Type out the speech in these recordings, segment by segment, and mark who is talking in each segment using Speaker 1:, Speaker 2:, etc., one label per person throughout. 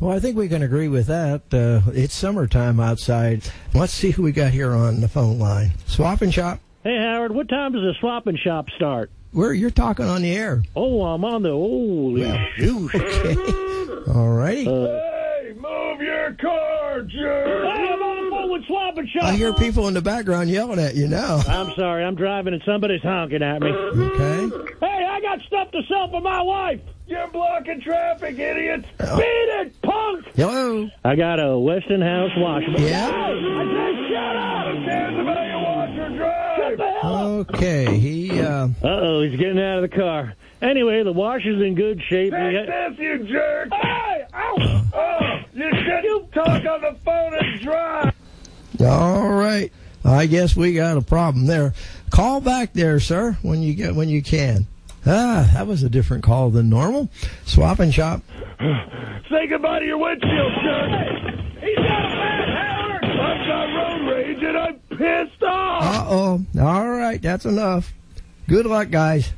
Speaker 1: Well, I think we can agree with that. Uh, it's summertime outside. Let's see who we got here on the phone line. Swap and shop.
Speaker 2: Hey, Howard, what time does the swap and shop start?
Speaker 1: Where you're talking on the air.
Speaker 2: Oh, I'm on the holy shoot.
Speaker 1: Okay. All righty.
Speaker 2: Uh,
Speaker 3: Hey, move your car,
Speaker 2: Hey,
Speaker 3: Jerry.
Speaker 2: I'm on the phone with swap and shop.
Speaker 1: I hear people in the background yelling at you now.
Speaker 2: I'm sorry, I'm driving and somebody's honking at me.
Speaker 1: Okay.
Speaker 2: Hey, I got stuff to sell for my wife.
Speaker 3: You're blocking traffic, idiots.
Speaker 1: Oh.
Speaker 2: Beat it, punk!
Speaker 1: Hello.
Speaker 2: I got a Weston House washable.
Speaker 1: Yeah.
Speaker 3: Who cares about your watch or drive?
Speaker 1: Okay. He. Uh,
Speaker 2: Uh oh, he's getting out of the car. Anyway, the washer's in good shape. We
Speaker 3: Take
Speaker 2: got-
Speaker 3: this, you jerk. Hey, ow. Oh, you shouldn't talk on the phone and drive.
Speaker 1: all right. I guess we got a problem there. Call back there, sir, when you get when you can. Ah, that was a different call than normal. Swap and shop.
Speaker 3: Say goodbye to your windshield, jerk. he's got a bad Howard. I've got road rage and I'm pissed off.
Speaker 1: Uh oh. All right, that's enough. Good luck, guys.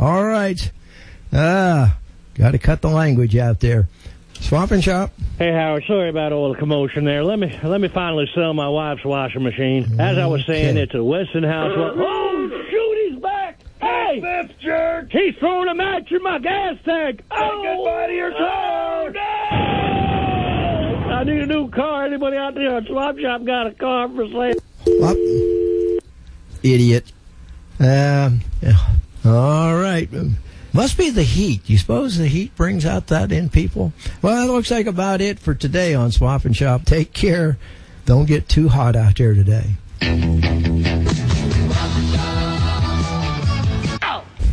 Speaker 1: All right. Ah, got to cut the language out there. Swap and shop.
Speaker 2: Hey Howard, sorry about all the commotion there. Let me let me finally sell my wife's washing machine. As I was saying,
Speaker 1: Okay.
Speaker 2: it's a Weston House. Wa- oh shoot, he's back! Hey,
Speaker 3: This jerk.
Speaker 2: he's throwing a match in my gas tank. Oh,
Speaker 3: goodbye to your car.
Speaker 2: Oh, no! I need a new car. Anybody out there at Swap Shop got a car for sale?
Speaker 1: Up. Idiot. Um. yeah. All right. Must be the heat. You suppose the heat brings out that in people? Well, that looks like about it for today on Swap and Shop. Take care. Don't get too hot out there today.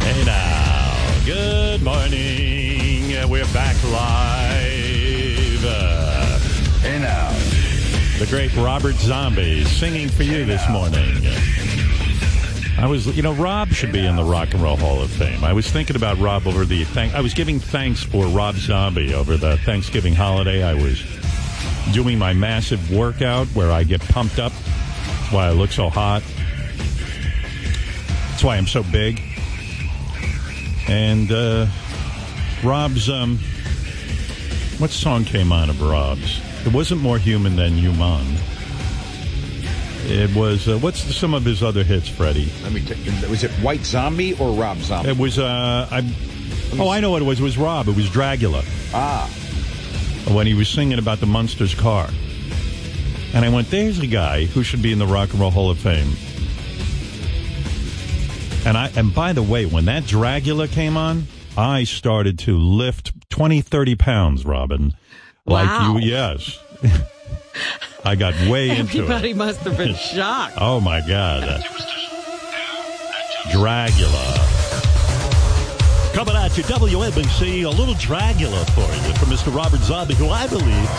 Speaker 4: Hey now, good morning. We're back live. Uh,
Speaker 3: Hey now.
Speaker 4: the great Robert Zombie singing for you this morning. I was, you know, Rob should be in the Rock and Roll Hall of Fame. I was thinking about Rob over the thank. I was giving thanks for Rob Zombie over the Thanksgiving holiday. I was doing my massive workout where I get pumped up. That's why I look so hot. That's why I'm so big. And uh, Rob's, um, what song came on of Rob's? It wasn't more human than human. It was uh, what's some of his other hits, Freddie?
Speaker 5: Let me take. Was it White Zombie or Rob Zombie?
Speaker 4: It was uh, I. Oh, I know what it was. It was Rob. It was Dragula.
Speaker 5: Oh,
Speaker 4: Ah. When he was singing about the monster's car, and I went, "There's a guy who should be in the Rock and Roll Hall of Fame." And I and by the way, when that Dragula came on, I started to lift 20, 30 pounds, Robin. Like
Speaker 6: Wow.
Speaker 4: you, yes. I got way into it.
Speaker 6: Everybody must have been shocked.
Speaker 4: Oh my God. Dragula. Coming at you, WNBC, a little Dragula for you from Mr. Robert Zombie, who I believe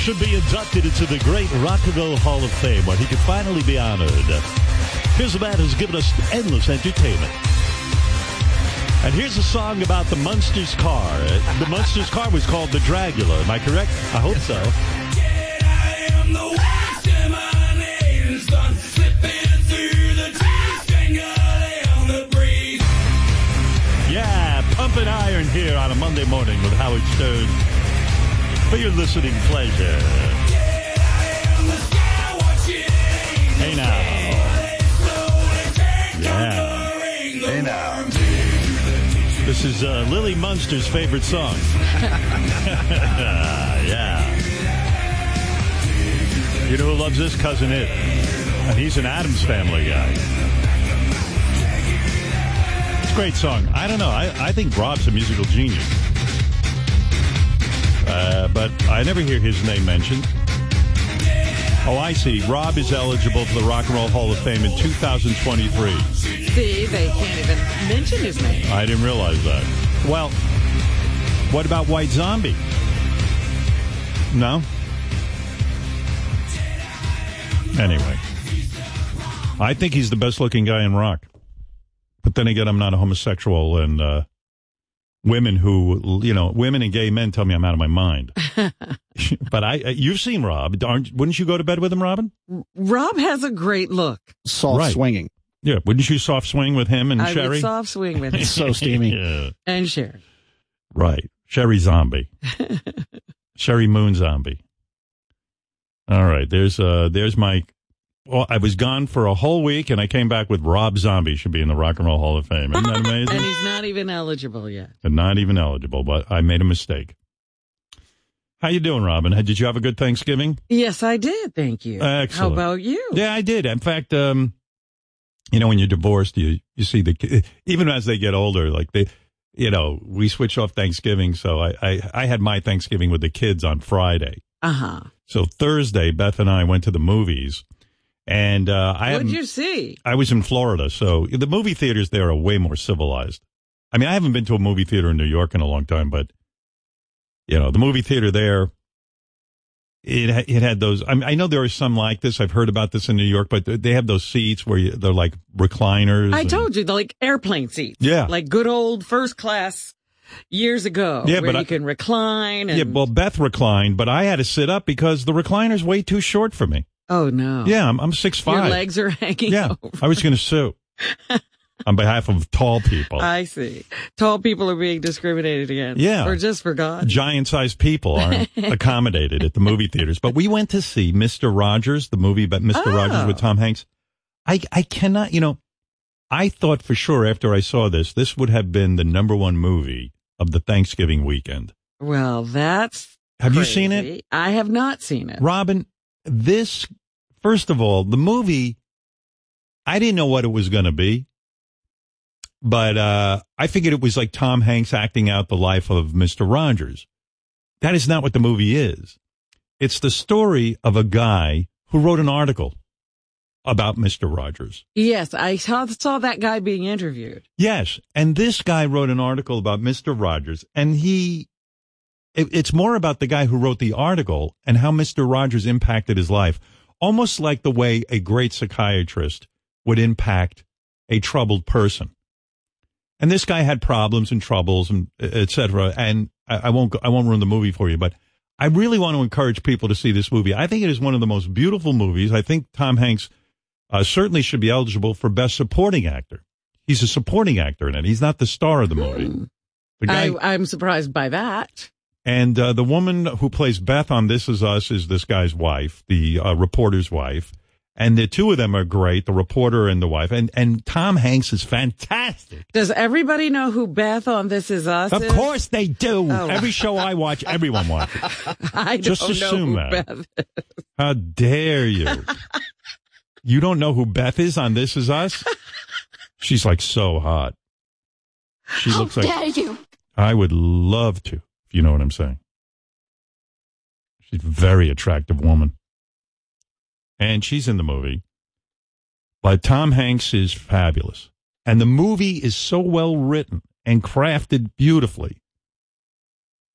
Speaker 4: should be inducted into the great Rock and Roll Hall of Fame, where he could finally be honored. Here's a man who's given us endless entertainment. And here's a song about the Munsters car. The Munsters car was called the Dragula. Am I correct? I hope so. Yeah, pumping iron here on a Monday morning with Howard Stern for your listening pleasure. Hey now. Yeah.
Speaker 5: Hey now.
Speaker 4: This is uh, Lily Munster's favorite song. yeah. You know who loves this? Cousin It. And he's an Adams Family guy. It's a great song. I don't know. I, I think Rob's a musical genius. Uh, but I never hear his name mentioned. Oh, I see. Rob is eligible for the Rock and Roll Hall of Fame in 2023.
Speaker 6: See, they can't even mention his name.
Speaker 4: I didn't realize that. Well, what about White Zombie? No? Anyway, I think he's the best looking guy in rock. But then again, I'm not a homosexual, and uh, women who, you know, women and gay men tell me I'm out of my mind. but I, uh, you've seen Rob, aren't? Wouldn't you go to bed with him, Robin?
Speaker 6: Rob has a great look.
Speaker 7: Soft
Speaker 4: Right.
Speaker 7: swinging.
Speaker 4: Yeah, wouldn't you soft swing with him and
Speaker 6: I
Speaker 4: Sherry?
Speaker 6: would soft swing with
Speaker 7: It's
Speaker 6: him
Speaker 7: so steamy.
Speaker 4: yeah.
Speaker 6: and Sherry.
Speaker 4: Right. Sherry Zombie. Cherry Moon Zombie. All right, there's uh, there's my. Well, I was gone for a whole week, and I came back with Rob Zombie should be in the Rock and Roll Hall of Fame. Isn't that amazing?
Speaker 6: And he's not even eligible yet.
Speaker 4: and not even eligible, but I made a mistake. How you doing, Robin? Did you have a good Thanksgiving?
Speaker 6: Yes, I did. Thank you.
Speaker 4: Excellent.
Speaker 6: How about you?
Speaker 4: Yeah, I did. In fact, um, you know, when you're divorced, you you see the ki- even as they get older, like they, you know, we switch off Thanksgiving. So I I, I had my Thanksgiving with the kids on Friday.
Speaker 6: Uh huh.
Speaker 4: So Thursday, Beth and I went to the movies, and uh, I haven't-
Speaker 6: What'd you see?
Speaker 4: I was in Florida, so the movie theaters there are way more civilized. I mean, I haven't been to a movie theater in New York in a long time, but you know, the movie theater there, it ha- it had those. I, mean, I know there are some like this. I've heard about this in New York, but they have those seats where you, they're like recliners.
Speaker 6: I
Speaker 4: and-
Speaker 6: told you, they're like airplane seats.
Speaker 4: Yeah.
Speaker 6: Like good old first class years ago.
Speaker 4: Yeah,
Speaker 6: where
Speaker 4: but
Speaker 6: you
Speaker 4: I-
Speaker 6: can recline. And,
Speaker 4: Yeah, well, Beth reclined, but I had to sit up because the recliner's way too short for me.
Speaker 6: oh no.
Speaker 4: Yeah, I'm, I'm six
Speaker 6: Your
Speaker 4: five.
Speaker 6: legs are hanging
Speaker 4: yeah,
Speaker 6: over.
Speaker 4: I was going to sue on behalf of tall people.
Speaker 6: I see. Tall people are being discriminated against.
Speaker 4: Yeah.
Speaker 6: Or just forgotten.
Speaker 4: giant sized people aren't accommodated at the movie theaters. But we went to see Mr. Rogers, the movie about Mr.
Speaker 6: Oh.
Speaker 4: Rogers with Tom Hanks. I, I cannot, you know, I thought for sure after I saw this, this would have been the number one movie of the Thanksgiving weekend.
Speaker 6: Well, that's.
Speaker 4: Have you seen it?
Speaker 6: crazy. I have not seen it.
Speaker 4: Robin, this, first of all, the movie, I didn't know what it was going to be, but uh, I figured it was like Tom Hanks acting out the life of Mr. Rogers. That is not what the movie is. It's the story of a guy who wrote an article about Mr. Rogers.
Speaker 6: Yes, I saw, saw that guy being interviewed.
Speaker 4: Yes. And this guy wrote an article about Mr. Rogers, and he. It, it's more about the guy who wrote the article and how Mr. Rogers impacted his life, almost like the way a great psychiatrist would impact a troubled person. And this guy had problems and troubles and e, et cetera. And I, I won't, go- I won't ruin the movie for you, but I really want to encourage people to see this movie. I think it is one of the most beautiful movies. I think Tom Hanks uh, certainly should be eligible for best supporting actor. He's a supporting actor in it. He's not the star of the movie. The guy,
Speaker 6: I, I'm surprised by that.
Speaker 4: and uh, the woman who plays Beth on This Is Us is this guy's wife, the uh, reporter's wife. And the two of them are great, the reporter and the wife. And and Tom Hanks is fantastic.
Speaker 6: Does everybody know who Beth on This Is Us
Speaker 4: Of
Speaker 6: is?
Speaker 4: course they do.
Speaker 6: Oh.
Speaker 4: Every show I watch, everyone watches.
Speaker 6: I don't
Speaker 4: Just assume
Speaker 6: know who
Speaker 4: that.
Speaker 6: Beth
Speaker 4: How dare you? you don't know who Beth is on This Is Us? She's like so hot. She looks like
Speaker 3: you?
Speaker 4: I would love to, if you know what I'm saying. She's a very attractive woman. And she's in the movie. But Tom Hanks is fabulous. And the movie is so well written and crafted beautifully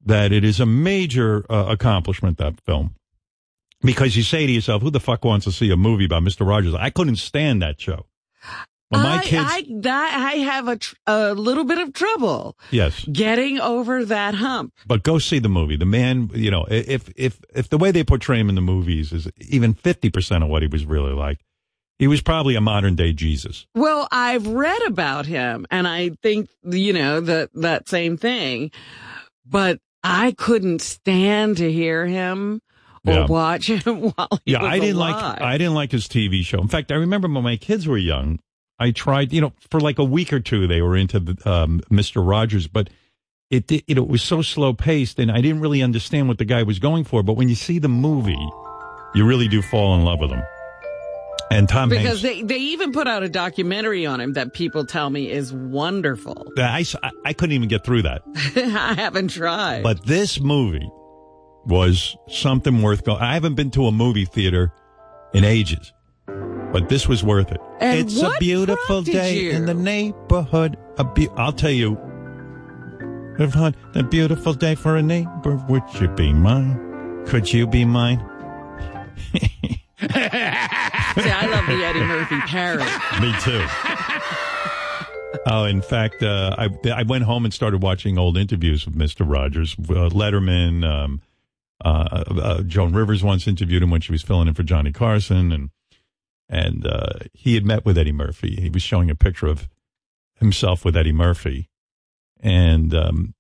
Speaker 4: that it is a major uh, accomplishment, that film. Because you say to yourself, who the fuck wants to see a movie about Mr. Rogers? I couldn't stand that show. When my
Speaker 6: I,
Speaker 4: kids,
Speaker 6: I, that, I have a, tr- a little bit of trouble
Speaker 4: yes.
Speaker 6: getting over that hump.
Speaker 4: But go see the movie. The man, you know, i- if if if the way they portray him in the movies is even fifty percent of what he was really like, he was probably a modern day Jesus.
Speaker 6: Well, I've read about him and I think, you know, that, that same thing, but I couldn't stand to hear him or
Speaker 4: Yeah.
Speaker 6: watch him while he
Speaker 4: Yeah,
Speaker 6: was
Speaker 4: I didn't
Speaker 6: alive.
Speaker 4: like I didn't like his TV show. In fact, I remember when my kids were young, I tried, you know, for like a week or two they were into the, um, Mr. Rogers, but it, did- it it was so slow paced, and I didn't really understand what the guy was going for. But when you see the movie, you really do fall in love with him. And Tom Hanks.
Speaker 6: because they, they even put out a documentary on him that people tell me is wonderful.
Speaker 4: I, s- I- I couldn't even get through that.
Speaker 6: I haven't tried.
Speaker 4: But this movie was something worth going. I haven't been to a movie theater in ages, but this was worth it.
Speaker 6: And
Speaker 4: it's a
Speaker 6: what
Speaker 4: beautiful
Speaker 6: prompted
Speaker 4: day
Speaker 6: you?
Speaker 4: in the neighborhood. A be- I'll tell you, neighborhood, a beautiful day for a neighbor. Would you be mine? Could you be mine?
Speaker 6: See, I love the Eddie Murphy parody.
Speaker 4: Me too. Oh, in fact, uh, I I went home and started watching old interviews with Mister Rogers, uh, Letterman. Um, uh, uh, Joan Rivers once interviewed him when she was filling in for Johnny Carson, and and uh, he had met with Eddie Murphy. He was showing a picture of himself with Eddie Murphy, and um,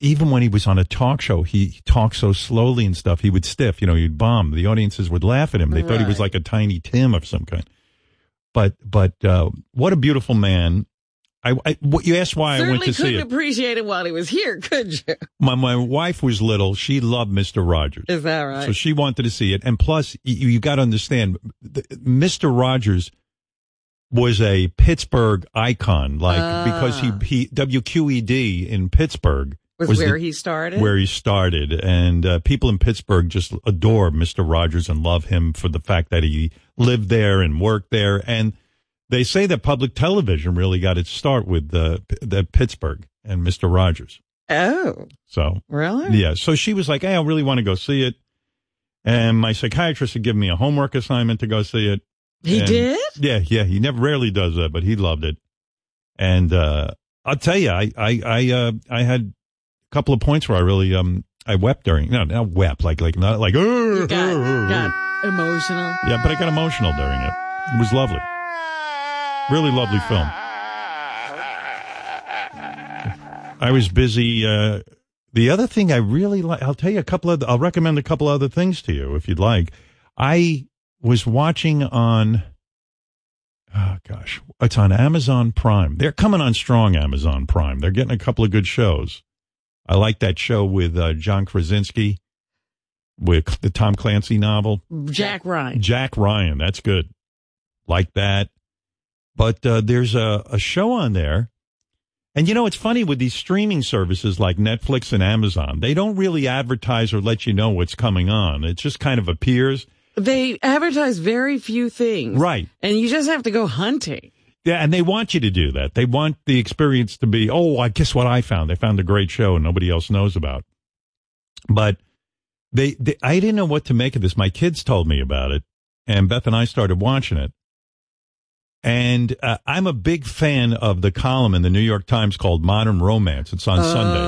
Speaker 4: even when he was on a talk show, he talked so slowly and stuff, he would stiff, you know, he'd bomb. The audiences would laugh at him. They thought he was
Speaker 6: Right.
Speaker 4: like a tiny Tim of some kind. But, but, uh, what a beautiful man. I, I what you asked why I went
Speaker 6: Certainly
Speaker 4: to see
Speaker 6: couldn't
Speaker 4: it.
Speaker 6: appreciate it while he was here, could you?
Speaker 4: My, my wife was little. She loved Mr. Rogers.
Speaker 6: Is that right?
Speaker 4: So she wanted to see it. And plus, you, you got to understand, th- Mr. Rogers was a Pittsburgh icon, like because he, he WQED in Pittsburgh
Speaker 6: Ah. was,
Speaker 4: was
Speaker 6: where
Speaker 4: the-
Speaker 6: he started.
Speaker 4: where he started. And uh, people in Pittsburgh just adore Mr. Rogers and love him for the fact that he lived there and worked there. And they say that public television really got its start with uh, P- the Pittsburgh and Mr. Rogers.
Speaker 6: oh,
Speaker 4: So
Speaker 6: really?
Speaker 4: yeah. So she was like, Hey, I really want to go see it. And my psychiatrist had given me a homework assignment to go see it.
Speaker 6: He
Speaker 4: And-
Speaker 6: did?
Speaker 4: Yeah. Yeah. He never rarely does that, but he loved it. And, uh, I'll tell you, I, I, I, uh, I had a couple of points where I really, um, I wept during, no, not wept, like, like, not like,
Speaker 6: You
Speaker 4: "Arr,
Speaker 6: got,
Speaker 4: arr, arr."
Speaker 6: got emotional.
Speaker 4: yeah, but I got emotional during it. It was lovely. Really lovely film. I was busy. Uh, the other thing I really like, I'll tell you a couple of, I'll recommend a couple other things to you if you'd like. I was watching on, oh gosh, it's on Amazon Prime. They're coming on strong Amazon Prime. They're getting a couple of good shows. I like that show with uh, John Krasinski with the Tom Clancy novel.
Speaker 6: Jack Ryan.
Speaker 4: Jack Ryan. That's good. Like that. But uh, there's a, a show on there. And you know, it's funny with these streaming services like Netflix and Amazon, they don't really advertise or let you know what's coming on. It just kind of appears.
Speaker 6: They advertise very few things.
Speaker 4: Right.
Speaker 6: And you just have to go hunting.
Speaker 4: Yeah, and they want you to do that. They want the experience to be, oh, I guess what I found. They found a great show and nobody else knows about. But they, they I didn't know what to make of this. My kids told me about it, and Beth and I started watching it. And uh, I'm a big fan of the column in the New York Times called Modern Romance. It's on Sundays.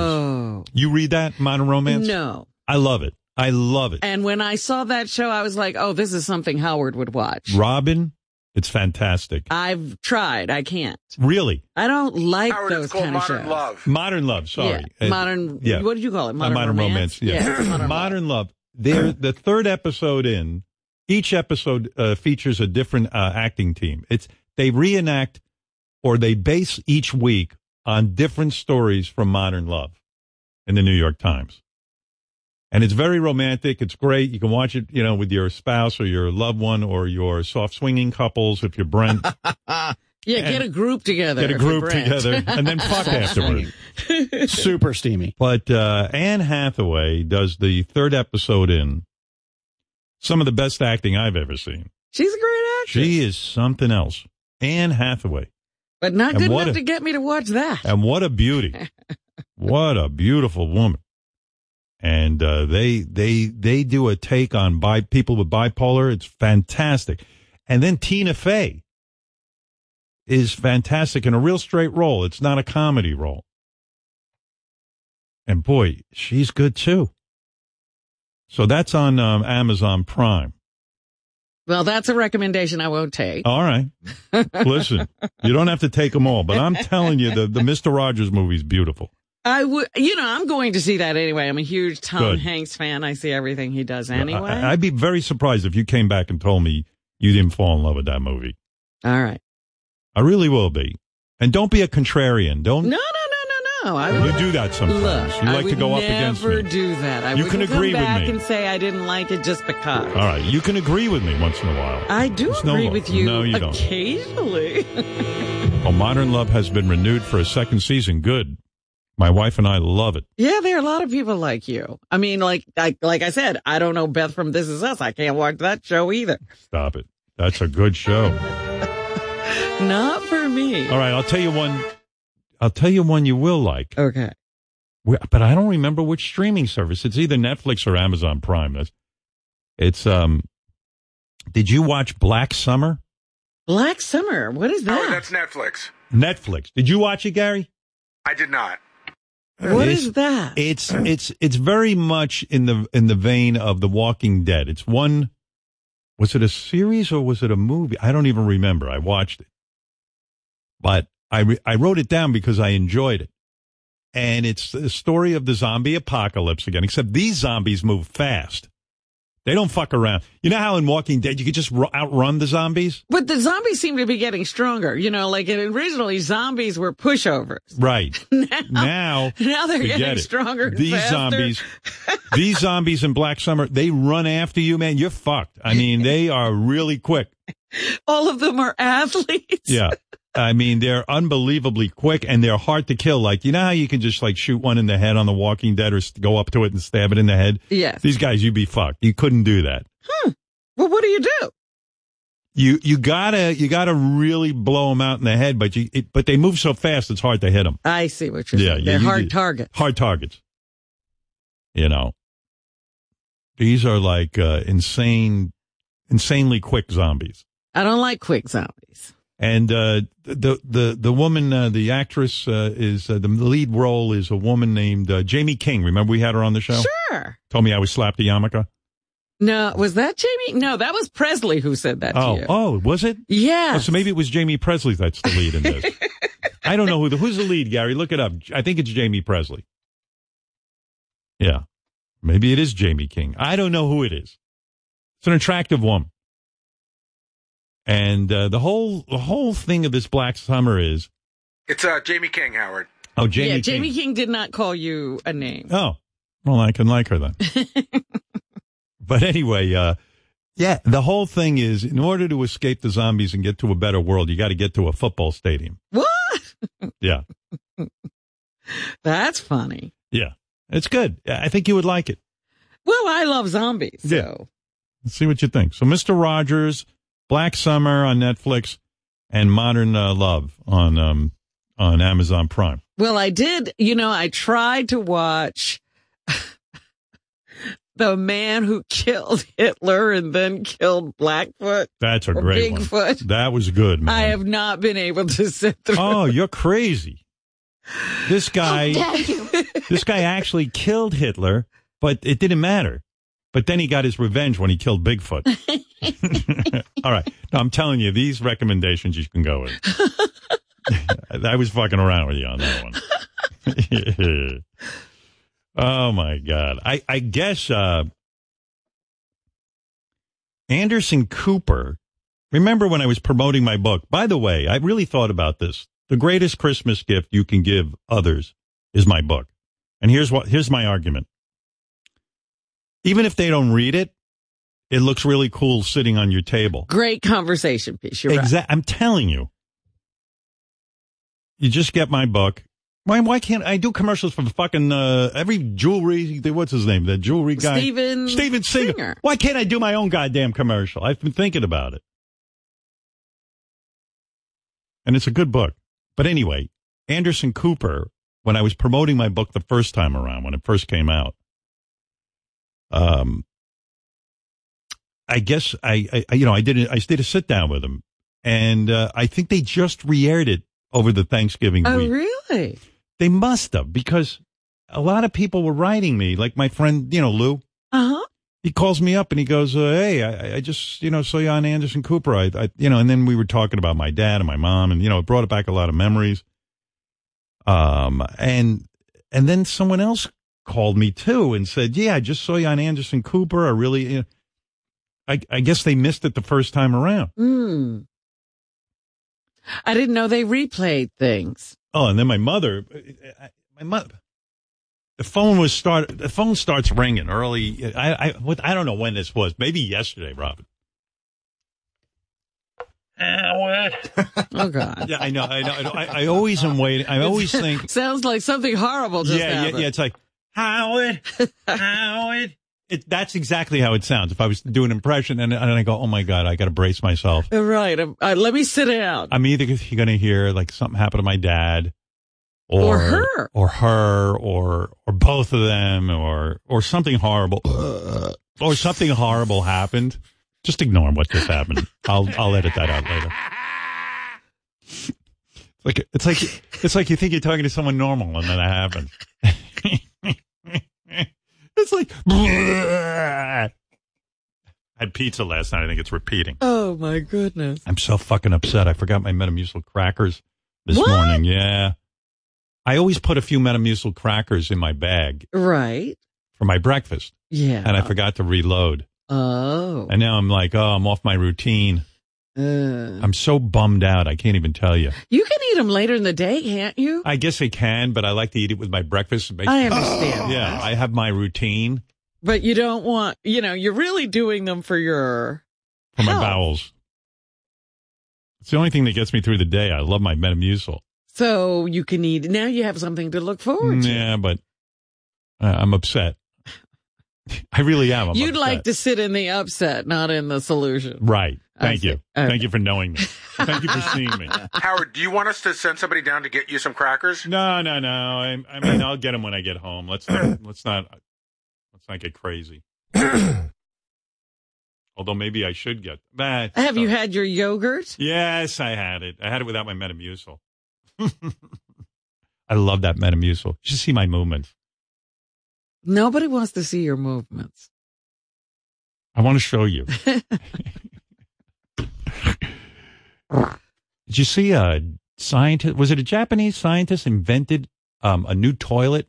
Speaker 6: Oh.
Speaker 4: You read that Modern Romance?
Speaker 6: No.
Speaker 4: I love it. I love it.
Speaker 6: And when I saw that show, I was like, oh, this is something Howard would watch.
Speaker 4: Robin, it's fantastic.
Speaker 6: I've tried. I can't.
Speaker 4: really,
Speaker 6: I don't like
Speaker 8: Howard,
Speaker 6: those
Speaker 8: it's called
Speaker 6: kind of
Speaker 8: Modern
Speaker 6: shows.
Speaker 8: Love.
Speaker 4: Modern Love.
Speaker 6: Yeah.
Speaker 4: Sorry, Uh,
Speaker 6: Modern.
Speaker 4: yeah.
Speaker 6: What did you call it?
Speaker 4: Uh,
Speaker 6: Modern, romance.
Speaker 4: yeah. modern, love. They're the third episode in. Each episode uh, features a different uh, acting team. It's they reenact or they base each week on different stories from Modern Love in the New York Times. And it's very romantic. It's great. You can watch it, you know, with your spouse or your loved one or your soft swinging couples if you're Brent.
Speaker 6: Yeah, get a group together.
Speaker 4: Get a
Speaker 6: if you're
Speaker 4: group
Speaker 6: Brent.
Speaker 4: together and then fuck afterwards.
Speaker 9: Super steamy.
Speaker 4: But uh, Anne Hathaway does the third episode in some of the best acting I've ever seen.
Speaker 6: She's a great actress,
Speaker 4: She is something else. Anne Hathaway.
Speaker 6: but not
Speaker 4: And
Speaker 6: good
Speaker 4: what
Speaker 6: enough
Speaker 4: a-
Speaker 6: to get me to watch that.
Speaker 4: And what a beauty. What a beautiful woman. And uh, they they they do a take on bi- people with bipolar. It's fantastic. And then Tina Fey is fantastic in a real straight role. It's not a comedy role. And boy, she's good too. So that's on um, Amazon Prime.
Speaker 6: Well, that's a recommendation I won't take.
Speaker 4: All right. Listen, you don't have to take them all, but I'm telling you, the, the Mr. Rogers movie's beautiful.
Speaker 6: I would, you know, I'm going to see that anyway. I'm a huge Tom
Speaker 4: Good.
Speaker 6: Hanks fan. I see everything he does anyway.
Speaker 4: I, would be very surprised if you came back and told me you didn't fall in love with that movie.
Speaker 6: All right.
Speaker 4: I really will be. And don't be a contrarian. Don't
Speaker 6: No, no, no, no, no. I
Speaker 4: you
Speaker 6: would-
Speaker 4: do that sometimes.
Speaker 6: Look,
Speaker 4: you
Speaker 6: I
Speaker 4: like to
Speaker 6: would
Speaker 4: go up against
Speaker 6: never
Speaker 4: me.
Speaker 6: do that. I
Speaker 4: You
Speaker 6: wouldn't
Speaker 4: can agree
Speaker 6: come
Speaker 4: with
Speaker 6: back
Speaker 4: me.
Speaker 6: and say I didn't like it just because.
Speaker 4: all right, you can agree with me once in a while.
Speaker 6: I do
Speaker 4: It's no
Speaker 6: agree
Speaker 4: law.
Speaker 6: with you,
Speaker 4: No, you don't.
Speaker 6: occasionally.
Speaker 4: Well, Modern Love has been renewed for a second season. Good. My wife and I love it.
Speaker 6: Yeah, there are a lot of people like you. I mean, like, like, like I said, I don't know Beth from This Is Us. I can't watch that show either.
Speaker 4: Stop it. That's a good show.
Speaker 6: Not for me.
Speaker 4: All right, I'll tell you one. I'll tell you one you will like.
Speaker 6: Okay.
Speaker 4: We- but I don't remember which streaming service. It's either Netflix or Amazon Prime. That's, it's um. Did you watch Black Summer?
Speaker 6: Black Summer. What is
Speaker 8: Howard,
Speaker 6: that?
Speaker 8: Oh, that's Netflix.
Speaker 4: Netflix. Did you watch it, Gary?
Speaker 8: I did not.
Speaker 6: What
Speaker 4: It's-
Speaker 6: is that?
Speaker 4: It's it's it's very much in the in the vein of The Walking Dead. It's one. Was it a series or was it a movie? I don't even remember. I watched it, but I re- I wrote it down because I enjoyed it, and it's the story of the zombie apocalypse again. Except these zombies move fast; they don't fuck around. You know how in Walking Dead you could just ru- outrun the zombies,
Speaker 6: But the zombies seem to be getting stronger. You know, like originally zombies were pushovers.
Speaker 4: right? Now,
Speaker 6: Now, now they're
Speaker 4: forget
Speaker 6: getting
Speaker 4: it.
Speaker 6: stronger. and
Speaker 4: These
Speaker 6: faster.
Speaker 4: zombies, these zombies in Black Summer, they run after you, man. You're fucked. I mean, they are really quick.
Speaker 6: all of them are athletes.
Speaker 4: Yeah. I mean, they're unbelievably quick and they're hard to kill. Like, you know how you can just like shoot one in the head on The Walking Dead or s- go up to it and stab it in the head?
Speaker 6: Yes.
Speaker 4: These guys, you'd be fucked. You couldn't do that.
Speaker 6: well, what do you do?
Speaker 4: You, you gotta, you gotta really blow them out in the head, but you, it, but they move so fast, it's hard to hit them.
Speaker 6: I see what you're
Speaker 4: Yeah,
Speaker 6: saying.
Speaker 4: yeah,
Speaker 6: They're
Speaker 4: you
Speaker 6: hard
Speaker 4: do.
Speaker 6: target.
Speaker 4: Hard targets. You know, these are like, uh, insane, insanely quick zombies.
Speaker 6: I don't like quick zombies.
Speaker 4: and uh, the the the woman, uh, the actress, uh, is uh, the lead role is a woman named uh, Jamie King. Remember we had her on the show?
Speaker 6: Sure.
Speaker 4: Told me I was slapped the yarmulke.
Speaker 6: No, was that Jamie? No, that was Presley who said that
Speaker 4: Oh,
Speaker 6: to you.
Speaker 4: oh, was it?
Speaker 6: yeah.
Speaker 4: Oh, so maybe it was Jamie Presley that's the lead in this. I don't know who the who's the lead, Gary. Look it up. I think it's Jamie Presley. Yeah, maybe it is Jamie King. I don't know who it is. It's an attractive woman, and uh, the whole the whole thing of this Black Summer is
Speaker 8: It's uh, Jamie King, Howard.
Speaker 4: oh Jamie
Speaker 6: yeah,
Speaker 4: King.
Speaker 6: Jamie King did not call you a name.
Speaker 4: Oh, well, I can like her then. but anyway, uh, yeah, the whole thing is in order to escape the zombies and get to a better world, you got to get to a football stadium.
Speaker 6: What?
Speaker 4: Yeah.
Speaker 6: That's funny.
Speaker 4: Yeah. It's good. I think you would like it.
Speaker 6: Well, I love zombies.
Speaker 4: Yeah.
Speaker 6: So
Speaker 4: Let's see what you think. So, Mr. Rogers, Black Summer on Netflix, and Modern uh, Love on um, on Amazon Prime.
Speaker 6: Well, I did, you know, I tried to watch The Man Who Killed Hitler and then killed Blackfoot
Speaker 4: That's a
Speaker 6: or
Speaker 4: great one.
Speaker 6: Bigfoot.
Speaker 4: That was good, man.
Speaker 6: I have not been able to sit through.
Speaker 4: Oh, you're crazy. This guy, this guy actually killed Hitler, but it didn't matter. But then he got his revenge when he killed Bigfoot. All right. No, I'm telling you, these recommendations you can go with. I was fucking around with you on that one. oh my God. I, I guess, uh, Anderson Cooper Remember when I was promoting my book? By the way, I really thought about this. The greatest Christmas gift you can give others is my book. And here's what, here's my argument. Even if they don't read it, it looks really cool sitting on your table.
Speaker 6: Great conversation piece. You're right.
Speaker 4: Exact. I'm telling you. You just get my book. Why, why can't I do commercials for fucking, uh, every jewelry, what's his name? That jewelry guy.
Speaker 6: Steven
Speaker 4: Steven Singer.
Speaker 6: Singer.
Speaker 4: Why can't I do my own goddamn commercial? I've been thinking about it. And it's a good book. But anyway, Anderson Cooper, when I was promoting my book the first time around, when it first came out, um, I guess I, I- I you know, I did, a, I did a sit down with him and, uh, I think they just re-aired it over the Thanksgiving
Speaker 6: Oh,
Speaker 4: week.
Speaker 6: really?
Speaker 4: They must have because a lot of people were writing me, like my friend, you know, Lou
Speaker 6: Uh huh.
Speaker 4: he calls me up and he goes, uh, "Hey, I, I just you know saw you on Anderson Cooper. I, I you know." And then we were talking about my dad and my mom, and you know, it brought back a lot of memories. Um, and and then someone else called me too and said, "Yeah, I just saw you on Anderson Cooper. I really, you know, I I guess they missed it the first time around."
Speaker 6: Hmm. I didn't know they replayed things.
Speaker 4: Oh, and then my mother, I- I- my mother, the phone was start. The phone starts ringing early. I, I, what, I don't know when this was. Maybe yesterday, Robin.
Speaker 6: Oh, God.
Speaker 4: Yeah, I know. I know. I, know. I, I always am waiting. I always think.
Speaker 6: Sounds like something horrible just
Speaker 4: yeah, yeah,
Speaker 6: happened.
Speaker 4: yeah. It's like Howard, Howard. It, that's exactly how it sounds. If I was to do an impression, and, and I go, "Oh my god, I got to brace myself."
Speaker 6: yeah. Right. Um, uh, let me sit down.
Speaker 4: I'm either going to hear like something happened to my dad,
Speaker 6: Or her.
Speaker 4: or her, or or both of them, or or something horrible, or something horrible happened. Just ignore what just happened. I'll I'll edit that out later. It's like it's like it's like you think you're talking to someone normal, and then it happens. it's like I had pizza last night. I think it's repeating.
Speaker 6: Oh, my goodness.
Speaker 4: I'm so fucking upset. I forgot my Metamucil crackers this
Speaker 6: What?
Speaker 4: morning. Yeah. I always put a few Metamucil crackers in my bag
Speaker 6: Right.
Speaker 4: for my breakfast,
Speaker 6: Yeah.
Speaker 4: and I forgot to reload.
Speaker 6: Oh.
Speaker 4: And now I'm like, oh, I'm off my routine.
Speaker 6: Uh,
Speaker 4: I'm so bummed out. I can't even tell you.
Speaker 6: you can eat them later in the day, can't you?
Speaker 4: I guess I can, but I like to eat it with my breakfast. It makes-
Speaker 6: I understand.
Speaker 4: yeah, I have my routine
Speaker 6: But you don't want, you know, you're really doing them for your.
Speaker 4: for my
Speaker 6: Health.
Speaker 4: bowels. It's the only thing that gets me through the day. I love my Metamucil.
Speaker 6: So you can eat. Now you have something to look forward to.
Speaker 4: Yeah, but uh, I'm upset. I really am. I'm
Speaker 6: You'd
Speaker 4: upset.
Speaker 6: like to sit in the upset, not in the solution.
Speaker 4: Right. Thank
Speaker 6: see.
Speaker 4: you.
Speaker 6: Okay.
Speaker 4: Thank you for knowing me. Thank you for seeing me.
Speaker 8: Howard, do you want us to send somebody down to get you some crackers?
Speaker 4: No, no, no. I, I mean, I'll get them when I get home. Let's not, let's not let's not get crazy. Although maybe I should get that.
Speaker 6: Have you had your yogurt?
Speaker 4: Yes, I had it. I had it without my Metamucil. I love that Metamucil. You should see my movements.
Speaker 6: Nobody wants to see your movements.
Speaker 4: I want to show you. Did you see a scientist? Was it a Japanese scientist invented um, a new toilet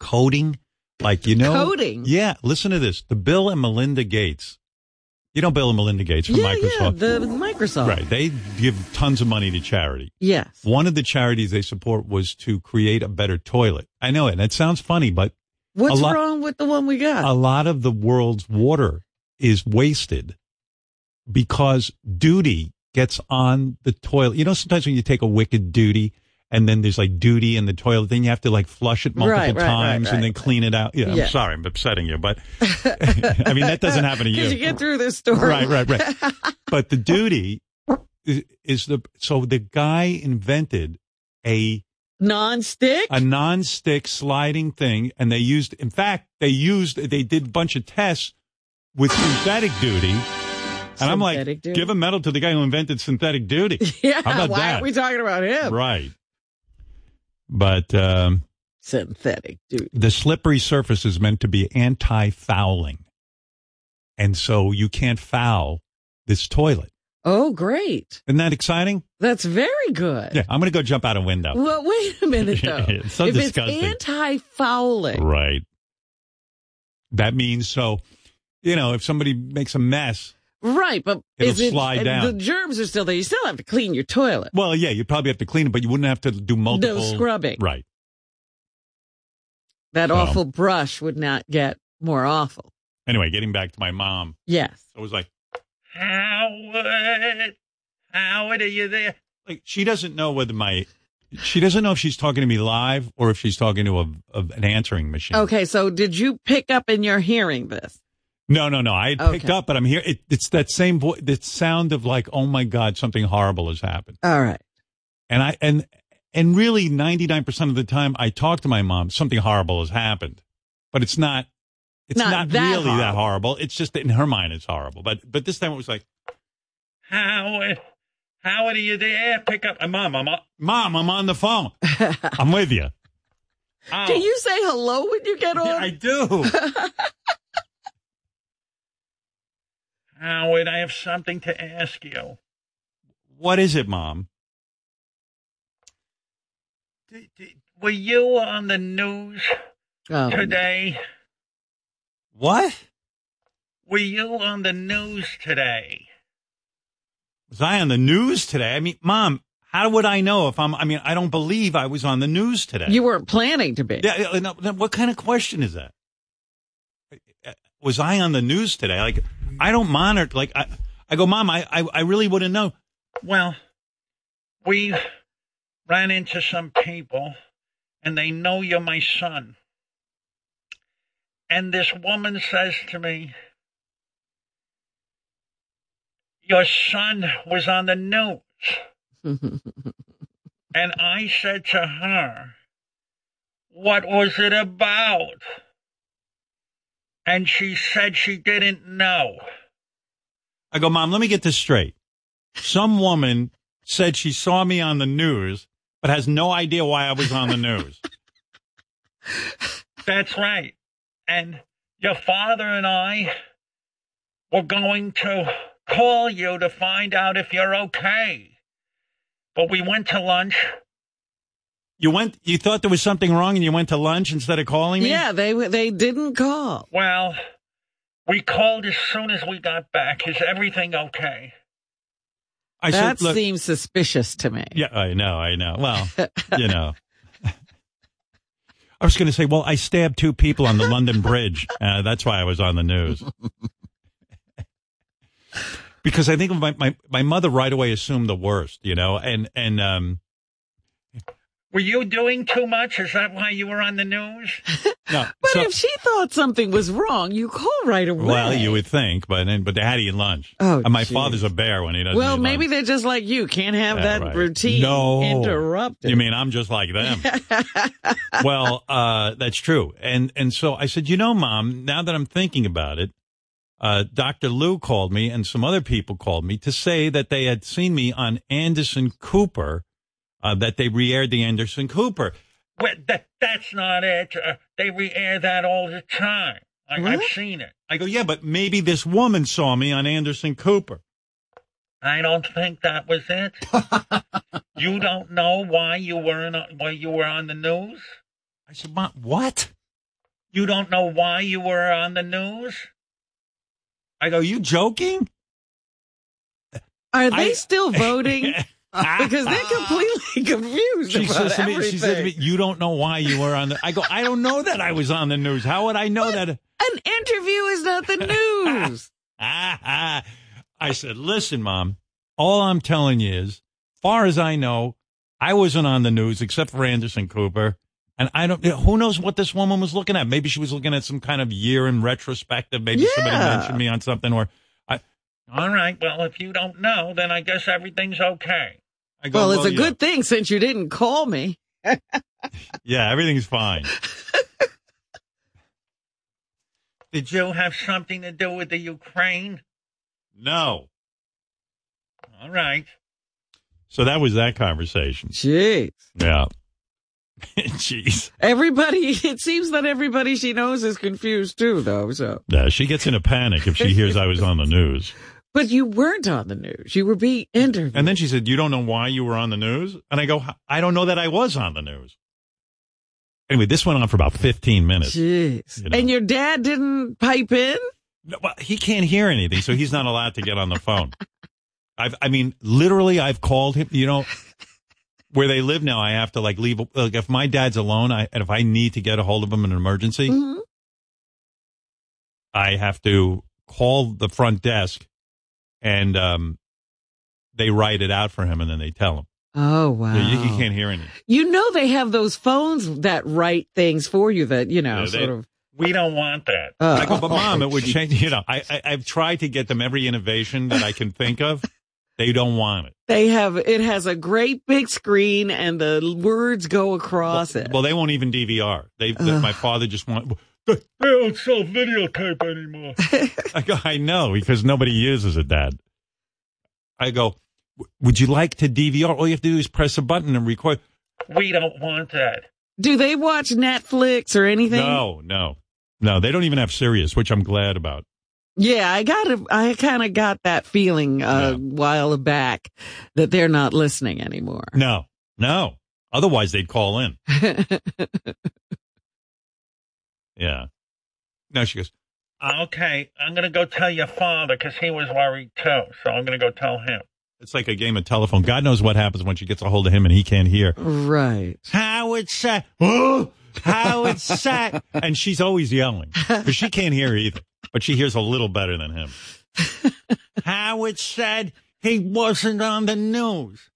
Speaker 4: coating? Like you know,
Speaker 6: Coating?
Speaker 4: Yeah, listen to this. The Bill and Melinda Gates. You know Bill and Melinda Gates from
Speaker 6: yeah, yeah,
Speaker 4: Microsoft,
Speaker 6: the Microsoft.
Speaker 4: right? They give tons of money to charity.
Speaker 6: Yes.
Speaker 4: One of the charities they support was to create a better toilet. I know it. and That sounds funny, but
Speaker 6: What's
Speaker 4: A lot-
Speaker 6: wrong with the one we got?
Speaker 4: a lot of the world's water is wasted because duty gets on the toilet. You know, sometimes when you take a wicked duty and then there's like duty in the toilet, then you have to like flush it multiple
Speaker 6: Right, right, right,
Speaker 4: times
Speaker 6: right,
Speaker 4: and then
Speaker 6: right.
Speaker 4: clean it out. Yeah,
Speaker 6: Yeah.
Speaker 4: I'm sorry, I'm upsetting you, but I mean, that doesn't happen to
Speaker 6: Did you get through this story?
Speaker 4: Right, right, right. but the duty is, is the, so the guy invented a
Speaker 6: Non-stick?
Speaker 4: a non-stick sliding thing and they used in fact they used they did a bunch of tests with synthetic duty and i'm like
Speaker 6: Synthetic duty.
Speaker 4: give a medal to the guy who invented synthetic duty
Speaker 6: yeah.
Speaker 4: how about
Speaker 6: why
Speaker 4: that
Speaker 6: aren't we talking about him?
Speaker 4: right but um,
Speaker 6: Synthetic, dude.
Speaker 4: the slippery surface is meant to be anti-fouling and so you can't foul this toilet
Speaker 6: Oh, great.
Speaker 4: isn't that exciting
Speaker 6: That's very good.
Speaker 4: yeah i'm gonna go jump out a window
Speaker 6: Well, wait a minute though.
Speaker 4: It's so
Speaker 6: if
Speaker 4: disgusting.
Speaker 6: it's anti-fouling,
Speaker 4: Right. That means so, you know, if somebody makes a mess,
Speaker 6: right? But
Speaker 4: It'll
Speaker 6: is it,
Speaker 4: slide
Speaker 6: and
Speaker 4: down.
Speaker 6: The germs are still there. You still have to clean your toilet.
Speaker 4: well, yeah, you'd probably have to clean it, but you wouldn't have to do multiple.
Speaker 6: scrubbing.
Speaker 4: Right.
Speaker 6: That
Speaker 4: Oh.
Speaker 6: awful brush would not get more awful.
Speaker 4: Anyway, getting back to my mom,
Speaker 6: Yes.
Speaker 4: I was like, Howard, Howard, are you there? Like, she doesn't know whether my, she doesn't know if she's talking to me live or if she's talking to a, of an answering machine.
Speaker 6: Okay. So did you pick up in your hearing this?
Speaker 4: No, no, no. I had picked
Speaker 6: Okay.
Speaker 4: up, but I'm here. It, it's that same voice, that sound of like, oh my God, something horrible has happened.
Speaker 6: All right.
Speaker 4: and I and and really 99% of the time I talk to my mom, something horrible has happened. But it's not it's
Speaker 6: Not
Speaker 4: not,
Speaker 6: that
Speaker 4: really that horrible. It's just that in her mind it's horrible. But but this time it was like Howard Howard are you there? Pick up and mom, I'm on, mom, I'm on the phone. I'm with you. Oh,
Speaker 6: Do you say hello when you get on?
Speaker 4: yeah, I do.
Speaker 10: Howard, I have something to ask you.
Speaker 4: what is it, mom?
Speaker 10: D- d- Were you on the news
Speaker 6: Oh,
Speaker 10: today?
Speaker 4: What?
Speaker 10: Were you on the news today?
Speaker 4: Was I on the news today? I mean, mom, how would I know if I'm I mean, I don't believe I was on the news today.
Speaker 6: you weren't planning to be.
Speaker 4: Yeah, yeah, no, no, what kind of question is that? Uh, Was I on the news today? Like, I don't monitor. Like, I, I go, Mom, I, I, I really wouldn't know.
Speaker 10: Well, we ran into some people, and they know you're my son. And this woman says to me, Your son was on the news. and I said to her, What was it about? And she said she didn't know.
Speaker 4: I go, Mom, let me get this straight. Some woman said she saw me on the news, but has no idea why I was on the news.
Speaker 10: That's right. And your father and I were going to call you to find out if you're okay. But we went to lunch
Speaker 4: You went. You thought there was something wrong, and you went to lunch instead of calling me.
Speaker 6: Yeah, they they didn't call.
Speaker 11: Well, we called as soon as we got back. Is everything okay?
Speaker 4: I said,
Speaker 6: that
Speaker 4: look-
Speaker 6: seems suspicious to me.
Speaker 4: Yeah, I know. I know. Well, you know. I was going to say, well, I stabbed two people on the London Bridge. Uh, that's why I was on the news. because I think my, my, my mother right away assumed the worst, you know, and, and, um,
Speaker 11: Were you doing too much? Is that why you were on the news?
Speaker 4: no.
Speaker 6: But
Speaker 4: so-
Speaker 6: if she thought something was wrong, you call right away.
Speaker 4: well, you would think, but then, but they had to eat lunch.
Speaker 6: Oh,
Speaker 4: and my
Speaker 6: geez.
Speaker 4: father's a bear when he doesn't
Speaker 6: Well,
Speaker 4: eat
Speaker 6: maybe
Speaker 4: lunch.
Speaker 6: they're just like you. Can't have
Speaker 4: Yeah,
Speaker 6: that
Speaker 4: right.
Speaker 6: routine
Speaker 4: no.
Speaker 6: interrupted.
Speaker 4: You mean I'm just like them? well, uh, that's true. And and so I said, you know, mom, now that I'm thinking about it, uh, Dr. Lou called me and some other people called me to say that they had seen me on Anderson Cooper, uh, that they re-aired the Anderson Cooper.
Speaker 11: Well, that, that's not it. Uh, they re-air that all the time. I, I've seen it.
Speaker 4: I go, yeah, but maybe this woman saw me on Anderson Cooper.
Speaker 11: I don't think that was it. you don't know why you weren't on, why you were on the news.
Speaker 4: I said, mom, what?
Speaker 11: You don't know why you were on the news.
Speaker 4: I go, you joking?
Speaker 6: Are they
Speaker 4: I-
Speaker 6: still voting? because they're completely confused
Speaker 4: She
Speaker 6: about
Speaker 4: says to me,
Speaker 6: everything.
Speaker 4: she says to me, you don't know why you were on the, I go, I don't know that I was on the news. How would I know that?
Speaker 6: An interview is not the news.
Speaker 4: Ah, ah. I said, listen, mom, all I'm telling you is, far as I know, I wasn't on the news except for Anderson Cooper. And I don't, who knows what this woman was looking at? Maybe she was looking at some kind of year in retrospective. Maybe somebody
Speaker 6: Yeah.
Speaker 4: mentioned me on something or I,
Speaker 11: All right. Well, if you don't know, then I guess everything's okay.
Speaker 4: I go,
Speaker 6: well, it's a
Speaker 4: yeah.
Speaker 6: good thing since you didn't call me.
Speaker 4: Yeah, everything's fine.
Speaker 11: Did you have something to do with the Ukraine?
Speaker 4: No.
Speaker 11: All right.
Speaker 4: So that was that conversation.
Speaker 6: Jeez.
Speaker 4: Yeah. Jeez.
Speaker 6: Everybody, it seems that everybody she knows is confused too, though. So,
Speaker 4: Yeah, she gets in a panic if she hears I was on the news.
Speaker 6: but you weren't on the news. You were being interviewed.
Speaker 4: And then she said, "You don't know why you were on the news?" And I go, "I don't know that I was on the news." Anyway, this went on for about 15 minutes.
Speaker 6: Jeez.
Speaker 4: You know.
Speaker 6: And your dad didn't pipe in?
Speaker 4: No, well, he can't hear anything, so he's not allowed to get on the phone. I've, I mean, literally, I've called him. You know, where they live now, I have to like leave. Like, if my dad's alone, I and if I need to get a hold of him in an emergency,
Speaker 6: Mhm.
Speaker 4: I have to call the front desk, and um, they write it out for him, and then they tell him.
Speaker 6: Oh, wow.
Speaker 4: So you, you can't hear anything.
Speaker 6: You know, they have those phones that write things for you that, you know,
Speaker 4: Yeah, they-
Speaker 6: sort of.
Speaker 11: We don't want that.
Speaker 4: I
Speaker 6: Uh,
Speaker 4: go, but mom, it would change. You know, I, I I've tried to get them every innovation that I can think of. They don't want it.
Speaker 6: they have, it has a great big screen and the words go across it.
Speaker 4: Well, they won't even DVR. They,
Speaker 6: Ugh.
Speaker 4: my father just want.
Speaker 11: They don't sell videotape anymore.
Speaker 4: I go, I know because nobody uses it, Dad. I go, "W- would you like to DVR? All you have to do is press a button and record.
Speaker 11: we don't want that.
Speaker 6: Do they watch Netflix or anything?
Speaker 4: No, no, no. They don't even have Sirius, which I'm glad about.
Speaker 6: Yeah, I got a, I kind of got that feeling a
Speaker 4: Yeah.
Speaker 6: while back that they're not listening anymore.
Speaker 4: No, no. Otherwise, they'd call in. Yeah. No, she goes.
Speaker 11: Uh, Okay, I'm gonna go tell your father 'cause he was worried too. So I'm gonna go tell him.
Speaker 4: It's like a game of telephone. God knows what happens when she gets a hold of him and he can't hear.
Speaker 6: right.
Speaker 4: Howard Sack. Oh, Howard Sack. And she's always yelling because she can't hear either, but she hears a little better than him. Howard said he wasn't on the news.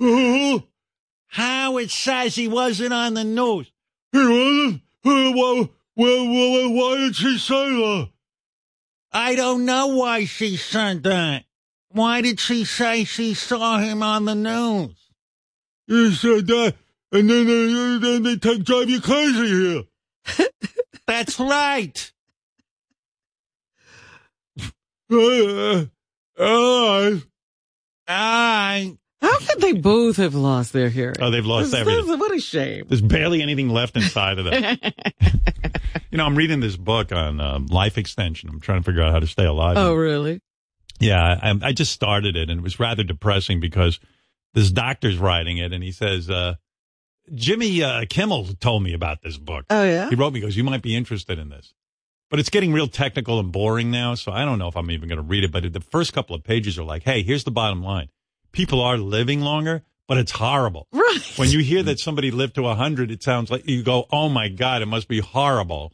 Speaker 4: Ooh, Howard says he wasn't on the news. He wasn't. Hey, why, why, why, why did she say that? I don't know why she said that. Why did she say she saw him on the news? You said that, and then they, then they take, drive you crazy here. That's right. Uh, all right.
Speaker 6: How could they both have lost their hearing?
Speaker 4: Oh, they've lost
Speaker 6: This-
Speaker 4: everything.
Speaker 6: this- What a shame.
Speaker 4: There's barely anything left inside of them. you know, I'm reading this book on um, life extension. I'm trying to figure out how to stay alive.
Speaker 6: Oh, really?
Speaker 4: Yeah, I, I just started it, and it was rather depressing because this doctor's writing it, and he says, uh, Jimmy uh, Kimmel told me about this book.
Speaker 6: Oh, yeah?
Speaker 4: He wrote me, he goes, you might be interested in this. But it's getting real technical and boring now, so I don't know if I'm even going to read it. But the first couple of pages are like, hey, here's the bottom line. People are living longer, but it's horrible.
Speaker 6: Right.
Speaker 4: When you hear that somebody lived to 100, it sounds like you go, oh my God, it must be horrible.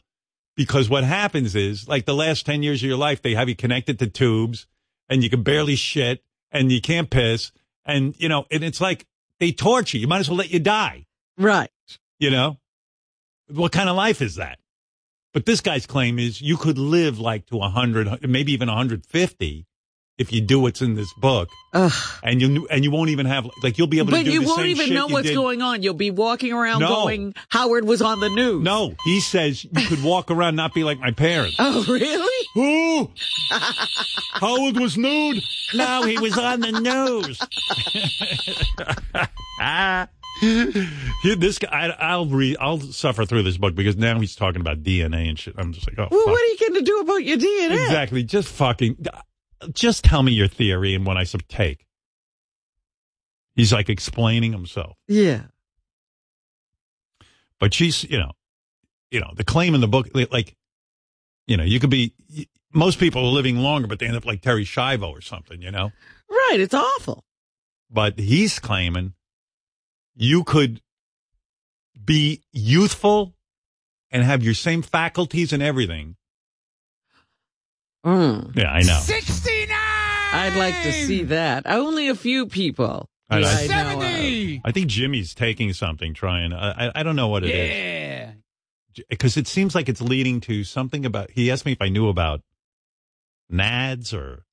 Speaker 4: Because what happens is, like the last 10 years of your life, they have you connected to tubes and you can barely shit and you can't piss. And, you know, and it's like they torture you. You might as well let you die.
Speaker 6: Right.
Speaker 4: You know? What kind of life is that? But this guy's claim is you could live like to 100, maybe even 150 if you do what's in this book. And you and you won't even have like you'll be able to
Speaker 6: But
Speaker 4: do
Speaker 6: you
Speaker 4: the
Speaker 6: won't
Speaker 4: same
Speaker 6: even
Speaker 4: shit
Speaker 6: know
Speaker 4: you
Speaker 6: what's
Speaker 4: did.
Speaker 6: going on. You'll be walking around
Speaker 4: No.
Speaker 6: going, Howard was on the news.
Speaker 4: No, he says you could walk around not be like my parents.
Speaker 6: Oh, really?
Speaker 4: Who? Howard was nude. No, he was on the news. ah. He- this guy, I, I'll re, I'll suffer through this book because now he's talking about DNA and shit. I'm just like, oh,
Speaker 6: Well,
Speaker 4: fuck.
Speaker 6: what are you going to do about your DNA?
Speaker 4: exactly. Just fucking, just tell me your theory and what I should take. He's like explaining himself,
Speaker 6: Yeah.
Speaker 4: but she's, you know, you know, the claim in the book, li- like, you know, you could be. y- Most people are living longer, but they end up like Terry Schiavo or something, you know.
Speaker 6: Right. It's awful.
Speaker 4: But he's claiming you could be youthful and have your same faculties and everything.
Speaker 6: Mm.
Speaker 4: Yeah, I know.
Speaker 6: 69! I'd like to see that. Only a few people.
Speaker 4: I know.
Speaker 6: that I know of.
Speaker 4: I think Jimmy's taking something, trying. I, I- I don't know what it is. Because it seems like it's leading to something about. He asked me if I knew about nads or.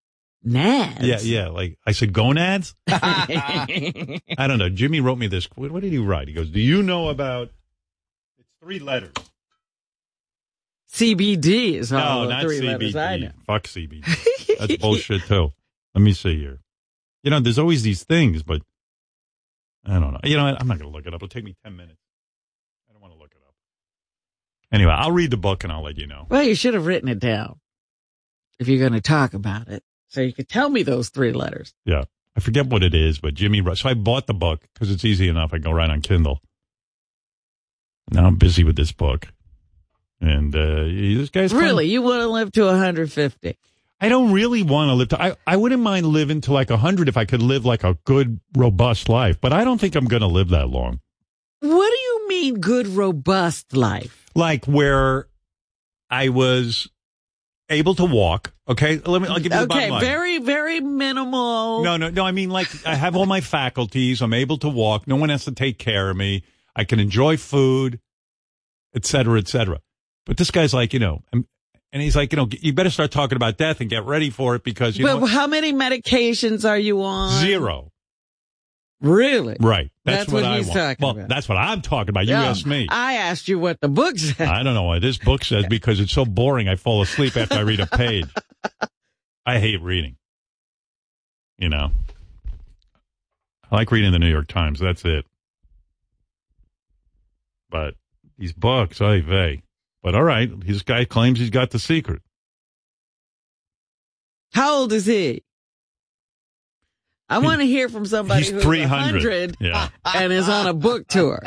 Speaker 6: Nads?
Speaker 4: Yeah, yeah. Like I said, gonads? I don't know. Jimmy wrote me this. What, what did he write? He goes, Do you know about. It's three letters.
Speaker 6: CBD is all
Speaker 4: no,
Speaker 6: the
Speaker 4: not
Speaker 6: three
Speaker 4: CBD.
Speaker 6: letters I know.
Speaker 4: Fuck CBD. That's bullshit, too. Let me see here. You know, there's always these things, but I don't know. You know, what? I'm not going to look it up. It'll take me 10 minutes. I don't want to look it up. Anyway, I'll read the book and I'll let you know.
Speaker 6: Well, you should have written it down if you're going to talk about it. So you could tell me those three letters.
Speaker 4: Yeah. I forget what it is, but Jimmy Rush. So I bought the book because it's easy enough. I go right on Kindle. Now I'm busy with this book. And uh, this guy's claim-
Speaker 6: really? You want to live to 150?
Speaker 4: I don't really want to live to. I, I wouldn't mind living to like 100 if I could live like a good, robust life, but I don't think I'm going to live that long.
Speaker 6: What do you mean good, robust life?
Speaker 4: Like where I was able to walk. Okay. Let me, I'll give you the
Speaker 6: okay,
Speaker 4: bottom line.
Speaker 6: very, very minimal.
Speaker 4: no, no, no. I mean, like I have all my faculties. I'm able to walk. No one has to take care of me. I can enjoy food, et cetera, et cetera. But this guy's like, you know, and and he's like, you know, you better start talking about death and get ready for it because you
Speaker 6: But
Speaker 4: know
Speaker 6: how many medications are you on?
Speaker 4: zero.
Speaker 6: Really?
Speaker 4: Right. That's,
Speaker 6: That's
Speaker 4: what,
Speaker 6: what
Speaker 4: I
Speaker 6: he's
Speaker 4: want.
Speaker 6: talking
Speaker 4: well,
Speaker 6: about.
Speaker 4: that's what I'm talking about. You
Speaker 6: Yeah.
Speaker 4: asked me.
Speaker 6: I asked you what the book said.
Speaker 4: I don't know why this book says because it's so boring. I fall asleep after I read a page. I hate reading. You know, I like reading the New York Times. That's it. But these books, I vey. But all right, this guy claims he's got the secret.
Speaker 6: How old is he? I want to hear from somebody
Speaker 4: He's
Speaker 6: who's
Speaker 4: 300.
Speaker 6: 100
Speaker 4: Yeah.
Speaker 6: and is on a book tour.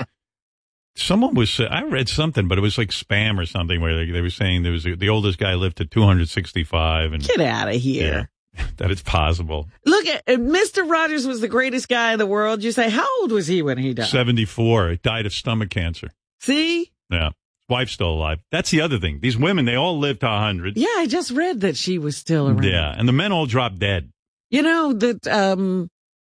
Speaker 4: Someone was sa- I read something, but it was like spam or something where they, they were saying there was a, the oldest guy lived to 265 and
Speaker 6: Get outta here.
Speaker 4: Yeah. that it's possible.
Speaker 6: Look at if Mr. Rogers was the greatest guy in the world. You say, how old was he when he died?
Speaker 4: 74 died of stomach cancer.
Speaker 6: See?
Speaker 4: Yeah. Wife's still alive. That's the other thing. These women, they all live to 100.
Speaker 6: Yeah, I just read that she was still around.
Speaker 4: Yeah. And the men all drop dead.
Speaker 6: You know that um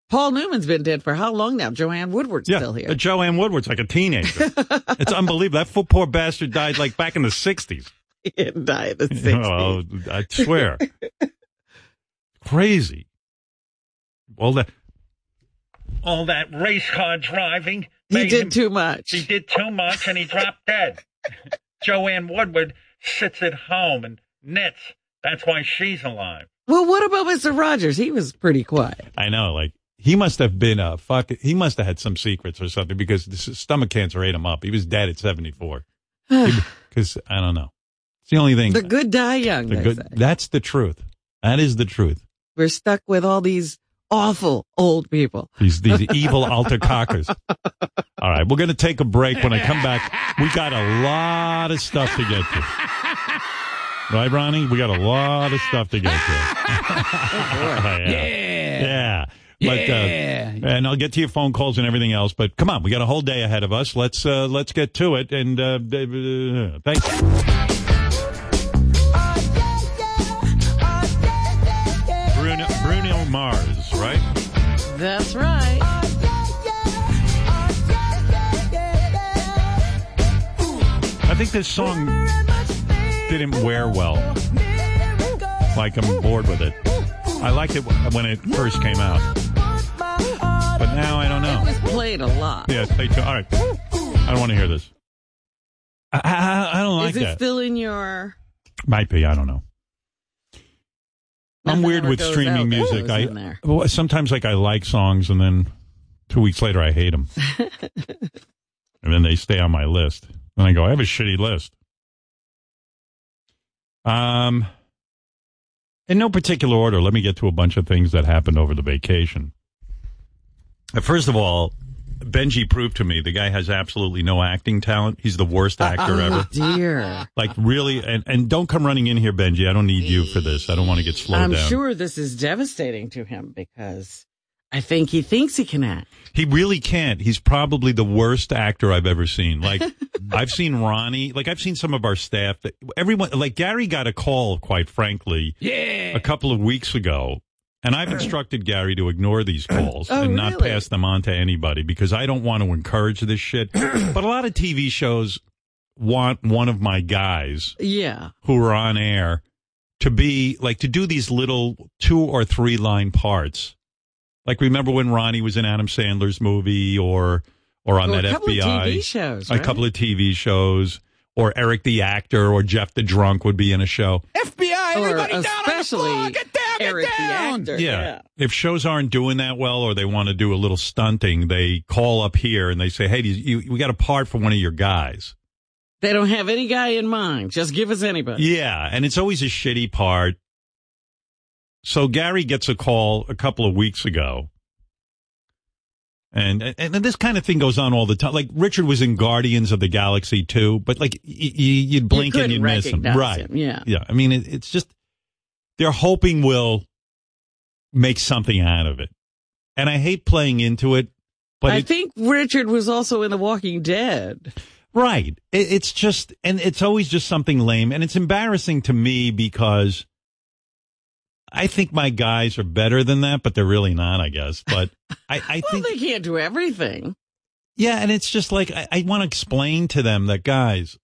Speaker 6: Paul Newman's been dead for how long now? Joanne Woodward's
Speaker 4: Yeah.
Speaker 6: still here.
Speaker 4: Uh, Joanne Woodward's like a teenager. it's unbelievable. That foot poor bastard died like back in the 60s.
Speaker 6: He didn't die in the
Speaker 4: 60s. I swear. Crazy. All that.
Speaker 11: All that race car driving.
Speaker 6: He
Speaker 11: made
Speaker 6: did
Speaker 11: him-
Speaker 6: too much.
Speaker 11: He did too much and he dropped dead. Joanne Woodward sits at home and knits. That's why she's alive.
Speaker 6: Well, what about Mr. Rogers? He was pretty quiet.
Speaker 4: I know. Like, he must have been a fuck. He must have had some secrets or something because this stomach cancer ate him up. He was dead at 74. Because I don't know. It's the only thing.
Speaker 6: the good die young.
Speaker 4: The
Speaker 6: they
Speaker 4: good-
Speaker 6: say.
Speaker 4: that's the truth. That is the truth.
Speaker 6: We're stuck with all these awful old people.
Speaker 4: These these evil alter cockers. All right, we're going to take a break. When I come back, we got a lot of stuff to get to. Right, Ronnie? We got a lot of stuff to get to. yeah. Yeah. But,
Speaker 9: Yeah.
Speaker 4: Uh, and I'll get to your phone calls and everything else. But come on, we got a whole day ahead of us. Let's uh, let's get to it. And uh, d- d- uh, thank you. Bruno, Bruno Mars, right?
Speaker 6: That's right.
Speaker 4: I think this song didn't wear well. Like I'm bored with it. I liked it when it first came out, but now I don't know.
Speaker 6: It was played a lot.
Speaker 4: Yeah, play two. All right. I don't want to hear this. I, I, I don't like
Speaker 6: Is it
Speaker 4: that.
Speaker 6: still in your?
Speaker 4: Might be. I don't know. I'm
Speaker 6: Nothing
Speaker 4: weird
Speaker 6: ever
Speaker 4: with
Speaker 6: goes
Speaker 4: streaming
Speaker 6: out, goes
Speaker 4: music.
Speaker 6: in
Speaker 4: I
Speaker 6: there.
Speaker 4: well, sometimes like I like songs and then two weeks later I hate them, and then they stay on my list. And I go, I have a shitty list. Um, in no particular order. Let me get to a bunch of things that happened over the vacation. Uh, First of all, Benji proved to me the guy has absolutely no acting talent. He's the worst
Speaker 6: Uh,
Speaker 4: actor ever.
Speaker 6: Oh, dear.
Speaker 4: Like really, and, and don't come running in here, Benji. I don't need you for this. I don't want to get slowed
Speaker 6: I'm
Speaker 4: down.
Speaker 6: sure this is devastating to him because I think he thinks he can act.
Speaker 4: He really can't. He's probably the worst actor I've ever seen. Like I've seen Ronnie, like I've seen some of our staff that everyone like Gary got a call, quite frankly, yeah. a couple of weeks ago. And I've instructed Gary to ignore these calls
Speaker 12: Oh,
Speaker 4: and not
Speaker 12: really?
Speaker 4: pass them on to anybody because I don't want to encourage this shit. but a lot of TV shows want one of my guys
Speaker 6: Yeah.
Speaker 4: who are on air to be like to do these little two or three line parts. Like remember when Ronnie was in Adam Sandler's movie or or on
Speaker 6: Or a
Speaker 4: that
Speaker 6: couple of
Speaker 4: FBI
Speaker 6: TV shows,
Speaker 4: a
Speaker 6: right?
Speaker 4: couple of TV shows or Eric the actor or Jeff the drunk would be in a show.
Speaker 6: FBI, or especially Eric the actor.
Speaker 4: Yeah. If shows aren't doing that well or they want to do a little stunting, they call up here and they say, "Hey, do you, you, we got a part for one of your guys."
Speaker 6: They don't have any guy in mind. Just give us anybody.
Speaker 4: Yeah, and it's always a shitty part. So Gary gets a call a couple of weeks ago. And, and and this kind of thing goes on all the time. Like Richard was in Guardians of the Galaxy too, but like y- y- you'd blink and
Speaker 6: couldn't
Speaker 4: you'd miss him,
Speaker 6: recognize
Speaker 4: right?
Speaker 6: him, yeah.
Speaker 4: yeah. I mean, it, it's just they're hoping we'll make something out of it, and I hate playing into it. But
Speaker 6: I
Speaker 4: it,
Speaker 6: think Richard was also in The Walking Dead.
Speaker 4: Right. It, it's just, and it's always just something lame. And it's embarrassing to me because I think my guys are better than that, but they're really not, I guess. But I, I
Speaker 6: well,
Speaker 4: think,
Speaker 6: they can't do everything.
Speaker 4: yeah. And it's just like, I, I want to explain to them that, guys,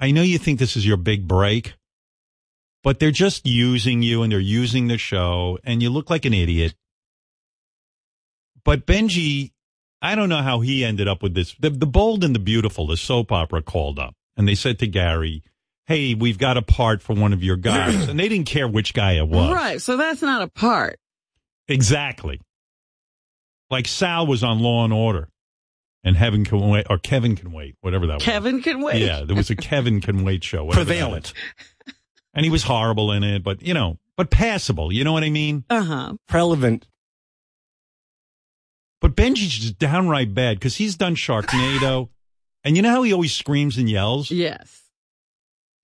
Speaker 4: I know you think this is your big break, but they're just using you and they're using the show and you look like an idiot. But Benji, I don't know how he ended up with this. The, the Bold and the Beautiful, the soap opera called up and they said to Gary, Hey, we've got a part for one of your guys. and they didn't care which guy it was.
Speaker 6: Right. So that's not a part.
Speaker 4: Exactly. Like Sal was on Law and Order and Heaven Can Wait or Kevin Can Wait, whatever that was.
Speaker 6: Kevin can wait.
Speaker 4: Yeah, there was a Kevin Can Wait show. whatever that
Speaker 6: Prevalent.
Speaker 4: is. And he was horrible in it, but you know, but passable. You know what I mean?
Speaker 6: Uh huh.
Speaker 4: Relevant. But Benji's just downright bad because he's done Sharknado. and you know how he always screams and yells?
Speaker 6: Yes.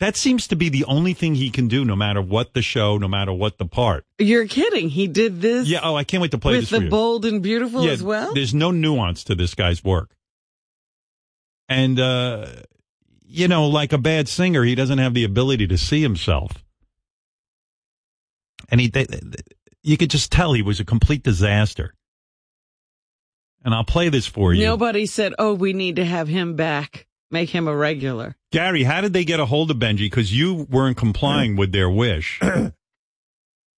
Speaker 4: That seems to be the only thing he can do, no matter what the show, no matter what the part.
Speaker 6: You're kidding. He did this
Speaker 4: Yeah. Oh, I can't wait to play
Speaker 6: with
Speaker 4: this
Speaker 6: the
Speaker 4: for you.
Speaker 6: bold and beautiful
Speaker 4: Yeah,
Speaker 6: as well.
Speaker 4: There's no nuance to this guy's work. And, uh, you know, like a bad singer, he doesn't have the ability to see himself. And he, they, they- you could just tell he was a complete disaster. And I'll play this for you.
Speaker 6: Nobody said, "Oh, we need to have him back. Make him a regular."
Speaker 4: Gary, how did they get a hold of Benji? Because you weren't complying with their wish.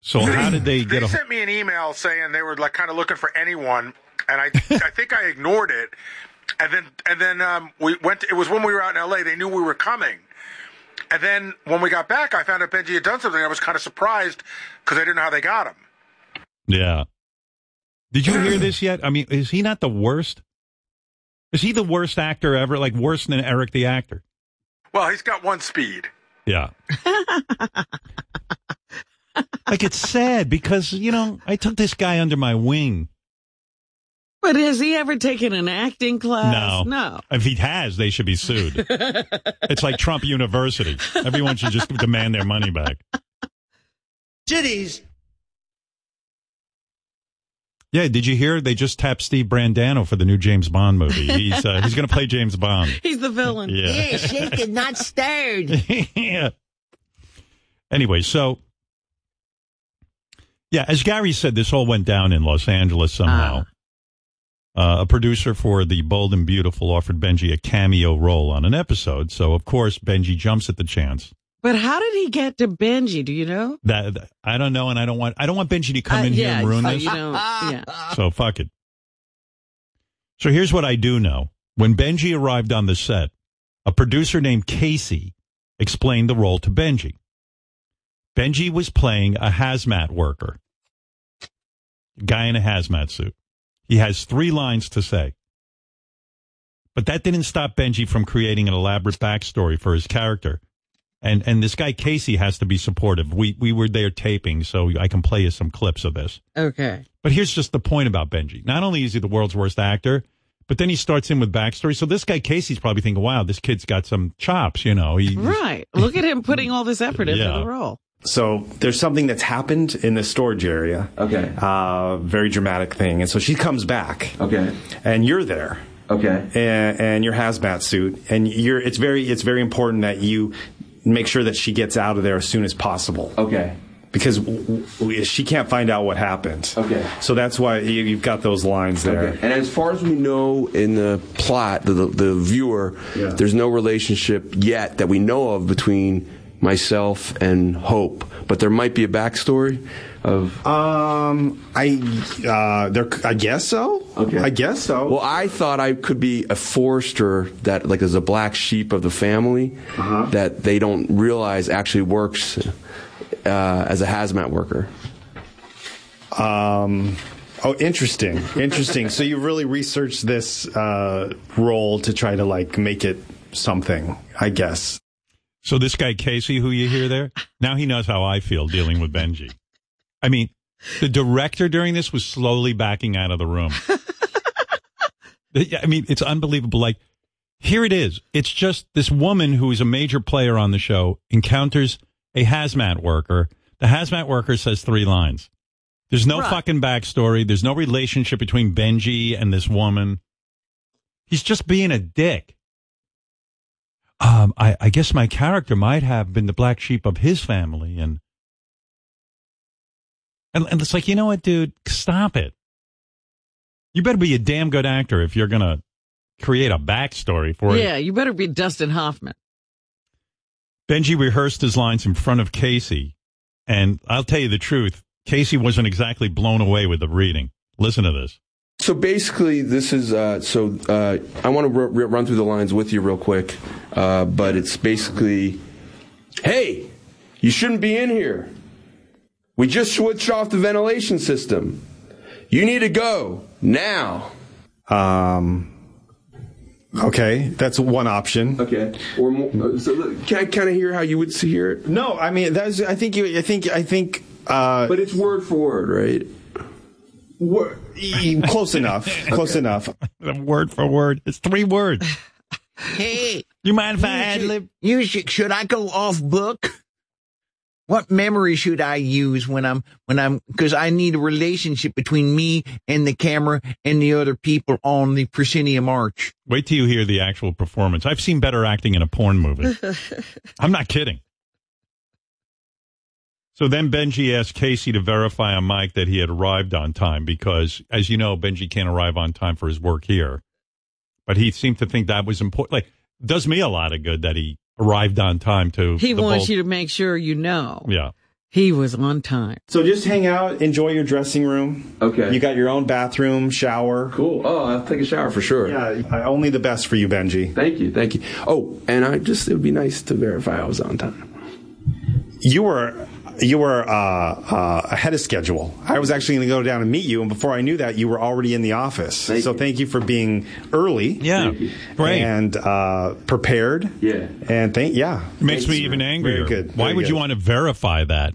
Speaker 4: So how did they get
Speaker 8: They
Speaker 4: a
Speaker 8: sent me an email saying they were like kind of looking for anyone, and I I think I ignored it, and then and then um, we went. it was when we were out in L.A. They knew we were coming, and then when we got back, I found out Benji had done something. I was kind of surprised because I didn't know how they got him.
Speaker 4: Yeah. Did you hear this yet? I mean, is he not the worst? Is he the worst actor ever? Like worse than Eric the actor?
Speaker 8: Well, he's got one speed.
Speaker 4: Yeah. like it's sad because, you know, I took this guy under my wing
Speaker 6: But has he ever taken an acting
Speaker 4: No.
Speaker 6: class? Uh, No.
Speaker 4: If he has, they should be sued. it's like Trump University. Everyone should just demand their money back.
Speaker 10: Titties.
Speaker 4: Yeah, did you hear? They just tapped Steve Brandano for the new James Bond movie. He's uh, he's going to play James Bond.
Speaker 6: He's the villain.
Speaker 4: Yeah. Yeah,
Speaker 10: shaken, not stirred.
Speaker 4: yeah. Anyway, so yeah, as Gary said, this all went down in Los Angeles
Speaker 6: Ah.
Speaker 4: somehow. Uh, a producer for the Bold and Beautiful offered Benji a cameo role on an episode, so of course Benji jumps at the chance.
Speaker 6: But how did he get to Benji? Do you know?
Speaker 4: That, that- I don't know, and I don't want I don't want Benji to come
Speaker 6: Uh,
Speaker 4: in here
Speaker 6: yeah,
Speaker 4: and ruin
Speaker 6: so
Speaker 4: this.
Speaker 6: You don't, yeah.
Speaker 4: So fuck it. So here's what I do know. When Benji arrived on the set, a producer named Casey explained the role to Benji. Benji was playing a hazmat worker, guy in a hazmat suit. He has three lines to say. But that didn't stop Benji from creating an elaborate backstory for his character. And and this guy Casey has to be supportive. We we were there taping, so I can play you some clips of this.
Speaker 6: Okay.
Speaker 4: But here's just the point about Benji. Not only is he the world's worst actor, but then he starts in with backstory. So this guy Casey's probably thinking, "Wow, this kid's got some chops." You know, he
Speaker 6: Right. Look at him putting all this effort into the role.
Speaker 13: So there's something that's happened in the storage area. Okay. Uh, very dramatic thing. And so she comes back. Okay. And you're there. Okay. And, and your hazmat suit. And you're, it's very, it's very important that you make sure that she gets out of there as soon as possible. Okay. Because w- w- she can't find out what happened. Okay. So that's why you, you've got those lines there.
Speaker 14: And as far as we know in the plot, the, the, the viewer, there's no relationship yet that we know of between myself and Hope, but there might be a backstory of.
Speaker 13: Um, I, uh, there, I guess so.
Speaker 14: Okay.
Speaker 13: I guess so.
Speaker 14: Well, I thought I could be a forester that, like, is a black sheep of the family
Speaker 13: Uh-huh.
Speaker 14: that they don't realize actually works uh, as a hazmat worker.
Speaker 13: Um, oh, interesting, interesting. so you really researched this uh, role to try to like make it something, I guess.
Speaker 4: So this guy Casey, who you hear there, now he knows how I feel dealing with Benji. I mean, the director during this was slowly backing out of the room. I mean, it's unbelievable. Like, here it is. It's just this woman who is a major player on the show encounters a hazmat worker. The hazmat worker says three lines. There's no
Speaker 15: Right.
Speaker 4: fucking backstory. There's no relationship between Benji and this woman. He's just being a dick um, I, I guess my character might have been the black sheep of his family, and and, and it's like, you know what, dude, stop it. You better be a damn good actor if you're gonna create a backstory for it.
Speaker 6: Yeah, you better be Dustin Hoffman.
Speaker 4: Benji rehearsed his lines in front of Casey, and I'll tell you the truth, Casey wasn't exactly blown away with the reading. Listen to this.
Speaker 14: So basically, this is uh, so uh, I want to r- r- run through the lines with you real quick, uh, but it's basically, hey, you shouldn't be in here. We just switched off the ventilation system. You need to go now.
Speaker 13: Um, okay, that's one option.
Speaker 14: Okay. Or more, uh, so look, can I kind of hear how you would see- hear it?
Speaker 13: No, I mean that's. I think you. I think. I think. Uh,
Speaker 14: but it's word for word, right?
Speaker 13: Word. e-, Close enough. Close enough.
Speaker 4: word for word. It's three words.
Speaker 10: Hey.
Speaker 4: You mind
Speaker 10: if I ad lib? You should, should I go off book? What memory should I use when I'm when I'm because I need a relationship between me and the camera and the other people on the Proscenium Arch.
Speaker 4: Wait till you hear the actual performance. I've seen better acting in a porn movie. I'm not kidding. So then Benji asked Casey to verify on Mike that he had arrived on time because, as you know, Benji can't arrive on time for his work here. But he seemed to think that was important. Like, does me a lot of good that he arrived on time to.
Speaker 6: He
Speaker 4: the
Speaker 6: wants
Speaker 4: Bulls.
Speaker 6: you to make sure you know
Speaker 4: Yeah.
Speaker 6: he was on time.
Speaker 13: So just hang out, enjoy your dressing room. Okay. You got your own bathroom, shower.
Speaker 14: Cool. Oh, I'll take a shower for sure.
Speaker 13: Yeah, I- only the best for you, Benji.
Speaker 14: Thank you, thank you. Oh, and I just it would be nice to verify I was on time.
Speaker 13: You were you were uh, uh, ahead of schedule. I was actually going to go down and meet you, and before I knew that, you were already in the office. so thank you for being early.
Speaker 4: Yeah, great.
Speaker 13: and uh, prepared. Yeah, and thank yeah.
Speaker 4: It makes me even angrier.
Speaker 13: Very good.
Speaker 4: Why
Speaker 13: Very
Speaker 4: would you
Speaker 13: good.
Speaker 4: want to verify that?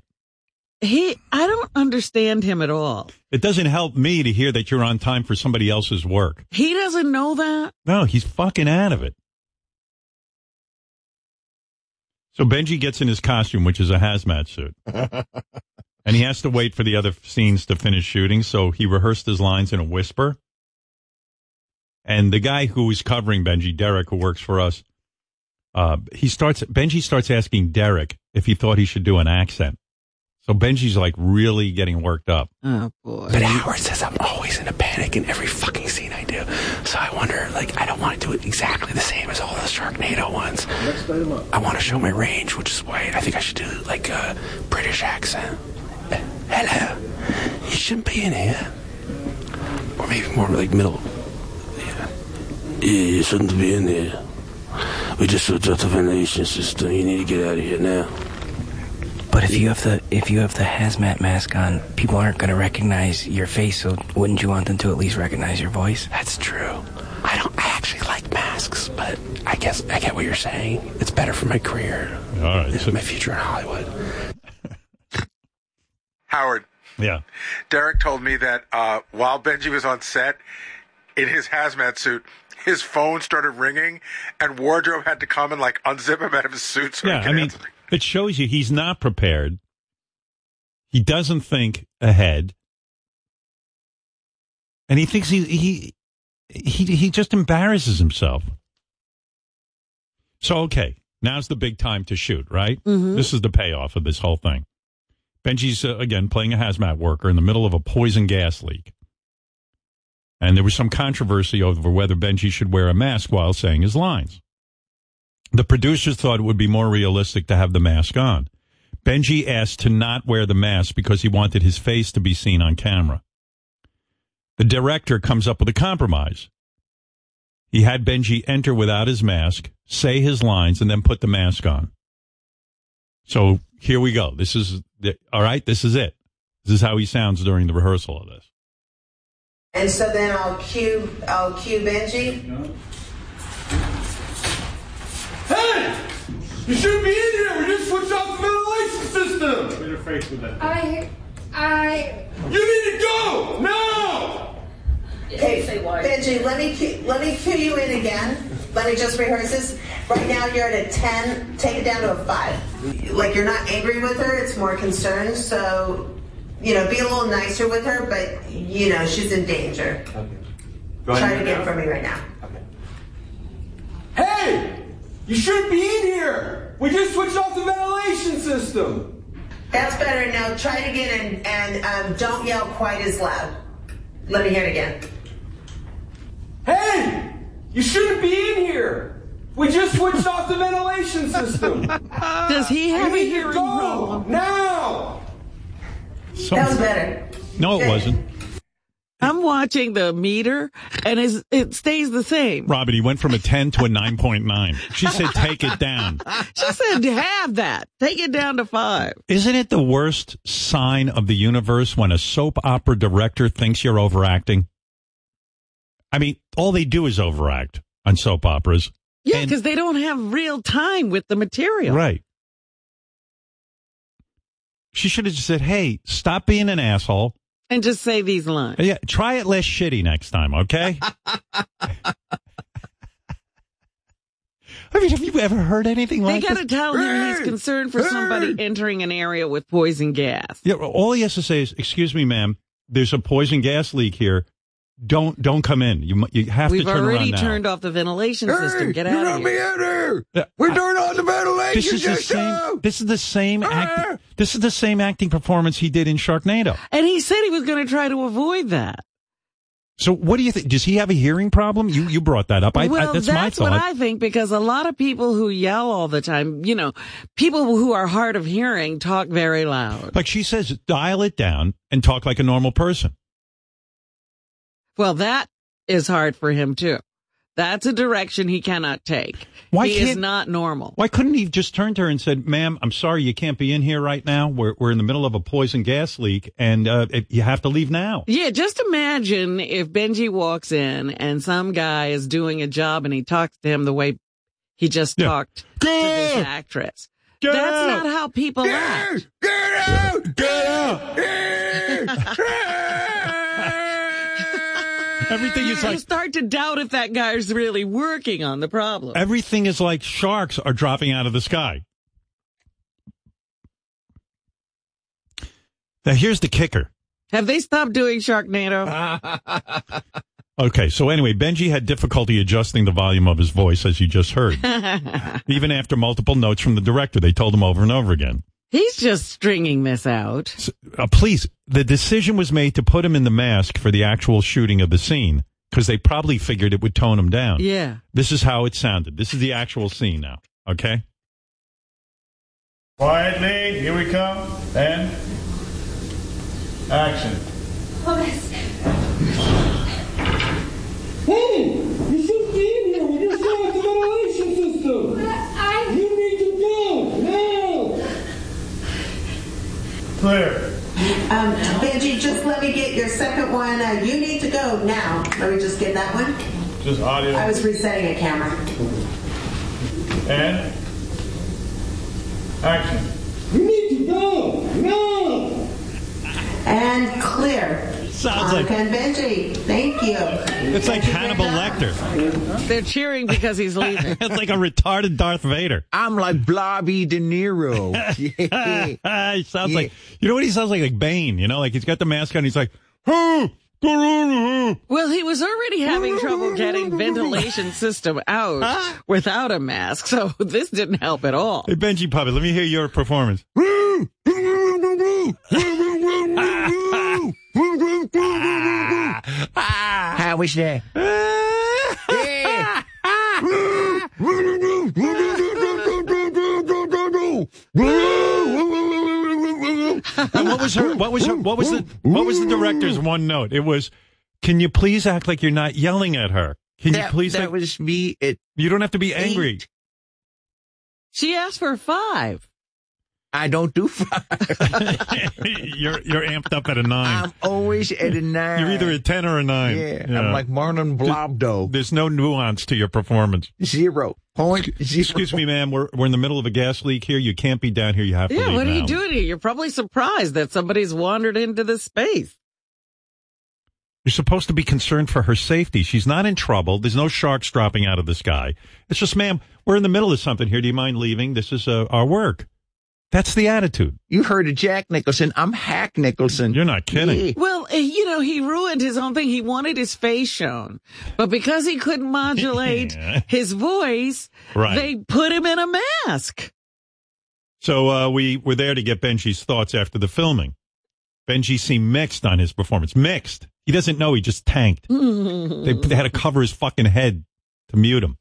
Speaker 6: he, I don't understand him at all.
Speaker 4: It doesn't help me to hear that you're on time for somebody else's work.
Speaker 6: He doesn't know that.
Speaker 4: No, he's fucking out of it. So Benji gets in his costume, which is a hazmat suit. and he has to wait for the other scenes to finish shooting, so he rehearsed his lines in a whisper. And the guy who was covering Benji, Derek, who works for us, uh, he starts, Benji starts asking Derek if he thought he should do an accent. So Benji's like really getting worked up.
Speaker 6: Oh boy.
Speaker 14: But Howard says I'm always in a panic in every fucking scene I do. So I wonder, like, I don't want to do it exactly the same as all those Sharknado ones. Next item up. I want to show my range, which is why I think I should do like a British accent. Uh, Hello, you shouldn't be in here. Or maybe more like middle.
Speaker 16: Yeah, you shouldn't be in here. We just hooked up the ventilation system. You need to get out of here now.
Speaker 14: But if you have the if you have the hazmat mask on, people aren't going to recognize your face. So wouldn't you want them to at least recognize your voice? That's true.
Speaker 16: I don't. I actually like masks, but I guess I get what you're saying. It's better for my career.
Speaker 4: All right. So,
Speaker 16: My future in Hollywood.
Speaker 9: Howard,
Speaker 4: yeah.
Speaker 9: Derek told me that uh, while Benji was on set in his hazmat suit, his phone started ringing, and wardrobe had to come and like unzip him out of his suit. So he
Speaker 4: yeah,
Speaker 9: could
Speaker 4: I mean,
Speaker 9: answer.
Speaker 4: it shows you he's not prepared. He doesn't think ahead, and he thinks he he he he just embarrasses himself. So okay, now's the big time to shoot, right? This is the payoff of this whole thing. Benji's uh, again playing a hazmat worker in the middle of a poison gas leak. And there was some controversy over whether Benji should wear a mask while saying his lines. The producers thought it would be more realistic to have the mask on. Benji asked to not wear the mask because he wanted his face to be seen on camera. The director comes up with a compromise. He had Benji enter without his mask, say his lines, and then put the mask on. So here we go. This is, the, all right, this is it. This is how he sounds during the rehearsal of this.
Speaker 17: And so then I'll cue, I'll cue Benji.
Speaker 2: Hey! You shouldn't be in here! We just switched off the ventilation system! Your face with that.
Speaker 18: I, I.
Speaker 2: You need to go! Now!
Speaker 17: Hey, Benji, let me cue, let me cue you in again. Let me just rehearse this. Right now you're at a ten. Take it down to a five. Like you're not angry with her. It's more concerned. So, you know, be a little nicer with her. But you know, she's in danger.
Speaker 2: Go ahead
Speaker 17: Try
Speaker 2: and do it
Speaker 17: it again
Speaker 2: now.
Speaker 17: for me right now.
Speaker 2: Hey! You shouldn't be in here! We just switched off the ventilation system!
Speaker 17: That's better. Now try it again and and um, don't yell quite as loud. Let me hear it again.
Speaker 2: Hey! You shouldn't be in here! We just switched off the ventilation system! Does
Speaker 6: he have
Speaker 2: you
Speaker 6: a
Speaker 2: need to
Speaker 6: hearing
Speaker 2: go
Speaker 6: problem?
Speaker 2: Now!
Speaker 6: That was better.
Speaker 4: No, it wasn't.
Speaker 6: I'm watching the meter and it's, it stays the same.
Speaker 4: Robin, he went from a 10 to a 9.9. She said, take it down.
Speaker 6: She said, have that. Take it down to five.
Speaker 4: Isn't it the worst sign of the universe when a soap opera director thinks you're overacting? I mean, all they do is overact on soap operas.
Speaker 6: Yeah, because they don't have real time with the material.
Speaker 4: Right. She should have just said, hey, stop being an asshole.
Speaker 6: And just say these lines.
Speaker 4: Yeah, try it less shitty next time, okay? I mean, have you ever heard anything
Speaker 6: They
Speaker 4: like
Speaker 6: got
Speaker 4: this?
Speaker 6: to tell him he's
Speaker 4: Hey!
Speaker 6: concerned for somebody entering an area with poison gas.
Speaker 4: Yeah, well, all he has to say is, "Excuse me, ma'am. There's a poison gas leak here. Don't don't come in. You mu- you have
Speaker 6: We've
Speaker 4: to turn
Speaker 6: already
Speaker 4: around now."
Speaker 6: turned off the ventilation system. Get
Speaker 4: you
Speaker 6: out
Speaker 4: got
Speaker 6: of
Speaker 4: me
Speaker 6: here.
Speaker 4: Yeah,
Speaker 6: We're
Speaker 4: I-
Speaker 6: doing all the ventilation
Speaker 4: This is the
Speaker 6: system.
Speaker 4: same. This is the same acting. This is the same acting performance he did in Sharknado.
Speaker 6: And he said he was going to try to avoid that.
Speaker 4: So, what do you think? Does he have a hearing problem? You you brought that up. I,
Speaker 6: well,
Speaker 4: I, that's, my thought.
Speaker 6: what I think because a lot of people who yell all the time, you know, people who are hard of hearing talk very loud.
Speaker 4: like she says, dial it down and talk like a normal person.
Speaker 6: Well, that is hard for him too. That's a direction he cannot take.
Speaker 4: Why
Speaker 6: he is
Speaker 4: can't-
Speaker 6: not normal.
Speaker 4: Why couldn't he have just turned to her and said, "Ma'am, I'm sorry you can't be in here right now. We're we're in the middle of a poison gas leak, and uh, it- you have to leave now."
Speaker 6: Yeah, just imagine if Benji walks in and some guy is doing a job and he talks to him the way he just talked to this actress. That's not how people act.
Speaker 2: Get out!
Speaker 4: Everything
Speaker 6: you,
Speaker 4: is
Speaker 6: you
Speaker 4: like
Speaker 6: start to doubt if that guy's really working on the problem.
Speaker 4: everything is like sharks are dropping out of the sky. Now here's the kicker.
Speaker 6: Have they stopped doing Sharknado?
Speaker 4: Okay, so anyway, Benji had difficulty adjusting the volume of his voice, as you just heard. Even after multiple notes from the director, they told him over and over again.
Speaker 6: He's just stringing this out.
Speaker 4: Uh, please, the decision was made to put him in the mask for the actual shooting of the scene because they probably figured it would tone him down.
Speaker 6: Yeah.
Speaker 4: This is how it sounded. This is the actual scene now. Okay?
Speaker 3: Quiet lead, here we come, and action.
Speaker 2: Hey, you should be in here. We just saw the ventilation system. I... You need to go now.
Speaker 3: Clear.
Speaker 17: Um, Benji, just let me get your second one. Uh, you need to go now. Let me just get that one.
Speaker 3: Just audio.
Speaker 17: I was resetting a camera.
Speaker 3: And action.
Speaker 17: You need to go now. And clear.
Speaker 4: Sounds like-
Speaker 17: And Benji, thank you.
Speaker 4: It's like Hannibal Lecter.
Speaker 6: They're cheering because he's leaving.
Speaker 4: It's like a retarded Darth Vader.
Speaker 19: I'm like Blobby De Niro.
Speaker 4: he sounds like, you know what he sounds like? Like Bane, you know? Like he's got the mask on, he's like, "Huh, huh, huh."
Speaker 6: Well, he was already having trouble getting ventilation system out without a mask, so this didn't help at all.
Speaker 4: Hey, Benji Puppet, let me hear your performance.
Speaker 19: How was that?
Speaker 4: And what was her? What was her? What was the? What was the director's one note? It was, "Can you please act like you're not yelling at her? Can you
Speaker 19: That-
Speaker 4: please?"
Speaker 19: that
Speaker 4: act-
Speaker 19: was me. At
Speaker 4: you don't have to be angry.
Speaker 6: She asked for five.
Speaker 19: I don't do five.
Speaker 4: you're you're amped up at a nine.
Speaker 19: I'm always at a nine.
Speaker 4: you're either a ten or a nine.
Speaker 19: Yeah, I'm like Marlon Blobdo.
Speaker 4: There's no nuance to your performance.
Speaker 19: Zero point zero.
Speaker 4: Excuse me, ma'am. We're we're in the middle of a gas leak here. You can't be down here. You have to
Speaker 6: Yeah,
Speaker 4: leave
Speaker 6: what are
Speaker 4: now.
Speaker 6: you doing here? You're probably surprised that somebody's wandered into this space.
Speaker 4: You're supposed to be concerned for her safety. She's not in trouble. There's no sharks dropping out of the sky. It's just, ma'am, we're in the middle of something here. Do you mind leaving? This is uh, our work. That's the attitude.
Speaker 19: You heard of Jack Nicholson. I'm Hack Nicholson.
Speaker 4: You're not kidding.
Speaker 6: Well, eh, you know, he ruined his own thing. He wanted his face shown, but because he couldn't modulate his voice,
Speaker 4: Right.
Speaker 6: they put him in a mask.
Speaker 4: So uh, we were there to get Benji's thoughts after the filming. Benji seemed mixed on his performance. Mixed. He doesn't know. He just tanked. They, they had to cover his fucking head to mute him.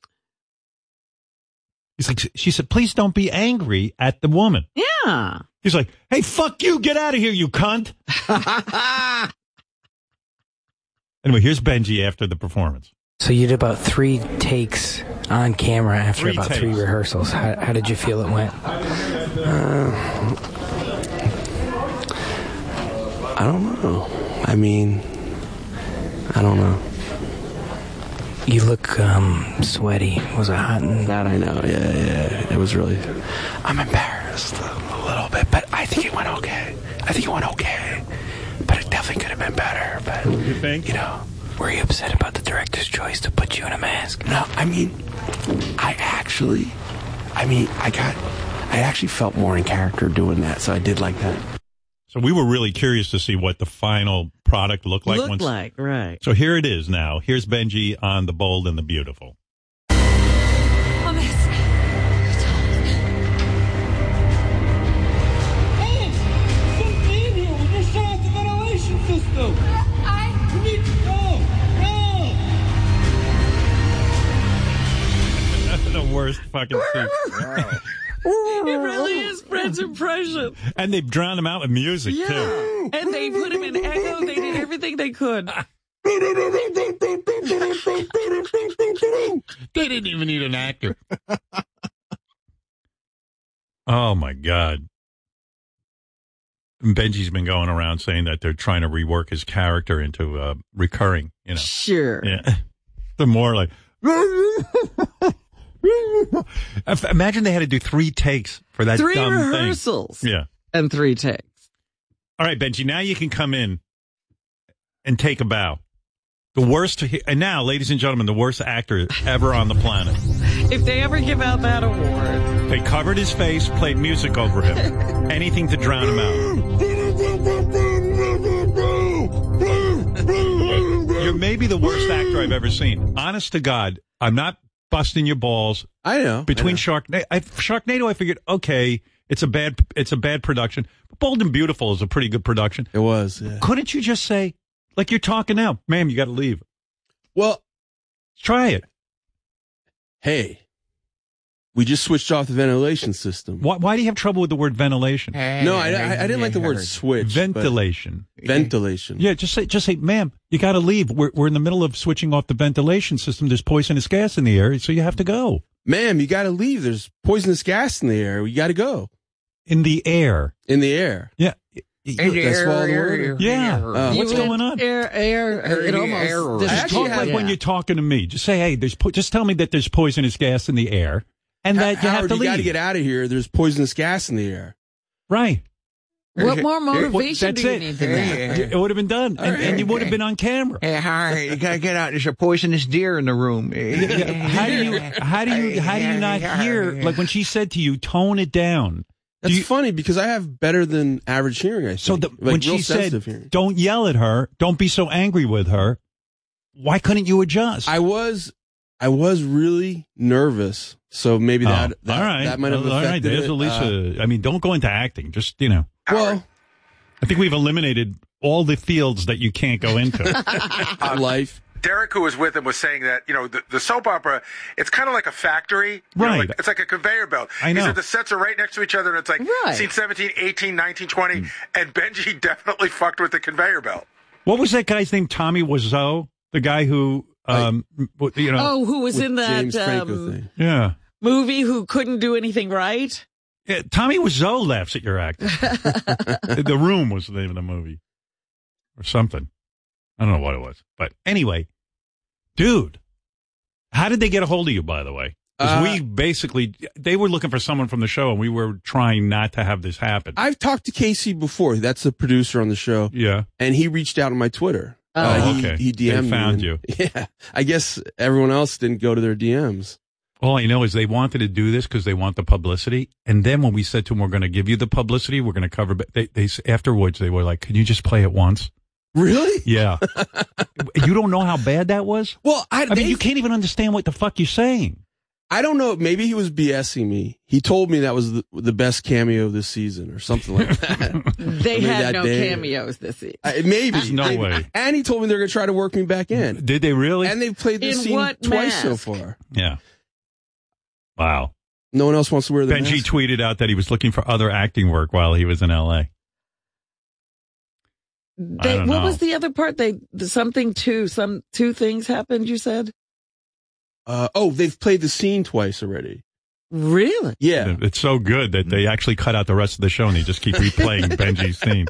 Speaker 4: He's like, she said, please don't be angry at the woman.
Speaker 6: Yeah.
Speaker 4: He's like, hey, fuck you. Get out of here, you cunt. anyway, here's Benji after the performance.
Speaker 20: So you did about three takes on camera after
Speaker 4: Three
Speaker 20: about three
Speaker 4: takes.
Speaker 20: rehearsals. How, how did you feel it went? Uh,
Speaker 14: I don't know. I mean, I don't know.
Speaker 20: You look um, sweaty. Was it hot? And-
Speaker 14: That I know. Yeah, yeah. It was really. I'm embarrassed a little bit, but I think it went okay. I think it went okay, but it definitely could have been better. But you think? You know,
Speaker 20: Were you upset about the director's choice to put you in a mask?
Speaker 14: no. I mean, I actually, I mean, I got, I actually felt more in character doing that, so I did like that.
Speaker 4: So we were really curious to see what the final product looked like.
Speaker 6: Looked like, right.
Speaker 4: So here it is now. Here's Benji on The Bold and the Beautiful.
Speaker 2: Hey, you should be in here. We just saw the ventilation system. I... You need to go now.
Speaker 4: the worst fucking thing.
Speaker 6: It really is Fred's impression.
Speaker 4: And they drowned him out with music, too.
Speaker 6: Yeah. And they put him in echo. They did everything they could.
Speaker 4: They didn't even need an actor. Oh my God. Benji's been going around saying that they're trying to rework his character into uh, recurring, you know.
Speaker 6: Sure.
Speaker 4: Yeah. The more like, If- Imagine they had to do three takes for that
Speaker 6: Three
Speaker 4: dumb thing.
Speaker 6: rehearsals.
Speaker 4: Yeah.
Speaker 6: And three takes.
Speaker 4: All right, Benji, now you can come in and take a bow. The worst, and now, ladies and gentlemen, the worst actor ever on the planet.
Speaker 6: If they ever give out that award,
Speaker 4: They covered his face, played music over him. Anything to drown him out. You're maybe the worst actor I've ever seen. Honest to God, I'm not busting your balls.
Speaker 21: I know.
Speaker 4: Between Sharknado, I, Sharknado, I figured, okay, it's a bad, it's a bad production. But Bold and Beautiful is a pretty good production.
Speaker 14: It was. Yeah.
Speaker 4: Couldn't you just say, like you're talking now, ma'am, you got to leave?
Speaker 14: Well,
Speaker 4: try it.
Speaker 14: Hey, we just switched off the ventilation system.
Speaker 4: Why, why do you have trouble with the word ventilation?
Speaker 14: No, I, I, I didn't like the word switch. but-
Speaker 4: Ventilation.
Speaker 14: Ventilation.
Speaker 4: Yeah, just say, just say, ma'am, you got to leave. We're, we're in the middle of switching off the ventilation system. There's poisonous gas in the air, so you have to go.
Speaker 14: Ma'am, you got to leave. There's poisonous gas in the air. You got to go.
Speaker 4: In the air.
Speaker 14: In the air.
Speaker 4: Yeah.
Speaker 14: That's all the word.
Speaker 4: Yeah.
Speaker 14: Uh,
Speaker 4: What's
Speaker 6: You would-
Speaker 4: going on?
Speaker 6: Air, air, it almost.
Speaker 4: Just
Speaker 6: this-
Speaker 4: talk like when you're talking to me. Just say, hey, there's po- just tell me that there's poisonous gas in the air and that you have
Speaker 14: Howard,
Speaker 4: to
Speaker 14: you
Speaker 4: leave.
Speaker 14: got to get out of here. There's poisonous gas in the air.
Speaker 4: Right.
Speaker 6: What more
Speaker 14: Well,
Speaker 6: motivation
Speaker 14: that's
Speaker 6: do you
Speaker 14: it.
Speaker 6: need than
Speaker 14: Yeah.
Speaker 6: that?
Speaker 4: It would have been done, and, and you would have been on camera.
Speaker 12: Hey, Howard, you gotta get out. There's a poisonous deer in the room.
Speaker 4: How do you how do you how do you not hear like when she said to you, tone it down?
Speaker 14: That's funny because I have better than average hearing. I think.
Speaker 4: So the,
Speaker 14: Like,
Speaker 4: when
Speaker 14: real
Speaker 4: she said,
Speaker 14: sensitive hearing.
Speaker 4: "Don't yell at her. Don't be so angry with her." Why couldn't you adjust?
Speaker 14: I was I was really nervous, so maybe
Speaker 4: Oh,
Speaker 14: that that,
Speaker 4: all right.
Speaker 14: that might have
Speaker 4: All right,
Speaker 14: affected
Speaker 4: There's
Speaker 14: it. Uh,
Speaker 4: Alicia. I mean, don't go into acting. Just you know.
Speaker 14: Well,
Speaker 4: I think we've eliminated all the fields that you can't go into.
Speaker 14: Life.
Speaker 8: uh, Derek, who was with him, was saying that you know the, the soap opera, it's kind of like a factory, You know,
Speaker 4: Right.
Speaker 8: like- it's like a conveyor belt.
Speaker 4: I
Speaker 8: He
Speaker 4: know.
Speaker 8: said the sets are right next to each other, and it's like
Speaker 4: Right.
Speaker 8: scene 17, 18, 19, 20,
Speaker 4: Hmm.
Speaker 8: and Benji definitely fucked with the conveyor belt.
Speaker 4: What was that guy's name? Tommy Wiseau, the guy who, um, w- you know,
Speaker 6: Oh, who was With in that, James Franco um, thing.
Speaker 4: Yeah.
Speaker 6: Movie who couldn't do anything right?
Speaker 4: yeah, Tommy Wiseau laughs at your acting. the Room was the name of the movie, or something. I don't know what it was, but anyway, dude, how did they get a hold of you? By the way, 'Cause
Speaker 14: Uh,
Speaker 4: we basically they were looking for someone from the show, and we were trying not to have this happen.
Speaker 14: I've talked to Casey before. That's the producer on the show.
Speaker 4: Yeah,
Speaker 14: and he reached out on my Twitter.
Speaker 4: Oh.
Speaker 14: Uh,
Speaker 4: Oh,
Speaker 14: he,
Speaker 4: okay.
Speaker 14: He
Speaker 4: They
Speaker 14: DM'd
Speaker 4: found
Speaker 14: me
Speaker 4: you.
Speaker 14: and- Yeah, I guess everyone else didn't go to their DMs.
Speaker 4: All I know is they wanted to do this because they want the publicity. And then when we said to them, we're going to give you the publicity, we're going to cover, but they, they, s- afterwards, they were like, can you just play it once?
Speaker 14: Really?
Speaker 4: Yeah. you don't know how bad that was?
Speaker 14: Well, I,
Speaker 4: mean, you can't even understand what the fuck you're saying.
Speaker 14: I don't know. Maybe he was BSing me. He told me that was the, the best cameo of the season or something like that.
Speaker 6: They
Speaker 14: Maybe
Speaker 6: had
Speaker 14: that
Speaker 6: no
Speaker 14: day-
Speaker 6: cameos this season.
Speaker 14: I- Uh, maybe.
Speaker 4: There's no
Speaker 14: Maybe.
Speaker 4: way.
Speaker 14: And he told me they're going to try to work me back in.
Speaker 4: Did they really?
Speaker 14: And they've played this
Speaker 6: In
Speaker 14: scene
Speaker 6: what
Speaker 14: twice so
Speaker 6: mask?
Speaker 14: far.
Speaker 4: yeah. Wow.
Speaker 14: No one else wants to wear the
Speaker 4: Benji
Speaker 14: mask.
Speaker 4: tweeted out that he was looking for other acting work while he was in LA.
Speaker 6: They,
Speaker 4: don't
Speaker 6: what
Speaker 4: know.
Speaker 6: was the other part? They something two some two things happened. You said
Speaker 14: Uh, oh, they've played the scene twice already.
Speaker 6: really?
Speaker 14: Yeah.
Speaker 4: It's so good that they actually cut out the rest of the show and they just keep replaying Benji's scene.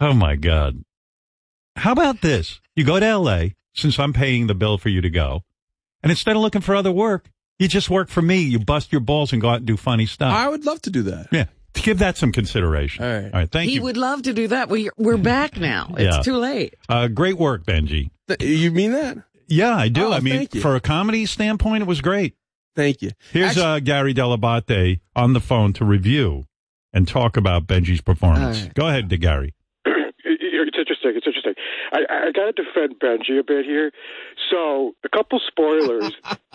Speaker 4: Oh my God. How about this? You go to LA, since I'm paying the bill for you to go, and instead of looking for other work, you just work for me. You bust your balls and go out and do funny stuff.
Speaker 14: I would love to do that.
Speaker 4: yeah. Give that some consideration. All right. All right. Thank
Speaker 6: he
Speaker 4: you.
Speaker 6: would love to do that. We we're back now. It's
Speaker 4: Yeah.
Speaker 6: too late.
Speaker 4: uh, great work, Benji.
Speaker 14: Th- you mean that?
Speaker 4: Yeah, I do.
Speaker 14: Oh,
Speaker 4: I mean,
Speaker 14: thank you.
Speaker 4: for a comedy standpoint, it was great.
Speaker 14: Thank you.
Speaker 4: Here's uh, Gary Delabate on the phone to review and talk about Benji's performance.
Speaker 22: All right.
Speaker 4: Go ahead, to Gary.
Speaker 22: it's interesting. It's interesting. I, I got to defend Benji a bit here. So, a couple spoilers.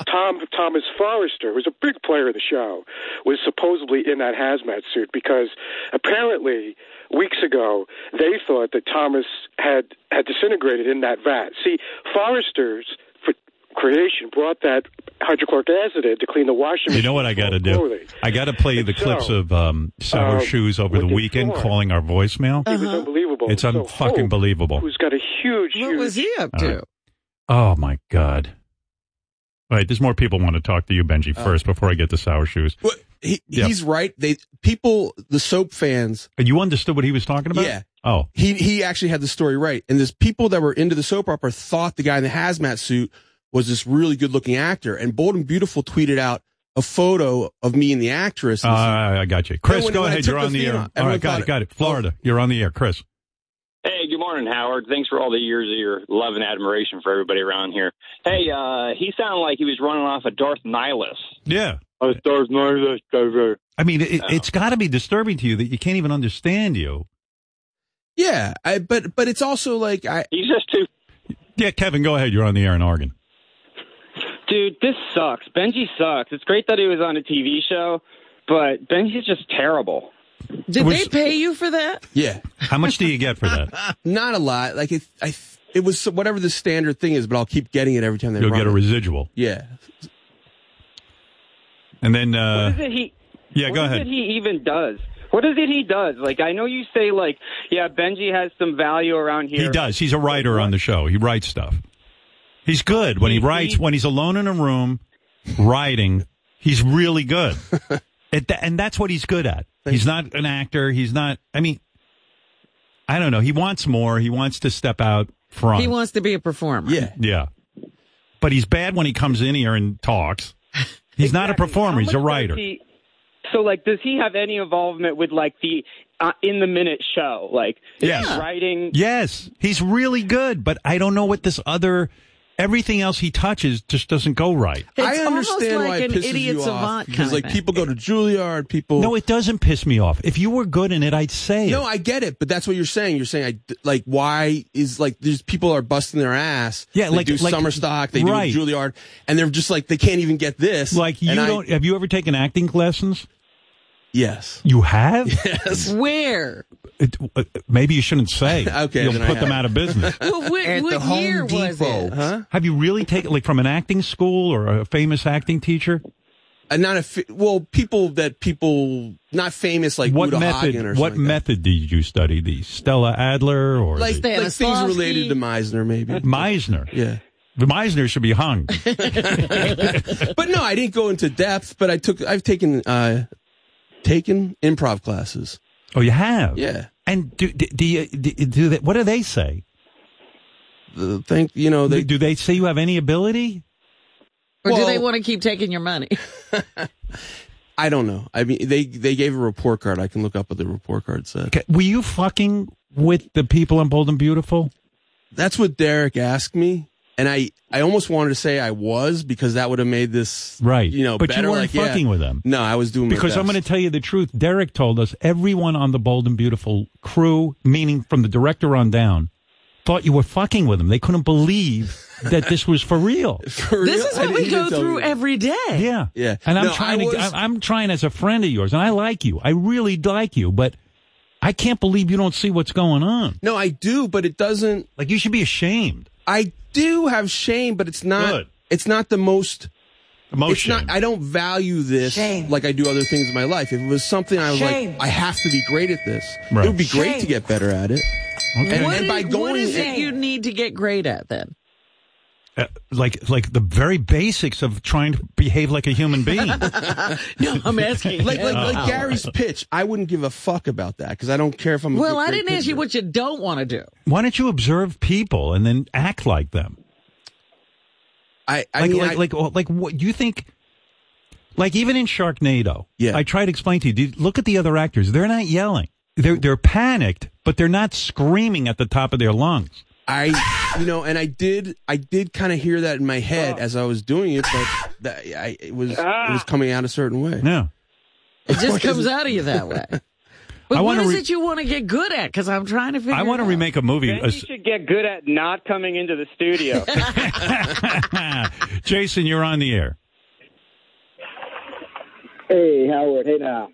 Speaker 22: Tom Thomas Forrester, who's a big player of the show, was supposedly in that hazmat suit because apparently weeks ago they thought that Thomas had had disintegrated in that vat. See, Forrester's f- creation brought that hydrochloric acid in to clean the washing machine.
Speaker 4: You know what I got to do? I got to play the
Speaker 22: So,
Speaker 4: clips of um, Sour
Speaker 22: um,
Speaker 4: Shoes over the
Speaker 22: what they
Speaker 4: weekend
Speaker 22: saw.
Speaker 4: calling our voicemail.
Speaker 22: It was unbelievable.
Speaker 4: It's
Speaker 22: So
Speaker 4: unfucking
Speaker 22: Hope,
Speaker 4: believable.
Speaker 22: Who's got a huge? What was
Speaker 6: he up
Speaker 4: to? Oh my god! All right, there's more people want to talk to you, Benji,
Speaker 14: Oh.
Speaker 4: first before I get to Sour Shoes.
Speaker 14: What? He,
Speaker 4: Yeah.
Speaker 14: He's right. They people, the soap fans.
Speaker 4: Uh, You understood what he was talking about?
Speaker 14: Yeah.
Speaker 4: Oh,
Speaker 14: He he actually had the story right. And there's people that were into the soap opera thought the guy in the hazmat suit was this really good looking actor. And Bold and Beautiful tweeted out a photo of me and the actress.
Speaker 4: Uh, I got you. Chris,
Speaker 14: Then when-
Speaker 4: go
Speaker 14: when I
Speaker 4: ahead.
Speaker 14: took
Speaker 4: You're
Speaker 14: the
Speaker 4: on the
Speaker 14: theme
Speaker 4: air.
Speaker 14: out, Oh.
Speaker 4: All
Speaker 14: everyone
Speaker 4: right, got
Speaker 14: thought
Speaker 4: it, got it. Florida, you're on the air. Chris.
Speaker 2: Hey, good morning, Howard. Thanks for all the years of your love and admiration for everybody around here. Hey, uh, he sounded like he was running off of Darth Nihilus.
Speaker 4: Yeah.
Speaker 2: Oh, Darth Nihilus.
Speaker 4: I mean, it, it's
Speaker 14: Oh.
Speaker 4: got to be disturbing to you that you can't even understand you.
Speaker 14: Yeah, I, but but it's also like I.
Speaker 2: He's just too.
Speaker 4: Yeah, Kevin, go ahead. You're on the air in Oregon.
Speaker 20: Dude, this sucks. Benji sucks. It's great that he was on a TV show, but Benji's just terrible.
Speaker 6: Did they pay you for that?
Speaker 14: Yeah.
Speaker 4: How much do you get for that?
Speaker 14: Not a lot. Like it, I, it was whatever the standard thing is, but I'll keep getting it every time they.
Speaker 4: You'll
Speaker 14: run
Speaker 4: get a
Speaker 14: it.
Speaker 4: residual.
Speaker 14: Yeah.
Speaker 4: And then, uh,
Speaker 20: What is it he?
Speaker 4: yeah,
Speaker 20: what
Speaker 4: go
Speaker 20: is
Speaker 4: ahead.
Speaker 20: it he even does? What is it he does? Like I know you say like, yeah, Benji has some value around here.
Speaker 4: He does. He's a writer on the show. He writes stuff. He's good when he, writes. when he's alone in a room writing, he's really good. It, and that's what he's good at. He's not an actor. He's not. I mean, I don't know. He wants more. He wants to step out front.
Speaker 6: He wants to be a performer.
Speaker 14: Yeah.
Speaker 4: Yeah. But he's bad when he comes in here and talks. He's not a performer. He's a writer.
Speaker 20: He- so like, does he have any involvement with like the uh, in the minute show? Like, is
Speaker 4: Yes.
Speaker 20: he writing.
Speaker 4: Yes. He's really good, but I don't know what this other, everything else he touches just doesn't go right.
Speaker 6: It's
Speaker 14: I
Speaker 6: almost
Speaker 14: understand
Speaker 6: like
Speaker 14: why it
Speaker 6: an
Speaker 14: pisses
Speaker 6: idiot
Speaker 14: you off
Speaker 6: savant
Speaker 14: because
Speaker 6: kind of
Speaker 14: like people go to Juilliard, people.
Speaker 4: No, it doesn't piss me off. If you were good in it, I'd say
Speaker 14: No,
Speaker 4: it.
Speaker 14: I get it, but that's what you're saying. You're saying I like why is like there's people are busting their ass.
Speaker 4: Yeah,
Speaker 14: they
Speaker 4: like-
Speaker 14: do
Speaker 4: like-
Speaker 14: summer stock, they
Speaker 4: right.
Speaker 14: do Juilliard, and they're just like they can't even get this.
Speaker 4: Like you
Speaker 14: And I-
Speaker 4: don't, have you ever taken acting lessons?
Speaker 14: Yes.
Speaker 4: You have?
Speaker 6: Where?
Speaker 4: It- uh, maybe you shouldn't say.
Speaker 14: Okay,
Speaker 4: You'll
Speaker 14: then I
Speaker 4: put them
Speaker 14: have.
Speaker 4: out of business.
Speaker 6: Well, wh-
Speaker 14: At
Speaker 6: what
Speaker 14: the Home
Speaker 6: year was
Speaker 14: Depot.
Speaker 6: it?
Speaker 14: Huh?
Speaker 4: Have you really taken, like from an acting school or a famous acting teacher?
Speaker 14: And not a fi- well, people that people not famous like
Speaker 4: what
Speaker 14: Uta
Speaker 4: method?
Speaker 14: Hagen or
Speaker 4: what
Speaker 14: something
Speaker 4: method did you study? The Stella Adler or
Speaker 14: like
Speaker 4: the,
Speaker 14: that. Like, like things related to Meisner, maybe.
Speaker 4: Meisner?
Speaker 14: Yeah.
Speaker 4: The Meisner should be hung.
Speaker 14: but no, I didn't go into depth. But I took I've taken uh taken improv classes.
Speaker 4: Oh, you have?
Speaker 14: Yeah.
Speaker 4: And do do, do, you, do, do they, what do they say?
Speaker 14: Think you know they
Speaker 4: do they say you have any ability?
Speaker 6: Or do
Speaker 14: Well-
Speaker 6: they want to keep taking your money?
Speaker 14: I don't know. I mean, they they gave a report card. I can look up what the report card said.
Speaker 4: Okay. Were you fucking with the people in Bold and Beautiful?
Speaker 14: That's what Derek asked me, and I I almost wanted to say I was because that would have made this
Speaker 4: Right.
Speaker 14: You know,
Speaker 4: But you
Speaker 14: better,
Speaker 4: weren't
Speaker 14: like, yeah.
Speaker 4: fucking with them.
Speaker 14: No, I was doing my
Speaker 4: Because I'm
Speaker 14: best.
Speaker 4: going to tell you the truth. Derek told us everyone on the Bold and Beautiful crew, meaning from the director on down, thought you were fucking with them. They couldn't believe that this was for real.
Speaker 14: For
Speaker 6: this
Speaker 14: real?
Speaker 6: is
Speaker 14: I
Speaker 6: what we
Speaker 14: didn't
Speaker 6: go
Speaker 14: even tell
Speaker 6: through
Speaker 14: you.
Speaker 6: every day.
Speaker 4: Yeah.
Speaker 14: Yeah.
Speaker 4: And I'm
Speaker 14: No, I
Speaker 4: trying to,
Speaker 14: was-
Speaker 4: I'm, I'm trying as a friend of yours, and I like you. I really like you, but I can't believe you don't see what's going on.
Speaker 14: No, I do, but it doesn't.
Speaker 4: Like you should be ashamed.
Speaker 14: I do have shame, but it's not.
Speaker 4: Good.
Speaker 14: It's not the most.
Speaker 4: The most
Speaker 14: it's
Speaker 4: shame.
Speaker 14: not. I don't value this like I do other things in my life. If it was something I was
Speaker 6: Shame.
Speaker 14: like, I have to be great at this.
Speaker 4: Right.
Speaker 14: It would be great
Speaker 6: Shame.
Speaker 14: to get better at it. And,
Speaker 6: What
Speaker 14: and
Speaker 6: is-
Speaker 14: by going,
Speaker 6: what is
Speaker 14: and-
Speaker 6: it you need to get great at then?
Speaker 4: Uh, like like the very basics of trying to behave like a human being.
Speaker 6: No, I'm asking.
Speaker 14: like like,
Speaker 6: Wow.
Speaker 14: like Gary's pitch, I wouldn't give a fuck about that because I don't care if I'm. A
Speaker 6: Well,
Speaker 14: good-
Speaker 6: I
Speaker 14: great
Speaker 6: didn't ask you what you don't want to do.
Speaker 4: Why don't you observe people and then act like them?
Speaker 14: I, I
Speaker 4: like,
Speaker 14: mean,
Speaker 4: like,
Speaker 14: I-
Speaker 4: like, oh, like, what you think? Like, even in Sharknado, yeah. I try to explain to you. dude, Look at the other actors; they're not yelling. They're they're panicked, but they're not screaming at the top of their lungs.
Speaker 14: I, you know, and I did, I did kind of hear that in my head as I was doing it, but that, I, it was, it was coming out a certain way.
Speaker 4: No,
Speaker 6: Ah. It just comes out of you that way.
Speaker 4: I
Speaker 6: But what
Speaker 4: wanna
Speaker 6: is
Speaker 4: re-
Speaker 6: it you want to get good at? Because I'm trying to figure.
Speaker 4: I want to
Speaker 6: it out.
Speaker 4: remake a movie.
Speaker 6: Thank
Speaker 4: uh,
Speaker 20: You should get good at not coming into the studio.
Speaker 4: Jason, you're on the air.
Speaker 17: Hey, Howard. Hey, now.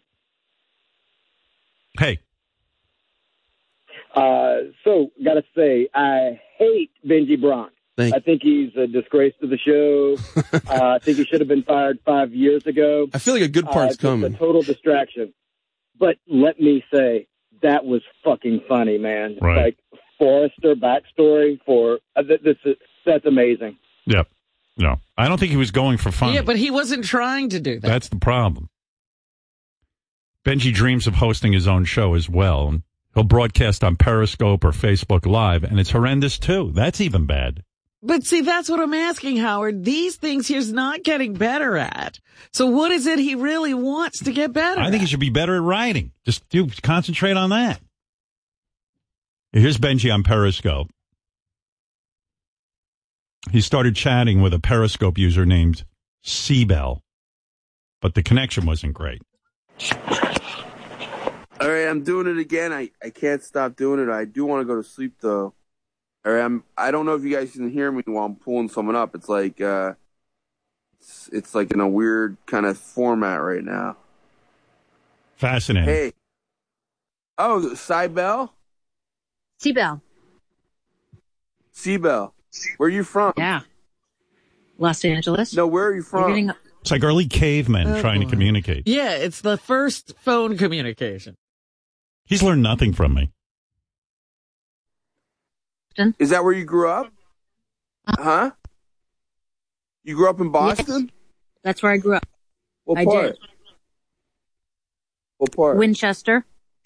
Speaker 4: Hey,
Speaker 17: Uh, so, gotta say, I hate Benji Bronk.
Speaker 14: Thank
Speaker 17: I think he's a disgrace to the show. uh, I think he should have been fired five years ago. Uh,
Speaker 14: I feel like a good part's
Speaker 17: just a
Speaker 14: coming.
Speaker 17: total distraction. But let me say, that was fucking funny, man.
Speaker 4: Right.
Speaker 17: Like Forrester backstory for uh, th- this. Is, that's amazing.
Speaker 4: yep. No, I don't think he was going for fun.
Speaker 6: Yeah, but he wasn't trying to do that.
Speaker 4: That's the problem. Benji dreams of hosting his own show as well. He'll broadcast on Periscope or Facebook Live, and it's horrendous too. That's even bad.
Speaker 6: But see, that's what I'm asking, Howard. These things he's not getting better at. So what is it he really wants to get better
Speaker 4: I think he should be better at writing. Just do concentrate on that. Here's Benji on Periscope. He started chatting with a Periscope user named Seabell, but the connection wasn't great.
Speaker 23: All right, I'm doing it again. I, I can't stop doing it. I do want to go to sleep though. All right, I'm I don't know if you guys can hear me while I'm pulling someone up. It's like uh it's it's like in a weird kind of format right now.
Speaker 4: Fascinating.
Speaker 23: Hey. Oh, Cybell?
Speaker 24: Seabell,
Speaker 23: Seabell. Where are you from?
Speaker 24: Yeah. Los Angeles.
Speaker 23: No, where are you
Speaker 24: You're getting-
Speaker 4: It's like early cavemen
Speaker 6: Oh,
Speaker 4: trying to
Speaker 6: boy.
Speaker 4: communicate.
Speaker 6: Yeah, it's the first phone communication.
Speaker 4: He's learned nothing from me.
Speaker 23: Is that where you grew up?
Speaker 24: Uh-huh.
Speaker 23: Huh? You grew up in Boston?
Speaker 24: that's where I grew up.
Speaker 23: What
Speaker 24: I
Speaker 23: part?
Speaker 24: did.
Speaker 23: What part?
Speaker 24: Winchester,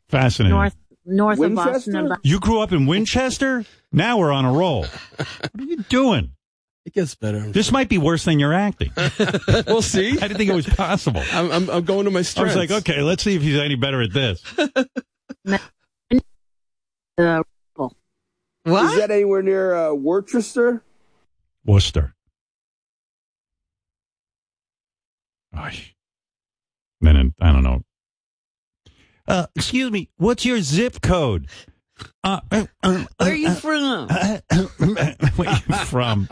Speaker 4: Fascinating.
Speaker 24: north north of Boston.
Speaker 4: Winchester?
Speaker 24: about-
Speaker 4: You grew up in Winchester? Now we're on a roll. What are you doing? It gets better. This might be worse than your acting.
Speaker 14: we'll see. I
Speaker 4: didn't think it was possible.
Speaker 14: I'm, I'm, I'm going to my
Speaker 4: I was
Speaker 14: strengths.
Speaker 4: like, okay, let's see if he's any better at this.
Speaker 24: The
Speaker 23: What? Is that anywhere near uh, Worcester?
Speaker 4: Worcester. Ay. Then it, I don't know. Uh, excuse me, what's your zip code? Uh, uh, uh,
Speaker 6: Where
Speaker 4: uh,
Speaker 6: are you
Speaker 4: uh,
Speaker 6: from?
Speaker 4: Where are you from?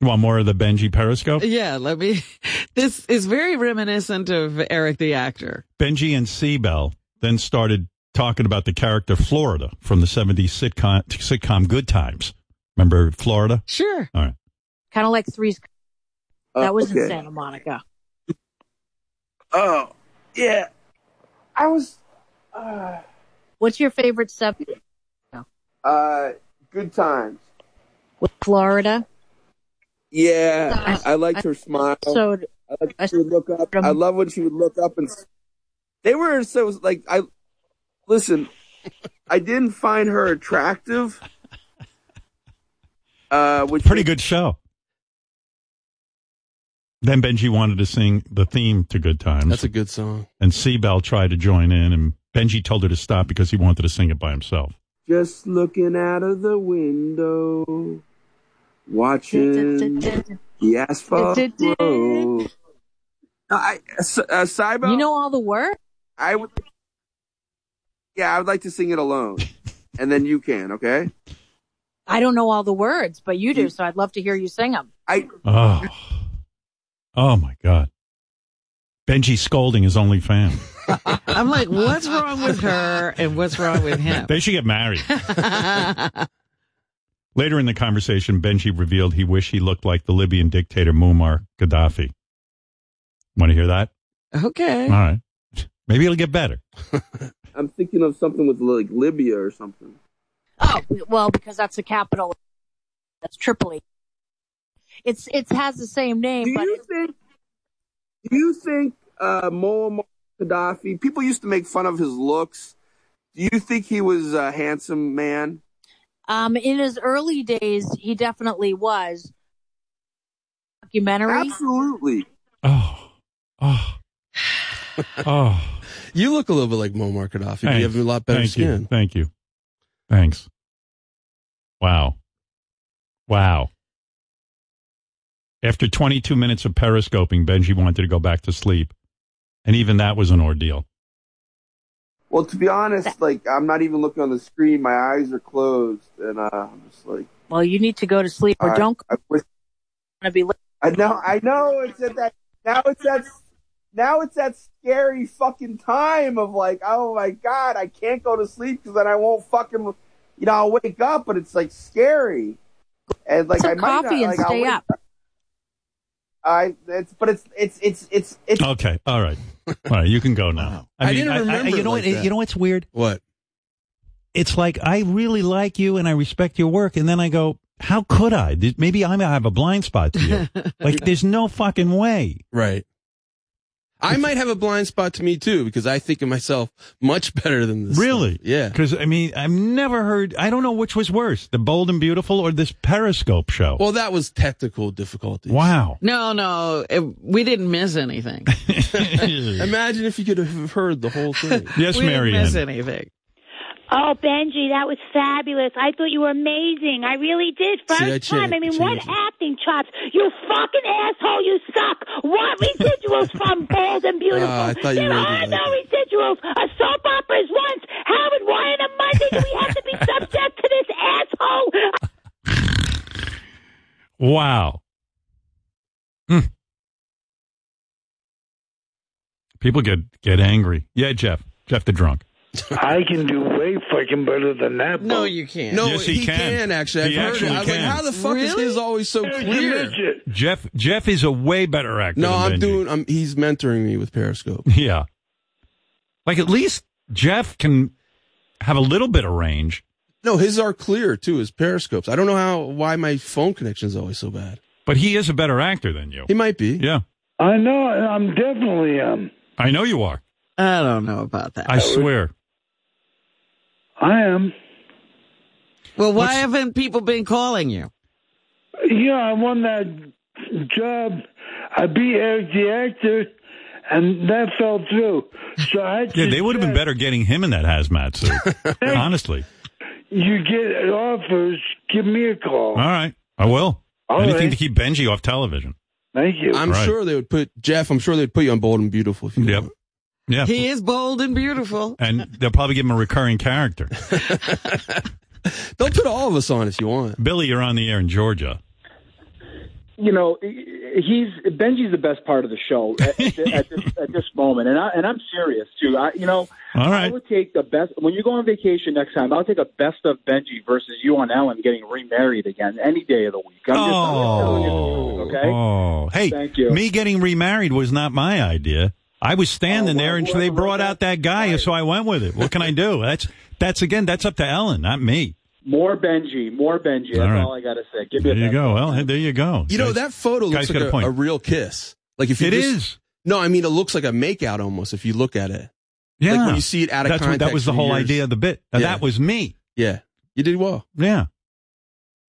Speaker 4: you want more of the Benji Periscope?
Speaker 6: yeah, let me. This is very reminiscent of Eric the actor.
Speaker 4: Benji and Seabell then started talking about the character Florida from the 70s sitcom, sitcom Good Times. Remember Florida?
Speaker 24: Sure.
Speaker 4: All right.
Speaker 24: Kind of like Three's.
Speaker 4: Uh,
Speaker 24: that was in
Speaker 4: okay.
Speaker 24: Santa Monica.
Speaker 23: Oh, yeah. I was.
Speaker 24: What's your favorite subject?
Speaker 23: Uh, good times.
Speaker 24: With Florida.
Speaker 23: Yeah, I liked her smile.
Speaker 24: Uh, So
Speaker 23: I liked when she would look up. I love when she would look up and s- they were so like I listen. I didn't find her attractive. Uh, which
Speaker 4: Pretty good show. Then Benji wanted to sing the theme to Good Times. That's a
Speaker 14: good song.
Speaker 4: And Seabell tried to join in, and Benji told her to stop because he wanted to sing it by himself.
Speaker 23: Just looking out of the window, watching the asphalt road. No, I, S- uh, Cybo, you know
Speaker 24: all the words.
Speaker 23: I would, yeah, I would like to sing it alone, and then you can, okay?
Speaker 24: I don't know all the words, but you do, so I'd love to hear you sing them.
Speaker 23: I
Speaker 4: Oh, oh my God! Benji scolding his only fan.
Speaker 6: I'm like, what's wrong with her and what's wrong with him?
Speaker 4: They should get married. Later in the conversation, Benji revealed he wished he looked like the Libyan dictator Muammar Gaddafi. Want to hear that?
Speaker 6: Okay.
Speaker 4: All right. Maybe it'll get better.
Speaker 23: I'm thinking of something with like Libya or something.
Speaker 24: Oh well, because that's the capital. That's Tripoli. It's it has the same name.
Speaker 23: Do
Speaker 24: but
Speaker 23: you think? Do you think uh, Muammar Gaddafi? People used to make fun of his looks. Do you think he was a handsome man?
Speaker 24: Um, in his early days, he definitely was. Documentary.
Speaker 23: Absolutely.
Speaker 4: Oh,
Speaker 14: you look a little bit like Muammar Gaddafi. but You have a lot better
Speaker 4: Thank
Speaker 14: skin.
Speaker 4: You. Thank you. Thanks. Wow. Wow. After 22 minutes of periscoping, Benji wanted to go back to sleep. And even that was an ordeal.
Speaker 23: Well, to be honest, like I'm not even looking on the screen. My eyes are closed, and uh, I'm just like,
Speaker 24: Well, you need to go to sleep or
Speaker 23: I-
Speaker 24: don't
Speaker 23: I, wish-
Speaker 24: want to be.
Speaker 23: I know, I know. It's at that now. It's that now. It's that scary fucking time of like, oh my god, I can't go to sleep because then I won't fucking, you know, I'll wake up, but it's like scary. And like, I
Speaker 24: Some
Speaker 23: might
Speaker 24: coffee
Speaker 23: not,
Speaker 24: and
Speaker 23: like, I'll
Speaker 24: stay
Speaker 23: wake
Speaker 24: up.
Speaker 23: I it's but it's it's it's it's it's
Speaker 4: Okay. All right. All right. You can go now.
Speaker 14: I didn't remember
Speaker 4: you
Speaker 14: it
Speaker 4: know
Speaker 14: like
Speaker 4: what?
Speaker 14: that.
Speaker 4: You know what's weird?
Speaker 14: What?
Speaker 4: It's like I really like you and I respect your work, and then I go, "How could I? Th- Maybe I have a blind spot to you. like, there's no fucking way."
Speaker 14: Right. I might have a blind spot to me too because I think of myself much better than this.
Speaker 4: Really? Yeah. Because I mean, I've never heard. I don't know which was worse, the Bold and Beautiful or this Periscope show.
Speaker 14: Well, that was technical difficulties.
Speaker 4: Wow.
Speaker 6: No, no, it, we didn't miss anything.
Speaker 14: Imagine if you could have heard the whole thing.
Speaker 4: Yes,
Speaker 6: we
Speaker 4: Marianne.
Speaker 6: Didn't miss anything.
Speaker 25: Oh, Benji, that was fabulous. I thought you were amazing. I really did.
Speaker 6: See,
Speaker 25: First
Speaker 6: I
Speaker 25: time.
Speaker 6: changed-
Speaker 25: I mean,
Speaker 6: changed
Speaker 25: what
Speaker 6: it.
Speaker 25: acting chops. You fucking asshole. You suck. What residuals from Bold and Beautiful?
Speaker 10: Ah, I thought you
Speaker 25: there
Speaker 10: really
Speaker 25: are
Speaker 10: liked
Speaker 25: no residuals. A soap opera is once. Howard, why in a Monday do we have to be subject to this asshole?
Speaker 4: Wow. Hmm. People get get angry. Yeah, Jeff. Jeff the drunk.
Speaker 9: I can do way fucking better than that.
Speaker 14: No,
Speaker 9: you can't.
Speaker 14: No, Yes, he he can. can, actually. I've
Speaker 4: He
Speaker 14: heard it.
Speaker 4: actually
Speaker 14: I was like,
Speaker 4: can.
Speaker 14: how the fuck is his always so
Speaker 9: Dude, you
Speaker 14: clear?
Speaker 9: midget.
Speaker 4: Jeff Jeff is a way better actor.
Speaker 14: No,
Speaker 4: than
Speaker 14: I'm
Speaker 4: Benji.
Speaker 14: doing. I'm, he's mentoring me with Periscope.
Speaker 4: Yeah. Like at least Jeff can have a little bit of range.
Speaker 14: No, his are clear too. His Periscopes. I don't know how why my phone connection is always so bad.
Speaker 4: But he is a better actor than you. He
Speaker 14: might be.
Speaker 4: Yeah.
Speaker 9: I know. I'm definitely um.
Speaker 4: I know you are.
Speaker 6: I don't know about that.
Speaker 4: I swear.
Speaker 9: I am.
Speaker 6: Well, why haven't people been calling you?
Speaker 9: Yeah, I won that job. I beat Eric the actor, and that fell through. So I
Speaker 4: Yeah, they would have been better getting him in that hazmat suit. Honestly.
Speaker 9: You get offers. Give me a call.
Speaker 4: All right. I will.
Speaker 9: All
Speaker 4: Anything
Speaker 9: right.
Speaker 4: to keep Benji off television.
Speaker 9: Thank you.
Speaker 14: I'm
Speaker 4: Right.
Speaker 14: sure they would put Jeff. I'm sure they'd put you on Bold and Beautiful. If you yep.
Speaker 4: Yeah.
Speaker 6: He is bold and beautiful.
Speaker 4: and they'll probably give him a recurring character.
Speaker 14: They'll put all of us on if you want.
Speaker 4: Billy, you're on the air in Georgia.
Speaker 11: you know, he's Benji's the best part of the show at, at, this, at this moment, and I and I'm serious too. I, you know,
Speaker 4: All right.
Speaker 11: I would take the best when you go on vacation next time. I'll take a best of Benji versus you on Ellen getting remarried again any day of the week. I'm just, I'm just telling you the truth, okay?
Speaker 4: Oh, hey,
Speaker 11: Thank you.
Speaker 4: me getting remarried was not my idea. I was
Speaker 11: Oh,
Speaker 4: standing there, and they brought out that guy, so I went with it. What can I do? That's that's again, that's up to Ellen, not me.
Speaker 11: More Benji, more Benji. That's
Speaker 4: All right.
Speaker 11: all I gotta say. Give me
Speaker 4: There
Speaker 11: a
Speaker 4: you
Speaker 11: best
Speaker 4: go. Well, hey, there you go.
Speaker 14: You know
Speaker 4: Guys-
Speaker 14: that photo
Speaker 4: Oh,
Speaker 14: looks
Speaker 4: guys got
Speaker 14: like a,
Speaker 4: point.
Speaker 14: a real kiss. Like if you
Speaker 4: It
Speaker 14: just,
Speaker 4: is.
Speaker 14: No, I mean it looks like a makeout almost if you look at it.
Speaker 4: yeah,
Speaker 14: Like when you see it out of
Speaker 4: that's what-
Speaker 14: context
Speaker 4: that was the
Speaker 14: for
Speaker 4: whole
Speaker 14: years.
Speaker 4: idea of the bit. Now,
Speaker 14: Yeah.
Speaker 4: That was me.
Speaker 14: Yeah, you did well.
Speaker 4: Yeah,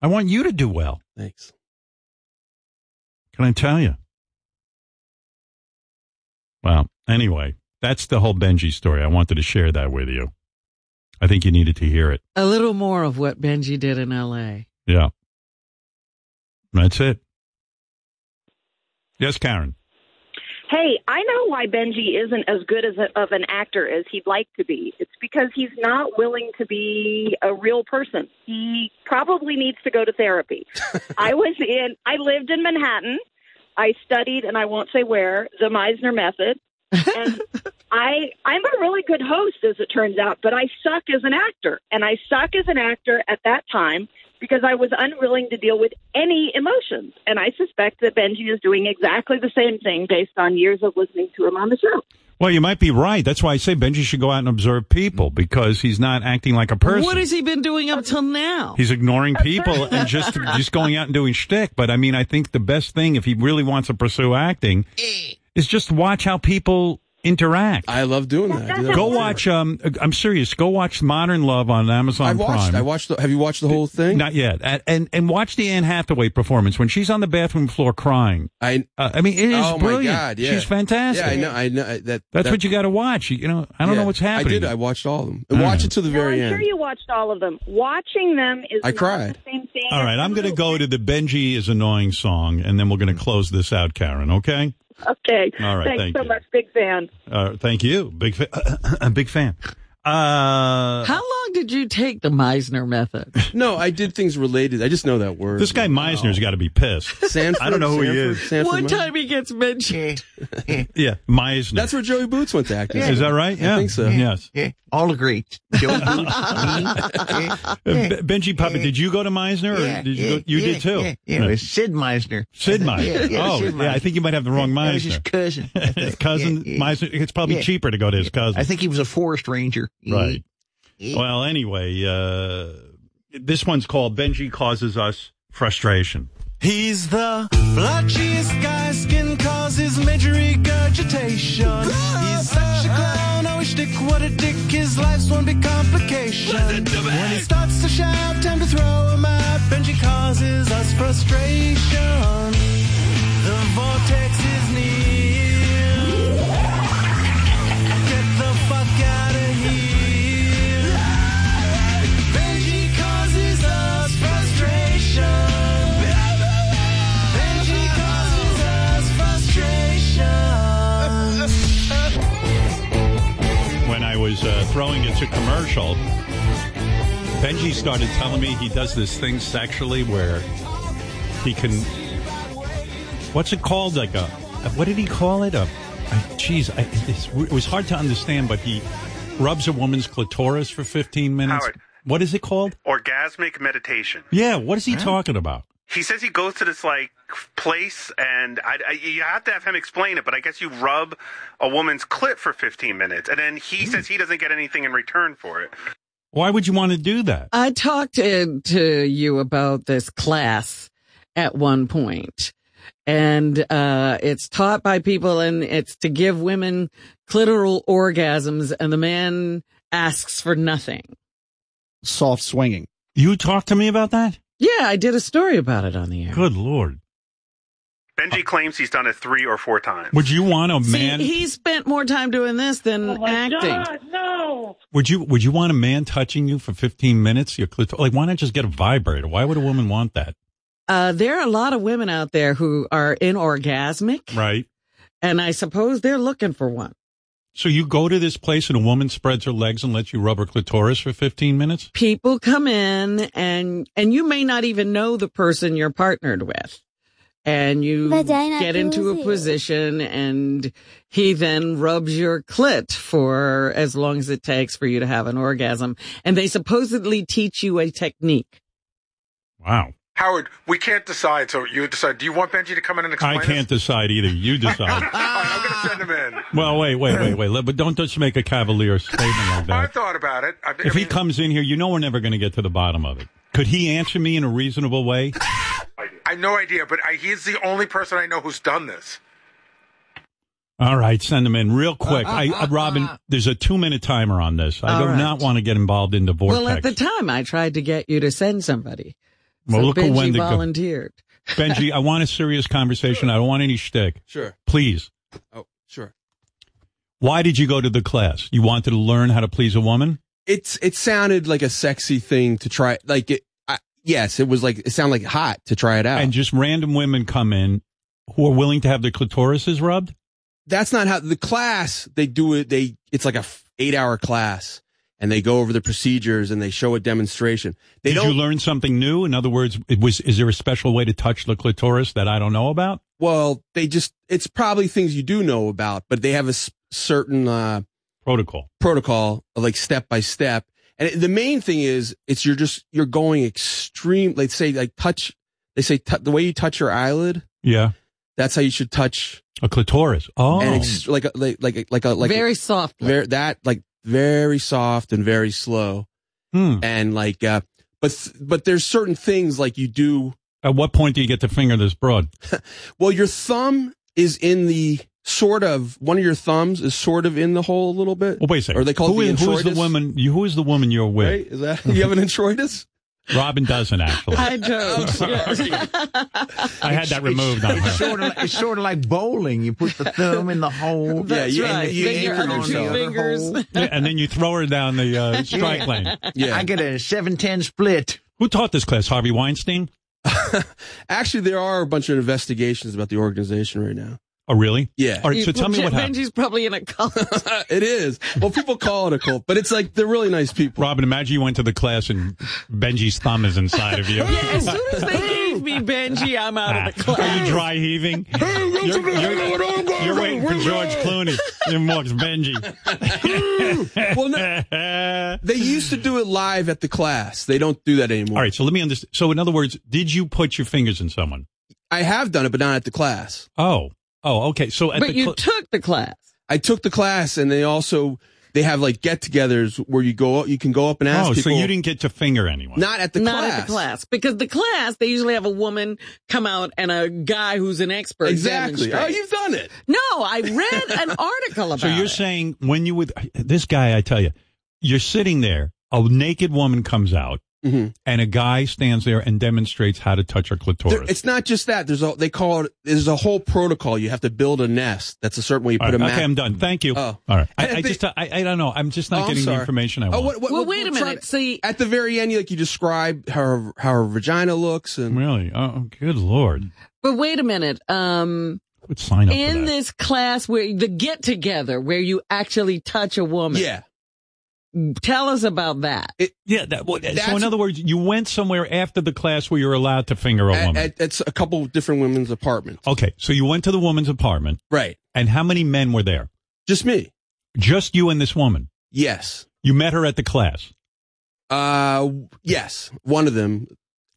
Speaker 4: I want you to do well.
Speaker 14: Thanks.
Speaker 4: Can I tell you? Well, anyway, that's the whole Benji story. I wanted to share that with you. I think you needed to hear it.
Speaker 6: A little more of what Benji did in L.A.
Speaker 4: Yeah. That's it. Yes, Karen.
Speaker 26: Hey, I know why Benji isn't as good as a, of an actor as he'd like to be. It's because he's not willing to be a real person. He probably needs to go to therapy. I was in, I lived in Manhattan. I studied, and I won't say where, the Meisner method. And I, I'm a really good host, as it turns out, but I suck as an actor. And I suck as an actor at that time because I was unwilling to deal with any emotions. And I suspect that Benji is doing exactly the same thing based on years of listening to him on the show.
Speaker 4: Well, you might be right. That's why I say Benji should go out and observe people because he's not acting like a person.
Speaker 6: What has he been doing up till now?
Speaker 4: He's ignoring people and just just going out and doing shtick. But I mean, I think the best thing if he really wants to pursue acting is just watch how people interact.
Speaker 14: I love doing that. I do that
Speaker 4: Go
Speaker 14: all the time.
Speaker 4: watch. Um, I'm serious. Go watch Modern Love on Amazon
Speaker 14: I watched-
Speaker 4: Prime.
Speaker 14: I watched. The, have you watched the whole thing?
Speaker 4: Not yet. And, and and watch the Anne Hathaway performance when she's on the bathroom floor crying.
Speaker 14: I.
Speaker 4: Uh, I mean, it is
Speaker 14: oh
Speaker 4: brilliant.
Speaker 14: my god! Yeah,
Speaker 4: She's fantastic.
Speaker 14: Yeah, I know. I know I- that.
Speaker 4: That's
Speaker 14: that-
Speaker 4: what you got to watch. You, you know, I don't
Speaker 14: yeah.
Speaker 4: know what's happening. Uh-huh.
Speaker 14: I did. I watched all of them.
Speaker 4: All
Speaker 14: watch
Speaker 4: right.
Speaker 14: it to the very
Speaker 26: I'm sure
Speaker 14: end.
Speaker 26: you watched all of them. Watching them is
Speaker 4: I
Speaker 26: not
Speaker 4: cried.
Speaker 26: the same thing.
Speaker 4: All right, I'm going to go to the Benji is annoying song, and then we're going to close this out, Karen. Okay.
Speaker 26: Okay.
Speaker 4: All right,
Speaker 26: Thanks
Speaker 4: thank
Speaker 26: so
Speaker 4: you.
Speaker 26: much. Big fan.
Speaker 4: Uh, thank you, big fa- a big fan. Uh,
Speaker 6: How long did you take the Meisner method?
Speaker 14: No, I did things related. I just know that word. oh.
Speaker 4: This guy Meisner's got to be pissed.
Speaker 14: Sanford,
Speaker 4: I don't know who he
Speaker 14: Sanford,
Speaker 4: is.
Speaker 14: Sanford
Speaker 6: One
Speaker 14: Meisner.
Speaker 6: time he gets mentioned.
Speaker 4: Yeah, Meisner.
Speaker 14: That's where Joey Boots went to act.
Speaker 4: Is that right?
Speaker 14: I think so.
Speaker 4: Yes.
Speaker 12: Yeah, all agree. Joe Boots, me.
Speaker 4: Oh. Uh, Be- Benji Papa, did you go to Meisner? Or
Speaker 12: Yeah,
Speaker 4: did you
Speaker 12: yeah,
Speaker 4: go? You
Speaker 12: yeah,
Speaker 4: did too.
Speaker 12: yeah, yeah, it was Sid Meisner.
Speaker 4: Sid Meisner.
Speaker 12: Yeah, yeah,
Speaker 4: oh,
Speaker 12: Sid
Speaker 4: yeah. I
Speaker 12: Meisner.
Speaker 4: think you might have the wrong
Speaker 12: That
Speaker 4: Meisner.
Speaker 12: was his cousin. I
Speaker 4: his
Speaker 12: think.
Speaker 4: cousin
Speaker 12: Yeah, yeah.
Speaker 4: Meisner. It's probably
Speaker 12: Yeah.
Speaker 4: cheaper to go to his cousin.
Speaker 12: I think he was a forest ranger. Mm-hmm.
Speaker 4: Right.
Speaker 12: Yeah.
Speaker 4: Well, anyway, uh, this one's called Benji Causes Us Frustration.
Speaker 2: He's the blotchiest guy, skin causes major regurgitation. He's such a clown, oh dick, what a dick, his life's one big complication. When he starts to shout, time to throw him out, Benji causes us frustration. The vortex is near. Get the fuck out of here. Benji causes us frustration. Benji causes us frustration.
Speaker 4: when I was uh, throwing it to commercial, Benji started telling me he does this thing sexually where he can. What's it called? Like a. What did he call it? A. I- Jeez, I, it's, it was hard to understand, but he rubs a woman's clitoris for 15 minutes.
Speaker 13: Howard.
Speaker 4: What is it called?
Speaker 13: Orgasmic meditation.
Speaker 4: Yeah, what is he talking about?
Speaker 13: He says he goes to this like place, and I, I- you have to have him explain it. But I guess you rub a woman's clit for 15 minutes, and then he says he doesn't get anything in return for it.
Speaker 4: Why would you want to do that?
Speaker 6: I talked to, to you about this class at one point, and uh, it's taught by people, and it's to give women clitoral orgasms, and the man asks for nothing.
Speaker 27: Soft swinging.
Speaker 4: You talked to me about that?
Speaker 6: Yeah, I did a story about it on the air.
Speaker 4: Good lord!
Speaker 13: Benji claims he's done it three or four times.
Speaker 4: Would you want a man?
Speaker 6: See, he spent more time doing this than acting.
Speaker 13: no!
Speaker 4: Would you would you want a man touching you for 15 minutes? Your clit like why not just get a vibrator? Why would a woman want that?
Speaker 6: Uh, there are a lot of women out there who are inorgasmic,
Speaker 4: Right.
Speaker 6: and I suppose they're looking for one.
Speaker 4: So you go to this place and a woman spreads her legs and lets you rub her clitoris for 15 minutes?
Speaker 6: people come in and and you may not even know the person you're partnered with and you
Speaker 28: Vagina
Speaker 6: get into a
Speaker 28: pussy.
Speaker 6: position and he then rubs your clit for as long as it takes for you to have an orgasm and they supposedly teach you a technique
Speaker 4: Wow.
Speaker 9: Howard, we can't decide. So you decide. Do you want Benji to come in and explain?
Speaker 4: I can't decide either. You decide.
Speaker 9: I'm going to send him in.
Speaker 4: well, wait, wait, wait, wait. Let- But don't just make a cavalier statement like
Speaker 9: I
Speaker 4: that.
Speaker 9: thought about it. I, I
Speaker 4: If he
Speaker 9: mean,
Speaker 4: comes in here, you know we're never going to get to the bottom of it. Could he answer me in a reasonable way?
Speaker 9: I have no idea, but I, he's the only person I know who's done this.
Speaker 4: All right, send him in real quick. I, uh, Robin, there's a two minute timer on this. I
Speaker 6: All
Speaker 4: do
Speaker 6: right.
Speaker 4: not want to get involved in the vortex.
Speaker 6: well at the time i tried to get you to send somebody
Speaker 4: Well,
Speaker 6: so
Speaker 4: look who
Speaker 6: Benji
Speaker 4: went to go-
Speaker 6: volunteered
Speaker 4: Benji, I want a serious conversation. I don't want any shtick.
Speaker 14: Sure.
Speaker 4: Please.
Speaker 14: Oh, sure.
Speaker 4: Why did you go to the class? You wanted to learn how to please a woman?
Speaker 14: It's it sounded like a sexy thing to try. Like it. I, yes, it was like it sounded like hot to try it out.
Speaker 4: And just random women come in who are willing to have their clitorises rubbed?
Speaker 14: that's not how the class they do it they it's like a f- eight hour class and they go over the procedures and they show a demonstration they
Speaker 4: did
Speaker 14: don't
Speaker 4: you learn something new? In other words, it was is there a special way to touch the clitoris that I don't know about?
Speaker 14: well they just it's probably things you do know about but they have a s- certain uh
Speaker 4: protocol
Speaker 14: protocol like step by step and it- the main thing is it's you're just you're going extreme like say like touch they say t- the way you touch your eyelid
Speaker 4: Yeah.
Speaker 14: that's how you should touch
Speaker 4: A clitoris. Oh.
Speaker 14: and ex- like a, like like a- like a like a-
Speaker 6: very soft
Speaker 14: very that like very soft and very slow
Speaker 4: Hmm.
Speaker 14: and like uh but but there's certain things like you do
Speaker 4: At what point do you get to finger this broad?
Speaker 14: well your thumb is in the sort of one of your thumbs is sort of in the hole a little bit
Speaker 4: well, wait a second
Speaker 14: or they call
Speaker 4: who
Speaker 14: it the
Speaker 4: is, who is the
Speaker 14: introitus,
Speaker 4: woman? You, who is the woman you're with?
Speaker 14: right is that you have an introitus
Speaker 4: Robin doesn't actually.
Speaker 6: I don't.
Speaker 4: I had that removed on
Speaker 10: It's
Speaker 4: her.
Speaker 10: sort, of, it's sort of like bowling. You put the thumb in the hole.
Speaker 14: That's Yeah, you- right. you Then your anchor other two yourself. fingers.
Speaker 4: Yeah, and then you throw her down the uh, strike lane.
Speaker 14: Yeah.
Speaker 10: I get a 710 split.
Speaker 4: Who taught this class? Harvey Weinstein?
Speaker 14: actually there are a bunch of investigations about the organization right now
Speaker 4: oh really
Speaker 14: yeah
Speaker 4: All right, so tell me what happened.
Speaker 6: benji's probably in a cult
Speaker 14: it is well people call it a cult but it's like they're really nice people
Speaker 4: Robin, imagine you went to the class and Benji's thumb is inside of you.
Speaker 6: yeah as soon as they gave me benji i'm out of the class
Speaker 4: Ah. Are you dry heaving? you're, you're- you're waiting for George Clooney. In walks Benji.
Speaker 14: well, no, they used to do it live at the class. They don't do that anymore.
Speaker 4: All right, so let me understand. So, in other words, did you put your fingers in someone?
Speaker 14: I have done it, but not at the class.
Speaker 4: Oh, oh, okay. So, at
Speaker 6: but
Speaker 4: the
Speaker 6: you
Speaker 4: cl-
Speaker 6: took the class
Speaker 14: I took the class, and they also they have like get-togethers where you go, you can go up and ask.
Speaker 4: Oh, so
Speaker 14: people,
Speaker 4: you didn't get to finger anyone?
Speaker 14: Not at the
Speaker 6: Not
Speaker 14: class.
Speaker 6: at the class because the class they usually have a woman come out and a guy who's an expert.
Speaker 14: Exactly.
Speaker 6: demonstrate.
Speaker 14: Oh, you've done it.
Speaker 6: No, I read an article about.
Speaker 4: So you're
Speaker 6: it.
Speaker 4: saying when you with this guy, I tell you, you're sitting there, a naked woman comes out,
Speaker 14: Mm-hmm.
Speaker 4: and a guy stands there and demonstrates how to touch her
Speaker 14: There-
Speaker 4: clitoris.
Speaker 14: it's not just that. There's a they call it. There's a whole protocol. You have to build a nest. That's a certain way you
Speaker 4: All
Speaker 14: put a
Speaker 4: right,
Speaker 14: map.
Speaker 4: okay, I'm done. Thank you.
Speaker 14: Oh.
Speaker 4: All right.
Speaker 14: And
Speaker 4: I,
Speaker 14: if
Speaker 4: I
Speaker 14: they-
Speaker 4: just I, I don't know. I'm just not
Speaker 14: Oh, I'm
Speaker 4: getting the
Speaker 14: sorry.
Speaker 4: information I want.
Speaker 14: Oh, what, what,
Speaker 6: Well,
Speaker 14: what-
Speaker 6: wait a
Speaker 14: try
Speaker 6: minute.
Speaker 14: to-
Speaker 6: See-
Speaker 14: at the very end, you, like you describe how how her vagina looks, and
Speaker 4: really, oh, good lord,
Speaker 6: But wait a minute. Um,
Speaker 4: would sign up for that.
Speaker 6: in this class where the get together where you actually touch a woman.
Speaker 14: Yeah.
Speaker 6: Tell us about that.
Speaker 4: yeah, that, well, so
Speaker 6: that's-
Speaker 4: in other words, you went somewhere after the class where you're allowed to finger a
Speaker 14: at,
Speaker 4: woman.
Speaker 14: at, it's a couple of different women's apartments.
Speaker 4: okay, so you went to the woman's apartment,
Speaker 14: right?
Speaker 4: And how many men were there?
Speaker 14: Just me.
Speaker 4: Just you and this woman.
Speaker 14: Yes.
Speaker 4: You met her at the class,
Speaker 14: Uh, yes, one of them.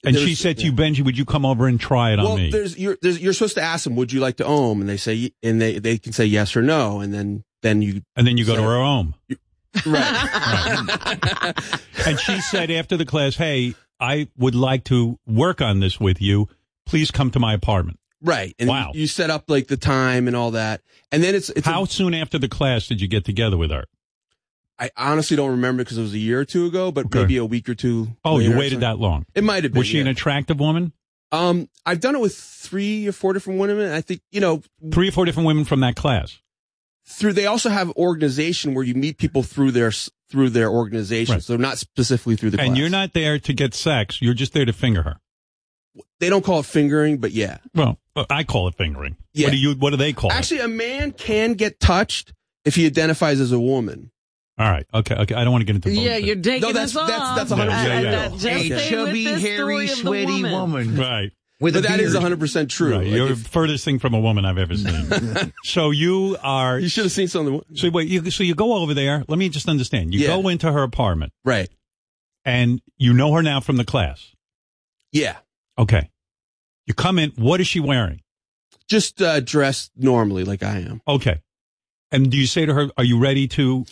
Speaker 4: and she
Speaker 14: There's-
Speaker 4: said to you, Benji, would you come over and try it
Speaker 14: well,
Speaker 4: on me?
Speaker 14: there's you're there's, you're supposed to ask them, would you like to own? And they say, and they they can say yes or no, and then then you
Speaker 4: and then you go to her home.
Speaker 14: right.
Speaker 4: and she said after the class, "Hey, I would like to work on this with you. Please come to my apartment."
Speaker 14: Right. And
Speaker 4: Wow.
Speaker 14: You set up like the time and all that. And then it's, it's
Speaker 4: How soon after the class did you get together with her?
Speaker 14: I honestly don't remember because it was a year or two ago, but maybe a week or two.
Speaker 4: Oh, you
Speaker 14: later or
Speaker 4: waited
Speaker 14: something.
Speaker 4: that long?
Speaker 14: It might have been.
Speaker 4: Was she an attractive woman?
Speaker 14: Um, I've done it with three or four different women. and I think, you know,
Speaker 4: Three or four different women from that class.
Speaker 14: through, they also have organization where you meet people through their, s- through their organization. So not specifically through the
Speaker 4: and
Speaker 14: class.
Speaker 4: you're not there to get sex. You're just there to finger her.
Speaker 14: They don't call it fingering, but yeah.
Speaker 4: Well, I call it fingering.
Speaker 14: Yeah.
Speaker 4: What do you? What do they call
Speaker 14: Actually, a man can get touched if he identifies as a woman.
Speaker 4: it? All right. Uh, Okay. Okay. I don't want to get into.
Speaker 6: Yeah,
Speaker 4: bullshit.
Speaker 6: you're taking
Speaker 14: No, that's-
Speaker 6: us off.
Speaker 14: that's- that's a hundred
Speaker 4: Yeah,
Speaker 14: percent
Speaker 4: yeah,
Speaker 14: real.
Speaker 4: yeah.
Speaker 6: Just
Speaker 12: A
Speaker 6: stay with
Speaker 12: chubby,
Speaker 6: this
Speaker 12: hairy,
Speaker 6: story of the
Speaker 12: sweaty woman.
Speaker 4: Right.
Speaker 12: With
Speaker 14: But
Speaker 12: a
Speaker 14: that is
Speaker 12: beard.
Speaker 14: 100% true.
Speaker 4: Right,
Speaker 14: Like,
Speaker 4: you're
Speaker 14: if-
Speaker 4: the furthest thing from a woman I've ever seen. so you are. You
Speaker 14: should have seen something.
Speaker 4: So wait, you, so you go over there. Let me just understand. You
Speaker 14: Yeah.
Speaker 4: go into her apartment,
Speaker 14: right?
Speaker 4: And you know her now from the class.
Speaker 14: yeah.
Speaker 4: Okay. You come in. What is she wearing?
Speaker 14: Just uh, dressed normally like I am.
Speaker 4: Okay. And do you say to her, "Are you ready to?"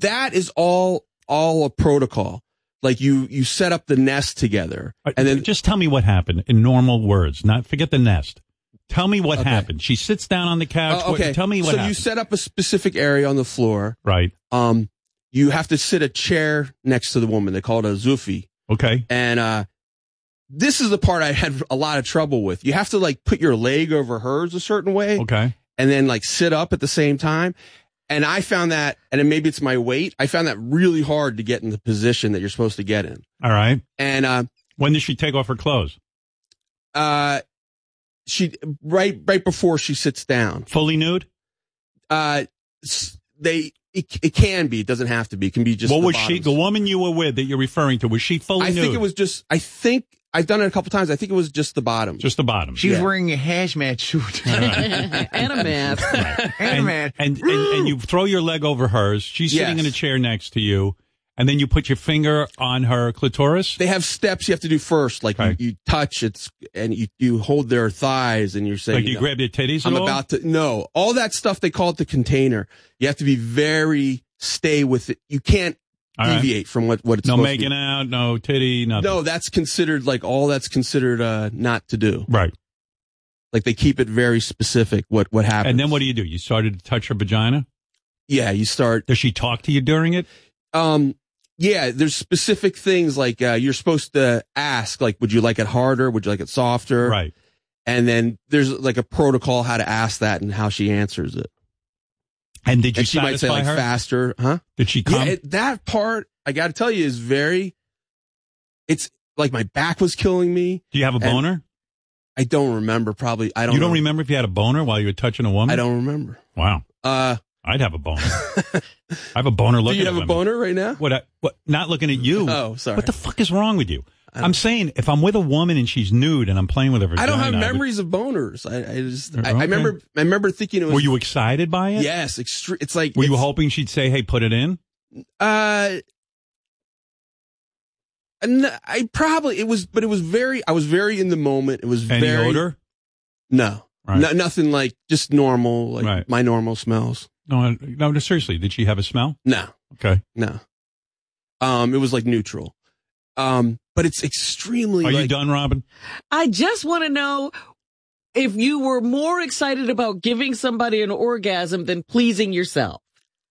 Speaker 14: that is all all a protocol like you you set up the nest together
Speaker 4: And then Uh, just tell me what happened in normal words. Not forget the nest. Tell me what happened. She sits down on the couch.
Speaker 14: Oh,
Speaker 4: What- Tell me what
Speaker 14: so you
Speaker 4: happened.
Speaker 14: set up a specific area on the floor
Speaker 4: right
Speaker 14: um you have to sit a chair next to the woman they call it a zufi
Speaker 4: okay
Speaker 14: and uh this is the part i had a lot of trouble with you have to like put your leg over hers a certain way
Speaker 4: okay
Speaker 14: and then like sit up at the same time and i found that and then maybe it's my weight i found that really hard to get in the position that you're supposed to get in
Speaker 4: All right.
Speaker 14: and uh
Speaker 4: When does she take off her clothes?
Speaker 14: Uh, she right right before she sits down.
Speaker 4: Fully nude.
Speaker 14: Uh, s- they it, it can be. It doesn't have to be. It can be just.
Speaker 4: what
Speaker 14: the
Speaker 4: was she?
Speaker 14: bottoms.
Speaker 4: The woman you were with that you're referring to was she fully
Speaker 14: I
Speaker 4: nude?
Speaker 14: think it was just. I think I've done it a couple times. I think it was just the bottom.
Speaker 4: Just the bottom.
Speaker 12: She was wearing a hazmat suit.
Speaker 6: and a mask.
Speaker 4: and, And, and, and you throw your leg over hers. She's sitting in a chair next to you. And then you put your finger on her clitoris.
Speaker 14: They have steps you have to do first. Like you, you touch it's and you, you hold their thighs and you're saying
Speaker 4: Like you
Speaker 14: know,
Speaker 4: grab their titties at
Speaker 14: I'm
Speaker 4: all?
Speaker 14: about to no all that stuff they call it the container. You have to be very stay with it. You can't
Speaker 4: All right.
Speaker 14: deviate from what what it's
Speaker 4: No
Speaker 14: supposed to be.
Speaker 4: making out, no titty, nothing.
Speaker 14: No, that's considered like all that's considered uh not to do.
Speaker 4: Right.
Speaker 14: Like they keep it very specific what what happens.
Speaker 4: And then what do you do? You started to touch her vagina?
Speaker 14: Yeah, you start
Speaker 4: Does she talk to you during it?
Speaker 14: Um yeah, there's specific things like uh you're supposed to ask like would you like it harder, would you like it softer?
Speaker 4: Right.
Speaker 14: And then there's like a protocol how to ask that and how she answers it.
Speaker 4: And did you
Speaker 14: she might say
Speaker 4: satisfy
Speaker 14: like
Speaker 4: her?
Speaker 14: faster, huh?
Speaker 4: Did she come?
Speaker 14: Yeah, it- that part I got to tell you is very it's like my back was killing me.
Speaker 4: Do you have a
Speaker 14: And
Speaker 4: boner?
Speaker 14: I don't remember probably. I don't
Speaker 4: you don't
Speaker 14: know.
Speaker 4: remember if you had a boner while you were touching a woman?
Speaker 14: I don't remember.
Speaker 4: Wow.
Speaker 14: Uh,
Speaker 4: I'd have a boner. I have a boner
Speaker 14: Do
Speaker 4: looking
Speaker 14: you
Speaker 4: at
Speaker 14: have a
Speaker 4: women.
Speaker 14: boner right now?
Speaker 4: What? I, what? Not looking at you.
Speaker 14: Oh, sorry.
Speaker 4: What the fuck is wrong with you? I'm saying if I'm with a woman and she's nude and I'm playing with her vagina,
Speaker 14: I don't have
Speaker 4: would-
Speaker 14: memories of boners. I, I just I,
Speaker 4: Okay.
Speaker 14: I remember I remember thinking it was
Speaker 4: Were you excited by it?
Speaker 14: yes, extre- it's like
Speaker 4: Were you
Speaker 14: it's-
Speaker 4: hoping she'd say, "Hey, put it in"?
Speaker 14: uh and I probably it was but it was very I was very in the moment. It was
Speaker 4: Any
Speaker 14: very
Speaker 4: odor?
Speaker 14: No.
Speaker 4: Right.
Speaker 14: No- nothing like just normal like
Speaker 4: Right.
Speaker 14: my normal smells.
Speaker 4: No, I- no, no, seriously, did she have a smell?
Speaker 14: No.
Speaker 4: Okay.
Speaker 14: No. Um, it was like neutral. Um, but it's extremely.
Speaker 4: Are you
Speaker 14: like-
Speaker 4: done, Robin?
Speaker 6: I just want to know if you were more excited about giving somebody an orgasm than pleasing yourself.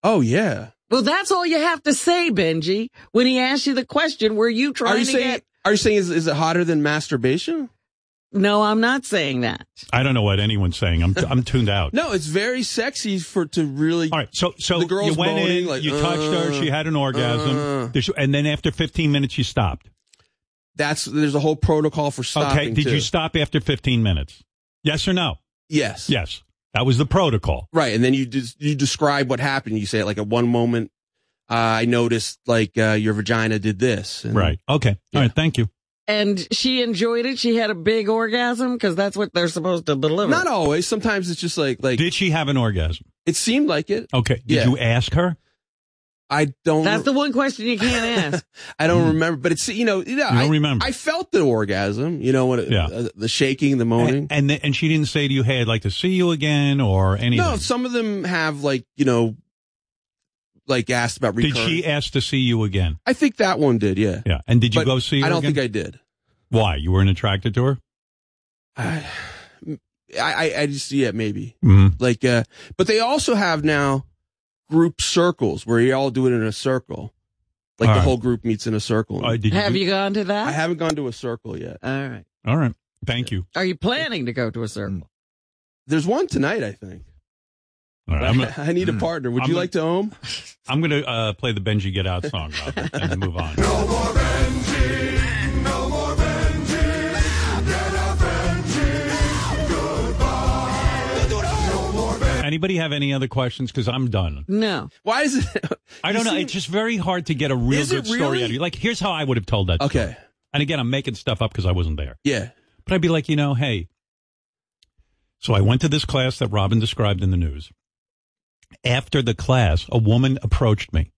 Speaker 14: Oh yeah.
Speaker 6: Well, that's all you have to say, Benji. When he asked you the question, were you trying
Speaker 14: Are you
Speaker 6: to
Speaker 14: saying?
Speaker 6: get?
Speaker 14: Are you saying is is it hotter than masturbation?
Speaker 6: No, I'm not saying that.
Speaker 4: I don't know what anyone's saying. I'm I'm tuned out.
Speaker 14: No, it's very sexy for to really. All
Speaker 4: right, so so
Speaker 14: the girls
Speaker 4: you went
Speaker 14: moaning,
Speaker 4: in,
Speaker 14: like
Speaker 4: you touched her,
Speaker 14: uh,
Speaker 4: she had an orgasm,
Speaker 14: uh.
Speaker 4: Did she- and then after 15 minutes, you stopped.
Speaker 14: that's there's a whole protocol for stopping.
Speaker 4: okay, did
Speaker 14: too.
Speaker 4: you stop after 15 minutes? Yes or no?
Speaker 14: Yes.
Speaker 4: Yes. That was the protocol.
Speaker 14: Right, and then you des- you describe what happened. You say like at one moment, uh, I noticed like uh, your vagina did this. And,
Speaker 4: Right. Okay. All right. Thank you.
Speaker 6: And she enjoyed it. She had a big orgasm because that's what they're supposed to deliver.
Speaker 14: Not always. Sometimes it's just like like.
Speaker 4: Did she have an orgasm?
Speaker 14: It seemed like it.
Speaker 4: Okay. Did
Speaker 14: Yeah.
Speaker 4: you ask her?
Speaker 14: I don't.
Speaker 6: That's the one question you can't ask.
Speaker 14: I don't remember, but it's you know. Mm-hmm. You know,
Speaker 4: Hmm. You don't
Speaker 14: I,
Speaker 4: remember.
Speaker 14: I felt the orgasm. You know what? it-
Speaker 4: Yeah.
Speaker 14: uh, the shaking, the moaning.
Speaker 4: And and, the- and she didn't say to you, "Hey, I'd like to see you again," or anything.
Speaker 14: No, some of them have like you know, like asked about.
Speaker 4: did
Speaker 14: Recurring.
Speaker 4: she ask to see you again?
Speaker 14: I think that one did. Yeah.
Speaker 4: Yeah. And did you
Speaker 14: But
Speaker 4: go see her?
Speaker 14: I don't
Speaker 4: again?
Speaker 14: think I did.
Speaker 4: Why? You weren't attracted to her?
Speaker 14: I, I, I just, yeah, maybe.
Speaker 4: Mhm.
Speaker 14: Like, uh, but they also have now group circles where you all do it in a circle. Like
Speaker 4: All
Speaker 14: the
Speaker 4: right.
Speaker 14: whole group meets in a circle.
Speaker 6: have you gone to that?
Speaker 14: I haven't gone to a circle yet.
Speaker 6: All right.
Speaker 4: All right. Thank you. Mm.
Speaker 6: Are you planning to go to a circle?
Speaker 14: There's one tonight, I think.
Speaker 4: All right, I'm gonna- Mm.
Speaker 14: I need a partner. Would
Speaker 4: I'm
Speaker 14: you
Speaker 4: gonna-
Speaker 14: like to own?
Speaker 4: I'm going to uh, play the Benji Get Out song, Robert, and move on. Anybody have any other questions? Because I'm done.
Speaker 6: No.
Speaker 14: Why is it?
Speaker 4: I don't know. it's just very hard to get a real
Speaker 14: Is it
Speaker 4: good story
Speaker 14: really?
Speaker 4: out of you. Like, here's how I would have told that.
Speaker 14: Okay.
Speaker 4: Story. And again, I'm making stuff up because I wasn't there.
Speaker 14: Yeah.
Speaker 4: But I'd be like, you know, hey. So I went to this class that Robin described in the news. After the class, a woman approached me,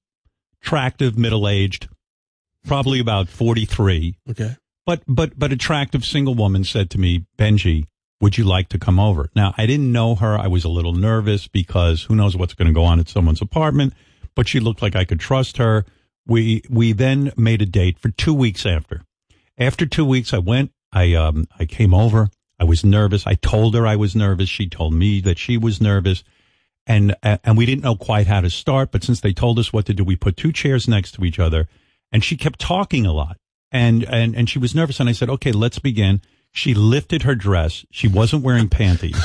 Speaker 4: attractive, middle aged, probably about 43.
Speaker 14: Okay.
Speaker 4: But but but attractive single woman said to me, Benji, would you like to come over? Now I didn't know her. I was a little nervous because who knows what's going to go on at someone's apartment. But she looked like I could trust her. We we then made a date for two weeks after. After two weeks, I went. I um I came over. I was nervous. I told her I was nervous. She told me that she was nervous, and uh, and we didn't know quite how to start. But since they told us what to do, we put two chairs next to each other, and she kept talking a lot, and and and she was nervous. And I said, okay, let's begin. She lifted her dress. She wasn't wearing panties,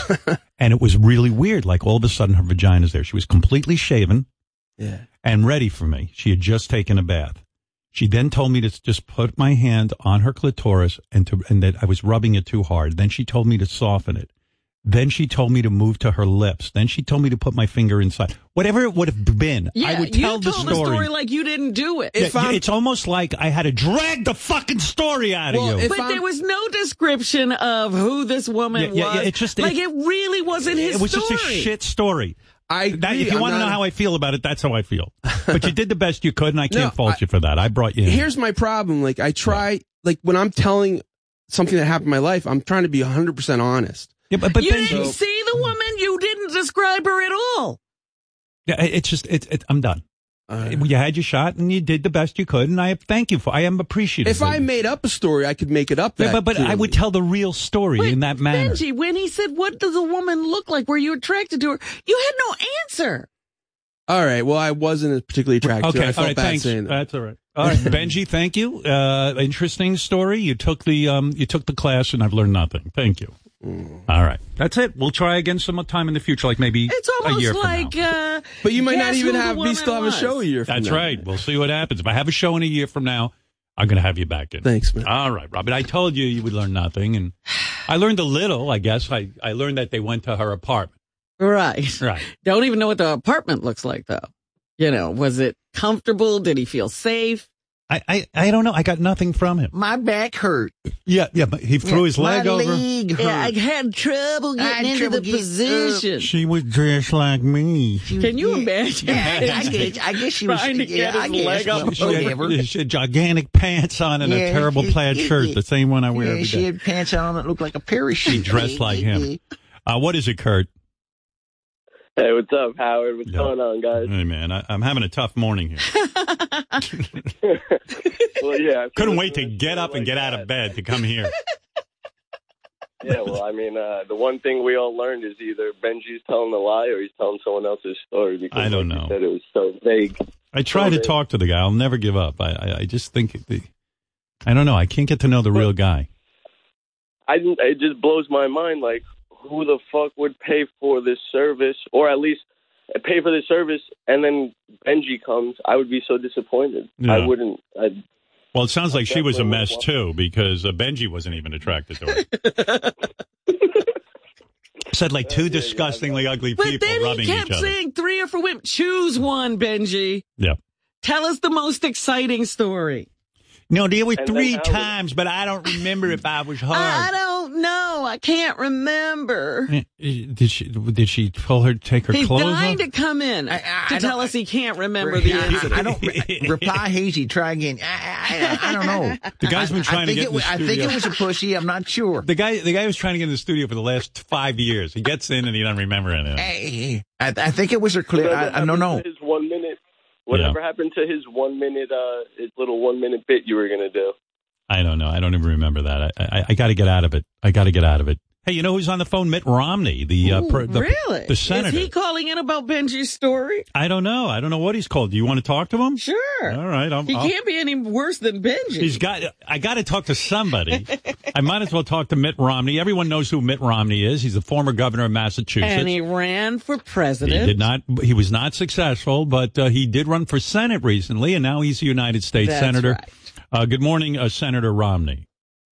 Speaker 4: and it was really weird. Like all of a sudden, her vagina's there. She was completely shaven
Speaker 14: Yeah.
Speaker 4: and ready for me. She had just taken a bath. She then told me to s- just put my hand on her clitoris and to, and that I was rubbing it too hard. Then she told me to soften it. Then she told me to move to her lips. Then she told me to put my finger inside. Whatever it would have been,
Speaker 6: Yeah,
Speaker 4: I would
Speaker 6: you
Speaker 4: tell
Speaker 6: told
Speaker 4: the story.
Speaker 6: like you didn't do it.
Speaker 4: Yeah, you- it's almost like I had to drag the fucking story out of you.
Speaker 6: but there was no description of who this woman
Speaker 4: Yeah, yeah,
Speaker 6: was.
Speaker 4: yeah, it's just-
Speaker 6: like
Speaker 4: it's-
Speaker 6: it really wasn't his
Speaker 4: it was
Speaker 6: story.
Speaker 4: just a shit story.
Speaker 14: I
Speaker 4: That-
Speaker 14: agree.
Speaker 4: if you
Speaker 14: I'm
Speaker 4: want to
Speaker 14: not-
Speaker 4: know how I feel about it, that's how I feel. But you did the best you could, and I can't
Speaker 14: No,
Speaker 4: fault you for that. I brought you. in.
Speaker 14: Here's my problem. Like I try, like when I'm telling something that happened in my life, I'm trying to be 100% honest.
Speaker 4: Yeah, but, but
Speaker 6: you
Speaker 4: then
Speaker 6: didn't see the woman. You didn't describe her at all.
Speaker 4: Yeah, it- it's just it's. It, I'm done.
Speaker 14: Uh-huh.
Speaker 4: you had your shot, and you did the best you could, and I thank you for. I am appreciative.
Speaker 14: If I made up a story, I could make it up.
Speaker 4: yeah,
Speaker 14: that
Speaker 4: but but I
Speaker 14: clearly.
Speaker 4: would tell the real story in that manner.
Speaker 6: Benji, when he said, "What does a woman look like? Were you attracted to her?" You had no answer.
Speaker 14: All right. Well, I wasn't particularly attracted. to
Speaker 4: Okay,
Speaker 14: her. I
Speaker 4: all
Speaker 14: felt
Speaker 4: right,
Speaker 14: bad
Speaker 4: thanks.
Speaker 14: saying that.
Speaker 4: That's all right. All right, Benji, thank you. Uh, interesting story. You took the um, you took the class, and I've learned nothing. Thank you.
Speaker 14: Mm.
Speaker 4: All right, that's it. We'll try again some time in the future, like maybe
Speaker 6: It's
Speaker 4: a year
Speaker 6: almost
Speaker 4: from
Speaker 6: like. Uh,
Speaker 14: But you might not
Speaker 6: guess
Speaker 14: even
Speaker 6: who the
Speaker 14: have- we
Speaker 6: woman
Speaker 14: still have a
Speaker 6: was.
Speaker 14: show a year from
Speaker 4: That's
Speaker 14: now.
Speaker 4: right. We'll see what happens. If I have a show in a year from now, I'm going to have you back in.
Speaker 14: Thanks, man.
Speaker 4: All right, Robert. I told you you would learn nothing, and I learned a little. I guess I I learned that they went to her apartment.
Speaker 6: Right.
Speaker 4: Right.
Speaker 6: Don't even know what the apartment looks like though. You know, was it comfortable? Did he feel safe?
Speaker 4: I I, I don't know. I got nothing from him.
Speaker 12: My back hurt.
Speaker 4: Yeah, yeah. But he threw his leg
Speaker 12: My
Speaker 4: over.
Speaker 12: leg hurt.
Speaker 6: Yeah, I had trouble
Speaker 12: I had
Speaker 6: getting into
Speaker 12: trouble
Speaker 6: the
Speaker 12: getting up.
Speaker 6: position.
Speaker 4: She was dressed like me.
Speaker 6: Can you imagine?
Speaker 12: Yeah, I guess, I guess she was.
Speaker 6: Trying to get
Speaker 12: yeah,
Speaker 6: his
Speaker 12: I guess,
Speaker 6: leg up.
Speaker 12: well,
Speaker 4: She had,
Speaker 12: whatever.
Speaker 4: she had gigantic pants on and a
Speaker 12: Yeah,
Speaker 4: terrible
Speaker 12: she-
Speaker 4: plaid shirt, the same one I wear
Speaker 12: Yeah,
Speaker 4: every
Speaker 12: she
Speaker 4: day.
Speaker 12: had pants on that looked like a parachute.
Speaker 4: She dressed like him. Uh, what is it, Kurt?
Speaker 29: Hey, what's up, Howard? What's going on, guys?
Speaker 4: Hey, man, I, I'm having a tough morning here.
Speaker 29: Well, yeah, I
Speaker 4: Couldn't wait to get up and get out of bed to come here.
Speaker 29: yeah. Well, I mean, uh, the one thing we all learned is either Benji's telling a lie or he's telling someone else's story. Because
Speaker 4: I don't
Speaker 29: like you
Speaker 4: know.
Speaker 29: Said it was so vague.
Speaker 4: I try to talk to the guy. I'll never give up. I, I, I just think, the, I don't know. I can't get to know the real guy.
Speaker 29: I didn't, it just blows my mind. Like, who the fuck would pay for this service, or at least pay for the service, and then Benji comes? I would be so disappointed. I
Speaker 4: Yeah.
Speaker 29: wouldn't. I'd,
Speaker 4: Well, it sounds like she was a mess too because uh, Benji wasn't even attracted to her. Said like two disgustingly ugly
Speaker 6: But
Speaker 4: people
Speaker 6: then he
Speaker 4: rubbing each
Speaker 6: kept
Speaker 4: other.
Speaker 6: saying three or four women. Choose one, Benji.
Speaker 4: Yeah.
Speaker 6: Tell us the most exciting story.
Speaker 4: No, there were
Speaker 6: And then
Speaker 4: three
Speaker 6: how-
Speaker 4: times, but I don't remember if I was
Speaker 6: I, I
Speaker 4: hard.
Speaker 6: don't know. I can't remember.
Speaker 4: Eh, Did she? Did she tell her to take her
Speaker 6: He's
Speaker 4: clothes
Speaker 6: dying
Speaker 4: off?
Speaker 6: to come in to tell us he can't remember the
Speaker 12: I- I-
Speaker 6: incident.
Speaker 12: I don't reply hazy. Try again. I, I, I don't know.
Speaker 4: The guy's been
Speaker 12: I- I
Speaker 4: trying to
Speaker 12: think
Speaker 4: get
Speaker 12: It,
Speaker 4: in
Speaker 12: was-
Speaker 4: the
Speaker 12: I think
Speaker 4: studio.
Speaker 12: it was a pussy. I'm not sure.
Speaker 4: The guy, the guy was trying to get in the studio for the last five years. He gets in and he don't remember anything.
Speaker 12: Hey, I, I think it was a clear. I, I don't know.
Speaker 29: His one minute. Whatever happened to his one minute, uh, his little one minute bit you were gonna do?
Speaker 4: I don't know. I don't even remember that. I, I, I got to get out of it. I got to get out of it. Hey, you know who's on the phone? Mitt Romney, the uh, pro, the,
Speaker 6: really?
Speaker 4: the senator.
Speaker 6: Is he calling in about Benji's story?
Speaker 4: I don't know. I don't know what he's called. Do you want to talk to him? Sure. All right. I'm,
Speaker 6: He
Speaker 4: I'll-
Speaker 6: can't be any worse than Benji.
Speaker 4: He's got. I got to talk to somebody. I might as well talk to Mitt Romney. Everyone knows who Mitt Romney is. He's the former governor of Massachusetts.
Speaker 6: and he ran for
Speaker 4: He
Speaker 6: president.
Speaker 4: did not. He was not successful, but uh, he did run for Senate recently, and now he's a United States
Speaker 30: That's
Speaker 4: senator. Uh, good morning, uh, Senator Romney.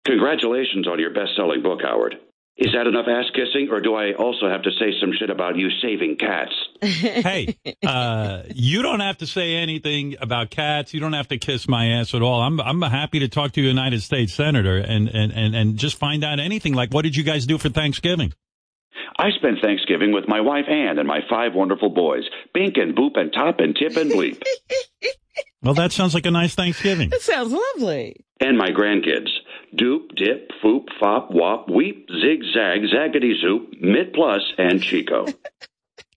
Speaker 30: Congratulations on your best selling book, Howard. Is that enough ass kissing, or do I also have to say some shit about you saving cats?
Speaker 4: hey, uh, you don't have to say anything about cats. You don't have to kiss my ass at all. I'm I'm happy to talk to a United States senator and and and and just find out anything. Like, what did you guys do for Thanksgiving?
Speaker 30: I spent Thanksgiving with my wife Ann and my five wonderful boys, Bink and Boop and Top and Tip and Bleep,
Speaker 4: Well, that sounds like a nice Thanksgiving.
Speaker 6: That sounds lovely.
Speaker 30: and my grandkids, Doop, Dip, Foop, Fop, Wop, Weep, Zig Zag, Zaggity Zoop, Mitt Plus, and Chico.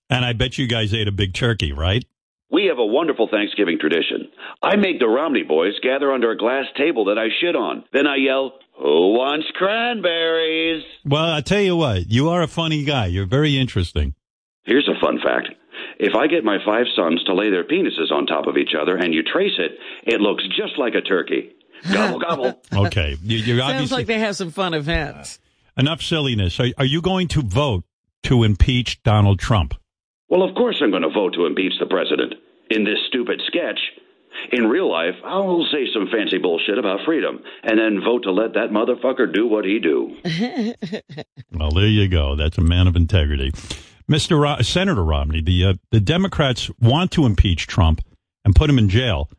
Speaker 4: And I bet you guys ate a big turkey, right?
Speaker 30: We have a wonderful Thanksgiving tradition. I make the Romney boys gather under a glass table that I shit on. Then I yell, Who wants cranberries?
Speaker 4: Well, I tell you what, you are a funny guy. You're very interesting.
Speaker 30: Here's a fun fact. If I get my five sons to lay their penises on top of each other and you trace it, it looks just like a turkey. Gobble, gobble.
Speaker 4: Okay, you, you're
Speaker 6: Sounds
Speaker 4: obviously
Speaker 6: like they have some fun events.
Speaker 4: enough silliness. Are, are you going to vote to impeach Donald Trump?
Speaker 30: Well, of course I'm going to vote to impeach the president in this stupid sketch. In real life, I'll say some fancy bullshit about freedom and then vote to let that motherfucker do what he do.
Speaker 4: Well, there you go. That's a man of integrity, Mister Ro- Senator Romney. The uh, the Democrats want to impeach Trump and put him in jail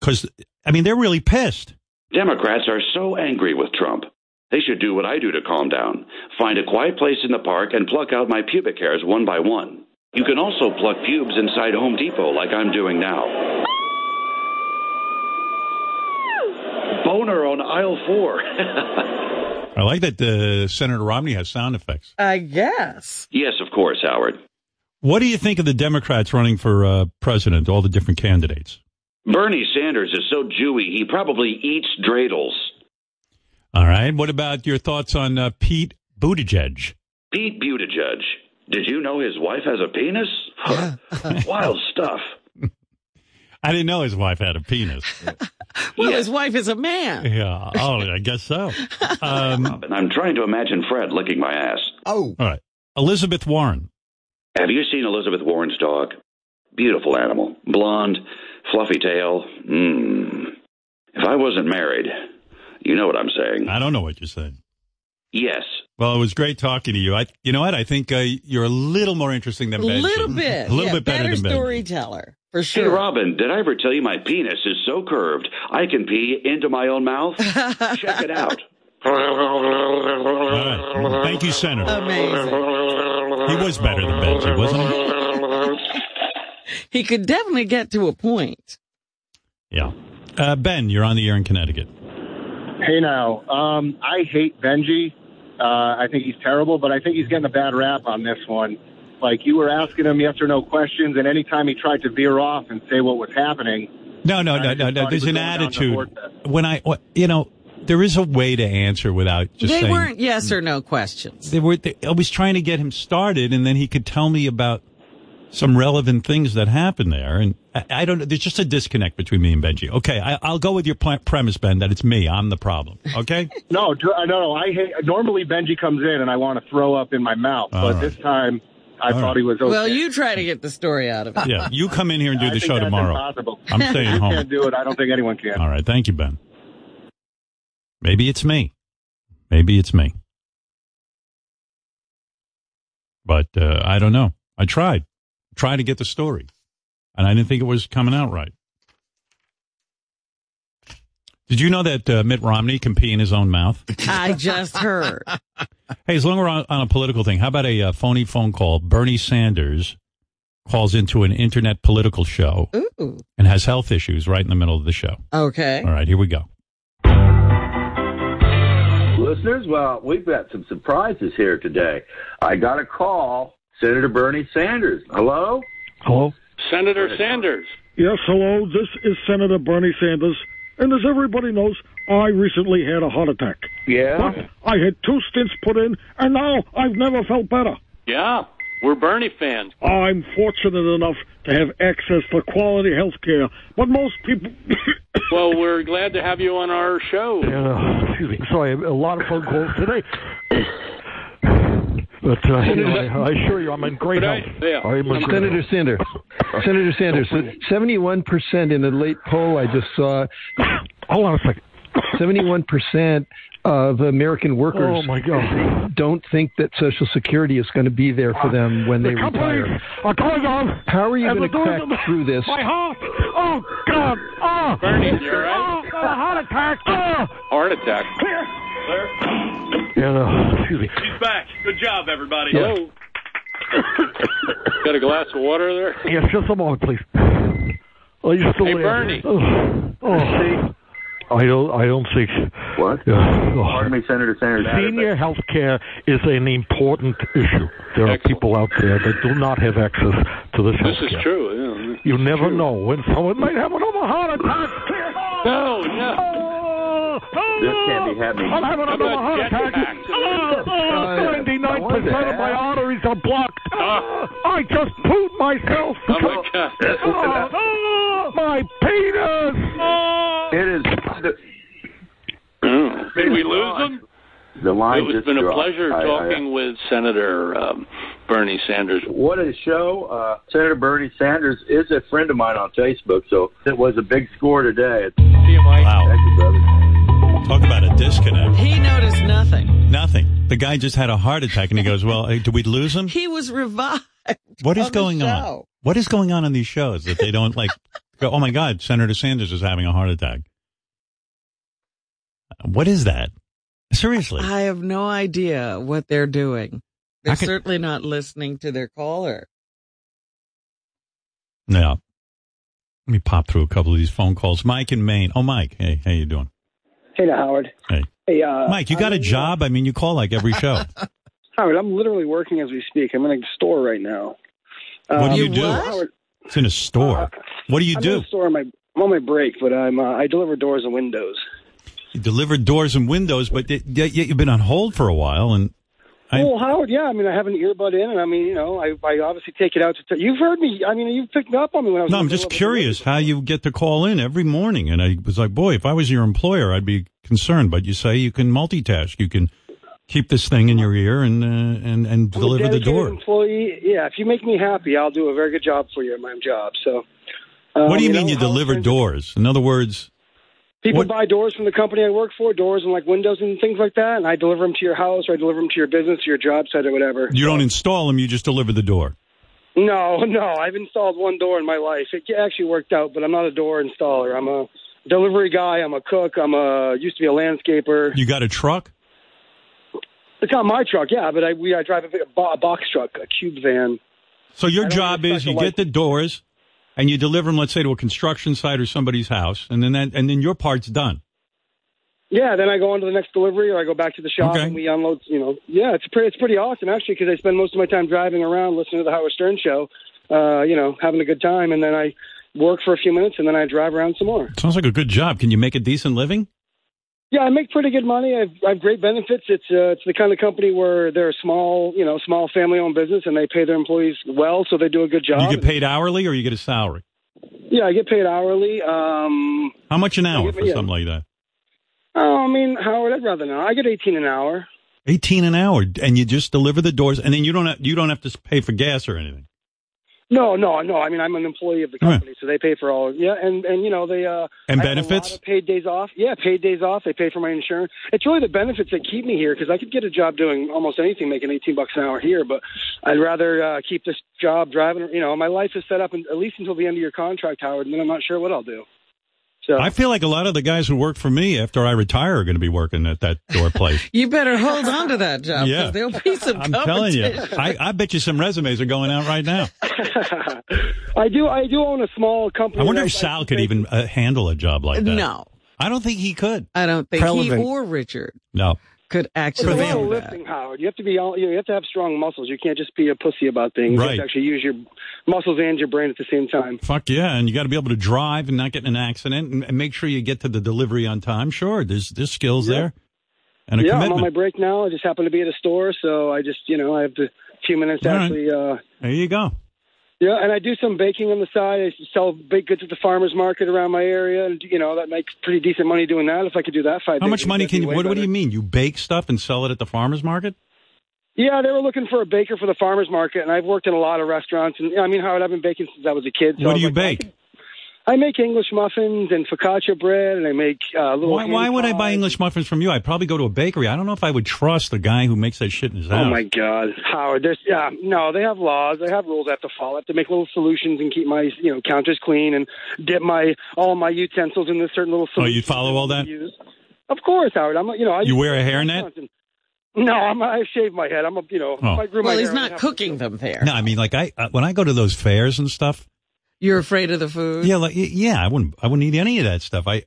Speaker 4: because I mean they're really pissed.
Speaker 30: Democrats are so angry with Trump. They should do what I do to calm down. Find a quiet place in the park and pluck out my pubic hairs one by one. You can also pluck pubes inside Home Depot like I'm doing now. Boner on aisle four.
Speaker 4: I like that uh, Senator Romney has sound effects.
Speaker 6: I guess.
Speaker 30: yes, of course, Howard.
Speaker 4: What do you think of the Democrats running for uh, president? All the different candidates.
Speaker 30: Bernie Sanders is so Jewy, he probably eats dreidels.
Speaker 4: All right. What about your thoughts on uh, Pete Buttigieg?
Speaker 30: Pete Buttigieg. Did you know his wife has a penis? Wild stuff.
Speaker 4: I didn't know his wife had a penis.
Speaker 6: Well, his wife is a man.
Speaker 4: yeah. Oh, I guess so. Um,
Speaker 30: And I'm trying to imagine Fred licking my ass.
Speaker 4: oh. All right. Elizabeth Warren.
Speaker 30: Have you seen Elizabeth Warren's dog? Beautiful animal. Blonde, fluffy tail. Mmm. If I wasn't married, you know what I'm saying.
Speaker 4: I don't know what you're saying.
Speaker 30: Yes.
Speaker 4: Well, it was great talking to you. I, you know what? I think uh, you're a little more interesting than
Speaker 6: A
Speaker 4: Benji.
Speaker 6: little bit.
Speaker 4: a little
Speaker 6: Yeah,
Speaker 4: bit better, than Benji.
Speaker 6: storyteller. For
Speaker 30: Hey, Robin, did I ever tell you my penis is so curved I can pee into my own mouth? Check it out.
Speaker 4: Thank you, Senator.
Speaker 30: Amazing.
Speaker 4: He was better than Benji, wasn't he?
Speaker 6: He could definitely get to a point.
Speaker 4: Yeah. Uh, ben, you're on the air in Connecticut.
Speaker 3: Hey now, um, I hate Benji. Uh, I think he's terrible, but I think he's getting a bad rap on this one. Like you were asking him yes or no questions, and anytime he tried to veer off and say what was happening,
Speaker 4: No, no, no, no,
Speaker 3: I just thought
Speaker 4: no.
Speaker 3: he
Speaker 4: There's
Speaker 3: was
Speaker 4: an
Speaker 3: going down the
Speaker 4: attitude. When I, wh- you know, there is a way to answer without just
Speaker 6: they
Speaker 4: saying.
Speaker 6: weren't yes or no questions.
Speaker 4: They were. They, I was trying to get him started, and then he could tell me about some relevant things that happened there. And I, I don't know. There's just a disconnect between me and Benji. Okay, I, I'll go with your pl- premise, Ben, that it's me. I'm the problem. Okay.
Speaker 3: no, dr- uh, no, no. I hate. Normally Benji comes in and I want to throw up in my mouth,
Speaker 4: All
Speaker 3: but
Speaker 4: right.
Speaker 3: this time I
Speaker 4: All
Speaker 3: thought
Speaker 4: right.
Speaker 3: he was okay.
Speaker 6: Well, you try to get the story out of it.
Speaker 4: yeah, you come in here and do
Speaker 3: I
Speaker 4: the
Speaker 3: think
Speaker 4: show
Speaker 3: that's
Speaker 4: tomorrow.
Speaker 3: impossible.
Speaker 4: I'm staying
Speaker 3: You
Speaker 4: home.
Speaker 3: can't do it. I don't think anyone can.
Speaker 4: All right. Thank you, Ben. Maybe it's me. Maybe it's me. But uh, I don't know. I tried. Tried to get the story. And I didn't think it was coming out right. Did you know that uh, Mitt Romney can pee in his own mouth?
Speaker 6: I just heard.
Speaker 4: Hey, as long as we're on, on a political thing, how about a uh, phony phone call? Bernie Sanders calls into an internet political show
Speaker 6: Ooh.
Speaker 4: and has health issues right in the middle of the show.
Speaker 6: Okay.
Speaker 4: All right, here we go.
Speaker 2: Listeners, well, we've got some surprises here today. I got a call, Senator Bernie Sanders. Hello?
Speaker 21: Hello?
Speaker 2: Senator Sanders.
Speaker 21: Yes, hello. This is Senator Bernie Sanders. And as everybody knows, I recently had a heart attack.
Speaker 2: Yeah?
Speaker 21: I had two stints put in, and now I've never felt better.
Speaker 2: Yeah. We're Bernie fans.
Speaker 21: I'm fortunate enough to have access to quality health care, but most people.
Speaker 2: Well, we're glad to have you on our show.
Speaker 21: Yeah, excuse me. Sorry, a lot of phone calls today. But uh, you know, I, I assure you, I'm in great health. I'm in great
Speaker 1: Senator
Speaker 21: health.
Speaker 1: Sanders. Senator Sanders, seventy-one percent in the late poll I just saw. Hold on a second. Seventy-one percent of American workers
Speaker 21: Oh, my God.
Speaker 1: don't think that Social Security is going to be there for them when they
Speaker 21: The companies
Speaker 1: retire.
Speaker 21: are going on.
Speaker 1: How are you
Speaker 21: and
Speaker 1: going to
Speaker 21: they're doing
Speaker 1: crack
Speaker 21: them-
Speaker 1: through this?
Speaker 21: My heart. Oh God. Oh.
Speaker 1: Bernie, you
Speaker 21: Oh,
Speaker 1: all
Speaker 21: I had a heart attack. Oh.
Speaker 2: Heart attack.
Speaker 21: Clear.
Speaker 2: Claire?
Speaker 21: Yeah. No, excuse me.
Speaker 2: He's back. Good job, everybody.
Speaker 21: Yeah.
Speaker 2: Hello. got a glass of water there?
Speaker 21: Yes, just a moment, please. Oh, you're still
Speaker 2: Hey,
Speaker 21: there.
Speaker 2: Bernie.
Speaker 21: Oh. oh. I don't. I don't think.
Speaker 2: What?
Speaker 21: Yeah. Oh.
Speaker 2: Pardon me, Senator Sanders.
Speaker 21: Senior health care is an important issue. There are people out there that do not have access to this health care.
Speaker 2: true.
Speaker 21: You never know when someone might have another heart attack.
Speaker 2: No, no. This can't be happening.
Speaker 21: I'm having another heart attack. Oh,
Speaker 2: Uh,
Speaker 21: oh, 99% of my
Speaker 2: ask.
Speaker 21: arteries are blocked.
Speaker 22: Oh,
Speaker 21: I just pooed myself.
Speaker 2: Oh, my God.
Speaker 21: Oh, oh, my penis. Oh.
Speaker 2: It is.
Speaker 22: Did we lose him?
Speaker 2: The line
Speaker 22: it has
Speaker 2: just
Speaker 22: been a
Speaker 2: dropped.
Speaker 22: pleasure
Speaker 2: I- I-
Speaker 22: talking with Senator um, Bernie Sanders.
Speaker 2: What a show. Uh, Senator Bernie Sanders is a friend of mine on Facebook, so it was a big score today. See you, Mike. Wow. Thank you, brother.
Speaker 4: Talk about a disconnect.
Speaker 6: He noticed nothing.
Speaker 4: Nothing. The guy just had a heart attack, and he goes, "Well, hey, do we lose him?
Speaker 6: He was revived.
Speaker 4: What is
Speaker 6: on the
Speaker 4: going on?
Speaker 6: show.
Speaker 4: What is going on on these shows that they don't like? Go, oh my God, Senator Sanders is having a heart attack. What is that? Seriously,
Speaker 6: I have no idea what they're doing. They're
Speaker 4: I could-
Speaker 6: certainly not listening to their caller.
Speaker 4: yeah. Let me pop through a couple of these phone calls. Mike in Maine. Oh, Mike, hey, how you doing?
Speaker 31: Hey, now, Howard.
Speaker 4: Hey,
Speaker 31: Hey, uh,
Speaker 4: Mike, you got a
Speaker 31: I'm-
Speaker 4: job? I mean, you call like every show.
Speaker 31: Howard, I'm literally working as we speak. I'm in a store right now. Um,
Speaker 4: What do you do?
Speaker 31: Howard,
Speaker 4: It's in a store. What do you
Speaker 31: Uh, I'm
Speaker 4: do?
Speaker 31: In a store on my, I'm on my break, but I'm uh, I deliver doors and windows.
Speaker 4: You delivered doors and windows, but y- yet yet you've been on hold for a while. And I-
Speaker 31: well, Howard, yeah, I mean, I have an earbud in, and I mean, you know, I, I obviously take it out to. T- you've heard me. I mean, you've picked up on me when I was.
Speaker 4: no, I'm
Speaker 31: working
Speaker 4: just
Speaker 31: a little bit.
Speaker 4: curious how you get to call in every morning. And I was like, boy, if I was your employer, I'd be concerned. But you say you can multitask. You can keep this thing in your ear and uh, and and
Speaker 31: I'm a
Speaker 4: deliver the
Speaker 31: dedicated
Speaker 4: door.
Speaker 31: Employee, yeah. If you make me happy, I'll do a very good job for you at my job. So. um,
Speaker 4: what do you mean
Speaker 31: know,
Speaker 4: you
Speaker 31: Howard,
Speaker 4: deliver doors? In other words,
Speaker 31: People buy doors from the company I work for, doors and like windows and things like that, and I deliver them to your house or I deliver them to your business, or your job site, or whatever.
Speaker 4: you don't install them. You just deliver the door.
Speaker 31: No, no, I've installed one door in my life. It actually worked out, but I'm not a door installer. I'm a delivery guy. I'm a cook. I'm a used to be a landscaper.
Speaker 4: You got a truck?
Speaker 31: It's not my truck, yeah, but I we I drive a, big- a bo- a box truck, a cube van.
Speaker 4: So your job is you get the doors and you deliver them, let's say, to a construction site or somebody's house, and then that, and then your part's done.
Speaker 31: Yeah, then I go on to the next delivery, or I go back to the shop and we unload. You know, yeah, it's pretty, it's pretty awesome actually because I spend most of my time driving around listening to the Howard Stern show, uh, you know, having a good time, and then I work for a few minutes and then I drive around some more.
Speaker 4: Sounds like a good job. Can you make a decent living?
Speaker 31: Yeah, I make pretty good money. I've I've great benefits. It's uh, it's the kind of company where they're a small, you know, small family owned business and they pay their employees well, so they do a good job.
Speaker 4: You get paid hourly or you get a salary?
Speaker 31: yeah, I get paid hourly. Um,
Speaker 4: How much an hour
Speaker 31: Yeah,
Speaker 4: for
Speaker 31: yeah.
Speaker 4: something like that?
Speaker 31: oh, I mean, Howard, I'd rather not. I get eighteen an hour.
Speaker 4: 18 an hour and you just deliver the doors and then you don't have, you don't have to pay for gas or anything.
Speaker 31: No, no, no. I mean, I'm an employee of the
Speaker 4: Right.
Speaker 31: company, so they pay for all. Yeah, and and you know they uh
Speaker 4: And
Speaker 31: I have a lot
Speaker 4: benefits?
Speaker 31: of paid days off. Yeah, paid days off. They pay for my insurance. It's really the benefits that keep me here because I could get a job doing almost anything, making eighteen bucks an hour here. But I'd rather uh, keep this job driving. You know, my life is set up in, at least until the end of your contract, Howard, and then I'm not sure what I'll do.
Speaker 4: I feel like a lot of the guys who work for me after I retire are going to be working at that door place.
Speaker 6: You better hold on to that job because
Speaker 4: Yeah.
Speaker 6: there'll be some
Speaker 4: I'm telling you,
Speaker 6: competition.
Speaker 4: I, I bet you some resumes are going out right now.
Speaker 31: I do. I do own a small company.
Speaker 4: I wonder
Speaker 31: that
Speaker 4: if Sal could even uh, handle a job like that.
Speaker 6: No.
Speaker 4: I don't think he could.
Speaker 6: I don't think
Speaker 4: Relevant.
Speaker 6: he or Richard
Speaker 4: No.
Speaker 6: could actually
Speaker 31: It's a lot
Speaker 6: do
Speaker 31: of
Speaker 6: that.
Speaker 31: lifting, Howard. You have to be all, you, know, you have to have strong muscles. You can't just be a pussy about things. You have
Speaker 4: Right.
Speaker 31: to actually use your muscles and your brain at the same time.
Speaker 4: Fuck yeah, and you got to be able to drive and not get in an accident and, and make sure you get to the delivery on time. Sure, there's there's skills there and a
Speaker 31: yeah, I'm on
Speaker 4: commitment.
Speaker 31: my break now. I just happen to be at a store, so I just you know I have a few minutes to
Speaker 4: All right.
Speaker 31: actually. Uh,
Speaker 4: there you go.
Speaker 31: yeah, and I do some baking on the side. I sell baked goods at the farmers market around my area, and you know that makes pretty decent money doing that. If I could do that five.
Speaker 4: How
Speaker 31: days a
Speaker 4: much
Speaker 31: week,
Speaker 4: money
Speaker 31: that'd
Speaker 4: can
Speaker 31: be
Speaker 4: you?
Speaker 31: way
Speaker 4: What, what do
Speaker 31: better.
Speaker 4: you mean? You bake stuff and sell it at the farmers market?
Speaker 31: Yeah, they were looking for a baker for the farmers market, and I've worked in a lot of restaurants. And I mean, Howard, I've been baking since I was a kid. So
Speaker 4: what do
Speaker 31: I was
Speaker 4: you
Speaker 31: like,
Speaker 4: bake?
Speaker 31: I make English muffins and focaccia bread, and I make uh, little.
Speaker 4: Why, why
Speaker 31: hand
Speaker 4: would I
Speaker 31: pies.
Speaker 4: buy English muffins from you? I'd probably go to a bakery. I don't know if I would trust the guy who makes that shit in his house.
Speaker 31: Oh my God, Howard! There's yeah, no, they have laws, they have rules I have to follow. I have to make little solutions and keep my you know counters clean and dip my all my utensils in this certain little.
Speaker 4: Oh,
Speaker 31: solution
Speaker 4: you follow all that?
Speaker 31: use. Of course, Howard. I'm a- you know I
Speaker 4: You wear a hairnet?
Speaker 31: No, I'm, I shave my head. I'm a you know.
Speaker 4: Oh.
Speaker 31: if I grew my
Speaker 6: Well,
Speaker 31: hair,
Speaker 6: he's
Speaker 31: I would
Speaker 6: not
Speaker 31: have-
Speaker 6: cooking them there.
Speaker 4: No, I mean like I uh, when I go to those fairs and stuff.
Speaker 6: You're afraid of the food.
Speaker 4: Yeah, like y- yeah, I wouldn't I wouldn't eat any of that stuff. I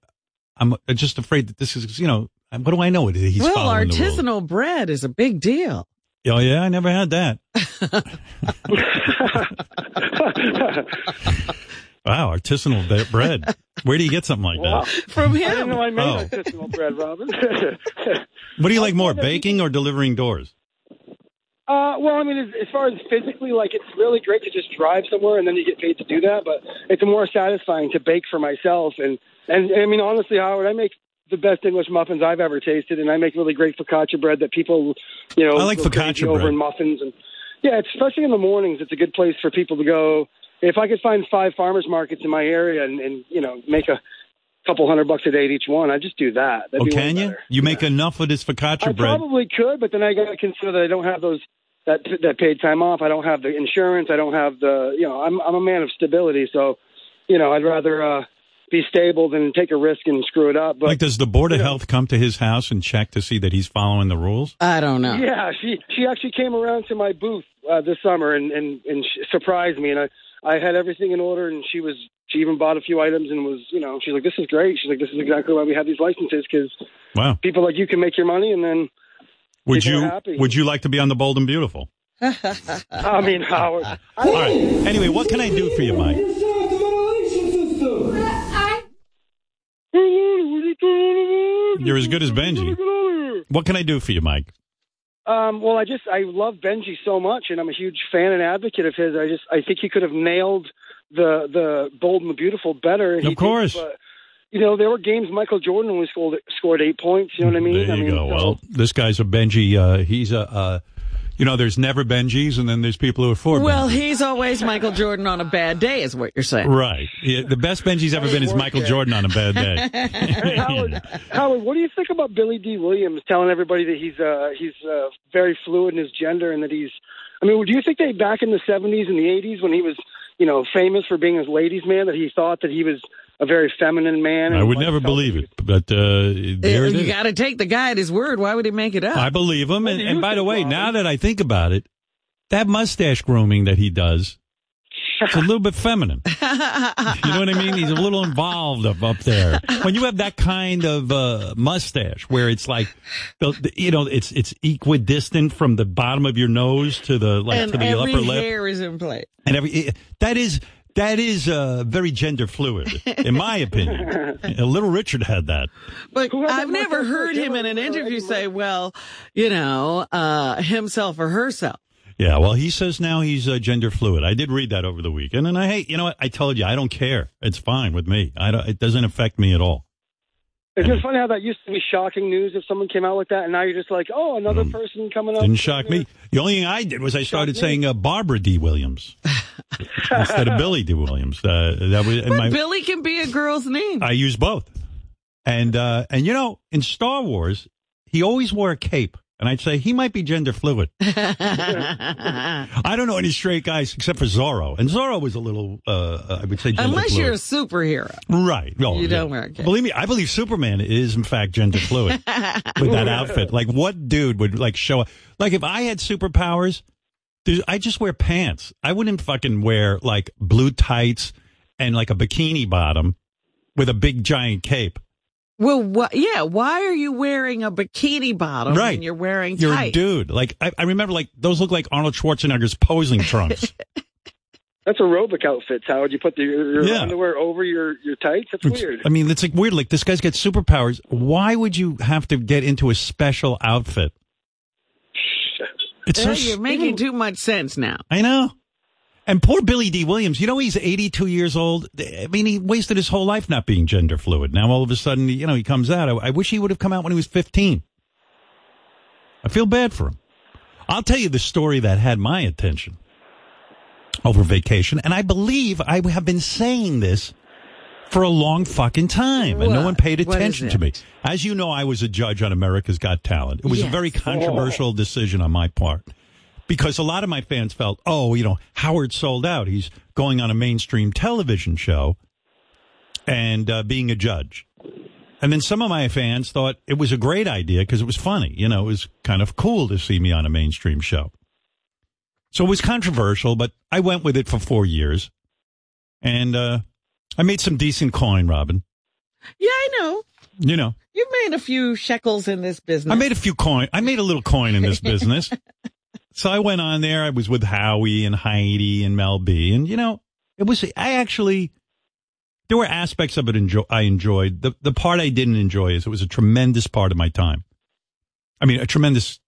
Speaker 4: I'm just afraid that this is you know what do I know? He's
Speaker 6: well,
Speaker 4: following the rules.
Speaker 6: artisanal bread is a big deal.
Speaker 4: Oh yeah, I never had that. wow, artisanal be- bread. Where do you get something like that?
Speaker 6: From him.
Speaker 31: I didn't know I made
Speaker 4: Oh.
Speaker 31: artisanal bread, Robin.
Speaker 4: What do you like more, baking or delivering doors?
Speaker 31: Uh, well, I mean, as, as far as physically, like it's really great to just drive somewhere and then you get paid to do that. But it's more satisfying to bake for myself. And and I mean, honestly, Howard, I make the best English muffins I've ever tasted, and I make really great focaccia bread that people, you know,
Speaker 4: I like
Speaker 31: go crazy
Speaker 4: focaccia
Speaker 31: over
Speaker 4: bread.
Speaker 31: in muffins. And yeah, it's, especially in the mornings, it's a good place for people to go. If I could find five farmers markets in my area and, and you know make a couple hundred bucks a day at each one, I just do that. That'd
Speaker 4: Oh,
Speaker 31: be way
Speaker 4: can you?
Speaker 31: better.
Speaker 4: You make enough of this focaccia
Speaker 31: I
Speaker 4: bread.
Speaker 31: probably could, but then I got to consider that I don't have those that that paid time off. I don't have the insurance. I don't have the you know. I'm I'm a man of stability, so you know I'd rather uh, be stable than take a risk and screw it up. But
Speaker 4: like, does the board of health come to his house and check to see that he's following the rules?
Speaker 6: I don't know.
Speaker 31: yeah, she she actually came around to my booth uh, this summer and and and she surprised me, and I I had everything in order, and she was she even bought a few items and was you know she's like this is great. She's like this is exactly why we have these licenses because
Speaker 4: Wow.
Speaker 31: people like you can make your money and then.
Speaker 4: Would
Speaker 31: People are
Speaker 4: you
Speaker 31: happy.
Speaker 4: Would you like to be on the Bold and Beautiful?
Speaker 31: I mean, Howard.
Speaker 4: All right. Anyway, what can I do for you, Mike? You're as good as Benji. What can I do for you, Mike?
Speaker 31: Um, well, I just I love Benji so much, and I'm a huge fan and advocate of his. I just I think he could have nailed the the bold and the beautiful better. He
Speaker 4: Of course.
Speaker 31: did, but, you know there were games Michael Jordan only scored scored eight points. You know what I mean?
Speaker 4: There
Speaker 31: I
Speaker 4: you
Speaker 31: mean,
Speaker 4: go. Well, this guy's a Benji. Uh, he's a, uh, you know, there's never Benjis, and then there's people who are for
Speaker 6: Well,
Speaker 4: Benji.
Speaker 6: he's always Michael Jordan on a bad day, is what you're saying.
Speaker 4: Right. Yeah, the best Benji's ever been is Michael Jordan on a bad day.
Speaker 31: Hey, Howard, Howard, what do you think about Billy D. Williams telling everybody that he's uh, he's uh, very fluid in his gender and that he's? I mean, do you think they back in the '70s and the '80s when he was, you know, famous for being his ladies' man, that he thought that he was a very feminine man? And
Speaker 4: I would never believe it, but uh, there it
Speaker 6: you
Speaker 4: is.
Speaker 6: got to take the guy at his word. Why would he make it up?
Speaker 4: I believe him. And, and by the way, now that I think about it, that mustache grooming that he does, It's a little bit feminine. You know what I mean? He's a little involved up, up there. When you have that kind of uh, mustache, where it's like, the, the- you know, it's it's equidistant from the bottom of your nose to the like
Speaker 6: and
Speaker 4: to the
Speaker 6: every
Speaker 4: upper lip,
Speaker 6: hair is in place.
Speaker 4: and every it- that is that is uh, very gender fluid, in my opinion. Uh, Little Richard had that.
Speaker 6: But I've never heard him in an interview say, well, you know, uh, himself or herself.
Speaker 4: Yeah, well, he says now he's uh, gender fluid. I did read that over the weekend, and I hey, you know what? I told you I don't care. It's fine with me. I don't, it doesn't affect me at all.
Speaker 31: Isn't it funny how that used to be shocking news if someone came out with that, and now you're just like, oh, another person coming up.
Speaker 4: Um, Didn't shock me. The only thing I did was I started saying uh, Barbara D. Williams instead of Billy D. Williams. Uh, that was and
Speaker 6: But
Speaker 4: my,
Speaker 6: Billy can be a girl's name.
Speaker 4: I use both, and uh, and you know, in Star Wars, he always wore a cape, and I'd say he might be gender fluid. I don't know any straight guys except for Zorro, and Zorro was a little, uh, I would say, gender
Speaker 6: Unless
Speaker 4: fluid.
Speaker 6: you're a superhero.
Speaker 4: Right. No,
Speaker 6: You don't wear a cape.
Speaker 4: Believe me, I believe Superman is in fact gender fluid with that outfit. Like, what dude would like show up? Like, if I had superpowers, dude, I just wear pants. I wouldn't fucking wear like blue tights and like a bikini bottom with a big giant cape.
Speaker 6: Well, what, yeah, why are you wearing a bikini bottom
Speaker 4: Right.
Speaker 6: when you're wearing
Speaker 4: You're a
Speaker 6: tights?
Speaker 4: dude. Like, I, I remember like those look like Arnold Schwarzenegger's posing trunks.
Speaker 31: That's aerobic outfits. Howard, you put the, your
Speaker 4: Yeah.
Speaker 31: underwear over your your tights? That's weird.
Speaker 4: I mean, it's like weird. Like this guy's got superpowers. Why would you have to get into a special outfit? It's so
Speaker 6: Well, you're making too much sense now.
Speaker 4: I know. And poor Billy D. Williams, you know, he's 82 years old. I mean, he wasted his whole life not being gender fluid. Now all of a sudden, you know, he comes out. I, I wish he would have come out when he was 15. I feel bad for him. I'll tell you the story that had my attention over vacation. And I believe I have been saying this for a long fucking time and no
Speaker 10: What?
Speaker 4: one paid
Speaker 10: What is
Speaker 4: attention to
Speaker 10: it?
Speaker 4: me. As you know, I was a judge on America's Got Talent. It was a
Speaker 10: Yes.
Speaker 4: very
Speaker 10: Oh.
Speaker 4: controversial decision on my part because a lot of my fans felt, oh, you know, Howard sold out. He's going on a mainstream television show and uh, being a judge. And then some of my fans thought it was a great idea because it was funny. You know, it was kind of cool to see me on a mainstream show. So it was controversial, but I went with it for four years. And uh, I made some decent coin, Robin.
Speaker 6: Yeah, I know.
Speaker 4: You know,
Speaker 6: You've made a few shekels in this business.
Speaker 4: I made a few coin. I made a little coin in this business. so I went on there. I was with Howie and Heidi and Mel B. And you know, it was. I actually there were aspects of it enjoy, I enjoyed. The the part I didn't enjoy is it was a tremendous part of my time. I mean, a tremendous.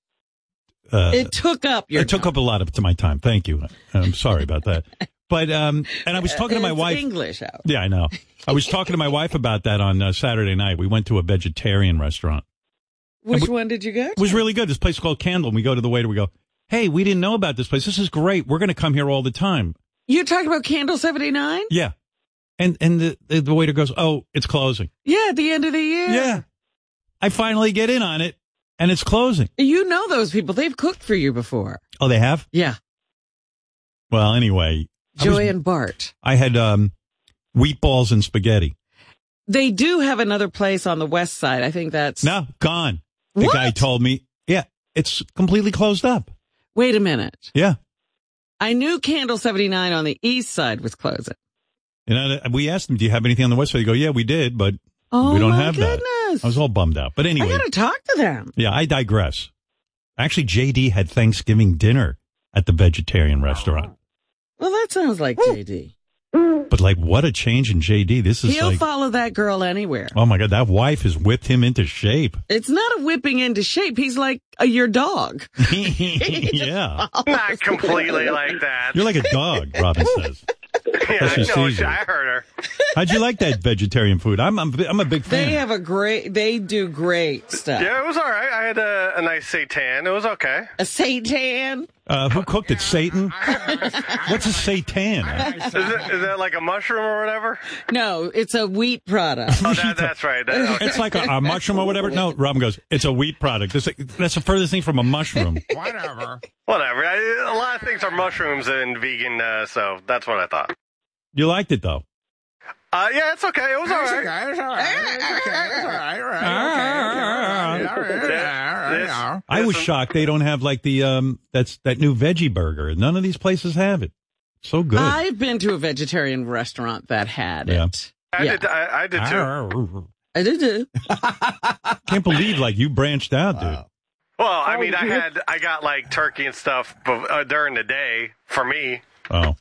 Speaker 4: Uh,
Speaker 6: it took up your
Speaker 4: it took up a lot of to my time. Thank you. I'm sorry about that. But um, and I was talking to my
Speaker 6: uh, It's
Speaker 4: wife.
Speaker 6: English out.
Speaker 4: Yeah, I know. I was talking to my wife about that on uh, Saturday night. We went to a vegetarian restaurant.
Speaker 6: Which one did you go?
Speaker 4: It was really good. This place called Candle. And we go to the waiter. We go, hey, we didn't know about this place. This is great. We're going to come here all the time.
Speaker 6: You're talking about Candle 79?
Speaker 4: Yeah. And and the the the waiter goes, oh, it's closing.
Speaker 6: Yeah, at the end of the year.
Speaker 4: Yeah. I finally get in on it, and it's closing.
Speaker 6: You know those people. They've cooked for you before.
Speaker 4: Oh, they have.
Speaker 6: Yeah.
Speaker 4: Well, anyway, I was-
Speaker 6: Joy and Bart.
Speaker 4: I had um, wheat balls and spaghetti.
Speaker 6: They do have another place on the west side. I think that's.
Speaker 4: No, gone. The guy told me, yeah, it's completely closed up.
Speaker 6: Wait a minute.
Speaker 4: Yeah.
Speaker 6: I knew Candle 79 on the east side was closing.
Speaker 4: And I, we asked him, "Do you have anything on the west side?" They go, "Yeah, we did, but
Speaker 6: Oh,
Speaker 4: we don't
Speaker 6: my
Speaker 4: have
Speaker 6: goodness.
Speaker 4: that." I was all bummed out. But anyway,
Speaker 6: I got to talk to them.
Speaker 4: yeah, I digress. Actually, JD had Thanksgiving dinner at the vegetarian restaurant.
Speaker 6: Well, that sounds like JD.
Speaker 4: But like, what a change in JD! This is
Speaker 6: He'll
Speaker 4: like,
Speaker 6: follow that girl anywhere.
Speaker 4: oh my god, that wife has whipped him into shape.
Speaker 6: It's not a whipping into shape. He's like uh, your dog.
Speaker 4: yeah,
Speaker 5: Not completely like that.
Speaker 4: you're like a dog, Robin says.
Speaker 5: Yeah,
Speaker 4: Especially
Speaker 5: I know.
Speaker 4: Caesar.
Speaker 5: I heard her.
Speaker 4: How'd you like that vegetarian food? I'm I'm, I'm a big fan.
Speaker 6: They have a great. They do great stuff.
Speaker 5: Yeah, it was all right. I had a, a nice seitan. It was okay.
Speaker 6: A seitan.
Speaker 4: Uh, who cooked it? Satan. What's a satan?
Speaker 5: Is it, is that like a mushroom or whatever?
Speaker 6: No, it's a wheat product.
Speaker 5: Oh, that, that's right. That, okay.
Speaker 4: It's like a, a mushroom or whatever. No, Robin goes. It's a wheat product. This, that's the furthest thing from a mushroom.
Speaker 5: whatever. Whatever. I, a lot of things are mushrooms and vegan, uh, so that's what I thought.
Speaker 4: You liked it though.
Speaker 5: Uh, yeah, it's okay. It was all right.
Speaker 4: I was shocked they don't have like the um that's that new veggie burger. None of these places have it. So good.
Speaker 6: I've been to a vegetarian restaurant that had
Speaker 4: yeah.
Speaker 5: I
Speaker 6: Yeah.
Speaker 5: did. I, I did too.
Speaker 4: Arr.
Speaker 6: I did too.
Speaker 4: Can't believe like you branched out, dude.
Speaker 5: Well,
Speaker 4: Oh,
Speaker 5: I mean, I had I got like turkey and stuff bef- uh, during the day for me.
Speaker 4: Oh.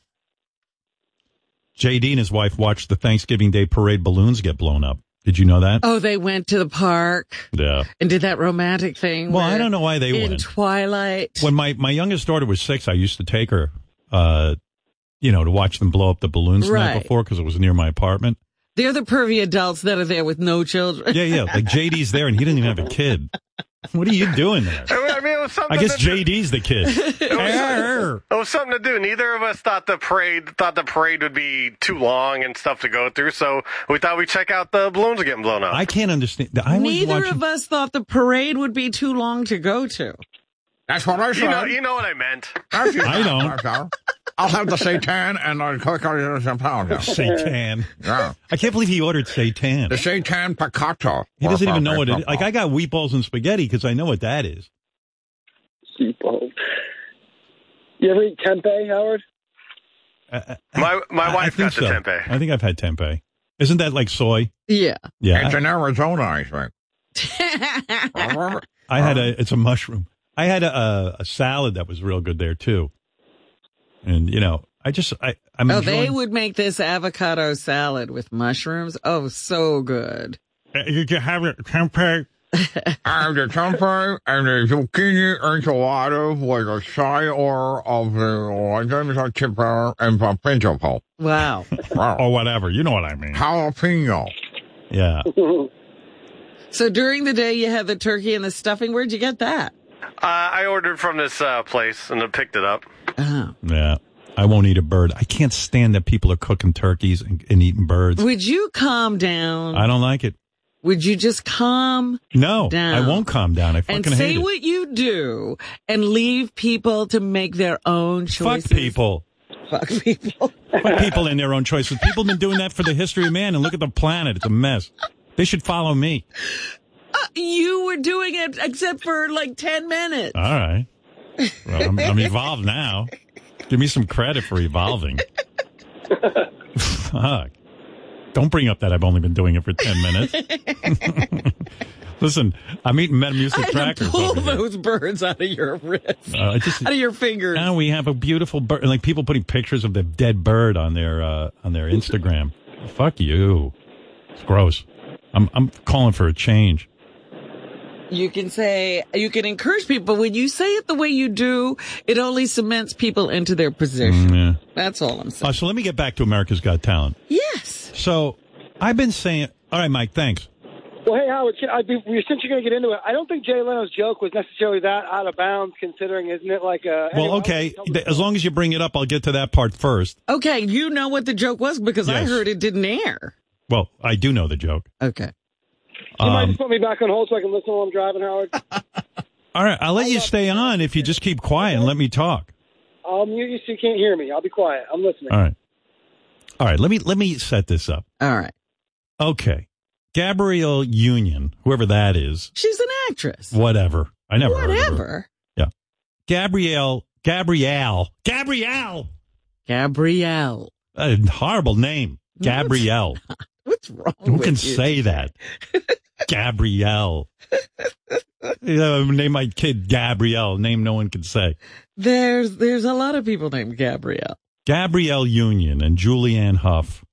Speaker 4: JD and his wife watched the Thanksgiving Day parade balloons get blown up. Did you know that?
Speaker 6: Oh, they went to the park
Speaker 4: Yeah.
Speaker 6: and did that romantic thing.
Speaker 4: Well, I
Speaker 6: where
Speaker 4: don't know why they
Speaker 6: in
Speaker 4: went.
Speaker 6: Twilight.
Speaker 4: When my, my youngest daughter was six, I used to take her, uh, you know, to watch them blow up the balloons the night
Speaker 6: Right.
Speaker 4: before because it was near my apartment.
Speaker 6: They're the pervy adults that are there with no children.
Speaker 4: Yeah, yeah. Like JD's there and he didn't even have a kid. What are you doing there?
Speaker 5: I mean, it was something.
Speaker 4: I guess
Speaker 5: that-
Speaker 4: JD's the kid.
Speaker 5: It was, it was something to do. Neither of us thought the parade thought the parade would be too long and stuff to go through, so we thought we'd check out the balloons getting blown up.
Speaker 4: I can't understand. I was
Speaker 6: Neither
Speaker 4: watching.
Speaker 6: of us thought the parade would be too long to go to.
Speaker 2: That's what I
Speaker 5: You know,
Speaker 2: said.
Speaker 5: you know what I meant.
Speaker 2: If you I'll have the seitan and the cooker and some powder.
Speaker 4: Seitan.
Speaker 2: Yeah.
Speaker 4: I can't believe he ordered seitan.
Speaker 2: The seitan picato.
Speaker 4: He doesn't even know what it is. Like, I got meatballs and spaghetti because I know what that is.
Speaker 31: Meatballs. You ever eat tempeh, Howard?
Speaker 4: Uh,
Speaker 5: My my
Speaker 4: I
Speaker 5: wife
Speaker 4: think
Speaker 5: got
Speaker 4: so.
Speaker 5: the tempeh.
Speaker 4: I think I've had tempeh. Isn't that like soy?
Speaker 6: Yeah.
Speaker 4: Yeah.
Speaker 2: It's in Arizona, I think.
Speaker 4: I had
Speaker 2: Um,
Speaker 4: a. It's a mushroom. I had a, a, a salad that was real good there too. And you know, I just I I'm
Speaker 6: oh,
Speaker 4: enjoying.
Speaker 6: they would make this avocado salad with mushrooms. Oh, so good.
Speaker 4: Uh, you can have it tempeh.
Speaker 2: I have the tempeh and the zucchini enchilada with a side order of the legumes of chipper and paprika.
Speaker 6: Wow.
Speaker 4: or whatever. You know what I mean.
Speaker 2: Jalapeno.
Speaker 4: Yeah.
Speaker 6: So during the day, you had the turkey and the stuffing. Where'd you get that?
Speaker 5: Uh, I ordered from this uh, place and I picked it up.
Speaker 6: uh-huh.
Speaker 4: Yeah. I won't eat a bird. I can't stand that people are cooking turkeys and, and eating birds.
Speaker 6: Would you calm down?
Speaker 4: I don't like it.
Speaker 6: Would you just calm
Speaker 4: No,
Speaker 6: down?
Speaker 4: I won't calm down. I fucking
Speaker 6: and
Speaker 4: hate
Speaker 6: say
Speaker 4: it.
Speaker 6: what you do and leave people to make their own choices.
Speaker 4: Fuck people.
Speaker 6: Fuck people.
Speaker 4: Put people in their own choices. People have been doing that for the history of man, and look at the planet. It's a mess. They should follow me.
Speaker 6: Uh, you were doing it except for like 10 minutes.
Speaker 4: All right. Uh, Well, I'm, I'm evolved now. Give me some credit for evolving. Fuck. Don't bring up that I've only been doing it for 10 minutes. Listen, I'm eating Metamucil
Speaker 6: I had to
Speaker 4: crackers.
Speaker 6: pull
Speaker 4: over here.
Speaker 6: those birds out of your wrist,
Speaker 4: Uh, I just-
Speaker 6: out of your fingers.
Speaker 4: Now we have a beautiful bird. Like people putting pictures of the dead bird on their uh, on their Instagram. Fuck you. It's gross. I'm I'm calling for a change.
Speaker 6: You can say, you can encourage people. When you say it the way you do, it only cements people into their position.
Speaker 4: Mm, Yeah.
Speaker 6: That's all I'm saying.
Speaker 4: Uh, so let me get back to America's Got Talent.
Speaker 6: Yes.
Speaker 4: So I've been saying, all right, Mike, thanks.
Speaker 31: Well, hey, Howard, can I be, since you're going to get into it, I don't think Jay Leno's joke was necessarily that out of bounds, considering, isn't it like uh, a.
Speaker 4: Well, okay. th- As long as you bring it up, I'll get to that part first.
Speaker 6: Okay, you know what the joke was because I
Speaker 4: Yes.
Speaker 6: heard it didn't air.
Speaker 4: Well, I do know the joke.
Speaker 6: Okay.
Speaker 31: You might
Speaker 4: Um,
Speaker 31: just put me back on hold so I can listen while I'm driving, Howard.
Speaker 4: all right, I'll let you stay on if you just keep quiet and let me talk.
Speaker 31: I'll mute Um, you so you can't hear me. I'll be quiet. I'm listening.
Speaker 4: All right. All right, let me let me set this up.
Speaker 6: All right.
Speaker 4: Okay. Gabrielle Union, whoever that is.
Speaker 6: She's an actress.
Speaker 4: Whatever. I never heard of her.
Speaker 6: Whatever.
Speaker 4: Yeah. Gabrielle Gabrielle. Gabrielle.
Speaker 6: Gabrielle.
Speaker 4: A horrible name. Gabrielle.
Speaker 6: What's wrong
Speaker 4: Who
Speaker 6: with
Speaker 4: can
Speaker 6: you?
Speaker 4: say that? Gabrielle. You know, name my kid Gabrielle. Name no one can say.
Speaker 6: There's there's a lot of people named Gabrielle.
Speaker 4: Gabrielle Union and Julianne Hough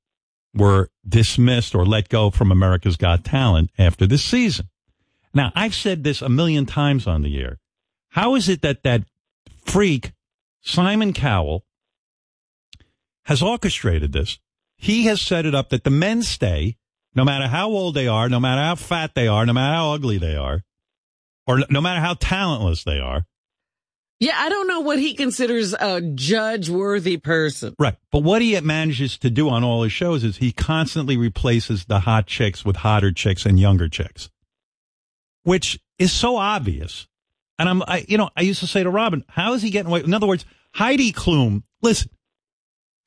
Speaker 4: were dismissed or let go from America's Got Talent after this season. Now, I've said this a million times on the air. How is it that that freak, Simon Cowell, has orchestrated this? He has set it up that the men stay, no matter how old they are, no matter how fat they are, no matter how ugly they are, or no matter how talentless they are.
Speaker 6: Yeah, I don't know what he considers a judge worthy person.
Speaker 4: Right. But what he manages to do on all his shows is he constantly replaces the hot chicks with hotter chicks and younger chicks, which is so obvious. And I'm, I, you know, I used to say to Robin, how is he getting away? In other words, Heidi Klum, listen,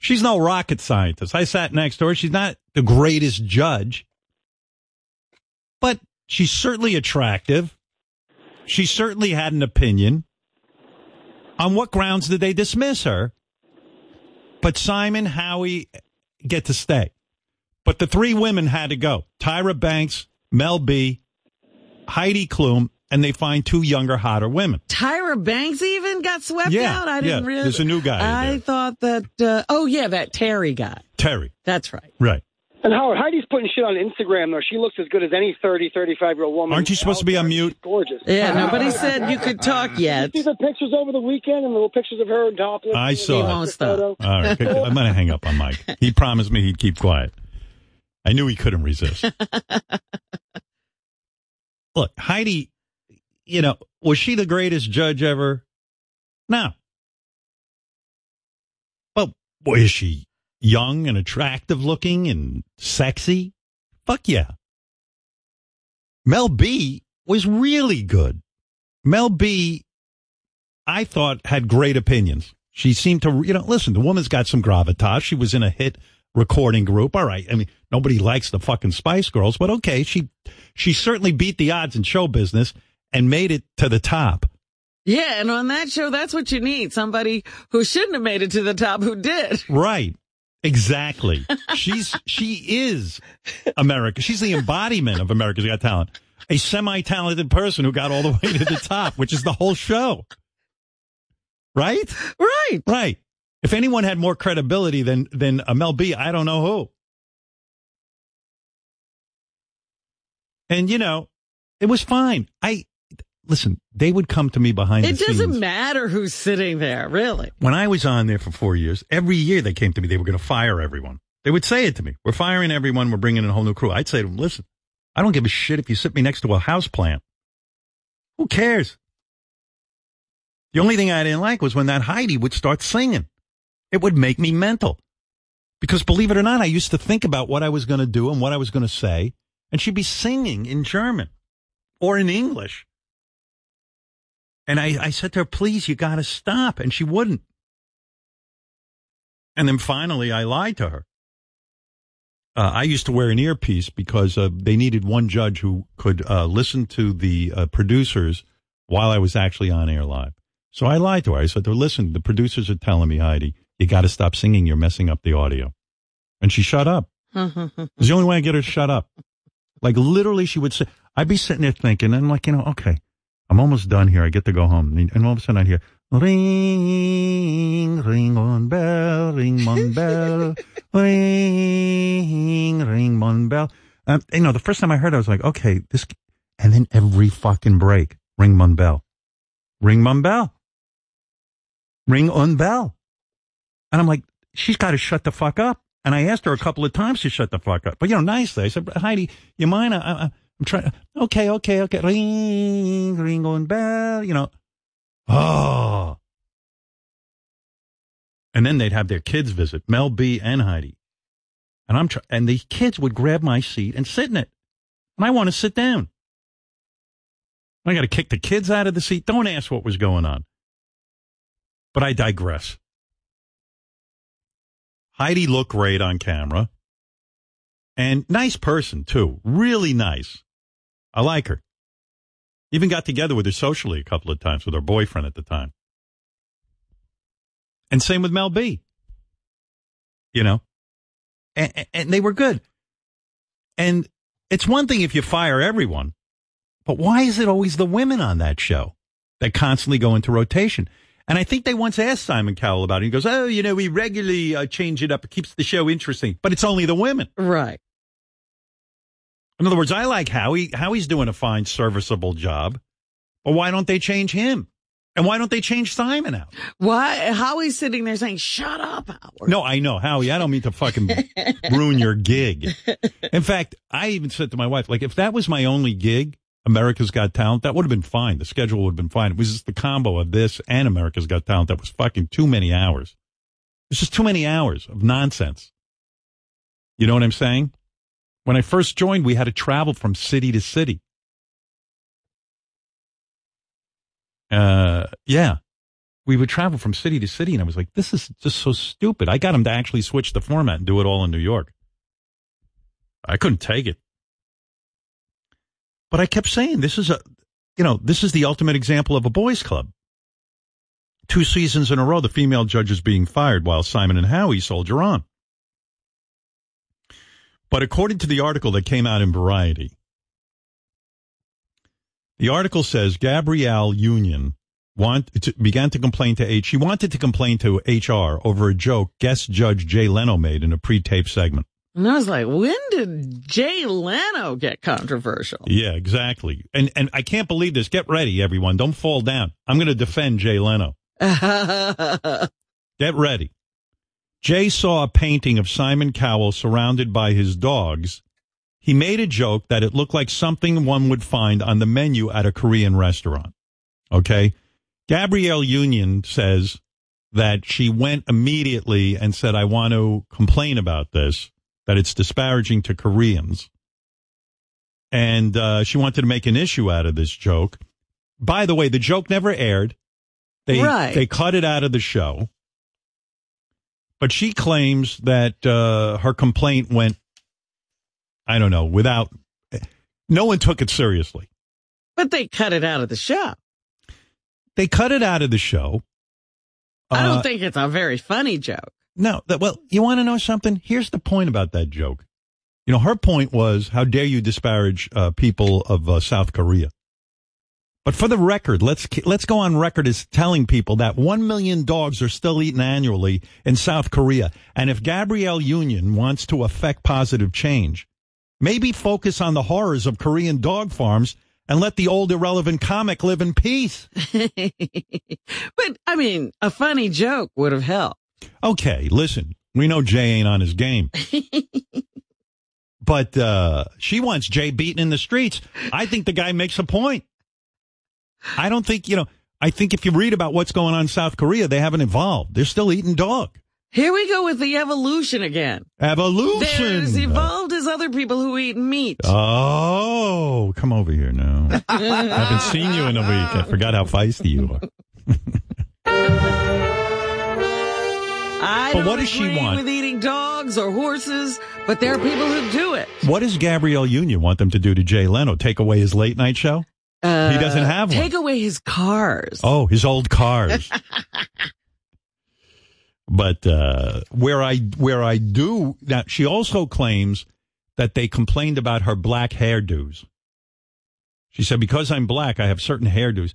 Speaker 4: she's no rocket scientist. I sat next to her. She's not the greatest judge, but she's certainly attractive. She certainly had an opinion. On what grounds did they dismiss her? But Simon Howie get to stay. But the three women had to go. Tyra Banks, Mel B, Heidi Klum, and they find two younger, hotter women.
Speaker 6: Tyra Banks even got swept
Speaker 4: Yeah,
Speaker 6: out. I didn't
Speaker 4: yeah.
Speaker 6: really.
Speaker 4: There's a new guy in
Speaker 6: I
Speaker 4: there.
Speaker 6: thought that. Uh, oh yeah, that Terry guy.
Speaker 4: Terry.
Speaker 6: That's right.
Speaker 4: Right.
Speaker 31: And Howard, Heidi's putting shit on Instagram, though. She looks as good as any 30, 35 year old woman.
Speaker 4: Aren't you supposed to be on mute?
Speaker 31: Gorgeous.
Speaker 6: Yeah, nobody said you could talk yet.
Speaker 31: You see the pictures over the weekend and little pictures of her and topless.
Speaker 4: I
Speaker 31: and
Speaker 4: saw.
Speaker 31: the
Speaker 4: it.
Speaker 31: photo.
Speaker 4: All right, good. I'm going to hang up on Mike. He promised me he'd keep quiet. I knew he couldn't resist. Look, Heidi, you know, was she the greatest judge ever? No. Well, boy, is she young and attractive looking and sexy? Fuck yeah. Mel B was really good. Mel B I thought had great opinions. She seemed to, you know, listen, the woman's got some gravitas. She was in a hit recording group. All right. I mean, nobody likes the fucking Spice Girls, but okay. She, she certainly beat the odds in show business and made it to the top.
Speaker 6: Yeah, and on that show, that's what you need. Somebody who shouldn't have made it to the top who did.
Speaker 4: Right. Exactly. She's, she is America. She's the embodiment of America's Got Talent. A semi-talented person who got all the way to the top, which is the whole show. Right?
Speaker 6: Right.
Speaker 4: Right. If anyone had more credibility than than a Mel B, I don't know who. And you know, it was fine. I listen. They would come to me behind.
Speaker 6: It
Speaker 4: the scenes.
Speaker 6: doesn't matter who's sitting there, really.
Speaker 4: When I was on there for four years, every year they came to me. They were going to fire everyone. They would say it to me. We're firing everyone. We're bringing in a whole new crew. I'd say to them, listen, I don't give a shit if you sit me next to a house plant. Who cares? The only thing I didn't like was when that Heidi would start singing. It would make me mental. Because believe it or not, I used to think about what I was going to do and what I was going to say. And she'd be singing in German or in English. And I, I said to her, please, you got to stop. And she wouldn't. And then finally, I lied to her. Uh, I used to wear an earpiece because uh, they needed one judge who could uh, listen to the uh, producers while I was actually on air live. So I lied to her. I said to her, listen, the producers are telling me, Heidi, you got to stop singing. You're messing up the audio. And she shut up. It was the only way I get her to shut up. Like literally, she would say, I'd be sitting there thinking, and I'm like, you know, okay, I'm almost done here. I get to go home. And and all of a sudden I'd hear, ring, ring on bell, ring on bell, ring, ring on bell. Um, you know, the first time I heard it, I was like, okay, this, and then every fucking break, ring on bell, ring on bell, ring on bell. And I'm like, she's got to shut the fuck up. And I asked her a couple of times to shut the fuck up. But, you know, nicely. I said, Heidi, you mind? I, I, I'm trying. Okay, okay, okay. Ring, ring on bell, you know. Oh. And then they'd have their kids visit, Mel B and Heidi. And I'm tr- and the kids would grab my seat and sit in it. And I want to sit down. I got to kick the kids out of the seat. Don't ask what was going on. But I digress. Heidi looked great on camera. And nice person, too. Really nice. I like her. Even got together with her socially a couple of times with her boyfriend at the time. And same with Mel B. You know? And, and they were good. And it's one thing if you fire everyone, but why is it always the women on that show that constantly go into rotation? And I think they once asked Simon Cowell about it. He goes, Oh, you know, we regularly uh, change it up. It keeps the show interesting, but it's only the women.
Speaker 6: Right.
Speaker 4: In other words, I like Howie. Howie's doing a fine, serviceable job. But why don't they change him? And why don't they change Simon out?
Speaker 6: Why? Howie's sitting there saying, shut up.
Speaker 4: No, I know, Howie. I don't mean to fucking ruin your gig. In fact, I even said to my wife, like, if that was my only gig, America's Got Talent, that would have been fine. The schedule would have been fine. It was just the combo of this and America's Got Talent that was fucking too many hours. It's just too many hours of nonsense. You know what I'm saying? When I first joined, we had to travel from city to city. Uh, yeah we would travel from city to city and I was like, this is just so stupid. I got him to actually switch the format and do it all in New York. I couldn't take it. But I kept saying, this is a, you know, this is the ultimate example of a boys club. two seasons in a row, the female judges being fired while Simon and Howie soldier on. But according to the article that came out in Variety, the article says Gabrielle Union want, to, began to complain to H. She wanted to complain to HR over a joke guest judge Jay Leno made in a pre-tape segment.
Speaker 6: And I was like, when did Jay Leno get controversial?
Speaker 4: Yeah, exactly. And and I can't believe this. Get ready, everyone. Don't fall down. I'm going to defend Jay Leno. Get ready. Jay saw a painting of Simon Cowell surrounded by his dogs. He made a joke that it looked like something one would find on the menu at a Korean restaurant. Okay. Gabrielle Union says that she went immediately and said, I want to complain about this, that it's disparaging to Koreans. And uh, she wanted to make an issue out of this joke. By the way, the joke never aired. They,
Speaker 6: Right.
Speaker 4: they cut it out of the show. But she claims that uh, her complaint went, I don't know, without, no one took it seriously.
Speaker 6: but they cut it out of the show.
Speaker 4: They cut it out of the show.
Speaker 6: I
Speaker 4: Uh,
Speaker 6: don't think it's a very funny joke.
Speaker 4: No, that, well, you want to know something? Here's the point about that joke. You know, her point was, how dare you disparage uh, people of uh, South Korea? But for the record, let's ki- let's go on record as telling people that one million dogs are still eaten annually in South Korea. And if Gabrielle Union wants to affect positive change, maybe focus on the horrors of Korean dog farms and let the old irrelevant comic live in peace.
Speaker 6: but I mean, a funny joke would have helped.
Speaker 4: Okay, listen, we know Jay ain't on his game. but uh, she wants Jay beaten in the streets. I think the guy makes a point. I don't think, you know, I think if you read about what's going on in South Korea, they haven't evolved. They're still eating dog.
Speaker 6: Here we go with the evolution again.
Speaker 4: Evolution.
Speaker 6: They're as evolved as other people who eat meat.
Speaker 4: Oh, come over here now. I haven't seen you in a week. I forgot how feisty you are.
Speaker 6: I
Speaker 4: but
Speaker 6: don't
Speaker 4: what does she
Speaker 6: agree
Speaker 4: want?
Speaker 6: with eating dogs or horses, but there are people who do it.
Speaker 4: What does Gabrielle Union want them to do to Jay Leno? Take away his late night show?
Speaker 6: Uh,
Speaker 4: he doesn't have one.
Speaker 6: Take away his cars.
Speaker 4: Oh, his old cars. but uh, where I where I do now, she also claims that they complained about her black hairdos. She said because I'm black, I have certain hairdos.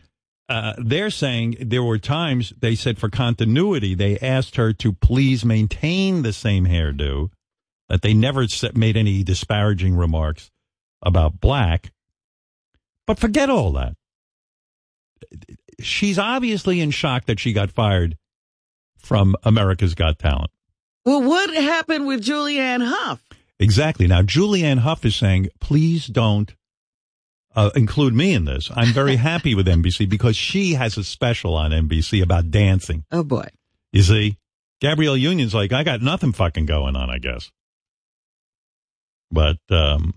Speaker 4: Uh, they're saying there were times they said for continuity they asked her to please maintain the same hairdo. That they never sa- made any disparaging remarks about black. But forget all that she's obviously in shock that she got fired from America's Got Talent.
Speaker 6: Well, what happened with Julianne Hough?
Speaker 4: Exactly. Now, Julianne Hough is saying, please don't uh, include me in this. I'm very happy with NBC because she has a special on NBC about dancing.
Speaker 6: Oh, boy.
Speaker 4: You see, Gabrielle Union's like, I got nothing fucking going on, I guess. But, um,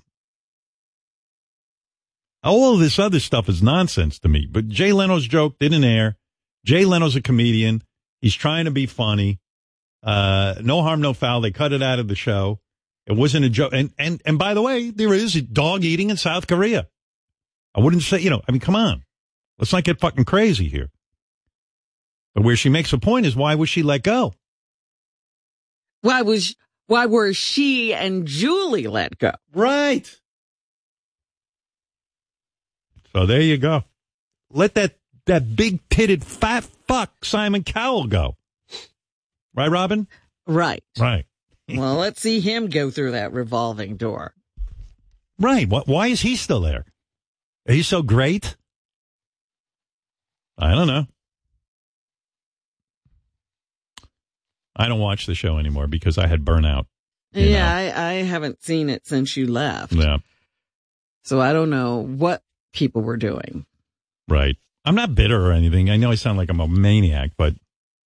Speaker 4: all this other stuff is nonsense to me. But Jay Leno's joke didn't air. Jay Leno's a comedian. He's trying to be funny. Uh, no harm, no foul. They cut it out of the show. It wasn't a joke. And, and, and by the way, there is dog eating in South Korea. I wouldn't say, you know, I mean, come on. Let's not get fucking crazy here. But where she makes a point is why was she let go?
Speaker 6: Why was why were she and Julie let go?
Speaker 4: Right. So there you go. Let that that big titted fat fuck Simon Cowell go. Right, Robin?
Speaker 6: Right.
Speaker 4: Right.
Speaker 6: well, let's see him go through that revolving door.
Speaker 4: Right. Why, why is he still there? He's so great. I don't know. I don't watch the show anymore because I had burnout.
Speaker 6: yeah, I, I haven't seen it since you left.
Speaker 4: Yeah.
Speaker 6: So I don't know what people were doing.
Speaker 4: Right. I'm not bitter or anything. I know I sound like I'm a maniac, but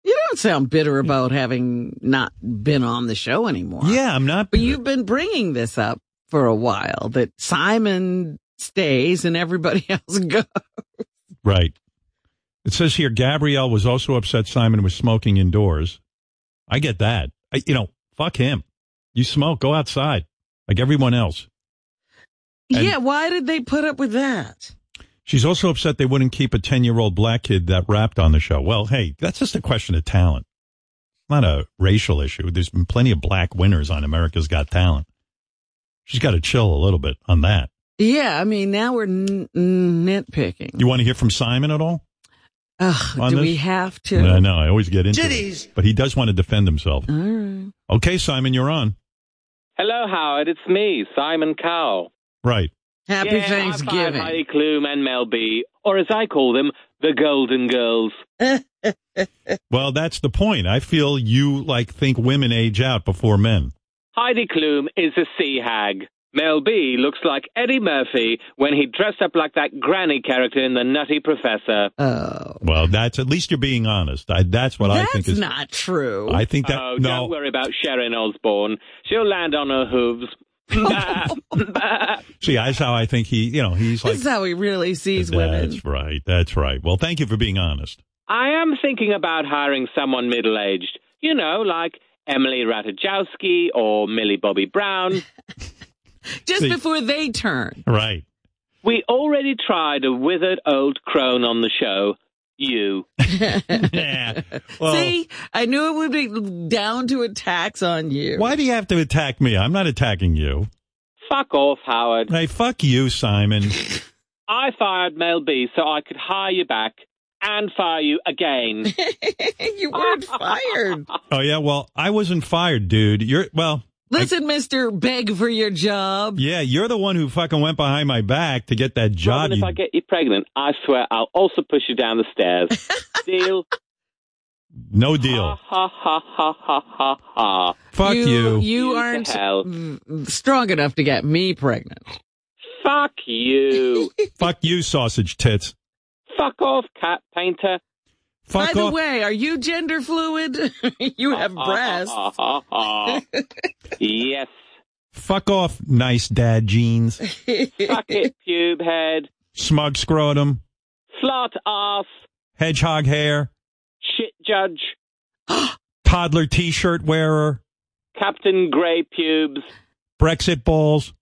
Speaker 6: You don't sound bitter about having not been on the show anymore.
Speaker 4: Yeah, I'm not.
Speaker 6: But you've been bringing this up for a while that Simon stays and everybody else goes.
Speaker 4: Right. It says here Gabrielle was also upset Simon was smoking indoors. I get that. I, you know, fuck him. You smoke, go outside like everyone else.
Speaker 6: yeah, why did they put up with that?
Speaker 4: She's also upset they wouldn't keep a 10 year old black kid that rapped on the show. Well, hey, that's just a question of talent. Not a racial issue. There's been plenty of black winners on America's Got Talent. She's got to chill a little bit on that.
Speaker 6: Yeah, I mean, now we're n- n- nitpicking.
Speaker 4: You want to hear from Simon at all?
Speaker 6: Ugh,
Speaker 4: on
Speaker 6: do
Speaker 4: this?
Speaker 6: we have to?
Speaker 4: I know. I always get into
Speaker 6: Titties.
Speaker 4: it. But he does want to defend himself.
Speaker 6: All right.
Speaker 4: Okay, Simon, you're on.
Speaker 24: Hello, Howard. It's me, Simon Cowell.
Speaker 4: Right.
Speaker 24: Yeah, high five, Heidi Klum and Mel B, or as I call them, the Golden Girls.
Speaker 4: Well, that's the point. I feel you like think women age out before men.
Speaker 24: Heidi Klum is a sea hag. Mel B looks like Eddie Murphy when he dressed up like that granny character in The Nutty Professor.
Speaker 6: Oh.
Speaker 4: Well, that's at least you're being honest. I, that's what I think
Speaker 24: That's
Speaker 4: is
Speaker 24: not
Speaker 6: true.
Speaker 4: I think that
Speaker 24: oh,
Speaker 4: no.
Speaker 24: Don't worry about Sharon Osbourne. She'll land on her hooves.
Speaker 4: See, that's how I think he. You know, he's like
Speaker 6: This is how he really sees women.
Speaker 4: that's right. That's right. Well, thank you for being honest.
Speaker 24: I am thinking about hiring someone middle aged. You know, like Emily Ratajkowski or Millie Bobby Brown.
Speaker 6: Just
Speaker 24: See-
Speaker 6: before they turn.
Speaker 4: Right.
Speaker 24: We already tried a withered old crone on the show. You.
Speaker 6: See, I knew it would be down to attacks on you.
Speaker 4: Why do you have to attack me? I'm not attacking you.
Speaker 24: Fuck off, Howard.
Speaker 4: Hey, fuck you, Simon.
Speaker 24: I fired Mel B so I could hire you back and fire you again.
Speaker 6: you weren't fired.
Speaker 4: oh yeah. Well, I wasn't fired, dude. You're well.
Speaker 6: Listen, Mister, beg for your job.
Speaker 4: Yeah, you're the one who fucking went behind my back to get that job.
Speaker 24: Robin, if
Speaker 4: you-
Speaker 24: I get you pregnant, I swear I'll also push you down the stairs. Deal.
Speaker 4: no deal.
Speaker 24: Ha ha ha ha ha ha ha.
Speaker 4: Fuck
Speaker 6: You,
Speaker 4: you.
Speaker 24: to
Speaker 6: aren't
Speaker 24: hell.
Speaker 6: mm, strong enough to get me pregnant.
Speaker 24: Fuck you.
Speaker 4: Fuck you, sausage tits.
Speaker 24: Fuck off, cat painter.
Speaker 4: Fuck
Speaker 6: By the
Speaker 4: off.
Speaker 6: way, are you gender fluid? you have
Speaker 24: Uh-huh.
Speaker 6: breasts.
Speaker 24: Ha ha ha. Uh-huh. yes.
Speaker 4: Fuck off, nice dad jeans.
Speaker 24: Fuck it, pube head.
Speaker 4: Smug scrotum.
Speaker 24: Slut ass.
Speaker 4: Hedgehog hair.
Speaker 24: Shit judge.
Speaker 4: Toddler t-shirt wearer.
Speaker 24: Captain Grey pubes.
Speaker 4: Brexit balls.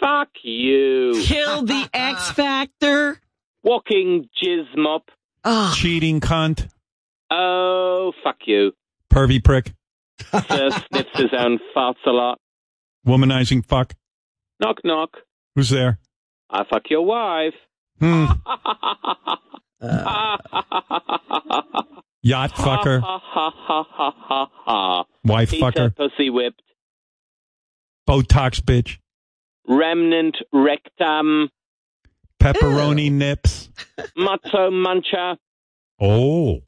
Speaker 24: Fuck you.
Speaker 6: Kill the X Factor.
Speaker 24: Walking jizz mop.
Speaker 4: Cheating cunt.
Speaker 24: Oh, fuck you.
Speaker 4: Pervy prick.
Speaker 24: Sir sniffs his own farts a lot.
Speaker 4: Womanizing fuck.
Speaker 24: Knock, knock.
Speaker 4: Who's there?
Speaker 24: I fuck your wife.
Speaker 4: Hmm. Yacht fucker.
Speaker 24: Ha ha ha ha ha ha.
Speaker 4: Wife
Speaker 24: Peter
Speaker 4: fucker.
Speaker 24: Pussy whipped.
Speaker 4: Botox bitch.
Speaker 24: Remnant rectum.
Speaker 4: Pepperoni nips.
Speaker 24: Matto muncher.
Speaker 4: Oh.
Speaker 6: Uh,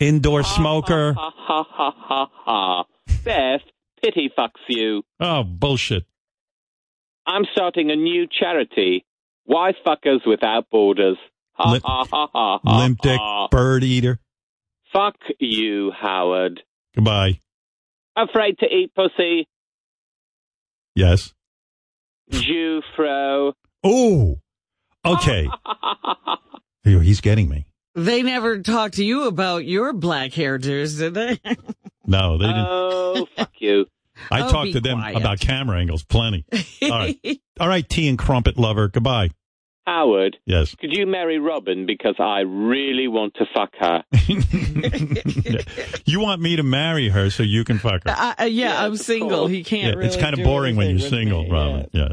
Speaker 4: Indoor smoker.
Speaker 24: Ha ha ha ha ha. Beth, pity fucks you.
Speaker 4: Oh, bullshit.
Speaker 24: I'm starting a new charity. Why fuckers without borders? Ha
Speaker 4: Limp-
Speaker 24: ha ha ha.
Speaker 6: uh,
Speaker 24: ha,
Speaker 4: Limp dick.
Speaker 24: ha.
Speaker 4: Bird eater.
Speaker 24: Fuck you, Howard.
Speaker 4: Goodbye.
Speaker 24: Afraid to eat pussy.
Speaker 4: Yes.
Speaker 24: Jew fro.
Speaker 4: Oh. Okay. Ew, He's getting me.
Speaker 6: They never talked to you about your black hairdos, did they?
Speaker 4: No, they didn't.
Speaker 24: Oh, fuck you.
Speaker 4: I
Speaker 6: Uh, Oh,
Speaker 4: talked
Speaker 6: be
Speaker 4: to them
Speaker 6: quiet.
Speaker 4: about camera angles plenty. All right. All right, tea and crumpet lover. Goodbye.
Speaker 24: Howard,
Speaker 4: Yes.
Speaker 24: could you marry Robin because I really want to fuck her?
Speaker 4: You want me to marry her so you can fuck her.
Speaker 6: I, I- yeah, I'm single. He can't.
Speaker 4: Yeah,
Speaker 6: really
Speaker 4: it's kind of
Speaker 6: do
Speaker 4: boring when you're
Speaker 6: anything
Speaker 4: single,
Speaker 6: with me.
Speaker 4: Robin. Yeah.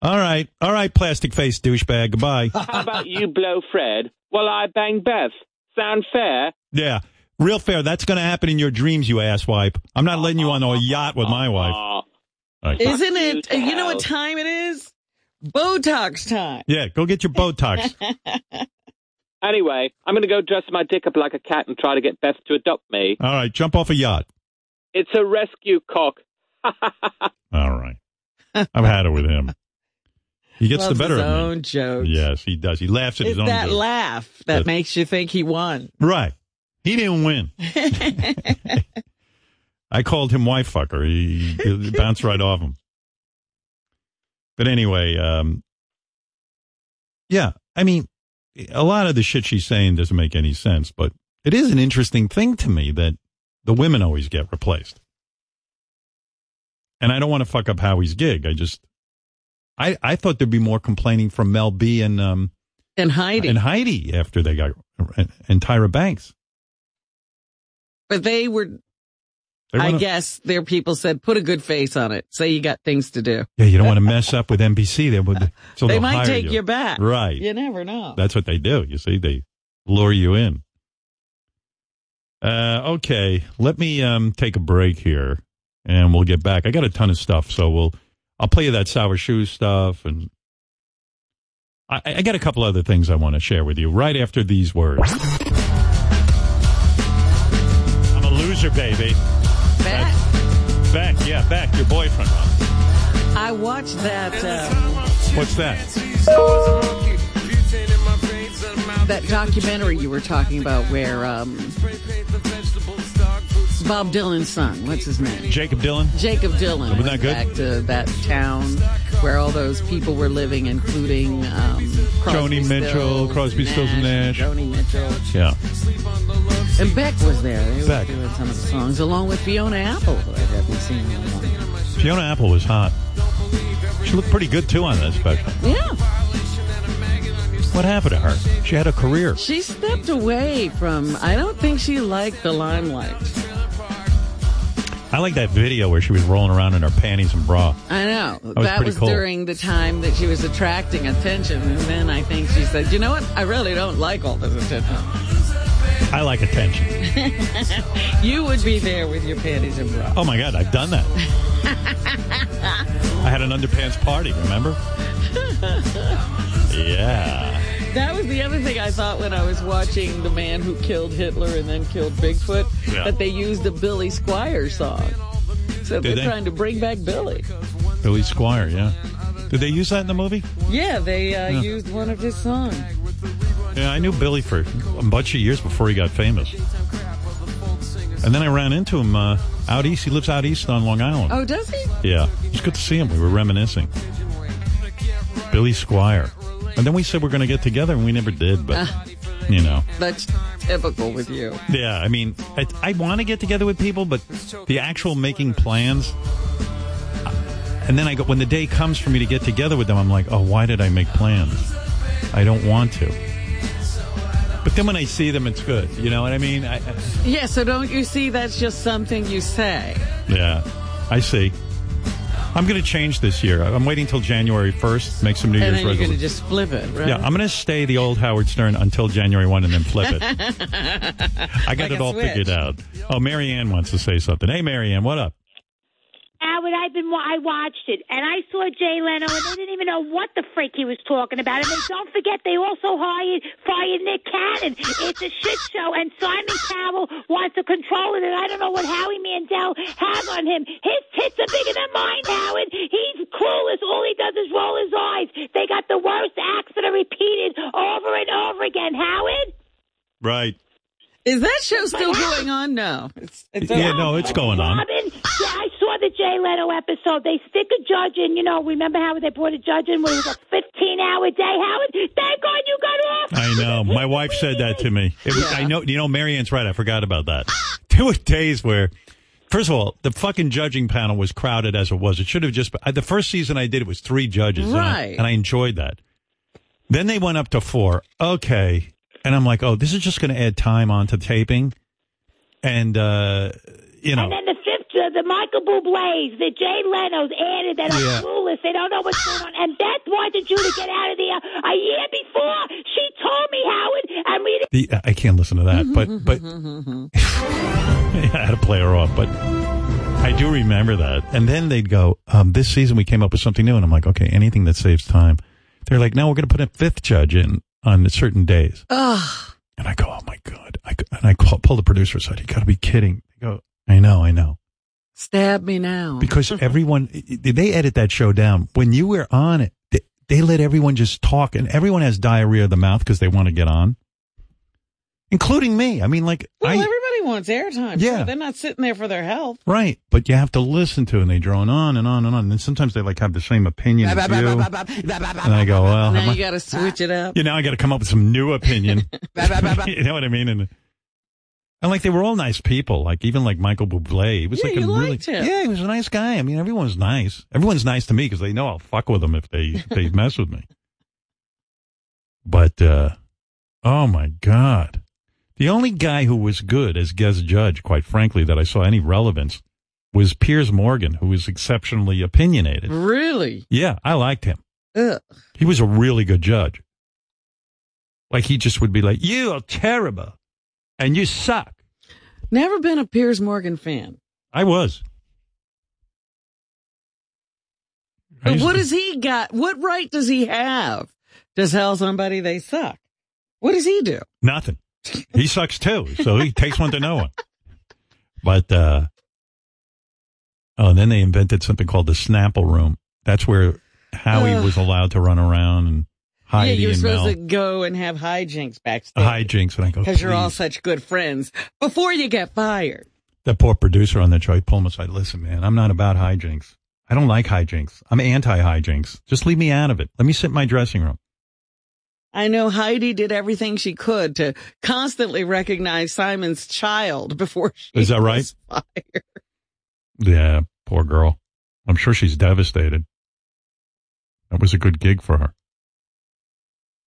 Speaker 4: All right. All right, plastic face douchebag. Goodbye.
Speaker 24: How about you blow Fred while I bang Beth? Sound fair?
Speaker 4: yeah. Real fair. That's going to happen in your dreams, you asswipe. I'm not letting you on a yacht with my wife.
Speaker 24: Aw.
Speaker 4: All right.
Speaker 6: Isn't it? You know what time it is? Botox time.
Speaker 4: Yeah, go get your Botox.
Speaker 24: Anyway, I'm going to go dress my dick up like a cat and try to get Beth to adopt me.
Speaker 4: All right, jump off a yacht.
Speaker 24: It's a rescue cock.
Speaker 4: All right. I've had it with him. He gets
Speaker 6: Loves
Speaker 4: the better
Speaker 6: his
Speaker 4: of me.
Speaker 6: own joke.
Speaker 4: Yes, he does. He laughs at
Speaker 6: It's
Speaker 4: his own
Speaker 6: that
Speaker 4: joke.
Speaker 6: laugh that
Speaker 4: That's-
Speaker 6: makes you think he won.
Speaker 4: Right. He didn't win. I called him wife fucker. He, he bounced right off him. But anyway, um, yeah, I mean, a lot of the shit she's saying doesn't make any sense, but it is an interesting thing to me that the women always get replaced. And I don't want to fuck up Howie's gig. I just, I, I thought there'd be more complaining from Mel B and, um,
Speaker 6: And Heidi.
Speaker 4: and Heidi after they got and Tyra Banks.
Speaker 6: But they were,
Speaker 4: They
Speaker 6: I
Speaker 4: wanna-
Speaker 6: guess their people said, put a good face on it. Say you got things to do.
Speaker 4: Yeah, you don't want to mess up with NBC. They would, so
Speaker 6: they
Speaker 4: they'll
Speaker 6: might
Speaker 4: hire
Speaker 6: take
Speaker 4: you.
Speaker 6: you back.
Speaker 4: right?
Speaker 6: You never know.
Speaker 4: That's what they do. You see, they lure you in. Uh, okay, let me um, take a break here, and we'll get back. I got a ton of stuff, so we'll. I'll play you that sour shoe stuff, and I, I got a couple other things I want to share with you right after these words. I'm a loser, baby.
Speaker 6: Beck?
Speaker 4: Beck, yeah, Beck, your boyfriend.
Speaker 6: I watched that, uh,
Speaker 4: What's that?
Speaker 6: that documentary you were talking about where, um, Bob Dylan's son, what's his name?
Speaker 4: Jacob Dylan.
Speaker 6: Jacob Dylan.
Speaker 4: Wasn't that
Speaker 6: went
Speaker 4: good?
Speaker 6: Back to that town where all those people were living, including um, Crosby,
Speaker 4: Joni Mitchell,
Speaker 6: Stills,
Speaker 4: Crosby, Stills, and Nash.
Speaker 6: Joni Mitchell,
Speaker 4: Yeah.
Speaker 6: and Beck was there. They
Speaker 4: Beck.
Speaker 6: were doing some of the songs along with Fiona Apple, who I haven't seen in a while.
Speaker 4: Fiona Apple was hot. She looked pretty good too on that special.
Speaker 6: Yeah,
Speaker 4: What happened to her? She had a career.
Speaker 6: she stepped away from. I don't think she liked the limelight.
Speaker 4: I like that video where she was rolling around in her panties and bra.
Speaker 6: I know
Speaker 4: That was pretty cool.
Speaker 6: during the time that she was attracting attention, and then I think she said, "You know what? I really don't like all this attention."
Speaker 4: I like attention.
Speaker 6: you would be there with your panties and bra.
Speaker 4: Oh my god, I've done that. I had an underpants party, remember? Yeah.
Speaker 6: That was the other thing I thought when I was watching The Man Who Killed Hitler and Then Killed Bigfoot,
Speaker 4: Yeah.
Speaker 6: that they used a Billy Squire song. So
Speaker 4: Did
Speaker 6: they're
Speaker 4: they?
Speaker 6: trying to bring back Billy.
Speaker 4: Billy Squire, yeah. Did they use that in the movie?
Speaker 6: Yeah, they uh,
Speaker 4: Yeah.
Speaker 6: used one of his songs.
Speaker 4: Yeah, I knew Billy for a bunch of years before he got famous. And then I ran into him uh, out east. He lives out east on Long Island.
Speaker 6: Oh, does he?
Speaker 4: Yeah. It was good to see him. We were reminiscing. Billy Squire. And then we said we're going to get together, and we never did, but,
Speaker 6: Ah.
Speaker 4: you know.
Speaker 6: That's typical with you.
Speaker 4: Yeah, I mean, I, I want to get together with people, but the actual making plans. I- And then I go, when the day comes for me to get together with them, I'm like, oh, why did I make plans? I don't want to. But then when I see them, it's good. You know what I mean? I, I,
Speaker 6: Yeah, so don't you see that's just something you say?
Speaker 4: yeah, I see. I'm going to change this year. I'm waiting till January 1st, make some New
Speaker 6: and
Speaker 4: Year's
Speaker 6: then you're going to
Speaker 4: resolutions.
Speaker 6: just flip it, right?
Speaker 4: Yeah, I'm going to stay the old Howard Stern until January 1 and then flip it. I got
Speaker 6: Like
Speaker 4: it
Speaker 6: a
Speaker 4: all
Speaker 6: switch.
Speaker 4: figured out. Oh, Marianne wants to say something. Hey, Marianne, what up?
Speaker 25: Howard, I've been. wa- I watched it, and I saw Jay Leno, and they didn't even know what the freak he was talking about. And then don't forget, they also hired fired Nick Cannon. It's a shit show, and Simon Cowell wants to control it. And I don't know what Howie Mandel has on him. His tits are bigger than mine, Howard. He's clueless. All he does is roll his eyes. They got the worst acts that are repeated over and over again, Howard.
Speaker 4: Right.
Speaker 6: Is that show still going on? No. It's, it's
Speaker 4: Yeah, no, it's going on.
Speaker 25: Robin, yeah, I saw the Jay Leno episode. They stick a judge in. You know, remember how they brought a judge in when it was a 15-hour day, Howard? Thank God you got off.
Speaker 4: I know. My wife said that to me. It was, I know. You know, Marianne's right. I forgot about that. There were days where, first of all, the fucking judging panel was crowded as it was. It should have just. I, the first season I did it was three judges, and I-
Speaker 6: Right.
Speaker 4: and I enjoyed that. Then they went up to four. Okay, and I'm like, oh, this is just going to add time onto taping, and uh, you know,
Speaker 25: And then the fifth, uh, the, the Michael Bublé's, the Jay Leno's added that are
Speaker 4: Yeah.
Speaker 25: clueless. They don't know what's going on. And Beth wanted you to get out of there a year before. She told me, Howard, and we didn't
Speaker 4: the uh, I can't listen to that, but but I had to play her off, but I do remember that. And then they'd go, um, "This season we came up with something new," and I'm like, "Okay, anything that saves time." They're like, "No, we're going to put a fifth judge in on certain days,"
Speaker 6: Ugh.
Speaker 4: and I go, "Oh my god!" I, and I call, pull the producer aside. You got to be kidding. They go, "I know, I know,"
Speaker 6: Stab me now.
Speaker 4: because everyone they edit that show down. When you were on it, they, they let everyone just talk, and everyone has diarrhea of the mouth because they want to get on, including me. I mean, like
Speaker 6: Well,
Speaker 4: I.
Speaker 6: everybody wants airtime.
Speaker 4: Yeah.
Speaker 6: Sure, They're not sitting there for their health.
Speaker 4: Right, but you have to listen to, it, and they drone on and on and on, and sometimes they like have the same opinion as you. And I go, well,
Speaker 6: now
Speaker 4: am I-
Speaker 6: you got to switch it up.
Speaker 4: you know, I got to come up with some new opinion. you know what I mean? And and like they were all nice people, like even like Michael Bublé. He was
Speaker 6: Yeah,
Speaker 4: like a
Speaker 6: you
Speaker 4: really,
Speaker 6: liked him.
Speaker 4: yeah, he was a nice guy. I mean, everyone's nice. Everyone's nice to me because they know I'll fuck with them if they if they mess with me. But uh, oh my god, the only guy who was good as guest judge, quite frankly, that I saw any relevance was Piers Morgan, who was exceptionally opinionated.
Speaker 6: Really?
Speaker 4: Yeah, I liked him.
Speaker 6: Ugh.
Speaker 4: He was a really good judge. Like he just would be like, "You are terrible, and you suck."
Speaker 6: Never been a Piers Morgan fan.
Speaker 4: I was. I
Speaker 6: But
Speaker 4: used
Speaker 6: what
Speaker 4: to-
Speaker 6: has he got? What right does he have to tell somebody they suck? What does he do?
Speaker 4: Nothing. He sucks too, so he takes one to no one. But uh oh, and then they invented something called the Snapple Room. That's where Howie
Speaker 6: Ugh.
Speaker 4: was allowed to run around and Heidi
Speaker 6: yeah, you're
Speaker 4: and
Speaker 6: supposed
Speaker 4: Mel
Speaker 6: to go and have hijinks backstage
Speaker 4: hijinks, and I go,
Speaker 6: because you're all
Speaker 4: "Please."
Speaker 6: such good friends before you get fired.
Speaker 4: the poor producer on the show. He pulled me aside. Listen, man, I'm not about hijinks. I don't like hijinks. I'm anti hijinks. Just leave me out of it. Let me sit in my dressing room.
Speaker 6: I know Heidi did everything she could to constantly recognize Simon's child before she
Speaker 4: Is that right?
Speaker 6: was fired.
Speaker 4: Yeah, poor girl. I'm sure she's devastated. That was a good gig for her.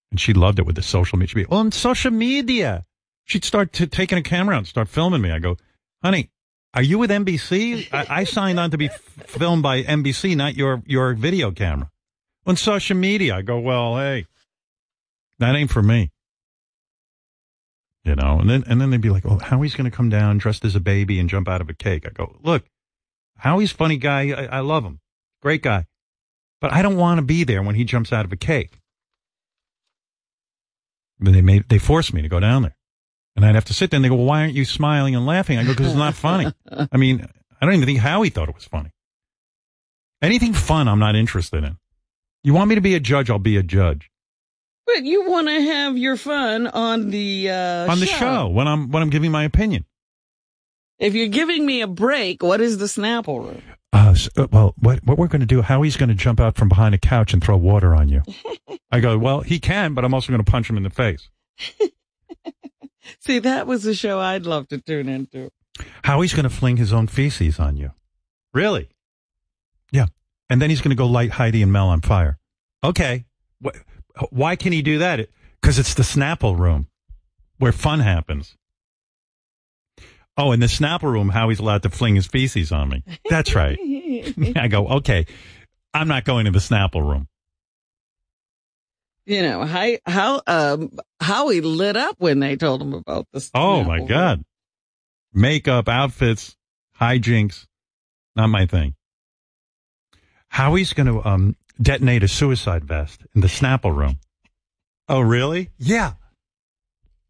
Speaker 4: And she loved it with the social media. She'd be, on social media. She'd start t- taking a camera out and start filming me. I go, honey, are you with NBC? I, I signed on to be f- filmed by NBC, not your, your video camera. On social media, I go, well, hey, that ain't for me. You know, and then, and then they'd be like, oh, Howie's going to come down dressed as a baby and jump out of a cake. I go, look, Howie's a funny guy. I, I love him. Great guy. But I don't want to be there when he jumps out of a cake. But they made, they forced me to go down there and I'd have to sit there and they go, well, why aren't you smiling and laughing? I go, cause it's not funny. I mean, I don't even think Howie thought it was funny. Anything fun, I'm not interested in. You want me to be a judge? I'll be a judge
Speaker 6: But you want to have your fun on the uh,
Speaker 4: on the show when I'm, when I'm giving my opinion.
Speaker 6: If you're giving me a break, what is the Snapple room?
Speaker 4: Uh, s- uh, well, what what we're going to do? Howie's going to jump out from behind a couch and throw water on you. I go, well, he can, but I'm also going to punch him in the face.
Speaker 6: See, that was a show I'd love to tune into.
Speaker 4: Howie's going to fling his own feces on you. Really? Yeah. And then he's going to go light Heidi and Mel on fire. Okay. Wh- why can he do that? Because it's the Snapple room where fun happens. Oh, in the Snapple room, Howie's allowed to fling his feces on me. That's right. I go, okay, I'm not going to the Snapple room.
Speaker 6: you know, how how um, Howie lit up when they told him about this.
Speaker 4: Oh my God. Makeup, outfits, hijinks. Not my thing. Howie's going to um, detonate a suicide vest in the Snapple room. Oh, really? Yeah.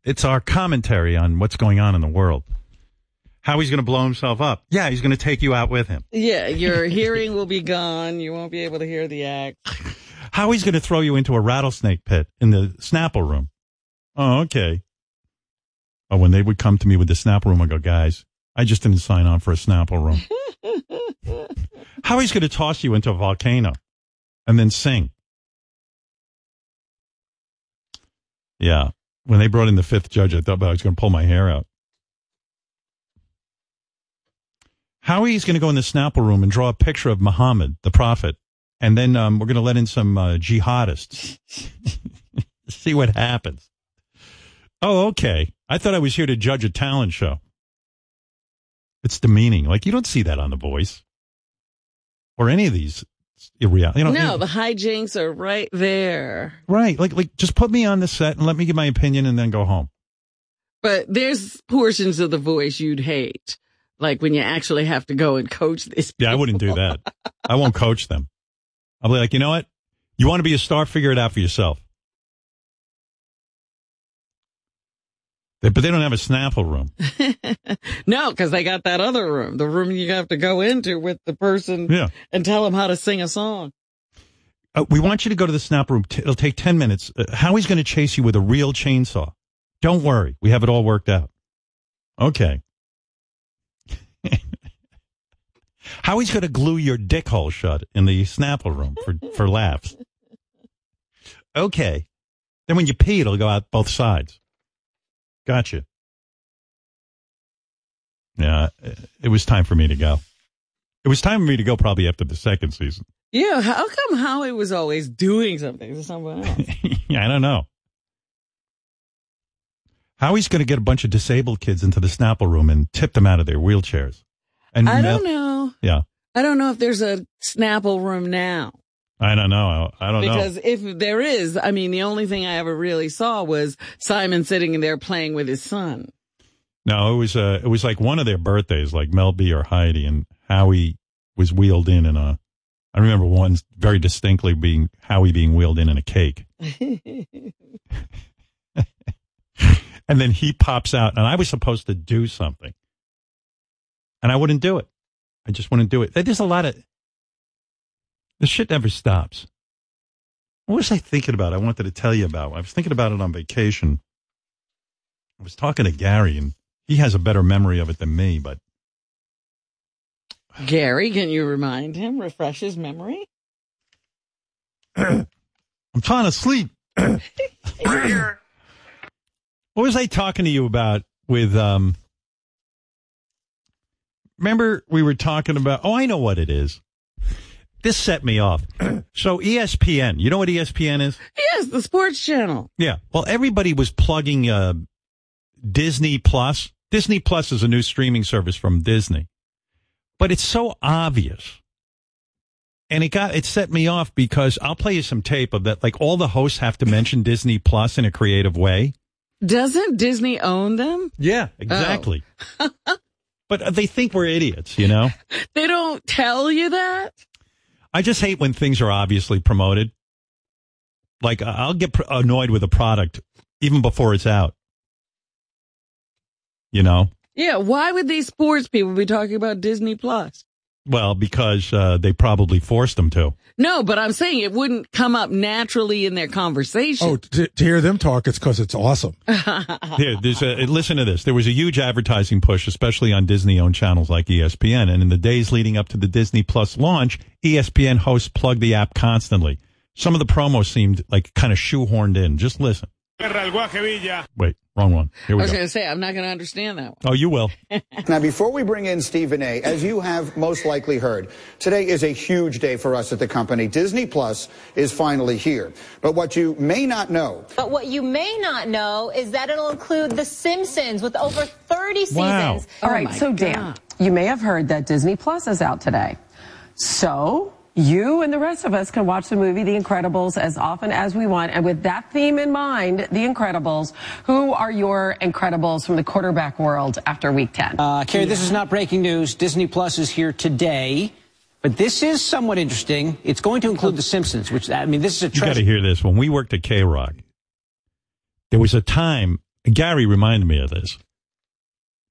Speaker 4: It's our commentary on what's going on in the world. Howie's going to blow himself up. Yeah, he's going to take you out with him.
Speaker 6: Yeah, your hearing will be gone. You won't be able to hear the act.
Speaker 4: Howie's going to throw you into a rattlesnake pit in the Snapple room. Oh, okay. Oh, when they would come to me with the Snapple room, I go, guys, I just didn't sign on for a Snapple room. Howie's going to toss you into a volcano and then sing. Yeah. When they brought in the fifth judge, I thought I was going to pull my hair out. Howie's going to go in the Snapple room and draw a picture of Muhammad, the prophet, and then um, we're going to let in some uh, jihadists. See what happens. Oh, okay. I thought I was here to judge a talent show. It's demeaning. Like you don't see that on The Voice or any of these irreal. You know,
Speaker 6: no, the hijinks are right there.
Speaker 4: right? Like, like just put me on the set and let me give my opinion, and then go home.
Speaker 6: But there's portions of the voice you'd hate, like when you actually have to go and coach this.
Speaker 4: Yeah, I wouldn't do that. I won't coach them. I'll be like, you know what? You want to be a star? Figure it out for yourself. They, but they don't have a Snapple room.
Speaker 6: No, because they got that other room, the room you have to go into with the person
Speaker 4: Yeah.
Speaker 6: and tell them how to sing a song.
Speaker 4: Uh, we want you to go to the Snapple room. T- it'll take 10 minutes. Uh, Howie's going to chase you with a real chainsaw. Don't worry. We have it all worked out. Okay. Howie's going to glue your dick hole shut in the Snapple room for, for laughs. Okay. Then when you pee, it'll go out both sides. Gotcha. Yeah, it- it was time for me to go. It was time for me to go probably after the second season.
Speaker 6: Yeah, how come Howie was always doing something to someone else?
Speaker 4: Yeah, I don't know. How he's going to get a bunch of disabled kids into the Snapple room and tip them out of their wheelchairs? And
Speaker 6: I
Speaker 4: mel-
Speaker 6: don't know.
Speaker 4: Yeah,
Speaker 6: I don't know if there's a Snapple room now.
Speaker 4: I don't know. I, I don't
Speaker 6: because
Speaker 4: know.
Speaker 6: if there is, I mean, the only thing I ever really saw was Simon sitting in there playing with his son.
Speaker 4: No, it was uh, it was like one of their birthdays, like Mel B or Heidi, and Howie was wheeled in in a. I remember one very distinctly being Howie being wheeled in in a cake, and then he pops out, and I was supposed to do something, and I wouldn't do it. I just wouldn't do it. There's a lot of this shit never stops. What was I thinking about? I wanted to tell you about. I was thinking about it on vacation. I was talking to Gary, and he has a better memory of it than me, but
Speaker 6: Gary, can you remind him, refresh his memory?
Speaker 4: I'm trying to sleep. What was I talking to you about with um Remember we were talking about Oh, I know what it is. This set me off. so E ESPN, you know what ESPN is?
Speaker 6: Yes, the sports channel.
Speaker 4: Yeah. Well, everybody was plugging uh Disney Plus. Disney Plus is a new streaming service from Disney. But it's so obvious and it got it set me off because I'll play you some tape of that. Like all the hosts have to mention Disney Plus in a creative way.
Speaker 6: Doesn't Disney own them?
Speaker 4: Yeah, exactly. but they think we're idiots, you know.
Speaker 6: They don't tell you that?
Speaker 4: I just hate when things are obviously promoted. Like I- I'll get pr- annoyed with a product even before it's out. You know,
Speaker 6: Yeah, why would these sports people be talking about Disney Plus?
Speaker 4: well, because uh, they probably forced them to.
Speaker 6: No, but I'm saying it wouldn't come up naturally in their conversation.
Speaker 9: Oh, to, to hear them talk, it's because it's awesome.
Speaker 4: Here, there's a, uh, listen to this. There was a huge advertising push, especially on Disney-owned channels like E ESPN. And in the days leading up to the Disney Plus launch, E ESPN hosts plugged the app constantly. Some of the promos seemed like kind of shoehorned in. Just listen. Wait, wrong one.
Speaker 6: I
Speaker 4: Here we
Speaker 6: was
Speaker 4: go.
Speaker 6: going to say, I'm not going to understand that one.
Speaker 4: Oh, you will.
Speaker 29: now, before we bring in Stephen A., as you have most likely heard, today is a huge day for us at the company. Disney Plus is finally here. But what you may not know
Speaker 17: But what you may not know is that it'll include The Simpsons with over 30 seasons. Oh
Speaker 32: Wow. All right,
Speaker 6: Oh
Speaker 32: so Dan,
Speaker 17: damn.
Speaker 32: you may have heard that Disney Plus is out today. So you and the rest of us can watch the movie The Incredibles as often as we want. And with that theme in mind, The Incredibles, who are your Incredibles from the quarterback world after week 10?
Speaker 2: Uh, Carrie, this is not breaking news. Disney Plus is here today, but this is somewhat interesting. It's going to include The Simpsons, which I mean, this is a
Speaker 4: You got to
Speaker 2: treasure.
Speaker 4: hear this. When we worked at K Rock, there was a time, Gary reminded me of this.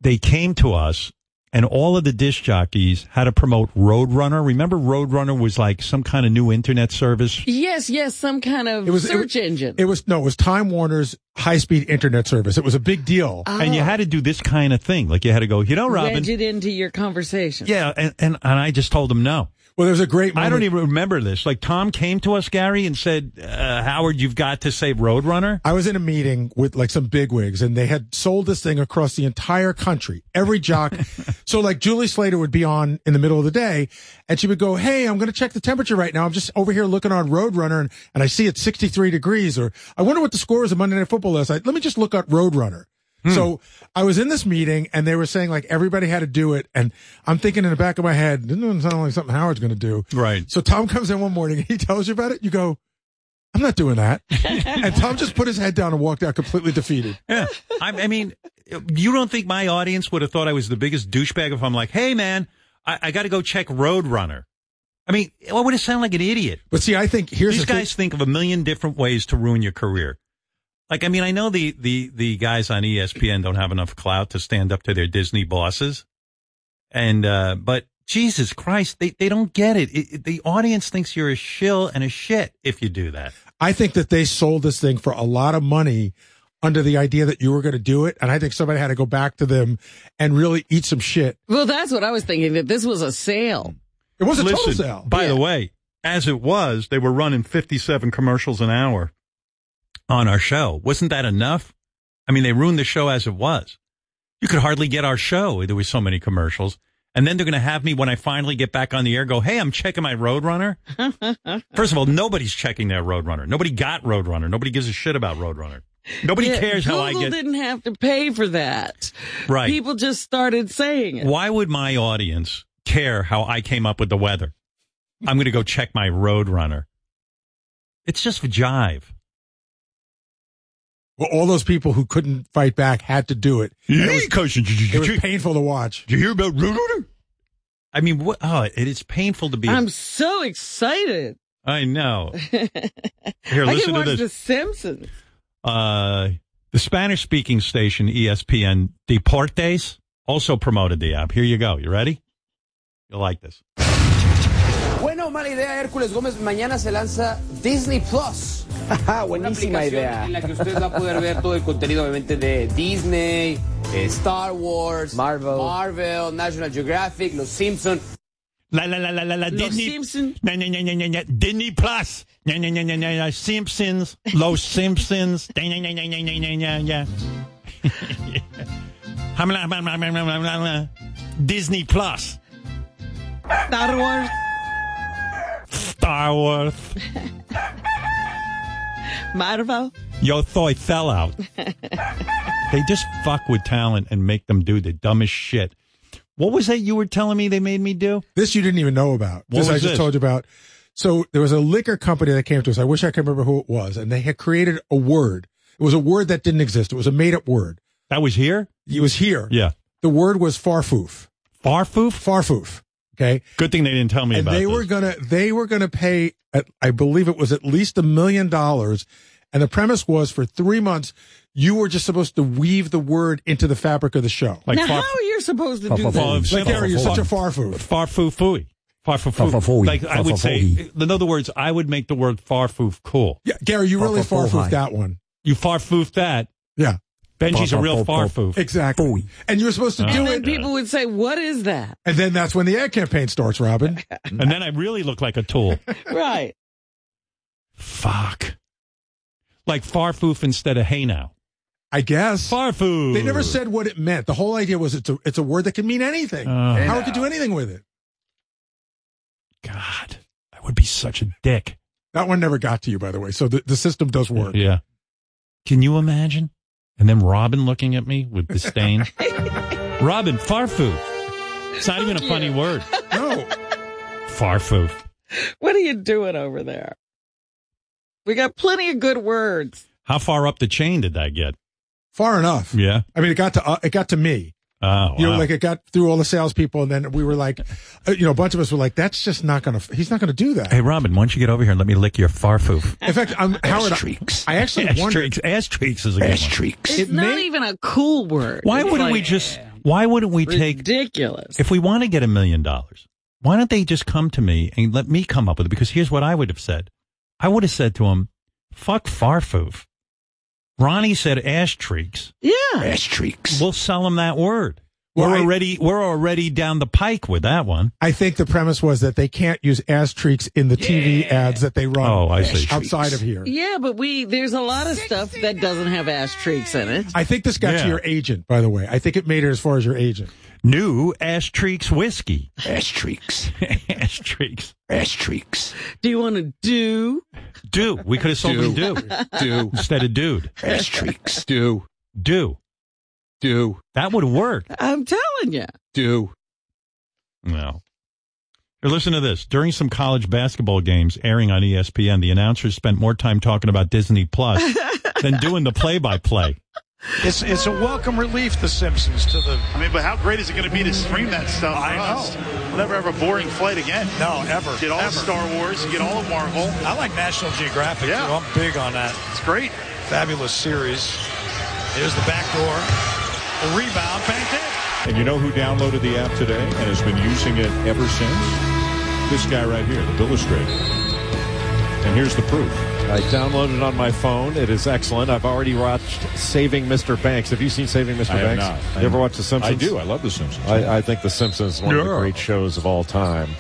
Speaker 4: They came to us, and all of the disc jockeys had to promote Roadrunner. Remember, Roadrunner was like some kind of new internet service?
Speaker 6: Yes, yes, some kind of search engine.
Speaker 9: It was no, it was Time Warner's high-speed internet service. It was a big deal,
Speaker 4: And you had to do this kind of thing. Like you had to go, you know, Robin.
Speaker 6: Wedge it into your conversation.
Speaker 4: Yeah, and, and, and I just told him no.
Speaker 9: Well, there's a great
Speaker 4: I don't even remember this. Like Tom came to us, Gary, and said, uh, Howard, you've got to save Roadrunner.
Speaker 9: I was in a meeting with like some bigwigs and they had sold this thing across the entire country. Every jock. so like Julie Slater would be on in the middle of the day and she would go, Hey, I'm going to check the temperature right now. I'm just over here looking on Roadrunner and, and I see it's 63 degrees or I wonder what the score is of Monday Night Football last night. Let me just look up Roadrunner. So I was in this meeting and they were saying like everybody had to do it. And I'm thinking in the back of my head, doesn't sound like something Howard's going to do. Right. So Tom comes in one morning and he tells you about it. You go, I'm not doing that. and Tom just put his head down and walked out completely defeated.
Speaker 4: Yeah. I, I mean, you don't think my audience would have thought I was the biggest douchebag if I'm like, hey, man, I, I got to go check Roadrunner. I mean, I would have sounded like an idiot.
Speaker 9: But see, I think here's
Speaker 4: these
Speaker 9: the thing-
Speaker 4: guys think of a million different ways to ruin your career. Like, I mean, I know the, the, the guys on E ESPN don't have enough clout to stand up to their Disney bosses. And, uh, but Jesus Christ, they, they don't get it. It, it. The audience thinks you're a shill and a shit if you do that.
Speaker 9: I think that they sold this thing for a lot of money under the idea that you were going to do it. And I think somebody had to go back to them and really eat some shit.
Speaker 6: Well, that's what I was thinking, that this was a sale.
Speaker 9: It was a total
Speaker 4: Listen,
Speaker 9: sale.
Speaker 4: By the way, as it was, they were running 57 commercials an hour on our show. Wasn't that enough? I mean, they ruined the show as it was. You could hardly get our show. There was so many commercials. And then they're going to have me when I finally get back on the air go, Hey, I'm checking my Roadrunner. First of all, nobody's checking their Roadrunner. Nobody got Roadrunner. Nobody gives a shit about Roadrunner. Nobody
Speaker 6: Yeah,
Speaker 4: cares
Speaker 6: Google
Speaker 4: how I get.
Speaker 6: didn't have to pay for that.
Speaker 4: Right.
Speaker 6: People just started saying it.
Speaker 4: Why would my audience care how I came up with the weather? I'm going to go check my Roadrunner. It's just jive.
Speaker 9: Well, all those people who couldn't fight back had to do it.
Speaker 4: Yeah,
Speaker 9: And it, was,
Speaker 4: Coach, did you-
Speaker 9: it was
Speaker 4: did you-
Speaker 9: painful to watch.
Speaker 4: Do you hear about Roadrunner? I mean, what? Oh, it is painful to be.
Speaker 6: I'm so excited.
Speaker 4: I know. Here,
Speaker 6: I
Speaker 4: listen
Speaker 6: can
Speaker 4: to
Speaker 6: watch
Speaker 4: this.
Speaker 6: The Simpsons.
Speaker 4: Uh, the Spanish speaking station E ESPN Deportes also promoted the app. Here you go. You ready? You'll like this.
Speaker 20: Bueno, mala idea, Hércules Gómez. Mañana se lanza Disney Plus.
Speaker 14: buenísima
Speaker 20: Una aplicación
Speaker 14: idea.
Speaker 20: En la que usted va a poder ver todo el contenido, obviamente, de Disney, eh, Star Wars, Marvel. National Geographic, Los Simpsons.
Speaker 4: La la la la la la
Speaker 20: Los
Speaker 4: Disney.
Speaker 20: Simpson.
Speaker 4: Na, na, na, na, na, na, Disney Plus. Na, na, na, na, na, na, Simpsons. Los Simpsons. Na, na, na, na, na, na, na, na, na. Hamla, hamla, hamla, hamla, hamla, hamla. Disney Plus.
Speaker 6: Star Wars.
Speaker 4: Star Wars.
Speaker 6: Marvel.
Speaker 4: Yo soy sellout. They just fuck with talent and make them do the dumbest shit. What was that you were telling me they made me do?
Speaker 9: This you didn't even know about.
Speaker 4: What
Speaker 9: this I
Speaker 4: was
Speaker 9: just
Speaker 4: this?
Speaker 9: told you about. So there was a liquor company that came to us. I wish I could remember who it was. And they had created a word. It was a word that didn't exist. It was a made up word.
Speaker 4: That was here?
Speaker 9: It was here.
Speaker 4: Yeah.
Speaker 9: The word was farfoof.
Speaker 4: Farfoof?
Speaker 9: Farfoof. Okay.
Speaker 4: Good thing they didn't tell me
Speaker 9: and
Speaker 4: about
Speaker 9: they
Speaker 4: this.
Speaker 9: were gonna they were gonna pay at, i believe it was at least a million dollars and the premise was for three months you were just supposed to weave the word into the fabric of the show
Speaker 6: now, how are you supposed to do
Speaker 9: Well,
Speaker 6: that?
Speaker 9: it's Like, Gary, you're such a farfoo.
Speaker 4: Farfoo-fooey. Farfoo-foo.
Speaker 9: Farfoo-fooey.
Speaker 4: Like I would say, in other words, I would make the word farfoof cool.
Speaker 9: Yeah, Gary, you really farfoofed
Speaker 4: farfoof
Speaker 9: that one.
Speaker 4: You farfoofed that.
Speaker 9: Yeah.
Speaker 4: Benji's a real farfoof.
Speaker 9: exactly and you're supposed to
Speaker 4: Oh.
Speaker 9: do
Speaker 6: And then
Speaker 9: it
Speaker 6: people would say, "What is that?"
Speaker 9: and then that's when the ad campaign starts robin
Speaker 4: And then I really look like a tool.
Speaker 6: Right.
Speaker 4: Fuck. Like farfoof instead of hey now.
Speaker 9: I guess.
Speaker 4: Farfoof.
Speaker 9: they never said what it meant the whole idea was it's a it's a word that can mean anything
Speaker 4: Oh.
Speaker 9: how it could do anything with it
Speaker 4: god i would be such a dick
Speaker 9: that one never got to you by the way so the, the system does work
Speaker 4: Yeah. Can you imagine? And then Robin looking at me with disdain. Robin, farfoof. It's not even a funny word.
Speaker 9: No.
Speaker 4: Farfoof.
Speaker 6: What are you doing over there? We got plenty of good words.
Speaker 4: How far up the chain did that get?
Speaker 9: far enough
Speaker 4: Yeah.
Speaker 9: i mean it got to uh, it got to me
Speaker 4: Oh,
Speaker 9: You know,
Speaker 4: wow.
Speaker 9: like it got through all the salespeople, and then we were like, uh, you know, a bunch of us were like, "That's just not gonna. He's not gonna do that."
Speaker 4: hey, Robin, why don't you get over here and let me lick your farfoof?
Speaker 9: In fact, I'm Howard.
Speaker 4: Asterix.
Speaker 9: I actually
Speaker 4: ass
Speaker 9: wondered.
Speaker 4: Treeks. Ass treeks is a good one.
Speaker 6: It's not even a cool word.
Speaker 4: Why
Speaker 6: It's
Speaker 4: wouldn't
Speaker 6: like-
Speaker 4: we just? Why wouldn't we take
Speaker 6: ridiculous?
Speaker 4: If we want to get a million dollars, why don't they just come to me and let me come up with it? Because here's what I would have said. I would have said to him, "Fuck farfoof." Ronnie said ash treeks.
Speaker 6: Yeah,
Speaker 4: ash treeks. We'll sell him that word.
Speaker 9: Well,
Speaker 4: we're
Speaker 9: I-
Speaker 4: already we're already down the pike with that one.
Speaker 9: I think the premise was that they can't use ass treaks in the TV ads that they run.
Speaker 4: Oh, I see.
Speaker 9: Outside of here,
Speaker 6: Yeah, but we there's a lot of stuff that doesn't have ass treaks in it.
Speaker 9: I think this got
Speaker 4: Yeah.
Speaker 9: to your agent, by the way. I think it made it as far as your agent.
Speaker 4: New ash treeks whiskey. Ash treeks. ash treeks. Ash treeks.
Speaker 6: Do you want to do?
Speaker 4: Do we could have sold him do
Speaker 6: Do. Do.
Speaker 4: instead of dude.
Speaker 6: Ass
Speaker 4: treeks. Do do do. That would work.
Speaker 6: I'm telling you.
Speaker 4: do. No. Here, listen to this. During some college basketball games airing on E ESPN, the announcers spent more time talking about Disney Plus than doing the play-by-play.
Speaker 13: It's, it's a welcome relief, The Simpsons, to the. I mean, but how great is it going to be to stream that stuff? I know. We'll never have a boring flight again. No, ever. Get all of Star Wars, you get all of Marvel. I like National Geographic. Yeah. I'm big on that. It's great. Fabulous series. Here's the back door. The rebound, banked in.
Speaker 33: And you know who downloaded the app today and has been using it ever since? This guy right here, the illustrator. And here's the proof.
Speaker 5: I downloaded it on my phone. It is excellent. I've already watched Saving Mr. Banks. Have you seen Saving Mr.
Speaker 33: I have
Speaker 5: Banks?
Speaker 33: not.
Speaker 5: You ever watch The Simpsons?
Speaker 33: I do. I love The Simpsons.
Speaker 5: I, I think The Simpsons is one of the
Speaker 33: Yeah.
Speaker 5: great shows of all time,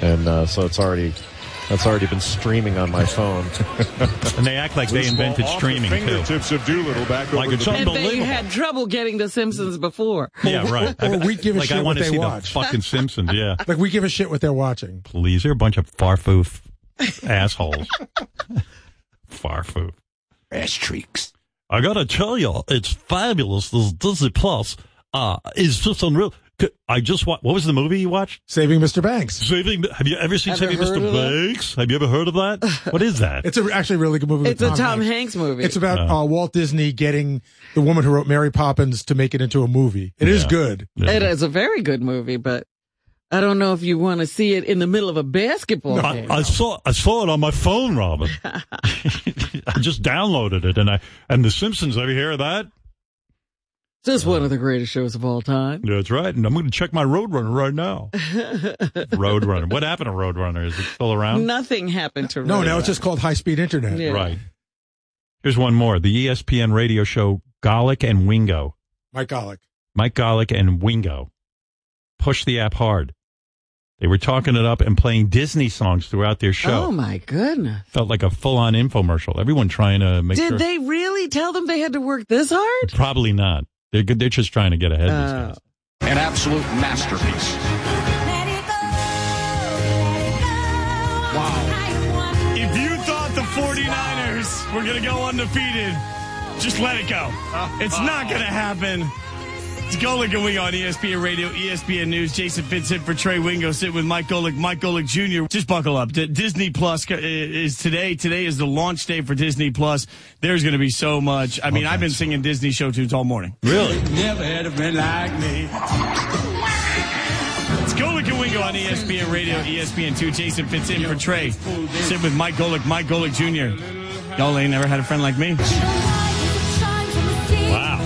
Speaker 5: and uh, so it's already that's already been streaming on my phone.
Speaker 4: and they act like
Speaker 5: they
Speaker 4: invented streaming, too.
Speaker 5: Fingertips
Speaker 33: of Doolittle back
Speaker 4: Like over it's the-
Speaker 6: And they
Speaker 4: Unbelievable.
Speaker 6: had trouble getting The Simpsons before.
Speaker 4: Yeah, right.
Speaker 9: Or we give a
Speaker 4: like,
Speaker 9: shit
Speaker 4: I
Speaker 9: what
Speaker 4: want to
Speaker 9: they
Speaker 4: see
Speaker 9: watch.
Speaker 4: the fucking Simpsons. Yeah,
Speaker 9: Like we give a shit what they're watching.
Speaker 4: please, you're a bunch of farfoof assholes. farfoof. Ash treeks. I gotta tell you, it's fabulous. This Disney Plus uh, is just unreal. C- I just wa- what was the movie you watched?
Speaker 9: Saving Mr. Banks.
Speaker 4: Saving. Have you ever seen
Speaker 9: Ever
Speaker 4: Saving
Speaker 9: heard
Speaker 4: Mr.
Speaker 9: of that?
Speaker 4: Banks? Have you ever heard of that? What is that?
Speaker 9: It's a, actually a really good movie. with
Speaker 6: It's a Tom Hanks movie.
Speaker 9: It's about
Speaker 6: Oh.
Speaker 9: uh, Walt Disney getting the woman who wrote Mary Poppins to make it into a movie. It is
Speaker 6: Yeah.
Speaker 9: good.
Speaker 6: It is a very good movie, but I don't know if you want to see it in the middle of a basketball
Speaker 4: I,
Speaker 6: game.
Speaker 4: I saw I saw it on my phone, Robin. I just downloaded it, and I and The Simpsons. Have you heard of that?
Speaker 6: Just one of the greatest shows of all time.
Speaker 4: That's right. And I'm going to check my Roadrunner right now. Roadrunner. What happened to Roadrunner? Is it still around?
Speaker 6: Nothing happened to
Speaker 9: No,
Speaker 6: Ray
Speaker 9: now
Speaker 6: Rock.
Speaker 9: it's just called High Speed Internet.
Speaker 6: Yeah.
Speaker 4: Right. Here's one more. The E ESPN radio show Golic and Wingo.
Speaker 9: Mike Golick.
Speaker 4: Mike Golic and Wingo pushed the app hard. They were talking it up and playing Disney songs throughout their show.
Speaker 6: Oh my goodness.
Speaker 4: Felt like a full-on infomercial. Everyone trying to make
Speaker 6: Did
Speaker 4: sure.
Speaker 6: they really tell them they had to work this hard?
Speaker 4: Probably not. They're good. They're just trying to get ahead. of
Speaker 6: Oh.
Speaker 34: An absolute masterpiece.
Speaker 12: If you thought the 49ers were going to go undefeated, just let it go. It's not going to happen. It's Golick and we on E ESPN Radio, ESPN News. Jason Fitz in for Trey Wingo, sitting with Mike Golick, Mike Golick Jr. Just buckle up. D- Disney Plus co- i- is today. Today is the launch day for Disney Plus. There's going to be so much. I mean, I've been singing Disney show tunes all morning.
Speaker 4: Really?
Speaker 12: Never had a friend like me. It's Golick and Wingo on E ESPN Radio, ESPN2. Jason fits in for Trey. Sit with Mike Golick, Mike Golick Jr. Y'all ain't never had a friend like me.
Speaker 4: Wow.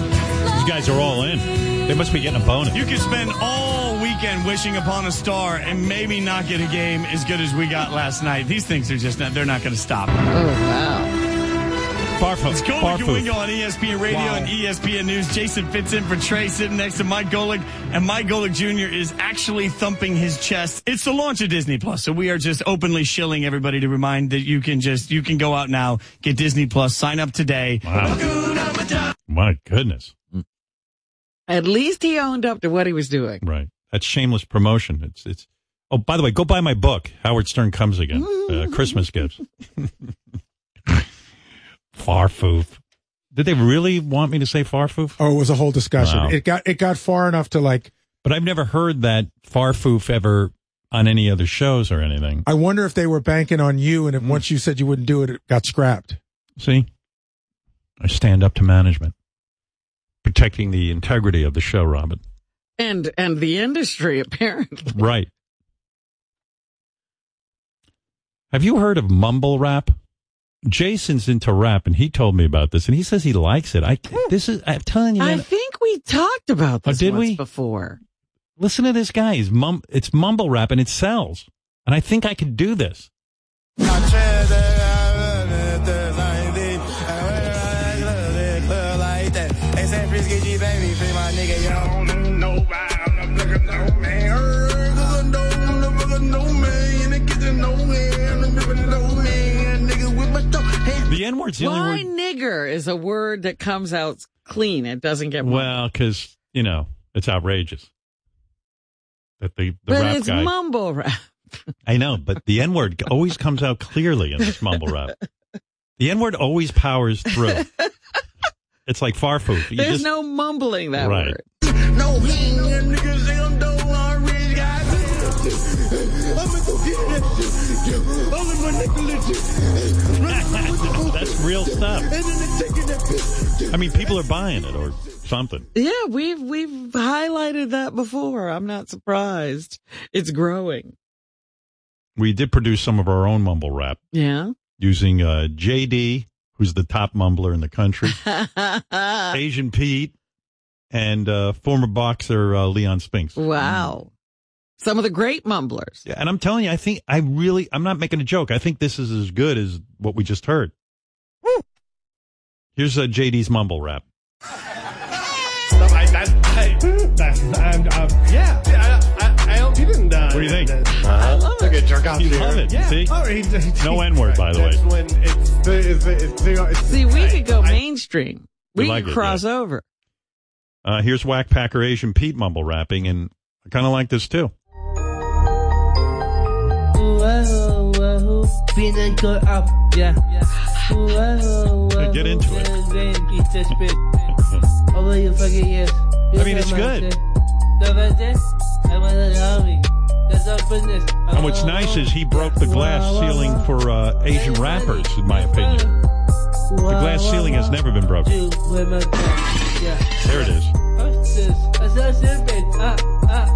Speaker 4: You guys are all in. They must be getting a bonus.
Speaker 12: You can spend all weekend wishing upon a star and maybe not get a game as good as we got last night. These things are just not, they're not going to stop.
Speaker 6: Oh, wow.
Speaker 4: Barfo.
Speaker 12: It's Golick and Wingo on E ESPN Radio and E ESPN News. Jason fits in for Trey sitting next to Mike Golick, and Mike Golick Jr. is actually thumping his chest. It's the launch of Disney Plus, so we are just openly shilling everybody to remind that you can just you can go out now, get Disney Plus, sign up today.
Speaker 4: Wow. My goodness.
Speaker 6: At least he owned up to what he was doing.
Speaker 4: Right. That's shameless promotion. It's it's. Oh, by the way, go buy my book. Howard Stern comes again. Uh, Christmas gifts. farfoof. Did they really want me to say farfoof?
Speaker 9: Oh, it was a whole discussion.
Speaker 4: Wow.
Speaker 9: It got it got far enough to like.
Speaker 4: But I've never heard that farfoof ever on any other shows or anything.
Speaker 9: I wonder if they were banking on you, and
Speaker 4: Hmm.
Speaker 9: if once you said you wouldn't do it, it got scrapped.
Speaker 4: See, I stand up to management, protecting the integrity of the show, Robin.
Speaker 6: And and the industry apparently.
Speaker 4: Right. Have you heard of mumble rap? Jason's into rap, and he told me about this, and he says he likes it. I this is I'm telling you,
Speaker 6: Hmm. I
Speaker 4: man.
Speaker 6: think we talked about
Speaker 4: Oh,
Speaker 6: this
Speaker 4: did
Speaker 6: once
Speaker 4: we?
Speaker 6: before.
Speaker 4: Listen to this guy. He's mum. It's mumble rap, and it sells. And I think I could do this. The N word's the only
Speaker 6: Why
Speaker 4: word.
Speaker 6: nigger is a word that comes out clean. It doesn't get
Speaker 4: Well, because you know it's outrageous that the the
Speaker 6: But
Speaker 4: rap
Speaker 6: it's
Speaker 4: guy.
Speaker 6: mumble rap.
Speaker 4: I know, but the N word always comes out clearly in this mumble rap. The N word always powers through. It's like farfoof. You
Speaker 6: There's
Speaker 4: just-
Speaker 6: no mumbling that
Speaker 4: right.
Speaker 6: word.
Speaker 4: That's real stuff. I mean, people are buying it or something.
Speaker 6: Yeah, we've we've highlighted that before. I'm not surprised. It's growing.
Speaker 4: We did produce some of our own mumble rap
Speaker 6: Yeah.
Speaker 4: using uh, JD, who's the top mumbler in the country, Asian Pete, and uh, former boxer uh, Leon Spinks.
Speaker 6: Wow. Some of the great mumblers.
Speaker 4: Yeah, and I'm telling you, I think I really, I'm not making a joke. I think this is as good as what we just heard. Here's uh, JD's mumble rap.
Speaker 12: I, I,
Speaker 13: um,
Speaker 12: yeah, I, I, I don't, he didn't. Uh,
Speaker 4: What do you think?
Speaker 12: I love it. jerk off.
Speaker 4: You love it.
Speaker 12: Yeah.
Speaker 4: See?
Speaker 12: Oh, he- he-
Speaker 4: No N-word, by the way.
Speaker 12: When it's the, it's the, it's the, it's
Speaker 6: See, we could go mainstream.
Speaker 4: We
Speaker 6: We
Speaker 4: like
Speaker 6: could
Speaker 4: it,
Speaker 6: cross over.
Speaker 4: Uh, here's Whack Packer Asian Pete mumble rapping, and I kind of like this too.
Speaker 2: Whoa, whoa, feeling good up, yeah. Whoa, whoa,
Speaker 4: it. Get into it.
Speaker 2: I
Speaker 4: mean, it's good. And what's nice is he broke the glass ceiling for uh, Asian rappers, in my opinion.
Speaker 2: The
Speaker 4: The glass ceiling has never been broken. There it is.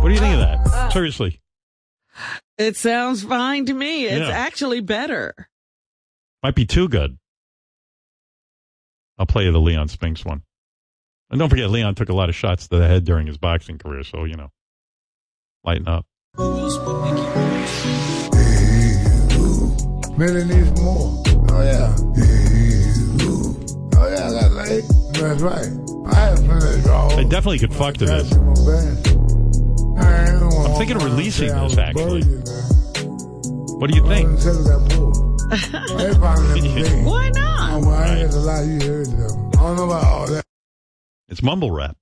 Speaker 4: What do you think of
Speaker 6: Uh,
Speaker 4: that? Seriously,
Speaker 6: It sounds fine to me. It's
Speaker 4: Yeah.
Speaker 6: actually better.
Speaker 4: might be too good. I'll play you the Leon Spinks one. And don't forget, Leon took a lot of shots to the head during his boxing career, so, you know, lighten up.
Speaker 3: Really needs more. Oh yeah. Oh yeah, I got late. That's right. I have finished all
Speaker 4: I definitely could fuck to this.
Speaker 3: my best.
Speaker 4: I'm thinking of releasing this, actually. What do you think?
Speaker 3: "Oh, They probably never seen.
Speaker 6: Why
Speaker 3: not? I'm I ain't gonna lie, you heard them. I don't know about all that.
Speaker 4: It's mumble rap.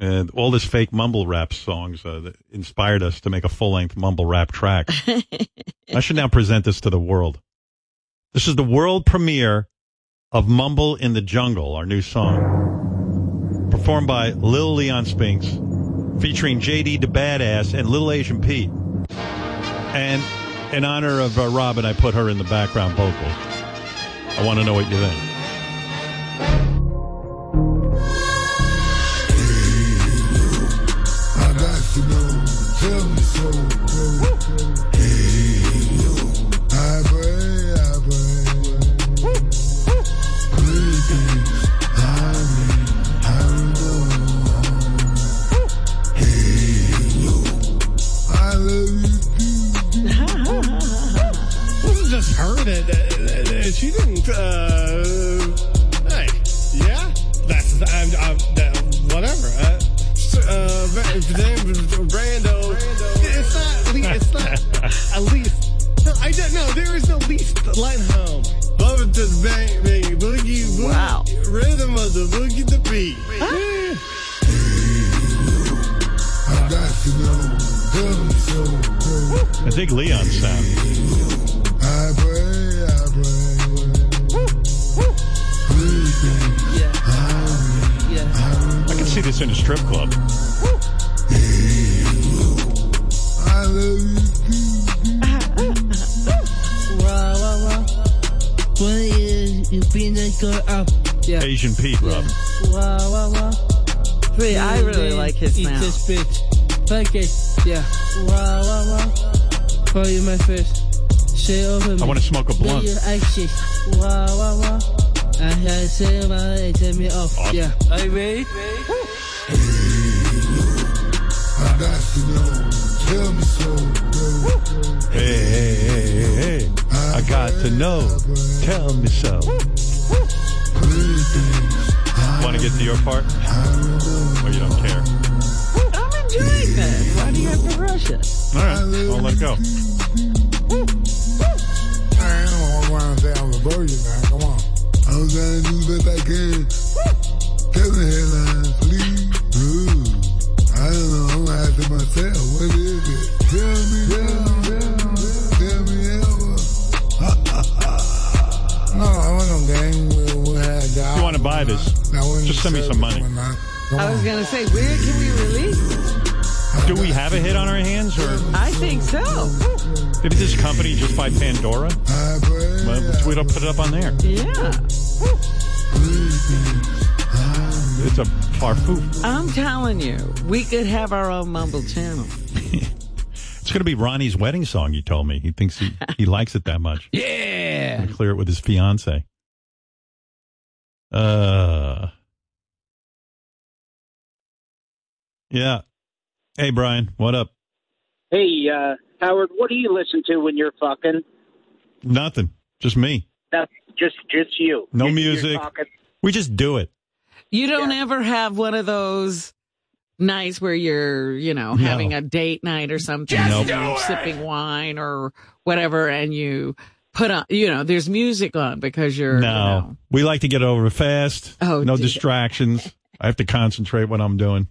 Speaker 4: And all this fake mumble rap songs uh, that inspired us to make a full length mumble rap track. I should now present this to the world. This is the world premiere of Mumble in the Jungle, our new song. Performed by Lil Leon Spinks, featuring JD the Badass and Little Asian Pete. And in honor of uh, Robin, I put her in the background vocals. I want to know what you think.
Speaker 3: I got to know. Tell me so. Tell me, tell me. I pray, I pray. Please, please, I mean, I know. I love you.
Speaker 5: wasn't just her that, that- that- she didn't. Uh, hey, yeah, that's I'm, I'm, that, whatever. Uh, s- uh, Bra- Brando, It's not. le- It's not. At least. No, I don't know. There is no least line home. Love it to the bang, bang, boogie, boogie. Wow. Rhythm of the boogie, the beat.
Speaker 3: I got to know. Tell me so. Tell me.
Speaker 4: I dig Leon's sound.
Speaker 3: I pray, I pray. Please, please, I mean,
Speaker 4: I can see this in a strip club.
Speaker 3: I love you.
Speaker 4: Asian Pete, Rob.
Speaker 6: Wait, I really like his
Speaker 2: Eat
Speaker 6: now.
Speaker 2: this bitch. Fuck it. Yeah. Wow, wow, wow. Call you my first. Shit over me.
Speaker 4: I wanna smoke a blunt.
Speaker 2: Be your actions. Wow, wow, wow. I had say my leg, take me off.
Speaker 4: Awesome.
Speaker 2: Yeah. Are you ready?
Speaker 3: I got to know. Tell me so. Tell me,
Speaker 4: Hey, hey, hey, hey, hey. I got to know. Tell me so. Want to get to your part? Or you don't care?
Speaker 6: I'm enjoying this. Why do you have to rush it?
Speaker 4: All right, I'll let go.
Speaker 3: I don't want to go around and say I'm a virgin now. Come on. I'm trying to do the best I can. Tell me headlines, please. Ooh. I don't know. I'm going to ask myself, what is it? Tell me, tell me, tell me, tell me ever. no, I wasn't gang. We, we had jobs.
Speaker 4: You want to buy this? Just send me some money.
Speaker 6: I was gonna say, where can we release? it?
Speaker 4: Do we have a hit on our hands, or
Speaker 6: I think so.
Speaker 4: did this company just buy Pandora? Well, we don't put it up on there.
Speaker 6: Yeah.
Speaker 4: It's a farfoof.
Speaker 6: I'm telling you, we could have our own mumble channel.
Speaker 4: It's going to be Ronnie's wedding song. He told me he thinks he, he likes it that much. Yeah, clear it with his fiance. Uh, yeah. Hey, Brian, what up?
Speaker 11: Hey, uh, Howard, what do you listen to when you're fucking?
Speaker 4: Nothing. Just me.
Speaker 11: That's just just you.
Speaker 4: No
Speaker 11: You're- you're
Speaker 4: music.
Speaker 11: talking-
Speaker 4: We just do it.
Speaker 6: You don't ever have one of those nights where you're, you know, having a date night or something,
Speaker 4: Just
Speaker 6: and
Speaker 4: do
Speaker 6: you're
Speaker 4: it!
Speaker 6: sipping wine or whatever, and you put on, you know, there's music on because you're. you
Speaker 4: no,
Speaker 6: know.
Speaker 4: we like to get over fast.
Speaker 6: Oh,
Speaker 4: no
Speaker 6: dear.
Speaker 4: distractions. I have to concentrate what I'm doing.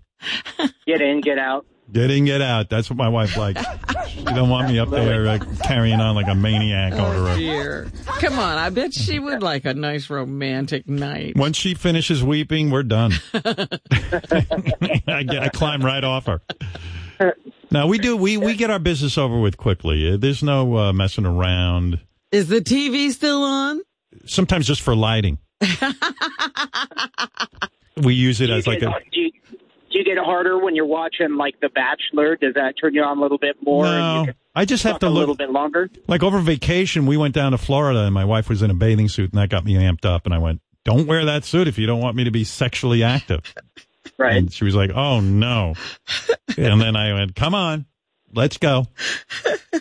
Speaker 11: Get in, get out.
Speaker 4: Getting it out. That's what my wife likes. she don't want me up there uh, carrying on like a maniac over
Speaker 6: Oh,
Speaker 4: her.
Speaker 6: dear. Come on. I bet she would like a nice romantic night.
Speaker 4: Once she finishes weeping, we're done. I, get- I climb right off her. Now we do. We we get our business over with quickly. Uh, There's no uh, messing around.
Speaker 6: Is the TV still on?
Speaker 4: Sometimes just for lighting. we use it as like a.
Speaker 31: do, you, do you get harder when you're watching like The Bachelor? Does that turn you on a little bit more?
Speaker 4: No, I just have
Speaker 31: suck
Speaker 4: to
Speaker 31: a
Speaker 4: look
Speaker 31: little bit longer.
Speaker 4: Like over vacation, we went down to Florida, and my wife was in a bathing suit, and that got me amped up. And I went, "Don't wear that suit if you don't want me to be sexually active."
Speaker 31: Right.
Speaker 4: And she was like, "Oh no!" and then I went, "Come on, let's go."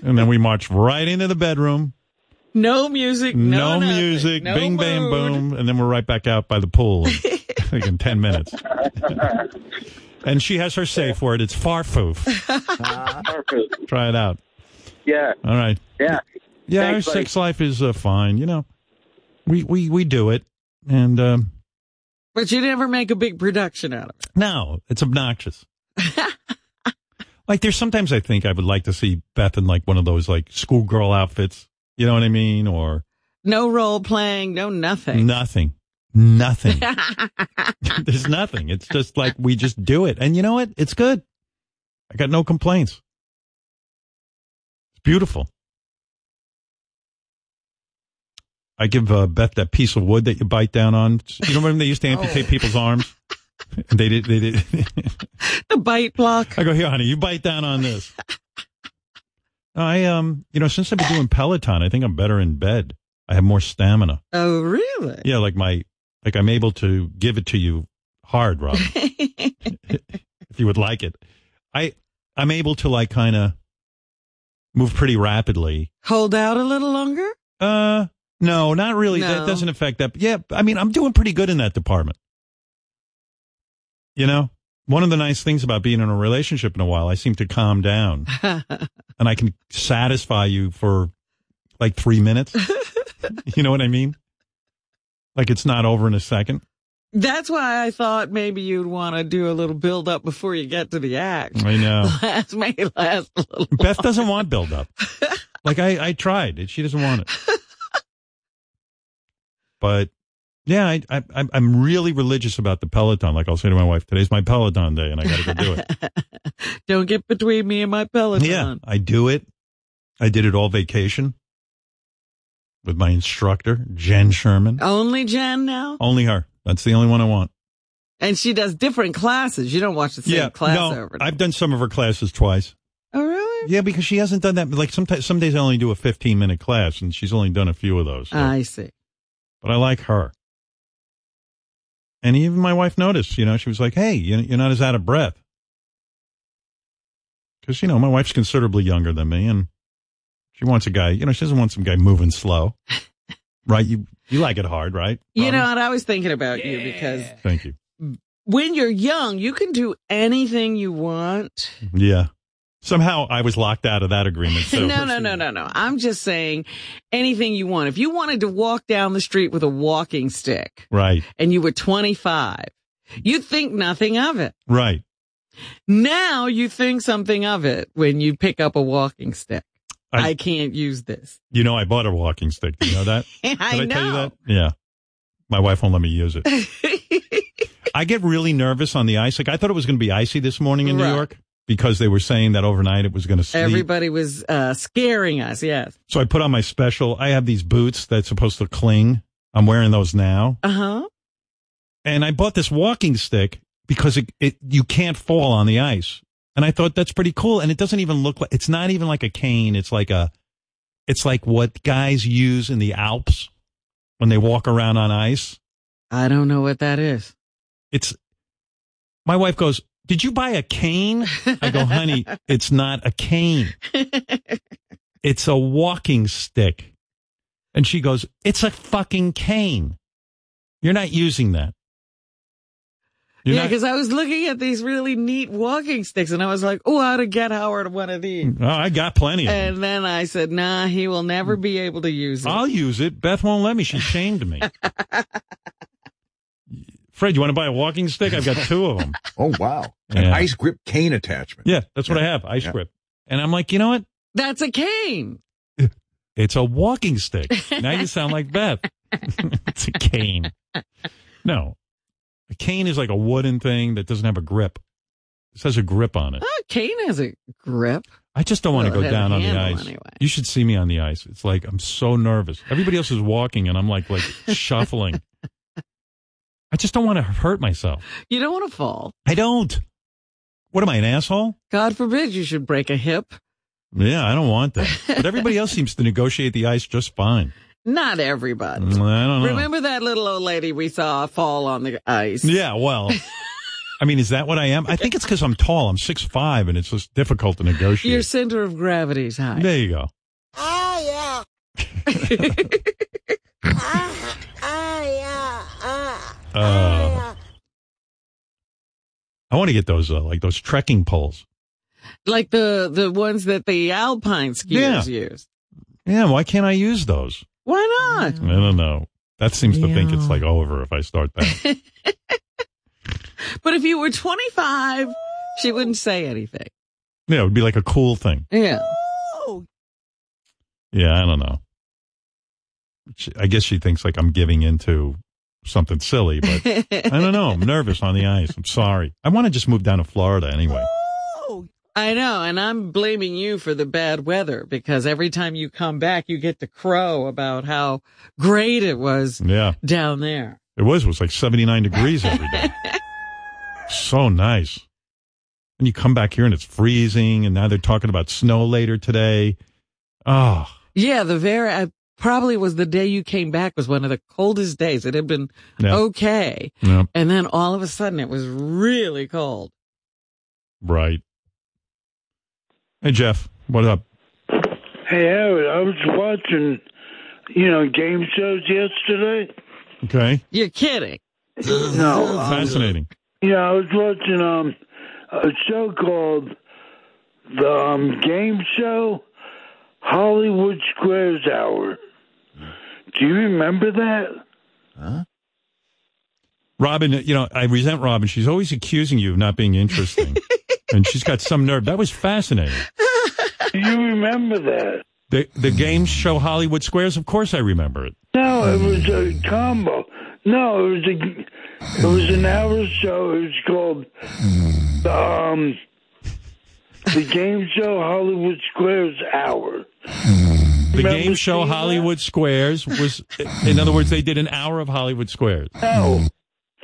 Speaker 4: And then we marched right into the bedroom.
Speaker 6: No music.
Speaker 4: No,
Speaker 6: No, nothing,
Speaker 4: music.
Speaker 6: no
Speaker 4: bing, bam,
Speaker 6: mood.
Speaker 4: boom, and then we're right back out by the pool. In, like in ten minutes. and she has her safe word. It's farfoof. Try it out.
Speaker 31: Yeah.
Speaker 4: All right.
Speaker 31: Yeah.
Speaker 4: Yeah,
Speaker 31: Thanks,
Speaker 4: our
Speaker 31: buddy.
Speaker 4: sex life is uh, fine. You know, we we we do it, and um,
Speaker 6: But you never make a big production out of it.
Speaker 4: no, it's obnoxious. like there's sometimes I think I would like to see Beth in like one of those like schoolgirl outfits. You know what I mean? Or
Speaker 6: No role playing, no nothing.
Speaker 4: nothing, nothing. there's nothing. It's just like we just do it, and you know what? It's good. I got no complaints. It's beautiful. I give uh, Beth that piece of wood that you bite down on. You remember when they used to amputate people's arms? They did. They did.
Speaker 6: the bite block.
Speaker 4: I go here, honey. You bite down on this. I um, you know, since I've been doing Peloton, I think I'm better in bed. I have more stamina.
Speaker 6: Oh, really?
Speaker 4: Yeah, like my like I'm able to give it to you hard, Rob. if you would like it. I I'm able to like kind of move pretty rapidly.
Speaker 6: Hold out a little longer?
Speaker 4: Uh, no, not really.
Speaker 6: No.
Speaker 4: That doesn't affect that. Yeah, I mean, I'm doing pretty good in that department. You know, one of the nice things about being in a relationship in a while, I seem to calm down and I can satisfy you for like three minutes. you know what I mean? Like it's not over in a second.
Speaker 6: That's why I thought maybe you'd want to do a little build up before you get to the act.
Speaker 4: I know.
Speaker 6: Last may it last a little.
Speaker 4: Beth doesn't want build up. Like I, I tried it. She doesn't want it. But yeah, I, I, I'm- I'm really religious about the Peloton. Like I'll say to my wife, today's my Peloton day and I got to go do it.
Speaker 6: Don't get between me and my Peloton.
Speaker 4: yeah, I do it. I did it all vacation with my instructor, Jen Sherman.
Speaker 6: Only Jen now?
Speaker 4: Only her. That's the only one I want.
Speaker 6: And she does different classes. You don't watch the same
Speaker 4: yeah,
Speaker 6: class
Speaker 4: no,
Speaker 6: over.
Speaker 4: I've done some of her classes twice.
Speaker 6: Oh, really?
Speaker 4: Yeah, because she hasn't done that. Like sometimes, some days I only do a 15 minute class and she's only done a few of those. so-
Speaker 6: I see.
Speaker 4: but I like her. And even my wife noticed, you know, she was like, hey, you- you're not as out of breath. Because, you know, my wife's considerably younger than me and she wants a guy, you know, she doesn't want some guy moving slow. right? You you like it hard, right?
Speaker 6: You know what? I was thinking about you because
Speaker 4: Thank you.
Speaker 6: when you're young, you can do anything you want.
Speaker 4: Yeah. Somehow I was locked out of that agreement. So.
Speaker 6: no, no, no, no, no. I'm just saying anything you want. If you wanted to walk down the street with a walking stick
Speaker 4: Right,
Speaker 6: and you were 25, you'd think nothing of it.
Speaker 4: right.
Speaker 6: Now you think something of it when you pick up a walking stick.
Speaker 4: I-
Speaker 6: I, can't use this.
Speaker 4: You know, I bought a walking stick. You know that?
Speaker 6: I,
Speaker 4: Did I tell you
Speaker 6: know.
Speaker 4: that? Yeah. My wife won't let me use it. I get really nervous on the ice. Like I thought it was going to be icy this morning in New
Speaker 6: Right.
Speaker 4: York because they were saying that overnight it was going to sleep.
Speaker 6: Everybody was uh, scaring us. Yes.
Speaker 4: so I put on my special. I have these boots that's supposed to cling. I'm wearing those now.
Speaker 6: Uh huh.
Speaker 4: And I bought this walking stick because it, it you can't fall on the ice. And I thought that's pretty cool. And it doesn't even look like it's not even like a cane. It's like a it's like what guys use in the Alps when they walk around on ice.
Speaker 6: I don't know what that is.
Speaker 4: It's my wife goes, Did you buy a cane? I go, honey, it's not a cane. It's a walking stick. And she goes, It's a fucking cane. You're not using that. You're
Speaker 6: yeah,
Speaker 4: not-
Speaker 6: because I was looking at these really neat walking sticks and I was like, oh, how to get Howard one of these.
Speaker 4: Oh, I got plenty of Hmm. them.
Speaker 6: And then I said, nah, he will never be able to use it.
Speaker 4: I'll use it. Beth won't let me. She shamed me. Fred, you want to buy a walking stick? I've got two of them.
Speaker 35: Oh wow, an
Speaker 4: Yeah.
Speaker 35: ice grip cane attachment.
Speaker 4: Yeah, that's what I have. Ice
Speaker 35: Yeah.
Speaker 4: grip. And I'm like, you know what?
Speaker 6: That's a cane.
Speaker 4: It's a walking stick. Now you sound like Beth. it's a cane. No. A cane is like a wooden thing that doesn't have a grip. This has a grip on it.
Speaker 6: A cane has a grip.
Speaker 4: I just don't want
Speaker 6: Well,
Speaker 4: to
Speaker 6: it
Speaker 4: go
Speaker 6: has a
Speaker 4: down on the
Speaker 6: handle
Speaker 4: ice.
Speaker 6: anyway.
Speaker 4: You should see me on the ice. It's like I'm so nervous. Everybody else is walking and I'm like like shuffling. I just don't want to hurt myself.
Speaker 6: You don't want to fall.
Speaker 4: I don't. What am I, an asshole?
Speaker 6: God forbid you should break a hip.
Speaker 4: Yeah, I don't want that. But everybody else seems to negotiate the ice just fine.
Speaker 6: Not everybody.
Speaker 4: Mm, I don't know.
Speaker 6: Remember that little old lady we saw fall on the ice?
Speaker 4: Yeah, well, I mean, is that what I am? I think it's because I'm tall. I'm six five, and it's just difficult to negotiate.
Speaker 6: Your center of gravity's high.
Speaker 4: There you go.
Speaker 2: Oh yeah. ah, ah yeah. Ah.
Speaker 4: Uh, I want to get those uh, like those trekking poles.
Speaker 6: Like the the ones that the alpine skiers
Speaker 4: Yeah.
Speaker 6: use.
Speaker 4: Yeah, why can't I use those?
Speaker 6: Why not?
Speaker 4: I don't know. That seems to think it's like over if I start that.
Speaker 6: But if you were 25, she wouldn't say anything.
Speaker 4: yeah, it would be like a cool thing.
Speaker 6: Yeah.
Speaker 4: Yeah, I don't know. She, I guess she thinks like I'm giving into something silly, but I don't know. I'm nervous on the ice. I'm sorry. I want to just move down to Florida anyway.
Speaker 6: I know, and I'm blaming you for the bad weather because every time you come back, you get to crow about how great it was
Speaker 4: Yeah.
Speaker 6: down there.
Speaker 4: It was. It was like 79 degrees every day. so nice. And you come back here and it's freezing, and now they're talking about snow later today. Oh,
Speaker 6: Yeah, the very I, probably was the day you came back was one of the coldest days. It had been
Speaker 4: Yeah.
Speaker 6: okay,
Speaker 4: Yeah.
Speaker 6: and then all of a sudden it was really cold.
Speaker 4: right. Hey, Jeff, what up?
Speaker 3: Hey, Howard, I was watching, you know, game shows yesterday.
Speaker 4: Okay.
Speaker 6: You're kidding.
Speaker 3: No. um,
Speaker 4: Fascinating.
Speaker 3: yeah, I was watching um a show called the um, Game Show Hollywood Squares Hour. Do you remember that?
Speaker 4: Robin, you know, I resent Robin. She's always accusing you of not being interesting. and she's got some nerve. That was fascinating.
Speaker 3: Do you remember that?
Speaker 4: The, the games show Hollywood Squares. Of course I remember it.
Speaker 3: No, it was a combo. No, it was a it was an hour show. It was called the um the game show Hollywood Squares Hour.
Speaker 4: The game show Hollywood Squares was, in other words, they did an hour of Hollywood Squares.
Speaker 3: No,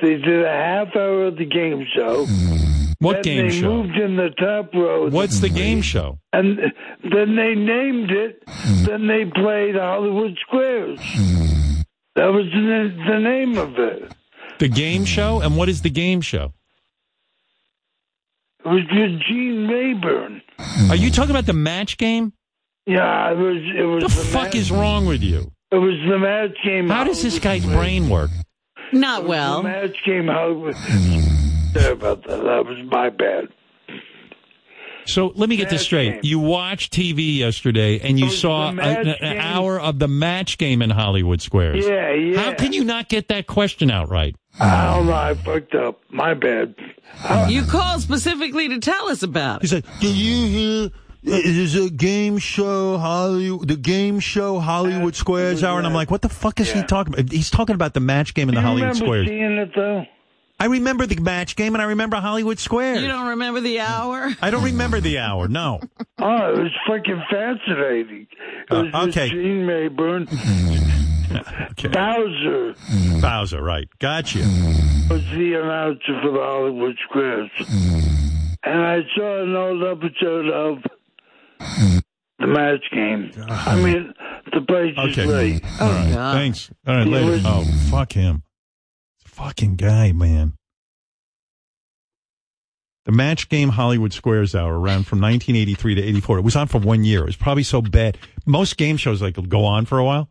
Speaker 3: they did a half hour of the game show.
Speaker 4: Mm. What
Speaker 3: then
Speaker 4: game
Speaker 3: they
Speaker 4: show?
Speaker 3: moved in the top row. Mm-hmm.
Speaker 4: What's the game show? Mm.
Speaker 3: And then they named it. Then they played Hollywood Squares. That was the, the name of it.
Speaker 4: The game show? And what is the game show?
Speaker 3: It was Eugene Rayburn.
Speaker 4: Are you talking about the match game?
Speaker 3: Yeah, it was. It was.
Speaker 4: The fuck is wrong with you?
Speaker 3: It was the match game.
Speaker 4: How does this guy's brain work?
Speaker 6: Not
Speaker 3: well. The match game Hollywood. Sorry about that. That was my bad.
Speaker 4: So let me get this straight. You watched TV yesterday and you saw a,
Speaker 3: Oh, match
Speaker 4: an, an
Speaker 3: game.
Speaker 4: hour of the match game in Hollywood Squares.
Speaker 3: Yeah, yeah.
Speaker 4: How can you not get that question out right?
Speaker 3: Oh no, I fucked up. My bad.
Speaker 6: Uh, you called specifically to tell us about it.
Speaker 10: He said, "Did you hear? There's a game show Hollywood, the game show Hollywood Squares hour." And I'm like, "What the fuck is he talking about? He's talking about the match game in the
Speaker 3: You
Speaker 10: Hollywood
Speaker 3: remember
Speaker 10: Squares."
Speaker 3: seeing it though?
Speaker 10: I remember the match game, and I remember Hollywood Squares.
Speaker 6: You don't remember the
Speaker 3: Mm.
Speaker 6: hour?
Speaker 10: I don't remember the hour. No.
Speaker 3: Oh, it was fucking fascinating. It
Speaker 4: Uh,
Speaker 3: was okay. Gene Mayburn, Bowser
Speaker 4: Bowser, right. Gotcha.
Speaker 3: was the announcer for the Hollywood Squares, Mm-hmm. and I saw an old episode of the match game. I mean, the price
Speaker 4: Uh-huh. Okay.
Speaker 3: is right.
Speaker 4: All right. Thanks. All right. Later. Oh, fuck him. Fucking guy, man. The match game Hollywood Squares hour ran from 1983 to 84. It was on for one year. It was probably so bad. Most game shows like go on for a while.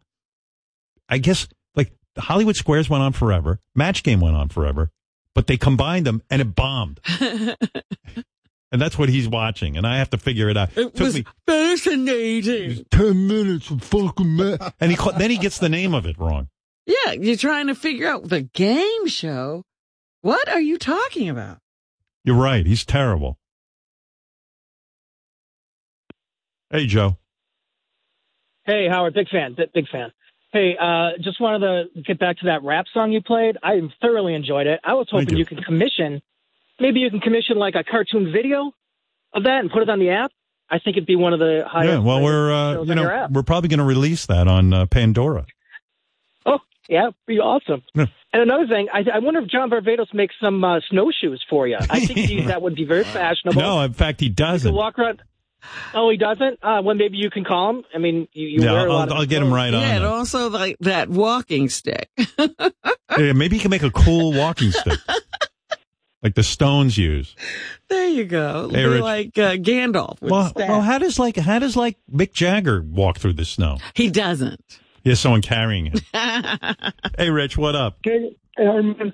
Speaker 4: I guess like Hollywood Squares went on forever. Match game went on forever, but they combined them and it bombed. and that's what he's watching. And I have to figure it out.
Speaker 6: It
Speaker 4: Took
Speaker 6: was
Speaker 4: me-
Speaker 6: fascinating.
Speaker 10: Ten minutes of fucking ma-
Speaker 4: and he caught, then he gets the name of it wrong.
Speaker 6: Yeah, you're trying to figure out the game show What are you talking about?
Speaker 4: You're right. He's terrible. Hey, Joe.
Speaker 24: Hey, Howard, big fan, big, big fan. Hey, uh, just wanted to get back to that rap song you played. I thoroughly enjoyed it. I was hoping you. could commission, maybe you can commission like a cartoon video of that and put it on the app. I think it'd be one of the highest.
Speaker 4: yeah, well,
Speaker 24: rated
Speaker 4: we're uh,
Speaker 24: shows
Speaker 4: you
Speaker 24: on your
Speaker 4: know
Speaker 24: app.
Speaker 4: we're probably going to release that on uh, Pandora.
Speaker 24: Oh, yeah, it'd be awesome. And another thing, I, I wonder if John Barbados makes some uh, snowshoes for you. I think he, that would be very fashionable.
Speaker 4: No, in fact, he
Speaker 24: You
Speaker 4: doesn't.
Speaker 24: walk around. Oh, he doesn't. Uh, well, maybe you can call him. I mean, you, you
Speaker 4: Yeah,
Speaker 24: wear a lot
Speaker 4: I'll-
Speaker 24: of
Speaker 4: I'll get him right
Speaker 24: clothes.
Speaker 4: on.
Speaker 6: Yeah, and
Speaker 4: know.
Speaker 6: also like that walking stick.
Speaker 4: Yeah, maybe he can make a cool walking stick, like the Stones use.
Speaker 6: There you go.
Speaker 4: Hey,
Speaker 6: Be
Speaker 4: Rich.
Speaker 6: like uh, Gandalf. With
Speaker 4: Well,
Speaker 6: the staff.
Speaker 4: well, how does like how does like Mick Jagger walk through the snow?
Speaker 6: he doesn't.
Speaker 4: He has someone carrying him. hey, Rich, what up?
Speaker 25: Okay, Herman,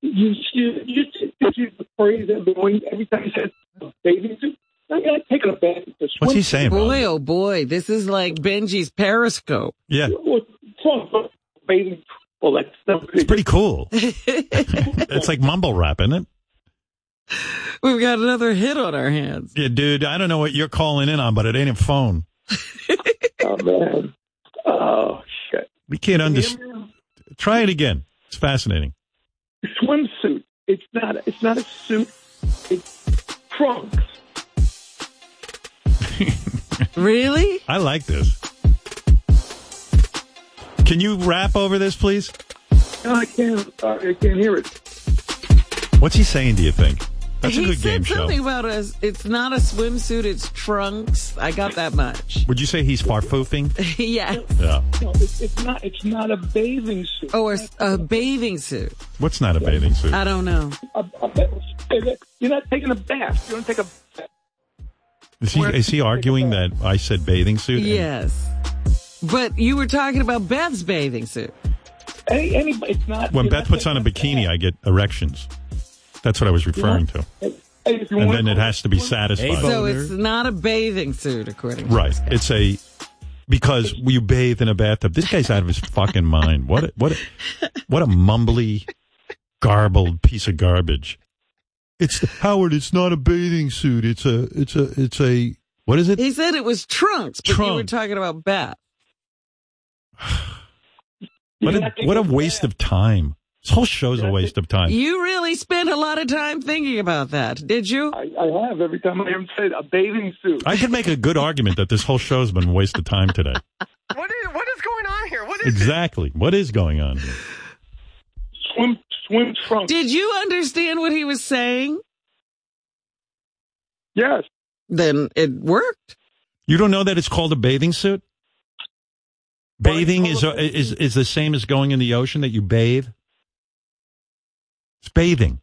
Speaker 25: you you you just use the phrase that when every time he says bathing suit, I gotta take a bath. to swim.
Speaker 6: Boy, oh boy, this is like Benji's Periscope.
Speaker 4: Yeah.
Speaker 25: Well, bathing well, that stuff.
Speaker 4: It's pretty cool. it's like mumble rap, isn't it?
Speaker 6: We've got another hit on our hands.
Speaker 4: Yeah, dude. I don't know what you're calling in on, but it ain't a phone.
Speaker 25: oh man. Oh shit.
Speaker 4: We can't understand. Try it again. It's fascinating.
Speaker 25: Swimsuit. It's not. It's not a suit. It's trunks.
Speaker 6: Really?
Speaker 4: I like this. Can you rap over this, please?
Speaker 25: No, I can't. Sorry, I can't hear it.
Speaker 4: What's he saying? Do you think? That's
Speaker 6: he
Speaker 4: a good
Speaker 6: said
Speaker 4: game show.
Speaker 6: something about us. It's not a swimsuit. It's trunks. I got that much.
Speaker 4: Would you say he's farfoofing?
Speaker 6: yeah.
Speaker 4: Yeah.
Speaker 25: No, it's, it's not. It's not a bathing suit.
Speaker 6: Oh, a, s- a bathing suit.
Speaker 4: What's not a bathing suit?
Speaker 6: I don't know.
Speaker 25: You're not taking a bath. You don't take a.
Speaker 4: Is he, is he arguing that I said bathing suit?
Speaker 6: Yes. But you were talking about Beth's bathing suit.
Speaker 25: Any, anybody, it's not.
Speaker 4: When
Speaker 25: you're
Speaker 4: Beth
Speaker 25: not
Speaker 4: puts
Speaker 25: taking
Speaker 4: on a bikini, I get erections. That's what I was referring to.
Speaker 25: If you
Speaker 4: And
Speaker 25: want-
Speaker 4: then it has to be satisfied.
Speaker 6: So it's not a bathing suit, according to
Speaker 4: right.
Speaker 6: this guy.
Speaker 4: It's a because you bathe in a bathtub. This guy's out of his fucking mind. What a, what a, what a mumbly, garbled piece of garbage. It's Howard. It's not a bathing suit. It's a it's a it's a what is it?
Speaker 6: He said it was trunks, but you were
Speaker 4: Trunks.
Speaker 6: talking about Beth.
Speaker 4: What a, what a waste of time. This whole show's a waste of time.
Speaker 6: You really spent a lot of time thinking about that, did you? I,
Speaker 25: I have every time I am said a bathing suit.
Speaker 4: I could make a good argument that this whole show's been a waste of time today.
Speaker 25: What is what is going on here? What
Speaker 4: Exactly. What is going on here?
Speaker 25: swim swim trunks?
Speaker 6: Did you understand what he was saying?
Speaker 25: Yes.
Speaker 6: Then it worked.
Speaker 4: You don't know that it's called a bathing suit? Bathing is is is the same as going in the ocean that you bathe. It's bathing.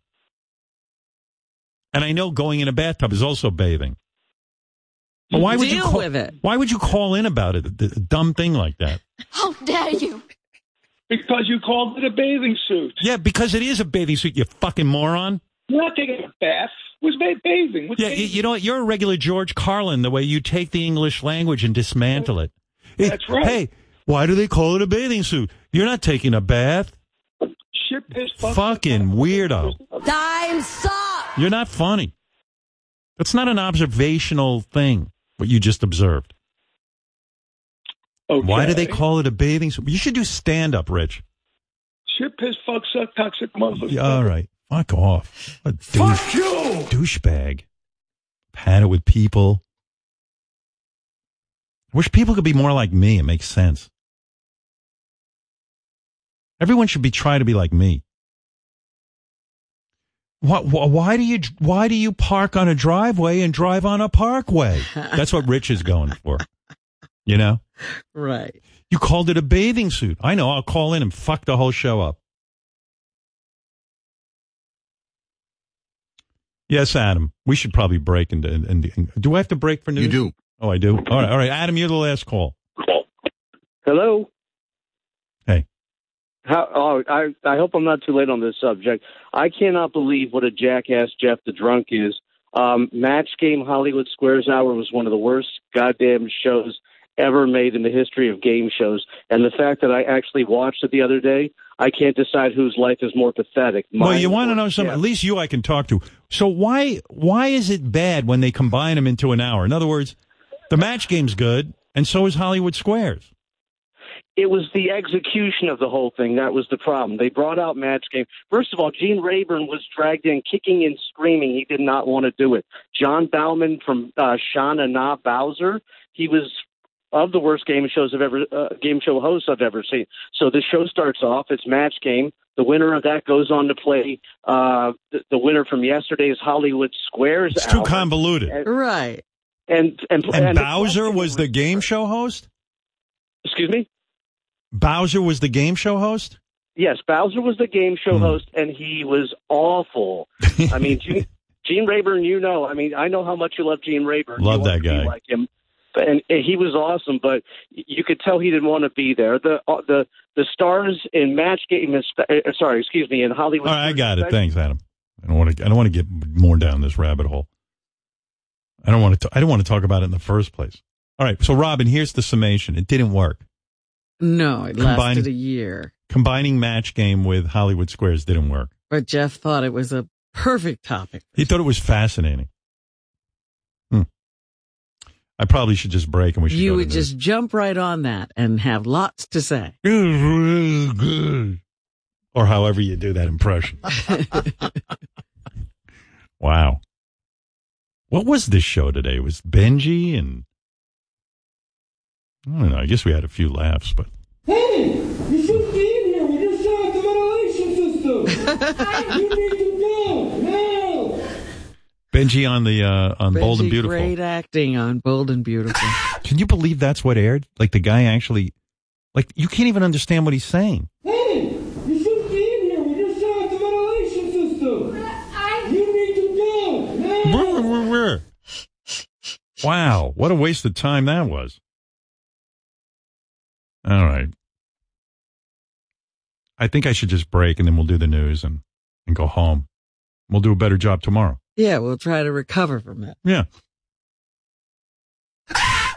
Speaker 4: And I know going in a bathtub is also bathing. But why would you
Speaker 10: Deal
Speaker 4: call,
Speaker 10: with it.
Speaker 4: Why would you call in about it? A dumb thing like that.
Speaker 10: How dare you?
Speaker 25: Because you called it a bathing suit.
Speaker 4: Yeah, because it is a bathing suit. You fucking moron.
Speaker 25: You're not taking a bath. What's ba- bathing? What's
Speaker 4: Yeah, you, you know what? You're a regular George Carlin, the way you take the English language and dismantle it. That's
Speaker 25: right.
Speaker 4: Hey, why do they call it a bathing suit? You're not taking a bath.
Speaker 25: Shit, piss, fuck.
Speaker 4: Fucking weirdo.
Speaker 10: Time sucks.
Speaker 4: You're not funny. That's not an observational thing, what you just observed. Why do they call it a bathing suit? You should do stand up, Rich.
Speaker 25: Shit, piss, fuck, suck, toxic motherfucker.
Speaker 4: Yeah, all right. Fuck off. What a douche,
Speaker 25: Fuck you!
Speaker 4: Douchebag. Pat it with people. I wish people could be more like me. It makes sense. Everyone should be trying to be like me. Why, why do you why do you park on a driveway and drive on a parkway? That's what Rich is going for. You know?
Speaker 6: Right.
Speaker 4: You called it a bathing suit. I know. I'll call in and fuck the whole show up. Yes, Adam. We should probably break and, and, and, and- do I have to break for news? You do. Oh, I do. All right, all right. Adam, you're the last call.
Speaker 11: Hello.
Speaker 4: Hey.
Speaker 11: How, oh, I I hope I'm not too late on this subject. I cannot believe what a jackass Jeff the Drunk is. Um, Match Game Hollywood Squares Hour was one of the worst goddamn shows ever made in the history of game shows. And the fact that I actually watched it the other day, I can't decide whose life is more pathetic.
Speaker 4: Well,
Speaker 11: mine
Speaker 4: you want
Speaker 11: or-
Speaker 4: to know something?
Speaker 11: Yeah.
Speaker 4: At least you I can talk to. So why why is it bad when they combine them into an hour? In other words, the match game's good, and so is Hollywood Squares.
Speaker 11: It was the execution of the whole thing that was the problem. They brought out match game. First of all, Gene Rayburn was dragged in kicking and screaming. He did not want to do it. John Bauman from uh, Shauna Na Bowser, he was of the worst game shows I've ever uh, game show hosts I've ever seen. So the show starts off. It's match game. The winner of that goes on to play uh, the, the winner from yesterday's Hollywood Squares.
Speaker 4: It's too
Speaker 11: hour.
Speaker 4: convoluted.
Speaker 11: And-
Speaker 6: Right.
Speaker 11: And and,
Speaker 4: And Bowser was the game show host.
Speaker 11: Excuse me.
Speaker 4: Bowser was the game show host.
Speaker 11: Yes, Bowser was the game
Speaker 4: Hmm.
Speaker 11: show host, and he was awful. I mean, Gene, Gene Rayburn, you know. I mean, I know how much you love Gene Rayburn.
Speaker 4: Love
Speaker 11: You
Speaker 4: that
Speaker 11: want to be
Speaker 4: guy.
Speaker 11: Like him, But- and, and he was awesome. But y- you could tell he didn't want to be there. The uh, the the stars in match game. is- Uh, sorry, excuse me, in Hollywood.
Speaker 4: All right, I got it. Thanks, Adam. I don't want to. I don't want to get more down this rabbit hole. I don't want to. I don't want to talk about it in the first place. All right. So, Robin, here's the summation. It didn't work.
Speaker 6: No, it
Speaker 4: Combine-
Speaker 6: lasted a year.
Speaker 4: Combining match game with Hollywood Squares didn't work.
Speaker 6: But Jeff thought it was a perfect topic.
Speaker 4: He thought it was fascinating. Hmm. I probably should just break and we should.
Speaker 6: You
Speaker 4: go to
Speaker 6: would
Speaker 4: news.
Speaker 6: just jump right on that and have lots to say.
Speaker 4: It was real good. Or however you do that impression. wow. What was this show today? It was Benji and I don't know. I guess we had a few laughs, but
Speaker 25: Hey, you shouldn't be in here. We just shot the ventilation system. you need to go now.
Speaker 4: Benji on the uh, on Bold and
Speaker 6: Benji,
Speaker 4: Beautiful.
Speaker 6: Great acting on Bold and Beautiful.
Speaker 4: Can you believe that's what aired? Like the guy actually, like you can't even understand what he's saying.
Speaker 25: Hey, you shouldn't be in here. We just shot the ventilation system. You need to go now.
Speaker 4: Brr, brr, brr. Wow, what a waste of time that was. All right. I think I should just break and then we'll do the news and, and go home. We'll do a better job tomorrow.
Speaker 6: yeah, we'll try to recover from that.
Speaker 4: Yeah.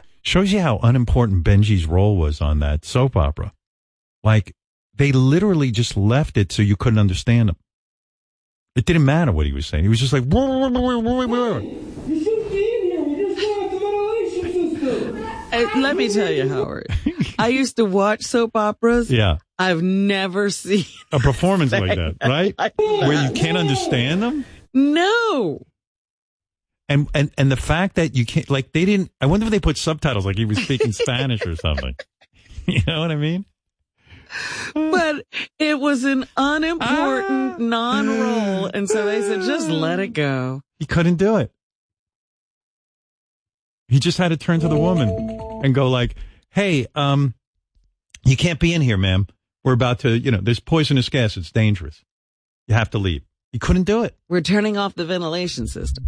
Speaker 4: Shows you how unimportant Benji's role was on that soap opera. Like, they literally just left it so you couldn't understand him. It didn't matter what he was saying. He was just like, "Brr, brr, brr, brr, brr."
Speaker 25: You shouldn't be in here. We just shot the ventilation system.
Speaker 6: Uh, let me tell you, Howard. I used to watch soap operas.
Speaker 4: Yeah.
Speaker 6: I've never seen
Speaker 4: a performance like that, right?
Speaker 6: Like
Speaker 4: Where you
Speaker 6: that.
Speaker 4: can't understand them.
Speaker 6: No.
Speaker 4: And, and and the fact that you can't like they didn't I wonder if they put subtitles like he was speaking Spanish or something. You know what I mean?
Speaker 6: But it was an
Speaker 4: Ah.
Speaker 6: unimportant non-role, and so they said, "Just let it go."
Speaker 4: He couldn't do it. He just had to turn to the woman and go like, "Hey, um you can't be in here, ma'am. We're about to, you know, there's poisonous gas. It's dangerous. You have to leave." He couldn't do it.
Speaker 6: We're turning off the ventilation system.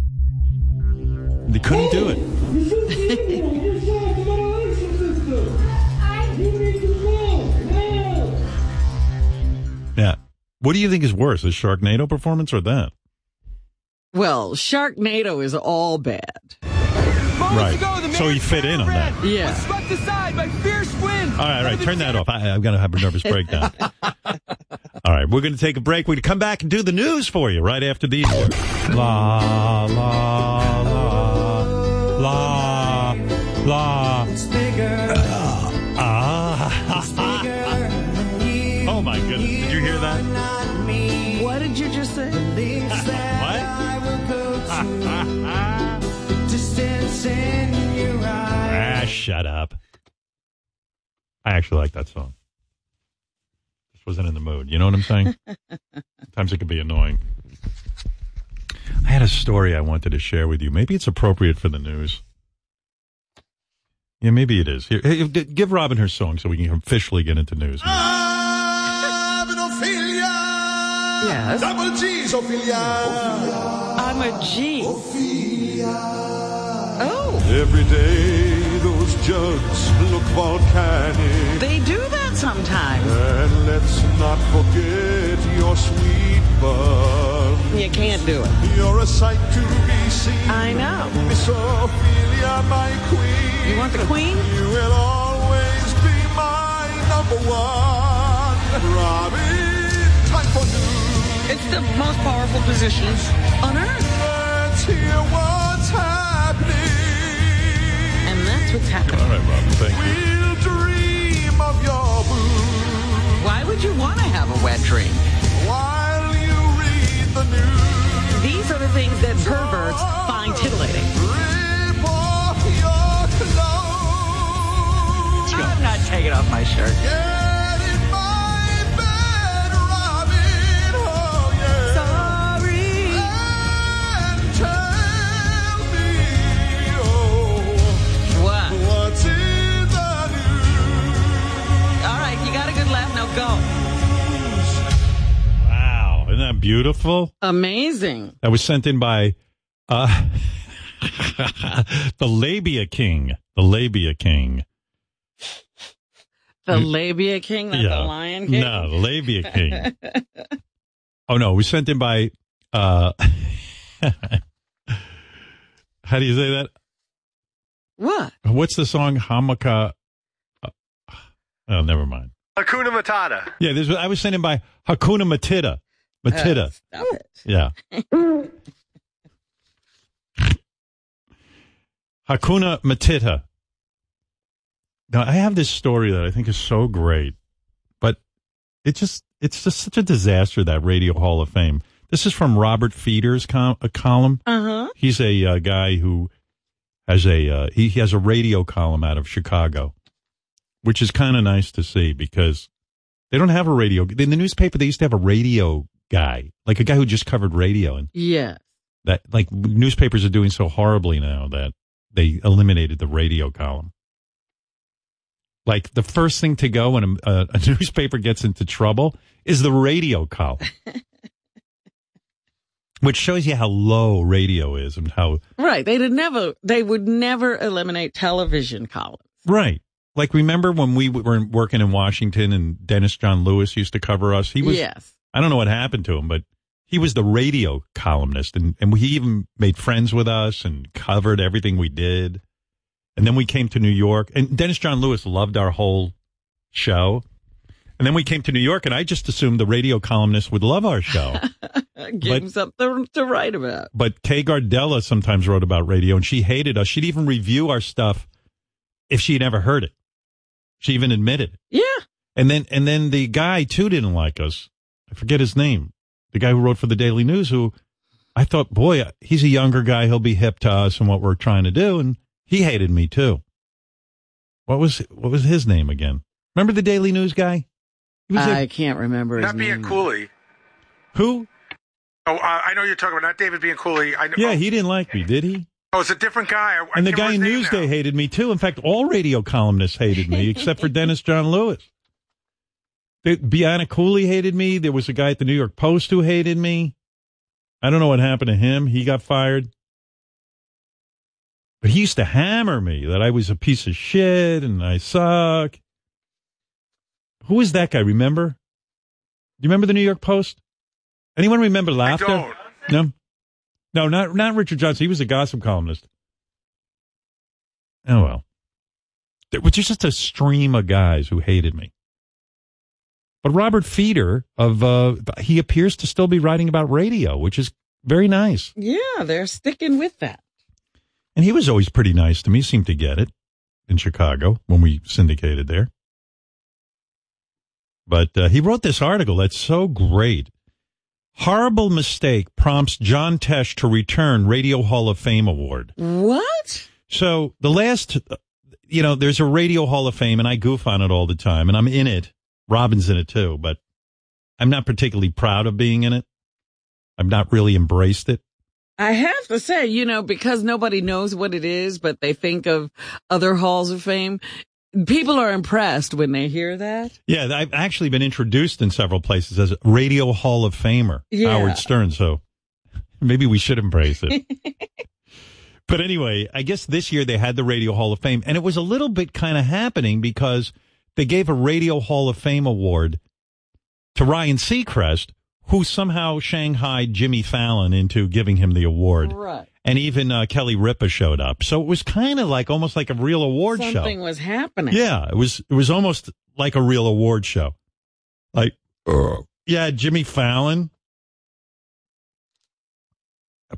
Speaker 4: They couldn't do it.
Speaker 25: You shouldn't be in here. We just shot the ventilation system. You need to go now.
Speaker 4: Yeah. What do you think is worse, his Sharknado performance or that?
Speaker 6: Well, Sharknado is all bad.
Speaker 4: Right. So he fit in on that.
Speaker 6: Yeah.
Speaker 25: Swept aside by fierce wind.
Speaker 4: All right, all right. Turn that off. I, I'm going to have a nervous breakdown. all right, we're going to take a break. We're going to come back and do the news for you right after these. La, la, la, la, la. Ah. Oh, my goodness. Did you hear that?
Speaker 6: What did you just say?
Speaker 4: Ah, shut up. I actually like that song. Just wasn't in the mood. You know what I'm saying? Sometimes it can be annoying. I had a story I wanted to share with you. Maybe it's appropriate for the news. Yeah, maybe it is. Here, hey, d- give Robin her song so we can officially get into news.
Speaker 25: Ah! I'm an Ophelia.
Speaker 6: Yes.
Speaker 25: I'm a G's Ophelia. I'm
Speaker 6: a G.
Speaker 25: Ophelia.
Speaker 6: Oh.
Speaker 5: Every day those jugs look volcanic.
Speaker 22: They do that sometimes.
Speaker 5: And let's not forget your sweet bun.
Speaker 22: You can't do it.
Speaker 5: You're a sight to be seen.
Speaker 22: I know.
Speaker 5: Miss Ophelia, my queen.
Speaker 22: You want the queen?
Speaker 5: You will always be my number one. Robin, time for news.
Speaker 22: It's the most powerful position on earth.
Speaker 5: Let's hear what's happening.
Speaker 22: And that's what's happening.
Speaker 4: All right, Robin. Thank you.
Speaker 5: We'll dream of your boo
Speaker 22: Why would you want to have a wet dream?
Speaker 5: while you read the news.
Speaker 22: These are the things that perverts find titillating.
Speaker 5: Rip off your clothes.
Speaker 22: I'm not taking off my shirt.
Speaker 5: Get in my bed, Robin. Oh, yeah.
Speaker 22: Sorry.
Speaker 5: And tell me, oh,
Speaker 22: What?
Speaker 5: what's in the news?
Speaker 22: All right, you got a good laugh. Now go.
Speaker 4: Wow, isn't that beautiful?
Speaker 6: Amazing.
Speaker 4: That was sent in by uh, the Labia King. The Labia King.
Speaker 6: The
Speaker 4: Mm.
Speaker 6: labia king, not the lion king.
Speaker 4: No, the Labia King. oh no, it was sent in by uh How do you say that?
Speaker 6: What?
Speaker 4: What's the song Hamaka uh, Oh, never mind.
Speaker 20: Hakuna Matata.
Speaker 4: Yeah, this was, I was sent in by Hakuna Matata. Matata.
Speaker 6: stop it.
Speaker 4: yeah. Hakuna Matata. Now I have this story that I think is so great, but it just it's just such a disaster that Radio Hall of Fame. This is from Robert Feeder's com- a column.
Speaker 6: Uh-huh.
Speaker 4: He's a uh, guy who has a uh, he, he has a radio column out of Chicago, which is kind of nice to see because they don't have a radio in the newspaper. They used to have a radio guy, like a guy who just covered radio, and
Speaker 6: Yeah.
Speaker 4: that like newspapers are doing so horribly now that they eliminated the radio column. Like the first thing to go when a, a, a newspaper gets into trouble is the radio column, which shows you how low radio is and how
Speaker 6: Right. They did never, they would never eliminate television column.
Speaker 4: right. Like remember when we were working in Washington and Dennis John Lewis used to cover us? He was
Speaker 6: yes.
Speaker 4: I don't know what happened to him, but he was the radio columnist and, and he even made friends with us and covered everything we did. And then we came to New York and Dennis John Lewis loved our whole show. And then we came to New York and I just assumed the radio columnist would love our show.
Speaker 6: Give them something to write about.
Speaker 4: but Kay Gardella sometimes wrote about radio and she hated us. She'd even review our stuff if she would ever heard it. She even admitted it.
Speaker 6: Yeah.
Speaker 4: And then and then the guy too didn't like us. I forget his name. The guy who wrote for the Daily News who I thought, boy, he's a younger guy, he'll be hip to us and what we're trying to do and he hated me too. What was what was his name again? Remember the Daily News guy? He was a-
Speaker 6: I can't remember his
Speaker 20: Not being
Speaker 6: name.
Speaker 20: Cooley.
Speaker 4: who?
Speaker 20: Oh, I, I know you're talking about not David being Cooley. I know.
Speaker 4: Yeah, he didn't like me, did he?
Speaker 20: Oh, it's a different guy. I, I
Speaker 4: And the
Speaker 20: can't
Speaker 4: guy in
Speaker 20: remember his name
Speaker 4: Newsday hated me too. In fact, all radio columnists hated me except for Dennis John Lewis. They, Bianna Cooley hated me. There was a guy at the New York Post who hated me. I don't know what happened to him. He got fired. But he used to hammer me that I was a piece of shit and I suck. Who was that guy? Remember? Do you remember the New York Post? Anyone remember laughter?
Speaker 20: don't.
Speaker 4: No, no, not not Richard Johnson. He was a gossip columnist. Oh well, there was just a stream of guys who hated me. But Robert Feeder of uh, he appears to still be writing about radio, which is very nice.
Speaker 6: Yeah. They're sticking with that.
Speaker 4: And he was always pretty nice to me. Seemed to get it in Chicago when we syndicated there. But uh, he wrote this article that's so great. Horrible mistake prompts John Tesh to return Radio Hall of Fame award.
Speaker 6: What?
Speaker 4: So the last, you know, there's a Radio Hall of Fame, and I goof on it all the time, and I'm in it. Robin's in it too, but I'm not particularly proud of being in it. I've not really embraced it.
Speaker 6: I have to say, you know, because nobody knows what it is, but they think of other halls of fame. People are impressed when they hear that.
Speaker 4: Yeah, I've actually been introduced in several places as Radio Hall of Famer
Speaker 6: Yeah.
Speaker 4: Howard Stern. So maybe we should embrace it. But anyway, I guess this year they had the Radio Hall of Fame, and it was a little bit kind of happening because they gave a Radio Hall of Fame award to Ryan Seacrest, who somehow shanghaied Jimmy Fallon into giving him the award.
Speaker 6: Right.
Speaker 4: And even uh, Kelly Ripa showed up. So it was kind of like almost like a real award show.
Speaker 6: Something was happening.
Speaker 4: Yeah, it was it was almost like a real award show. Like yeah, Jimmy Fallon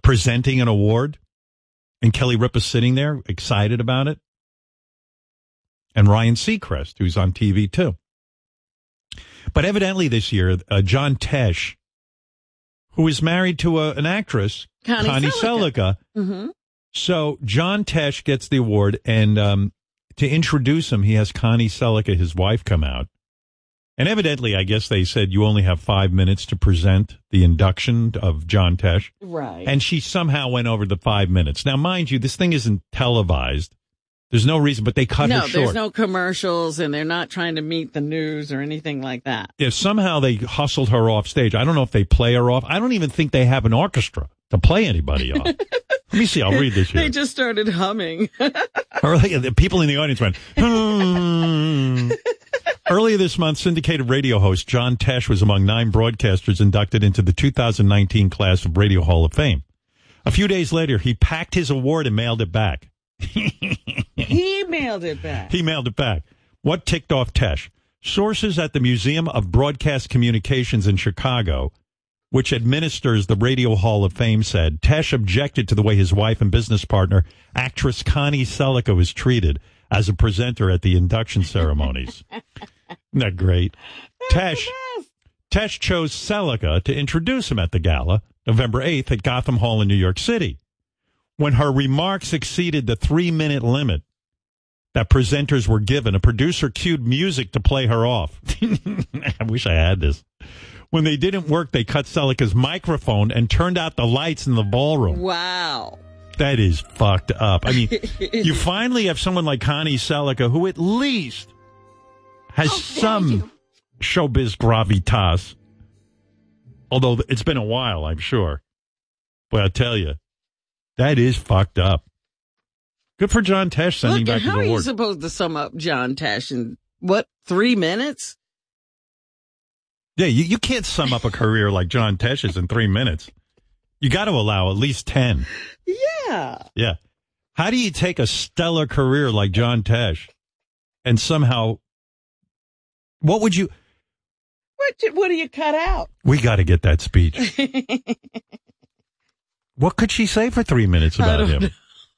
Speaker 4: presenting an award and Kelly Ripa sitting there excited about it. And Ryan Seacrest who's on TV too. But evidently this year uh, John Tesh who is married to a, an actress
Speaker 6: Connie
Speaker 4: Selica.
Speaker 6: Mm-hmm.
Speaker 4: So John Tesh gets the award, and um, to introduce him, he has Connie Selica, his wife, come out. And evidently, I guess they said you only have five minutes to present the induction of John Tesh.
Speaker 6: Right.
Speaker 4: And she somehow went over the five minutes. Now, mind you, this thing isn't televised. There's no reason, but they cut
Speaker 6: no,
Speaker 4: her short.
Speaker 6: there's no commercials, and they're not trying to meet the news or anything like that.
Speaker 4: if somehow they hustled her off stage, I don't know if they play her off. I don't even think they have an orchestra to play anybody off. Let me see. I'll read this here.
Speaker 6: They just started humming.
Speaker 4: Earlier, the people in the audience went, hmm. Earlier this month, syndicated radio host John Tesh was among nine broadcasters inducted into the 2019 class of Radio Hall of Fame. A few days later, he packed his award and mailed it back.
Speaker 6: he mailed it back.
Speaker 4: He mailed it back. What ticked off Tesh? Sources at the Museum of Broadcast Communications in Chicago, which administers the Radio Hall of Fame, said Tesh objected to the way his wife and business partner, actress Connie Selica, was treated as a presenter at the induction ceremonies. Isn't that great? Tesh Tesh chose Selica to introduce him at the gala, November 8th at Gotham Hall in New York City. When her remarks exceeded the three minute limit that presenters were given, a producer cued music to play her off. I wish I had this. When they didn't work, they cut Selica's microphone and turned out the lights in the ballroom.
Speaker 6: Wow.
Speaker 4: That is fucked up. I mean, you finally have someone like Connie Selica who at least has some showbiz gravitas. Although th- it's been a while, I'm sure. But I tell you, that is fucked up. Good for John Tesh sending
Speaker 6: Look,
Speaker 4: back
Speaker 6: and
Speaker 4: his
Speaker 6: how are you
Speaker 4: award.
Speaker 6: supposed to sum up John Tash in what three minutes?
Speaker 4: yeah, you, you can't sum up a career like John Tesh's in three minutes. You got to allow at least 10.
Speaker 6: Yeah.
Speaker 4: Yeah. How do you take a stellar career like John Tesh and somehow, what would you,
Speaker 6: What you- what do you cut out?
Speaker 4: we got to get that speech. What could she say for three minutes
Speaker 6: I
Speaker 4: about
Speaker 6: don't
Speaker 4: him?
Speaker 6: know.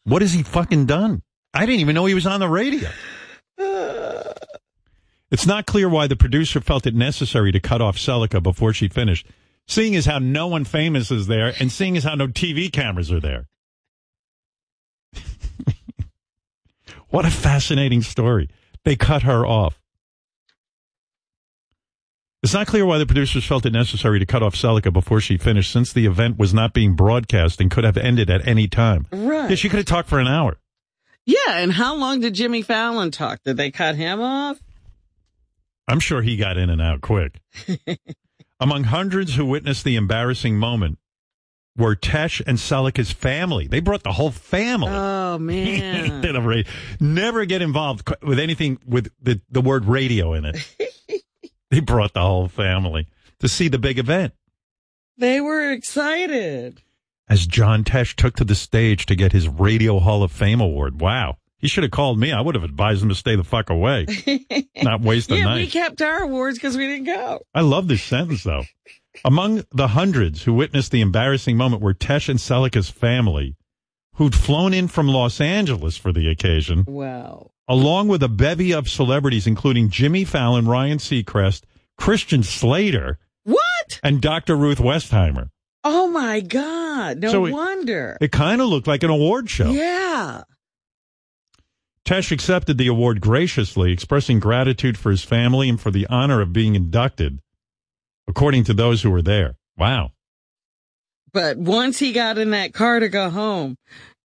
Speaker 4: What has he fucking done? I didn't even know he was on the radio. it's not clear why the producer felt it necessary to cut off Celica before she finished, seeing as how no one famous is there and seeing as how no TV cameras are there. what a fascinating story. They cut her off. It's not clear why the producers felt it necessary to cut off Celica before she finished, since the event was not being broadcast and could have ended at any time.
Speaker 6: Right.
Speaker 4: Yeah, she could have talked for an hour.
Speaker 6: Yeah, and how long did Jimmy Fallon talk? Did they cut him off?
Speaker 4: I'm sure he got in and out quick. Among hundreds who witnessed the embarrassing moment were Tesh and Celica's family. They brought the whole family.
Speaker 6: Oh man.
Speaker 4: Did a ra- Never get involved qu- with anything with the, the word radio in it. they brought the whole family to see the big event.
Speaker 6: they were excited.
Speaker 4: as John Tesh took to the stage to get his Radio Hall of Fame award. Wow. He should have called me. I would have advised him to stay the fuck away, not waste the
Speaker 6: yeah,
Speaker 4: night.
Speaker 6: we kept our awards because we didn't go.
Speaker 4: I love this sentence, though. Among the hundreds who witnessed the embarrassing moment were Tesh and Selica's family, who'd flown in from Los Angeles for the occasion,
Speaker 6: Wow.
Speaker 4: along with a bevy of celebrities, including Jimmy Fallon, Ryan Seacrest, Christian Slater,
Speaker 6: What?
Speaker 4: and Dr. Ruth Westheimer.
Speaker 6: Oh my God. No
Speaker 4: So it-
Speaker 6: wonder.
Speaker 4: It kind of looked like an award show.
Speaker 6: yeah.
Speaker 4: Tesh accepted the award graciously, expressing gratitude for his family and for the honor of being inducted, according to those who were there. Wow.
Speaker 6: But once he got in that car to go home,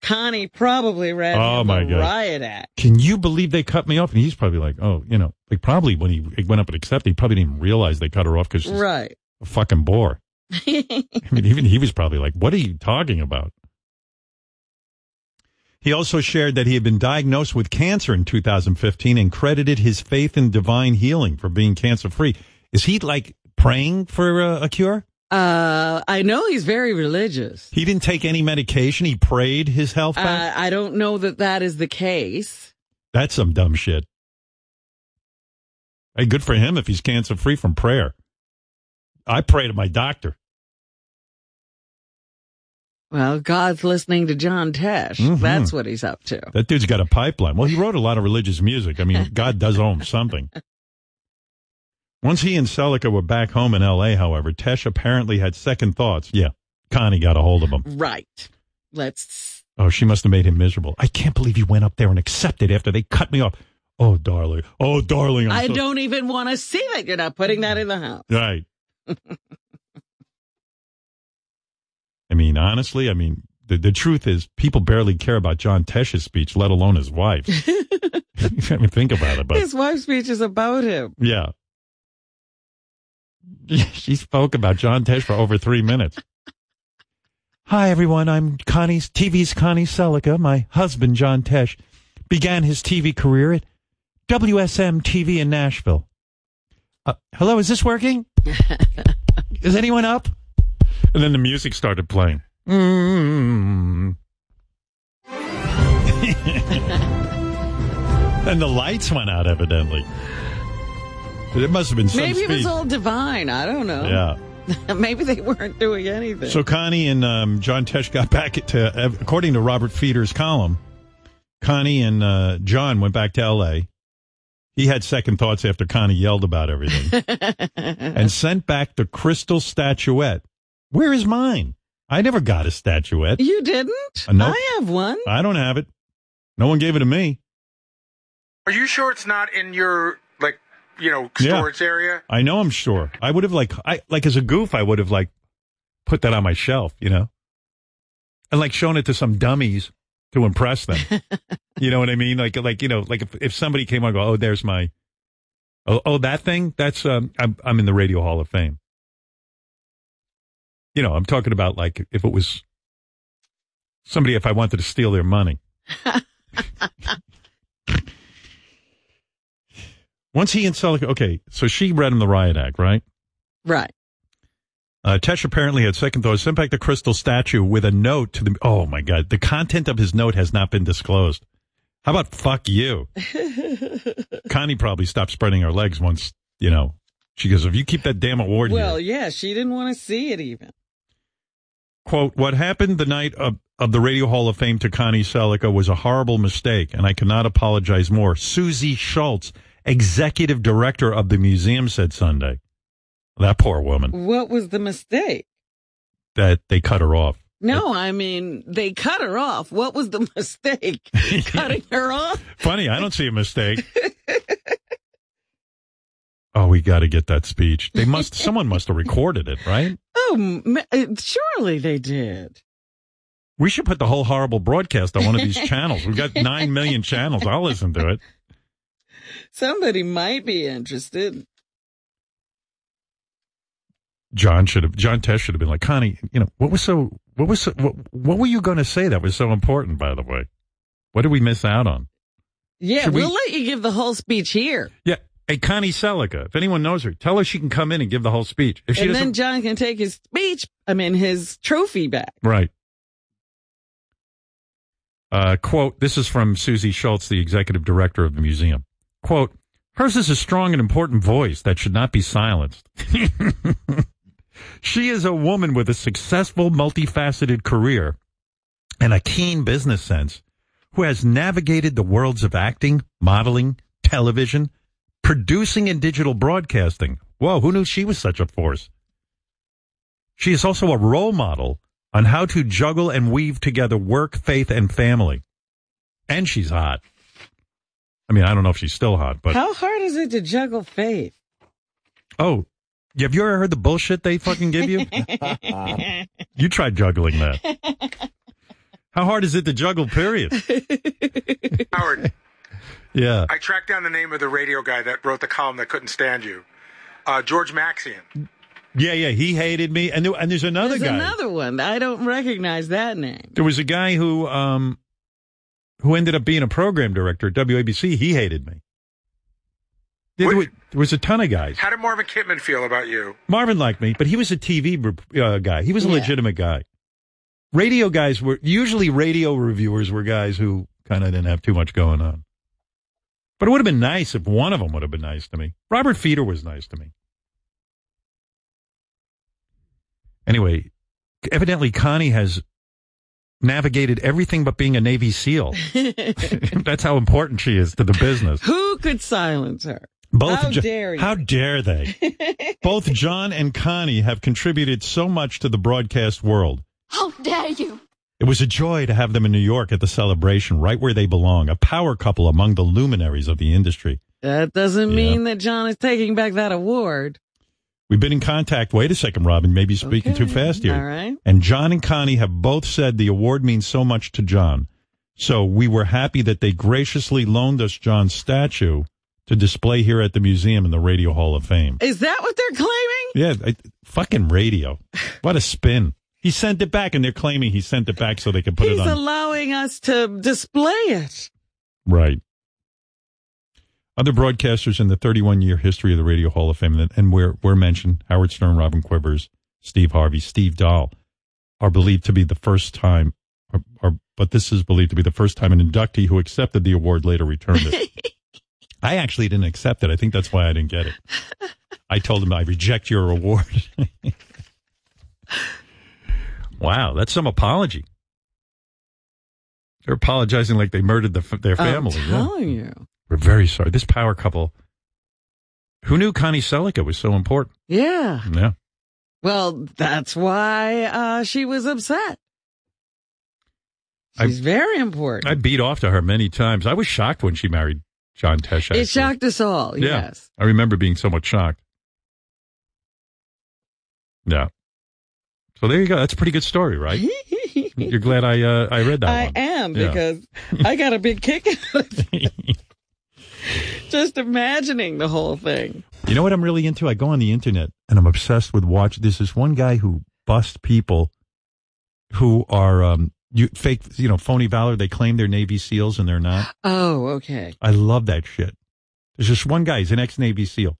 Speaker 6: Connie probably read
Speaker 4: Oh,
Speaker 6: him
Speaker 4: my
Speaker 6: a
Speaker 4: God.
Speaker 6: riot act.
Speaker 4: Can you believe they cut me off? And he's probably like, oh, you know, like probably when he went up and accepted, he probably didn't even realize they cut her off because she's
Speaker 6: Right.
Speaker 4: a fucking bore. I mean, even he was probably like, what are you talking about? He also shared that he had been diagnosed with cancer in 2015 and credited his faith in divine healing for being cancer free. Is he like praying for uh, a cure?
Speaker 6: Uh, I know he's very religious.
Speaker 4: He didn't take any medication. He prayed his health back.
Speaker 6: Uh, I don't know that that is the case.
Speaker 4: That's some dumb shit. Hey, good for him if he's cancer free from prayer. I pray to my doctor.
Speaker 6: Well, God's listening to John Tesh.
Speaker 4: Mhm.
Speaker 6: That's what he's up to.
Speaker 4: That dude's got a pipeline. Well, he wrote a lot of religious music. I mean, God does owe him something. Once he and Celica were back home in L.A., however, Tesh apparently had second thoughts. Yeah, Connie got a hold of him.
Speaker 6: Right. Let's.
Speaker 4: Oh, she must have made him miserable. I can't believe you went up there and accepted after they cut me off. Oh, darling. Oh, darling. I'm
Speaker 6: I
Speaker 4: so-
Speaker 6: don't even want to see that. You're not putting that in the house.
Speaker 4: Right. I mean, honestly, I mean, the, the truth is people barely care about John Tesh's speech, let alone his wife. I mean, think about it, but
Speaker 6: His wife's speech is about him.
Speaker 4: yeah. She spoke about John Tesh for over three minutes. Hi, everyone. I'm Connie's TV's Connie Selica. My husband, John Tesh, began his TV career at WSM TV in Nashville. Uh, hello, is this working? is anyone up? And then the music started playing. Mm. and the lights went out, evidently. It must have been some
Speaker 6: Maybe it was
Speaker 4: speech.
Speaker 6: all divine. I don't know.
Speaker 4: yeah.
Speaker 6: Maybe they weren't doing anything.
Speaker 4: So Connie and um, John Tesh got back to, according to Robert Feeder's column, Connie and uh, John went back to L.A. He had second thoughts after Connie yelled about everything and sent back the crystal statuette. Where is mine? I never got a statuette.
Speaker 6: you didn't?
Speaker 4: Uh, nope.
Speaker 6: I have one.
Speaker 4: I don't have it. No one gave it to me.
Speaker 20: Are you sure it's not in your like you know
Speaker 4: Yeah.
Speaker 20: storage area?
Speaker 4: I know I'm sure. I would have like I like as a goof I would have like put that on my shelf, you know. And like shown it to some dummies to impress them. you know what I mean? Like like you know, like if, if somebody came on and go, "Oh, there's my Oh, oh that thing? That's um I'm I'm in the Radio Hall of Fame." You know, I'm talking about like if it was somebody if I wanted to steal their money. Once he and Celica, okay, so she read him the riot act, right?
Speaker 6: Right.
Speaker 4: Uh, Tesh apparently had second thoughts, sent back the crystal statue with a note to the, oh my God, the content of his note has not been disclosed. How about fuck you? Connie probably stopped spreading her legs once, you know, she goes, if you keep that damn award here.
Speaker 6: Well, yeah, she didn't want to see it even.
Speaker 4: quote, what happened the night of, of the Radio Hall of Fame to Connie Selica was a horrible mistake, and I cannot apologize more. Susie Schultz, executive director of the museum, said Sunday. That poor woman,
Speaker 6: What was the mistake?
Speaker 4: that they cut her off.
Speaker 6: No, I mean, they cut her off. What was the mistake? Cutting her off?
Speaker 4: Funny, I don't see a mistake. oh, we got to get that speech. They must, someone must have recorded it, right?
Speaker 6: Oh, m- uh, surely they did.
Speaker 4: We should put the whole horrible broadcast on one of these channels. We've got nine million channels. I'll listen to it.
Speaker 6: Somebody might be interested.
Speaker 4: John should have John Tesh should have been like Connie. You know what was so what was so, what, what were you going to say that was so important? By the way, what did we miss out on?
Speaker 6: Yeah,
Speaker 4: Should we-
Speaker 6: we'll let you give the whole speech here.
Speaker 4: Yeah, hey Connie Selica. If anyone knows her, tell her she can come in and give the whole speech. If she
Speaker 6: And
Speaker 4: doesn't,
Speaker 6: then John can take his speech, I mean, his trophy back.
Speaker 4: right. Uh, quote, this is from Susie Schultz, the executive director of the museum. Quote, hers is a strong and important voice that should not be silenced. she is a woman with a successful, multifaceted career and a keen business sense who has navigated the worlds of acting, modeling, television, producing, and digital broadcasting. Whoa, who knew she was such a force? She is also a role model on how to juggle and weave together work, faith, and family. And she's hot. I mean, I don't know if she's still hot, but
Speaker 6: How hard is it to juggle faith?
Speaker 4: oh, have you ever heard the bullshit they fucking give you? you tried juggling that. How hard is it to juggle, period?
Speaker 20: Howard,
Speaker 4: Yeah.
Speaker 20: I tracked down the name of the radio guy that wrote the column that couldn't stand you, uh, George Maxian.
Speaker 4: Yeah, yeah, he hated me. And there, and there's another
Speaker 6: There's
Speaker 4: guy.
Speaker 6: another one. I don't recognize that name.
Speaker 4: there was a guy who um who ended up being a program director at WABC, he hated me. There, were- there was a ton of guys.
Speaker 20: How did Marvin Kitman feel about you?
Speaker 4: Marvin liked me, but he was a TV rep- uh, guy. He was a
Speaker 20: Yeah.
Speaker 4: legitimate guy. Radio guys were usually radio reviewers were guys who kind of didn't have too much going on. But it would have been nice if one of them would have been nice to me. Robert Feeder was nice to me. Anyway, evidently Connie has navigated everything but being a Navy SEAL. That's how important she is to the business.
Speaker 6: Who could silence her?
Speaker 4: Both
Speaker 6: How
Speaker 4: Jo-
Speaker 6: dare you?
Speaker 4: How dare they? Both John and Connie have contributed so much to the broadcast world.
Speaker 10: How dare you?
Speaker 4: It was a joy to have them in New York at the celebration, right where they belong, a power couple among the luminaries of the industry.
Speaker 6: That doesn't mean that John is taking back that award.
Speaker 4: We've been in contact. Wait a second, Robin, maybe speaking too fast here.
Speaker 6: All right.
Speaker 4: And John and Connie have both said the award means so much to John. So we were happy that they graciously loaned us John's statue to display here at the museum in the Radio Hall of Fame.
Speaker 6: Is that what they're claiming?
Speaker 4: Yeah, I, fucking radio. What a spin. He sent it back, and they're claiming he sent it back so they can put
Speaker 6: He's
Speaker 4: it on.
Speaker 6: allowing us to display it.
Speaker 4: right. Other broadcasters in the 31 year history of the Radio Hall of Fame, and, and we're, we're mentioned Howard Stern, Robin Quivers, Steve Harvey, Steve Dahl, are believed to be the first time, or, or, but this is believed to be the first time an inductee who accepted the award later returned it. I actually didn't accept it. I think that's why I didn't get it. I told him I reject your award. wow, that's some apology. They're apologizing like they murdered the, f- their family.
Speaker 6: I'm
Speaker 4: yeah.
Speaker 6: telling you.
Speaker 4: We're very sorry. This power couple. Who knew Connie Selica was so important?
Speaker 6: Yeah.
Speaker 4: Yeah.
Speaker 6: Well, that's why uh, she was upset.
Speaker 4: She's
Speaker 6: very important.
Speaker 4: I beat off to her many times. I was shocked when she married John Tesh.
Speaker 6: It shocked us all.
Speaker 4: Yeah.
Speaker 6: Oh, Yes.
Speaker 4: I remember being somewhat shocked. Yeah. So there you go. That's a pretty good story, right? You're glad I uh, I read that
Speaker 6: I
Speaker 4: one.
Speaker 6: am
Speaker 4: Yeah.
Speaker 6: because I got a big kick out of it. Just imagining the whole thing.
Speaker 4: You know what I'm really into? I go on the internet and I'm obsessed with watch. There's this one guy who busts people who are um, you, fake, you know, phony valor. They claim they're Navy SEALs and they're not.
Speaker 6: Oh, okay.
Speaker 4: I love that shit. There's this one guy. He's an ex Navy SEAL.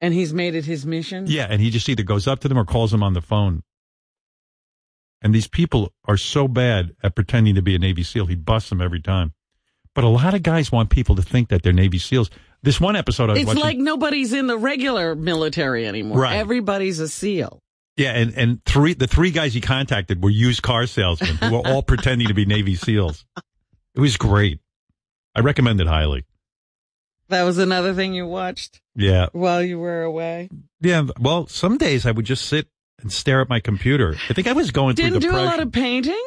Speaker 6: And he's made it his mission.
Speaker 4: Yeah, and he just either goes up to them or calls them on the phone. And these people are so bad at pretending to be a Navy SEAL, he busts them every time. But a lot of guys want people to think that they're Navy SEALs. This one episode I was
Speaker 6: It's
Speaker 4: watching,
Speaker 6: like nobody's in the regular military anymore.
Speaker 4: Right.
Speaker 6: Everybody's a SEAL.
Speaker 4: yeah, and and three the three guys he contacted were used car salesmen who were all pretending to be Navy SEALs. It was great. I recommend it highly.
Speaker 6: That was another thing you watched
Speaker 4: Yeah,
Speaker 6: while you were away.
Speaker 4: yeah. Well, some days I would just sit and stare at my computer. I think I was going
Speaker 6: Didn't
Speaker 4: through
Speaker 6: do
Speaker 4: depression.
Speaker 6: a lot of painting.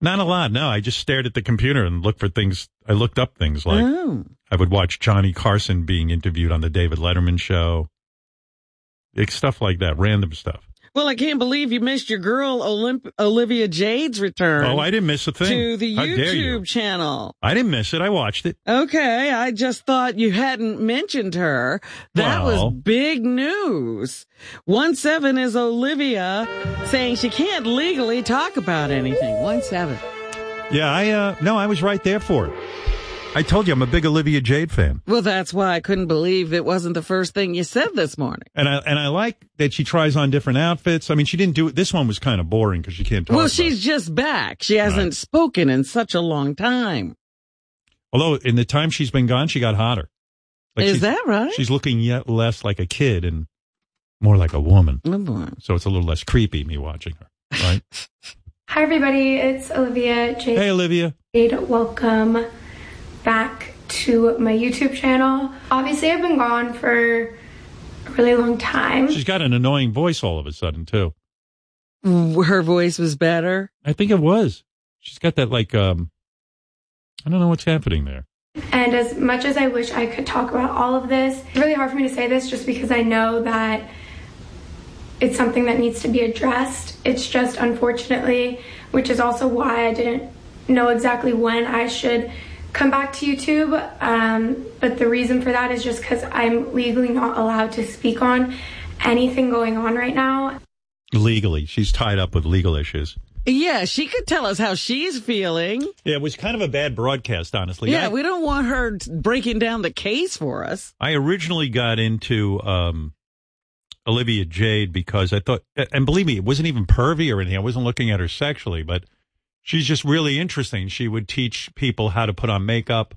Speaker 4: Not a lot. No, I just stared at the computer and looked for things. I looked up things like
Speaker 6: Oh.
Speaker 4: I would watch Johnny Carson being interviewed on the David Letterman show, like stuff like that, random stuff.
Speaker 6: Well, I can't believe you missed your girl Olymp- Olivia Jade's return.
Speaker 4: Oh, I didn't miss a thing.
Speaker 6: to the
Speaker 4: How dare you.
Speaker 6: YouTube channel.
Speaker 4: I didn't miss it. I watched it.
Speaker 6: Okay, I just thought you hadn't mentioned her. That
Speaker 4: Well.
Speaker 6: was big news. One seven is Olivia saying she can't legally talk about anything. One seven.
Speaker 4: Yeah, I uh no, I was right there for it. I told you I'm a big Olivia Jade fan.
Speaker 6: Well, that's why I couldn't believe it wasn't the first thing you said this morning.
Speaker 4: And I and I like that she tries on different outfits. I mean, she didn't do it. This one was kind of boring because she can't talk.
Speaker 6: well,
Speaker 4: about Oh, it.
Speaker 6: she's just back. She hasn't spoken in such a long time.
Speaker 4: Although in the time she's been gone, she got hotter.
Speaker 6: Is
Speaker 4: she's-
Speaker 6: that right?
Speaker 4: She's looking yet less like a kid and more like a woman.
Speaker 6: Oh, boy.
Speaker 4: So it's a little less creepy me watching her. Right?
Speaker 8: Hi, everybody. It's Olivia Jade.
Speaker 4: hey, Olivia.
Speaker 8: Jade, welcome back to my YouTube channel. Obviously, I've been gone for a really long time.
Speaker 4: She's got an annoying voice all of a sudden too.
Speaker 6: Her voice was better.
Speaker 4: I think it was. She's got that like um. I don't know what's happening there.
Speaker 8: And as much as I wish I could talk about all of this, it's really hard for me to say this just because I know that it's something that needs to be addressed. It's just unfortunately, which is also why I didn't know exactly when I should come back to YouTube. Um, but the reason for that is just because I'm legally not allowed to speak on anything going on right now.
Speaker 4: Legally, she's tied up with legal issues.
Speaker 6: Yeah, she could tell us how she's feeling.
Speaker 4: Yeah, it was kind of a bad broadcast, honestly.
Speaker 6: yeah,
Speaker 4: I,
Speaker 6: we don't want her t- breaking down the case for us.
Speaker 4: I originally got into um, Olivia Jade because I thought, and believe me, it wasn't even pervy or anything. I wasn't looking at her sexually, but she's just really interesting. She would teach people how to put on makeup,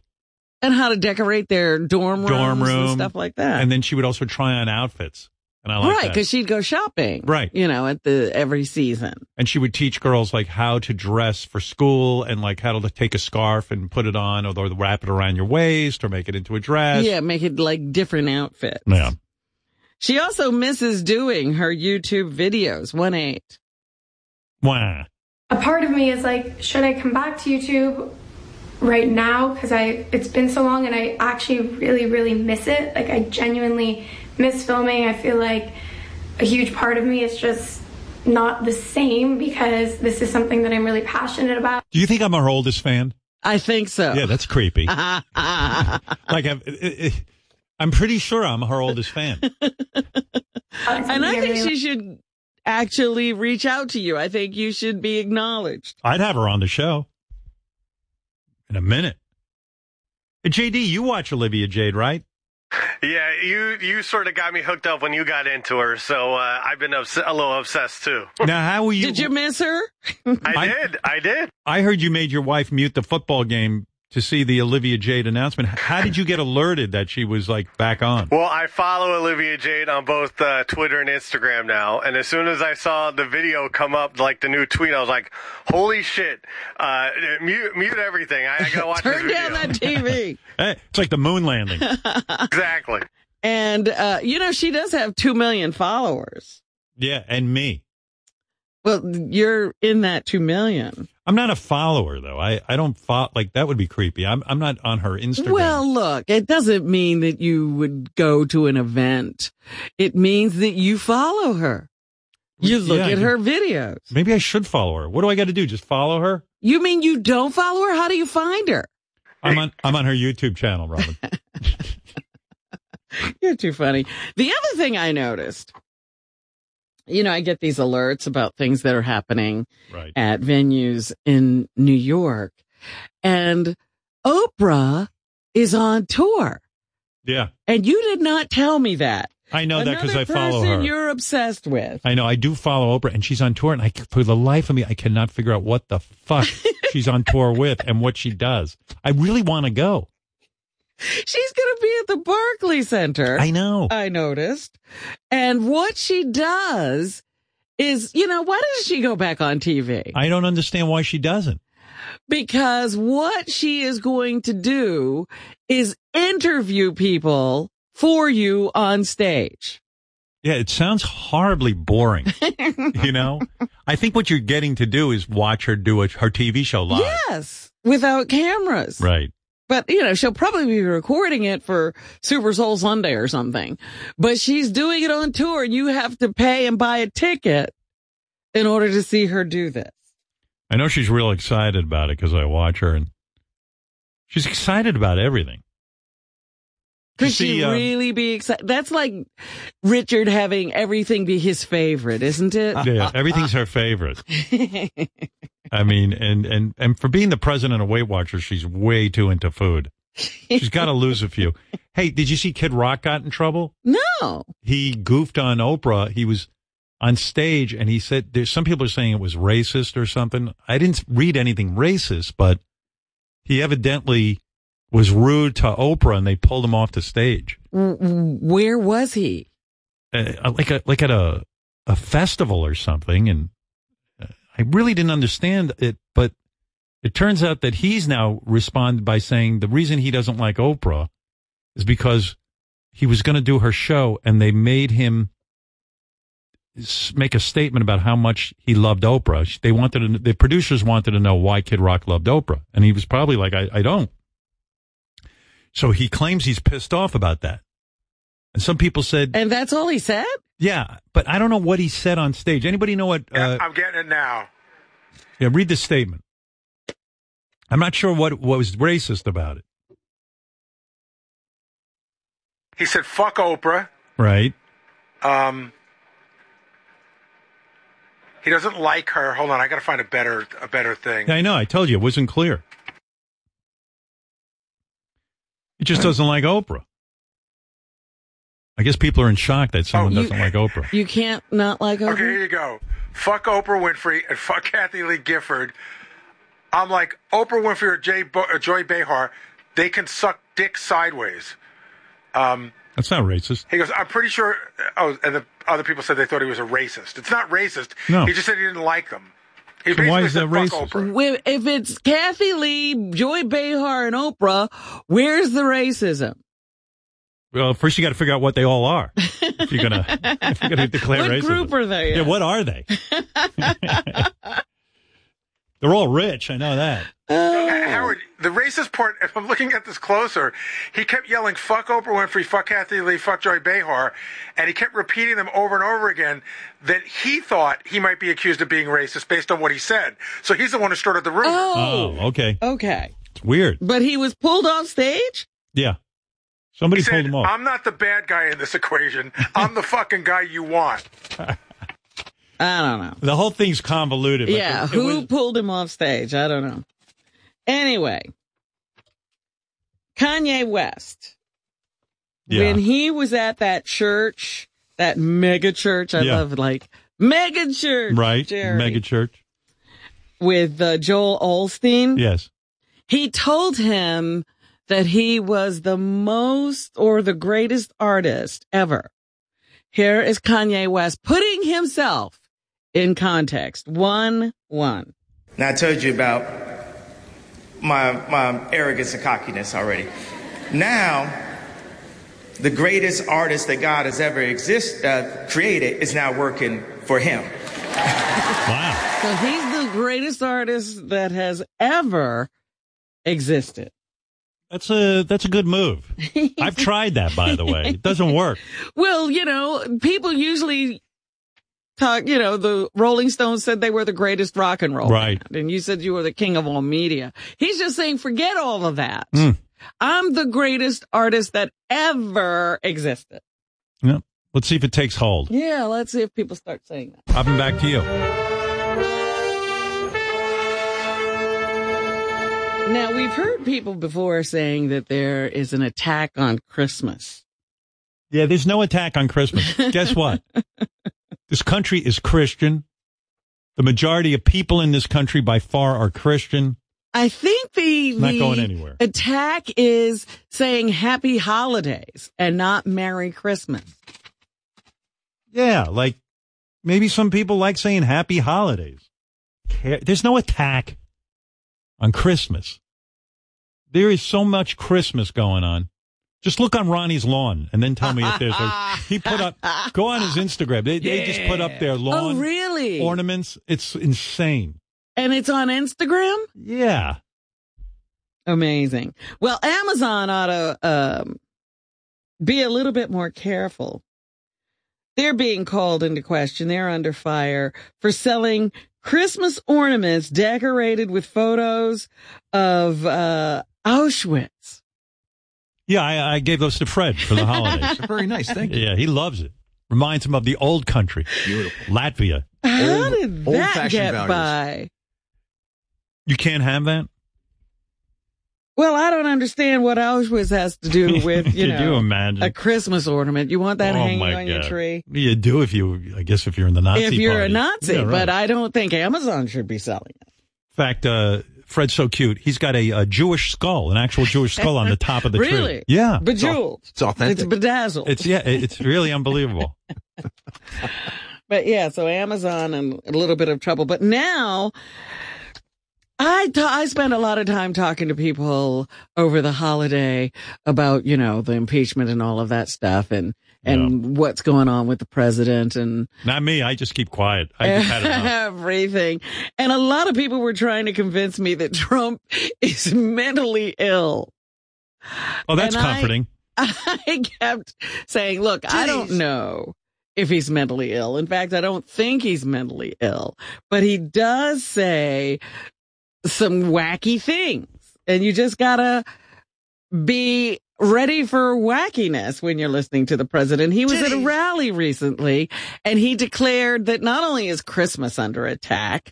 Speaker 6: And how to decorate their dorm rooms
Speaker 4: dorm room,
Speaker 6: and stuff like that.
Speaker 4: and then she would also try on outfits. And I like
Speaker 6: right,
Speaker 4: that.
Speaker 6: because she'd go shopping.
Speaker 4: Right.
Speaker 6: You know, at the every season.
Speaker 4: and she would teach girls like how to dress for school and like how to take a scarf and put it on or wrap it around your waist or make it into a dress.
Speaker 6: yeah, make it like different outfits.
Speaker 4: Yeah.
Speaker 6: She also misses doing her YouTube videos. One eight.
Speaker 4: Wah.
Speaker 8: a part of me is like, should I come back to YouTube right now? Because I it's been so long, and I actually really, really miss it. Like I genuinely miss filming. I feel like a huge part of me is just not the same because this is something that I'm really passionate about.
Speaker 4: Do you think I'm her oldest fan?
Speaker 6: I think so.
Speaker 4: Yeah, that's creepy.
Speaker 6: like
Speaker 4: I've, it- it- eh, I'm pretty sure I'm her oldest fan.
Speaker 6: And I think she should actually reach out to you. I think you should be acknowledged.
Speaker 4: I'd have her on the show in a minute. Uh, JD, you watch Olivia Jade, right?
Speaker 5: Yeah, you you sort of got me hooked up when you got into her, so uh, I've been obs- a little obsessed too.
Speaker 4: Now, how were you?
Speaker 6: Did you miss her?
Speaker 4: I
Speaker 5: did. I did.
Speaker 4: I heard you made your wife mute the football game to see the Olivia Jade announcement. H- How did you get alerted that she was like back on?
Speaker 5: Well, I follow Olivia Jade on both uh, Twitter and Instagram now, and as soon as I saw the video come up, like the new tweet, I was like, "Holy shit! Uh, mute mute everything! I, I gotta watch this
Speaker 6: Turn
Speaker 5: video."
Speaker 6: down that TV.
Speaker 4: Hey, Eh, it's like the moon landing.
Speaker 5: exactly.
Speaker 6: and uh, you know she does have two million followers.
Speaker 4: Yeah, and me.
Speaker 6: Well, you're in that two million.
Speaker 4: I'm not a follower though. I, I don't follow like that would be creepy. I'm I'm not on her Instagram.
Speaker 6: Well, look, it doesn't mean that you would go to an event. It means that you follow her. You look
Speaker 4: Yeah,
Speaker 6: at
Speaker 4: you-
Speaker 6: her videos.
Speaker 4: Maybe I should follow her. What do I got to do? Just follow her?
Speaker 6: You mean you don't follow her? How do you find her?
Speaker 4: I'm on I'm on her YouTube channel, Robin.
Speaker 6: You're too funny. The other thing I noticed, you know, I get these alerts about things that are happening
Speaker 4: Right.
Speaker 6: at venues in New York and Oprah is on tour.
Speaker 4: yeah,
Speaker 6: And you did not tell me that.
Speaker 4: I know that 'cause
Speaker 6: Another
Speaker 4: I follow
Speaker 6: person
Speaker 4: her.
Speaker 6: You're obsessed with.
Speaker 4: I know. I do follow Oprah, and she's on tour, and I for the life of me, I cannot figure out what the fuck she's on tour with and what she does. I really want to go.
Speaker 6: She's going to be at the Barclay Center.
Speaker 4: I know.
Speaker 6: I noticed. And what she does is, you know, why does she go back on TV?
Speaker 4: I don't understand why she doesn't.
Speaker 6: Because what she is going to do is interview people for you on stage.
Speaker 4: Yeah, it sounds horribly boring. you know, I think what you're getting to do is watch her do a, her TV show live.
Speaker 6: Yes, without cameras.
Speaker 4: Right.
Speaker 6: But you know, she'll probably be recording it for Super Soul Sunday or something. But she's doing it on tour and you have to pay and buy a ticket in order to see her do this.
Speaker 4: I know she's real excited about it because I watch her, and she's excited about everything.
Speaker 6: Could
Speaker 4: see,
Speaker 6: she
Speaker 4: um,
Speaker 6: really be excited? That's like Richard having everything be his favorite, isn't it?
Speaker 4: Yeah, everything's her favorite. I mean, and and and for being the president of Weight Watchers, she's way too into food. She's got to lose a few. Hey, did you see Kid Rock got in trouble?
Speaker 6: No.
Speaker 4: He goofed on Oprah. He was on stage and he said, "There's some people are saying it was racist or something." I didn't read anything racist, but he evidently was rude to Oprah, and they pulled him off the stage,
Speaker 6: Uh, W- w- Where was he?
Speaker 4: uh, like a like at a a festival or something. And uh, I really didn't understand it, but it turns out that he's now responded by saying the reason he doesn't like Oprah is because he was going to do her show and they made him s- make a statement about how much he loved Oprah. Sh- They wanted to, the producers wanted to know why Kid Rock loved Oprah, and he was probably like, "I, I don't." So he claims he's pissed off about that, and some people said,
Speaker 6: "And that's all he said."
Speaker 4: Yeah, but I don't know what he said on stage. Anybody know what? Uh,
Speaker 9: I'm getting it now.
Speaker 4: yeah, read the statement. I'm not sure what what was racist about it,
Speaker 9: He said,
Speaker 20: Um,
Speaker 9: "Fuck Oprah."
Speaker 4: right?
Speaker 9: Um, He doesn't like her. Hold on, I got to find a better a better thing.
Speaker 4: I know. I told you it wasn't clear. He just doesn't like Oprah. I guess people are in shock that someone doesn't like Oprah.
Speaker 6: You can't not like Oprah.
Speaker 9: Okay, here you go. Fuck Oprah Winfrey and fuck Kathy Lee Gifford. I'm like Oprah Winfrey or Jay Bo- or Joy Behar. They can suck dick sideways. Um,
Speaker 4: That's not racist.
Speaker 9: he goes, I'm pretty sure. Oh, and the other people said they thought he was a racist. It's not racist.
Speaker 4: No.
Speaker 9: He just said he didn't like them. He
Speaker 4: So why
Speaker 9: basically
Speaker 4: is that
Speaker 9: said, "Fuck
Speaker 4: racist?"
Speaker 9: Oprah.
Speaker 6: Wi- If it's Kathy Lee, Joy Behar, and Oprah, where's the racism?
Speaker 4: Well, first you got to figure out what they all are. If you're gonna, if you're gonna declare
Speaker 6: What
Speaker 4: racism.
Speaker 6: group are they in?
Speaker 4: Yeah, what are they? They're all rich. I know that.
Speaker 6: Oh.
Speaker 9: Ha- Howard, the racist part, if I'm looking at this closer, he kept yelling, fuck Oprah Winfrey, fuck Kathy Lee, fuck Joy Behar, and he kept repeating them over and over again that he thought he might be accused of being racist based on what he said. So he's the one who started the rumor.
Speaker 4: Oh, okay.
Speaker 6: Okay.
Speaker 4: It's weird.
Speaker 6: But he was pulled off stage?
Speaker 4: Yeah. Somebody
Speaker 9: He
Speaker 4: pulled
Speaker 9: said,
Speaker 4: him off.
Speaker 9: I'm not the bad guy in this equation. I'm the fucking guy you want.
Speaker 6: I don't know.
Speaker 4: The whole thing's convoluted. but
Speaker 6: yeah,
Speaker 4: it- it
Speaker 6: who
Speaker 4: was-
Speaker 6: pulled him off stage? I don't know. Anyway, Kanye West,
Speaker 4: Yeah.
Speaker 6: when he was at that church, that mega church, I
Speaker 4: Yeah.
Speaker 6: love like mega church,
Speaker 4: right?
Speaker 6: Jerry,
Speaker 4: Mega church.
Speaker 6: with uh, Joel Olstein.
Speaker 4: Yes.
Speaker 6: He told him that he was the most or the greatest artist ever. Here is Kanye West putting himself in context. One, one.
Speaker 19: Now I told you about my my arrogance and cockiness already. Now, the greatest artist that God has ever exist uh, created is now working for Him.
Speaker 4: Wow.
Speaker 6: So he's the greatest artist that has ever existed.
Speaker 4: That's a that's a good move. I've tried that, by the way. It doesn't work.
Speaker 6: Well, you know, people usually talk, you know, the Rolling Stones said they were the greatest rock and roll.
Speaker 4: Right.
Speaker 6: band, and you said you were the king of all media. He's just saying, forget all of that.
Speaker 4: Mm.
Speaker 6: I'm the greatest artist that ever existed.
Speaker 4: Yeah. Let's see if it takes hold.
Speaker 6: Yeah, let's see if people start saying that.
Speaker 4: Hopping back to you.
Speaker 6: Now, we've heard people before saying that there is an attack on Christmas.
Speaker 4: Yeah, there's no attack on Christmas. Guess what? this country is Christian. The majority of people in this country by far are Christian.
Speaker 6: I think the
Speaker 4: It's not
Speaker 6: the
Speaker 4: going anywhere.
Speaker 6: Attack is saying happy holidays and not Merry Christmas.
Speaker 4: Yeah, like maybe some people like saying happy holidays. Care- There's no attack on Christmas. There is so much Christmas going on. Just look on Ronnie's lawn and then tell me if there's a, he put up, go on his Instagram. They, they just put up their lawn
Speaker 6: Oh, really?
Speaker 4: ornaments. It's insane.
Speaker 6: and it's on Instagram.
Speaker 4: Yeah.
Speaker 6: Amazing. Well, Amazon ought to um, be a little bit more careful. They're being called into question. They're under fire for selling Christmas ornaments decorated with photos of uh, Auschwitz.
Speaker 4: Yeah, I, I gave those to Fred for the holidays.
Speaker 36: Very nice. Thank you.
Speaker 4: Yeah, he loves it. Reminds him of the old country. Beautiful. Latvia.
Speaker 6: How
Speaker 36: Old-
Speaker 6: did that
Speaker 36: old-fashioned
Speaker 6: get
Speaker 36: values.
Speaker 6: by?
Speaker 4: You can't have that?
Speaker 6: Well, I don't understand what Auschwitz has to do with you
Speaker 4: Could
Speaker 6: know
Speaker 4: you imagine?
Speaker 6: a Christmas ornament. You want that
Speaker 4: Oh,
Speaker 6: hanging
Speaker 4: my
Speaker 6: on your
Speaker 4: God.
Speaker 6: tree?
Speaker 4: You do if you, I guess, if you're in the Nazi
Speaker 6: if you're a
Speaker 4: party.
Speaker 6: Nazi,
Speaker 4: Yeah, right.
Speaker 6: but I don't think Amazon should be selling it.
Speaker 4: In fact, uh, Fred's so cute. He's got a, a Jewish skull, an actual Jewish skull on the top of the tree.
Speaker 6: Really?
Speaker 4: Yeah.
Speaker 6: Bejeweled.
Speaker 4: It's authentic.
Speaker 6: It's bedazzled.
Speaker 4: It's yeah. it- It's really unbelievable.
Speaker 6: But yeah, so Amazon and a little bit of trouble. But now, I ta- I spent a lot of time talking to people over the holiday about you know the impeachment and all of that stuff and and what's going on with the president and
Speaker 4: Not me. I just keep quiet. I just had enough.
Speaker 6: everything. And a lot of people were trying to convince me that Trump is mentally ill.
Speaker 4: Oh, that's
Speaker 6: And I-
Speaker 4: comforting.
Speaker 6: I kept saying, look, I don't know if he's mentally ill. In fact, I don't think he's mentally ill, but he does say some wacky things and you just gotta be ready for wackiness when you're listening to the president. He was at a rally recently and he declared that not only is Christmas under attack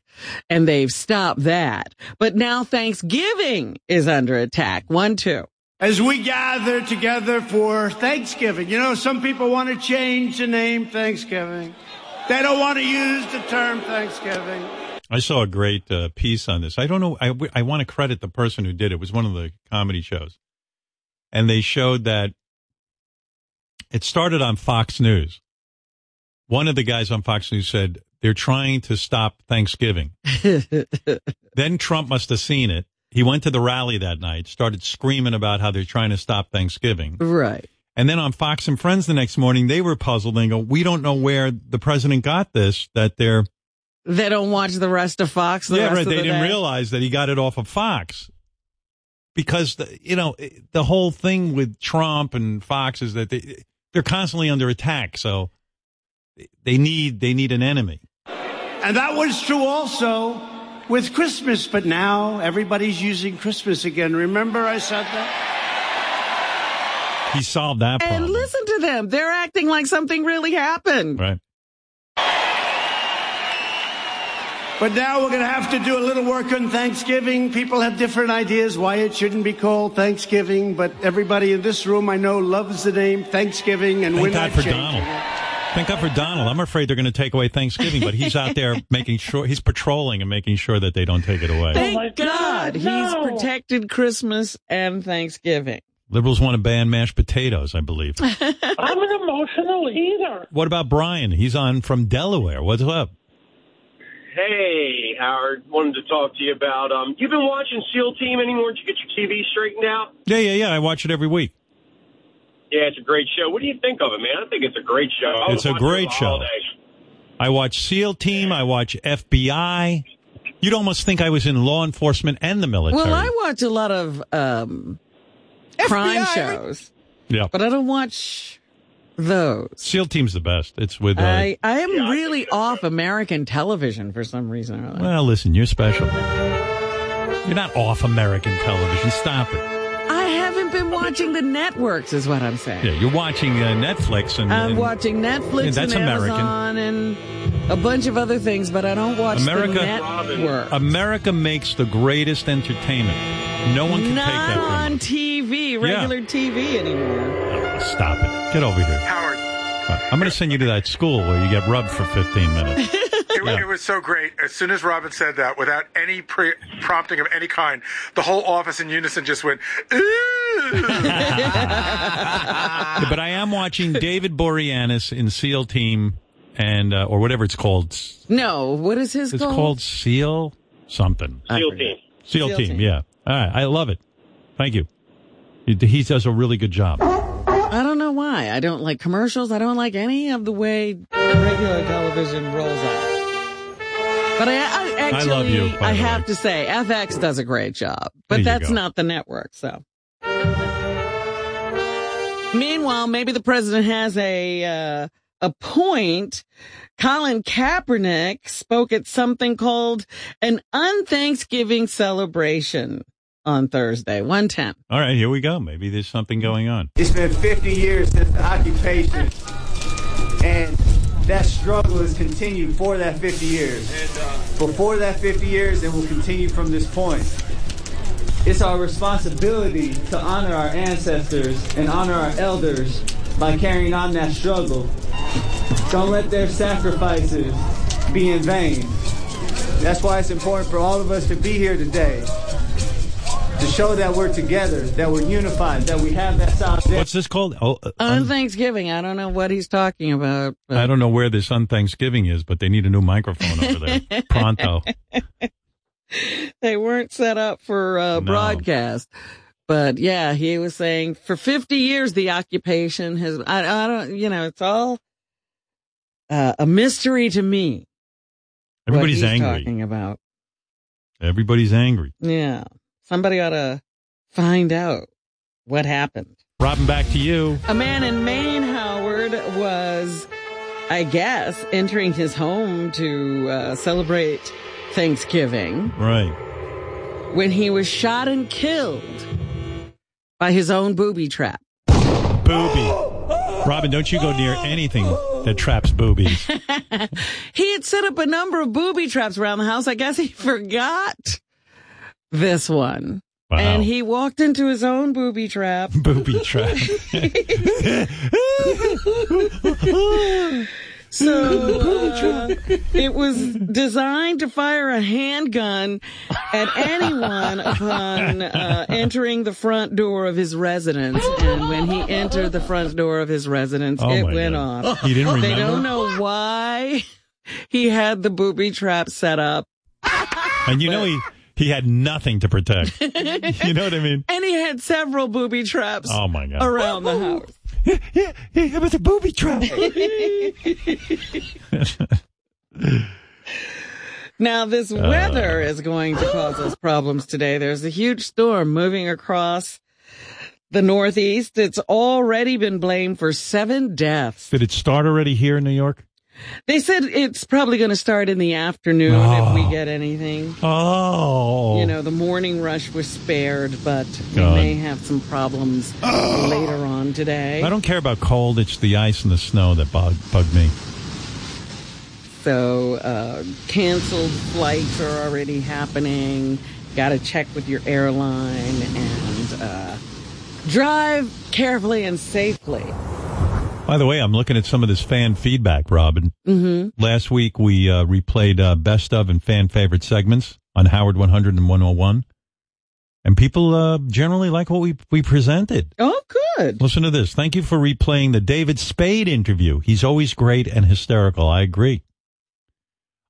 Speaker 6: and they've stopped that, but now Thanksgiving is under attack. One, two.
Speaker 19: As we gather together for Thanksgiving, you know, some people want to change the name Thanksgiving. They don't want to use the term Thanksgiving.
Speaker 4: I saw a great uh, piece on this. I don't know. I, I want to credit the person who did it. It was one of the comedy shows. And they showed that it started on Fox News. One of the guys on Fox News said, they're trying to stop Thanksgiving. then Trump must have seen it. He went to the rally that night, started screaming about how they're trying to stop Thanksgiving.
Speaker 6: Right.
Speaker 4: And then on Fox and Friends the next morning, they were puzzled and go, we don't know where the president got this, that they're,
Speaker 6: They don't watch the rest of Fox. The
Speaker 4: yeah,
Speaker 6: rest
Speaker 4: right.
Speaker 6: Of
Speaker 4: they
Speaker 6: the
Speaker 4: didn't
Speaker 6: day.
Speaker 4: realize that he got it off of Fox because the, you know it- the whole thing with Trump and Fox is that they they're constantly under attack, so they need they need an enemy.
Speaker 19: And that was true also with Christmas, but now everybody's using Christmas again. Remember I said that?
Speaker 4: He solved that
Speaker 6: And
Speaker 4: problem,
Speaker 6: listen to them. They're acting like something really happened.
Speaker 4: right?
Speaker 19: But now we're going to have to do a little work on Thanksgiving. People have different ideas why it shouldn't be called Thanksgiving, but everybody in this room I know loves the name Thanksgiving and we're
Speaker 4: Thank
Speaker 19: not
Speaker 4: God for
Speaker 19: changing
Speaker 4: Donald.
Speaker 19: it.
Speaker 4: Thank God for Donald. I'm afraid they're going to take away Thanksgiving, but he's out there making sure he's patrolling and making sure that they don't take it
Speaker 37: Oh
Speaker 4: away.
Speaker 6: Thank God, he's protected Christmas and Thanksgiving.
Speaker 4: Liberals want to ban mashed potatoes, I believe.
Speaker 37: I'm an emotional eater.
Speaker 4: What about Brian? He's on from Delaware. What's up?
Speaker 5: Hey, Howard, wanted to talk to you about. Um, you've been watching SEAL Team anymore? Did you get your TV straightened out?
Speaker 4: Yeah, yeah, yeah. I watch it every week.
Speaker 5: Yeah, it's a great show. What do you think of it, Oh, man? I think it's a great show.
Speaker 2: Oh,
Speaker 5: I was
Speaker 4: It's a
Speaker 5: watching it
Speaker 4: great
Speaker 5: all
Speaker 4: show.
Speaker 5: day.
Speaker 4: I watch SEAL Team. I watch FBI. You'd almost think I was in law enforcement and the military.
Speaker 6: Well, I watch a lot of um, crime shows,
Speaker 4: yeah,
Speaker 6: but I don't watch those.
Speaker 4: SEAL Team's the best. It's with. Uh,
Speaker 6: I, I am really off American television for some reason or other.
Speaker 4: well, listen, you're special. You're not off American television. Stop it.
Speaker 6: I haven't been watching the networks, is what I'm saying.
Speaker 4: Yeah, you're watching uh, Netflix and,
Speaker 6: I'm
Speaker 4: and
Speaker 6: watching Netflix
Speaker 4: Yeah, that's
Speaker 6: and
Speaker 4: American.
Speaker 6: Amazon and a bunch of other things, but I don't watch the network.
Speaker 4: America. America makes the greatest entertainment. No one can
Speaker 6: Not
Speaker 4: take that from
Speaker 6: on TV,
Speaker 4: Yeah.
Speaker 6: regular TV anymore.
Speaker 4: you. Stop it. Get over here.
Speaker 9: Howard.
Speaker 4: I'm going to send you to that school where you get rubbed for 15 minutes.
Speaker 9: It,
Speaker 4: Yeah.
Speaker 9: it was so great. As soon as Robin said that, without any pre- prompting of any kind, the whole office in unison just went,
Speaker 4: Yeah, but I am watching David Boreanaz in SEAL Team and uh, or whatever it's called. It's
Speaker 6: No, what is his goal?
Speaker 4: called SEAL something.
Speaker 6: SEAL Team.
Speaker 4: SEAL,
Speaker 6: SEAL
Speaker 4: team,
Speaker 6: Team.
Speaker 4: Yeah. All right. I love it. Thank you. He, he does a really good job.
Speaker 6: I don't know why. I don't like commercials. I don't like any of the way regular television rolls out. But I, I
Speaker 4: I
Speaker 6: actually,
Speaker 4: love you, by
Speaker 6: I
Speaker 4: the
Speaker 6: have
Speaker 4: way.
Speaker 6: to say, FX does a great job,
Speaker 4: There
Speaker 6: but
Speaker 4: you
Speaker 6: that's
Speaker 4: go.
Speaker 6: not the network. So, meanwhile, maybe the president has a uh, a point. Colin Kaepernick spoke at something called an unthanksgiving celebration on Thursday. One ten.
Speaker 4: All right. Here we go. Maybe there's something going on.
Speaker 19: It's been 50 years since the occupation, and that struggle has continued for that 50 years. Before that 50 years, and will continue from this point. It's our responsibility to honor our ancestors and honor our elders by carrying on that struggle. Don't let their sacrifices be in vain. That's why it's important for all of us to be here today to show that we're together, that we're unified, that we have that solidarity.
Speaker 4: What's this called? Oh, uh,
Speaker 6: On Thanksgiving, I don't know what he's talking about.
Speaker 4: I don't know where this unthanksgiving is, but they need a new microphone over there. Pronto.
Speaker 6: they weren't set up for uh, broadcast. But yeah, he was saying for 50 years the occupation has. I, I don't. You know, it's all uh, a mystery to me. what
Speaker 4: Everybody's
Speaker 6: he's
Speaker 4: angry.
Speaker 6: Talking about
Speaker 4: Everybody's angry.
Speaker 6: yeah, somebody ought to find out what happened.
Speaker 4: Robin, back to you.
Speaker 6: A man in Maine, Howard, was, I guess, entering his home to uh, celebrate Thanksgiving
Speaker 4: Right.
Speaker 6: when he was shot and killed by his own booby trap.
Speaker 4: Booby. Robin, don't you go near anything that traps boobies.
Speaker 6: He had set up a number of booby traps around the house. I guess he forgot this one.
Speaker 4: Wow.
Speaker 6: And he walked into his own booby trap.
Speaker 4: Booby trap.
Speaker 6: So uh, it was designed to fire a handgun at anyone upon uh, entering the front door of his residence. And when he entered the front door of his residence,
Speaker 4: Oh,
Speaker 6: it
Speaker 4: my
Speaker 6: went
Speaker 4: God.
Speaker 6: off.
Speaker 4: He didn't
Speaker 6: They
Speaker 4: remember?
Speaker 6: don't know why he had the booby trap set up.
Speaker 4: And you know he he had nothing to protect. You know what I mean?
Speaker 6: And he had several booby traps.
Speaker 4: Oh, my God.
Speaker 6: Around the house.
Speaker 4: Yeah, yeah, it was a booby trap.
Speaker 6: Now, this
Speaker 4: Uh.
Speaker 6: weather is going to cause us problems today. There's a huge storm moving across the Northeast. It's already been blamed for seven deaths.
Speaker 38: Did it start already here in New York?
Speaker 6: They said it's probably going to start in the afternoon if we get anything.
Speaker 4: Ah. Oh.
Speaker 6: You know, the morning rush was spared, but
Speaker 4: God.
Speaker 6: we may have some problems later on today.
Speaker 4: I don't care about cold. It's the ice and the snow that bug, bugged me.
Speaker 6: So, uh, canceled flights are already happening. Got to check with your airline and uh, drive carefully and safely.
Speaker 4: By the way, I'm looking at some of this fan feedback, Robin.
Speaker 6: Mm-hmm.
Speaker 4: Last week we uh, replayed uh, best of and fan favorite segments on Howard 100 and 101. And people uh, generally like what we, we presented.
Speaker 6: Oh, good.
Speaker 4: Listen to this. Thank you for replaying the David Spade interview. He's always great and hysterical. I agree.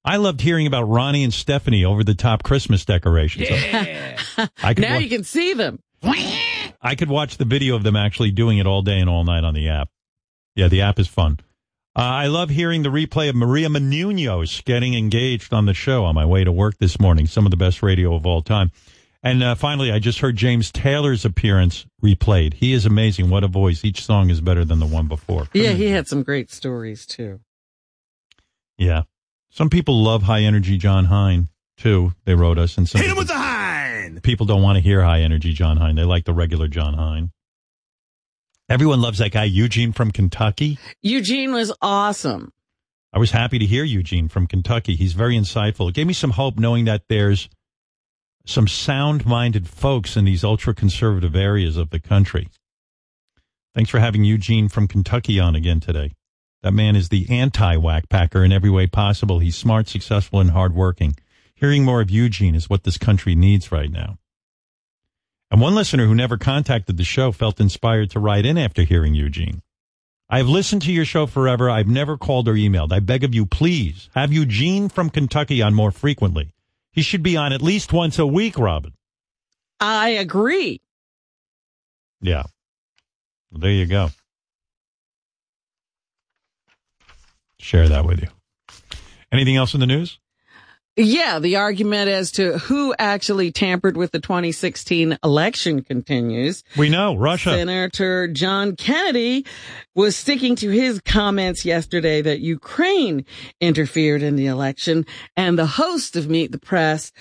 Speaker 4: I loved hearing about Ronnie and Stephanie over the top Christmas decorations. I could
Speaker 6: now
Speaker 4: wa-
Speaker 6: you can see them.
Speaker 4: I could watch the video of them actually doing it all day and all night on the app. Yeah, the app is fun. Uh, I love hearing the replay of Maria Menounos getting engaged on the show on my way to work this morning. Some of the best radio of all time. And uh, finally, I just heard James Taylor's appearance replayed. He is amazing. What a voice. Each song is better than the one before.
Speaker 6: Yeah, he had some great stories too.
Speaker 4: Yeah. Some people love high energy John Hine, too. They wrote us. And some people,
Speaker 10: with the hind.
Speaker 4: people don't want to hear high energy John Hine. They like the regular John Hine. Everyone loves that guy, Eugene from Kentucky.
Speaker 6: Eugene was awesome.
Speaker 4: I was happy to hear Eugene from Kentucky. He's very insightful. It gave me some hope knowing that there's some sound minded folks in these ultra conservative areas of the country. Thanks for having Eugene from Kentucky on again today. That man is the anti whack packer in every way possible. He's smart, successful, and hardworking. Hearing more of Eugene is what this country needs right now. And one listener who never contacted the show felt inspired to write in after hearing Eugene. I've listened to your show forever. I've never called or emailed. I beg of you, please have Eugene from Kentucky on more frequently. He should be on at least once a week, Robin.
Speaker 6: I agree.
Speaker 4: Yeah. Well, there you go. Share that with you. Anything else in the news?
Speaker 6: Yeah, the argument as to who actually tampered with the 2016 election continues.
Speaker 4: We know Russia.
Speaker 6: Senator John Kennedy was sticking to his comments yesterday that Ukraine interfered in the election and the host of Meet the Press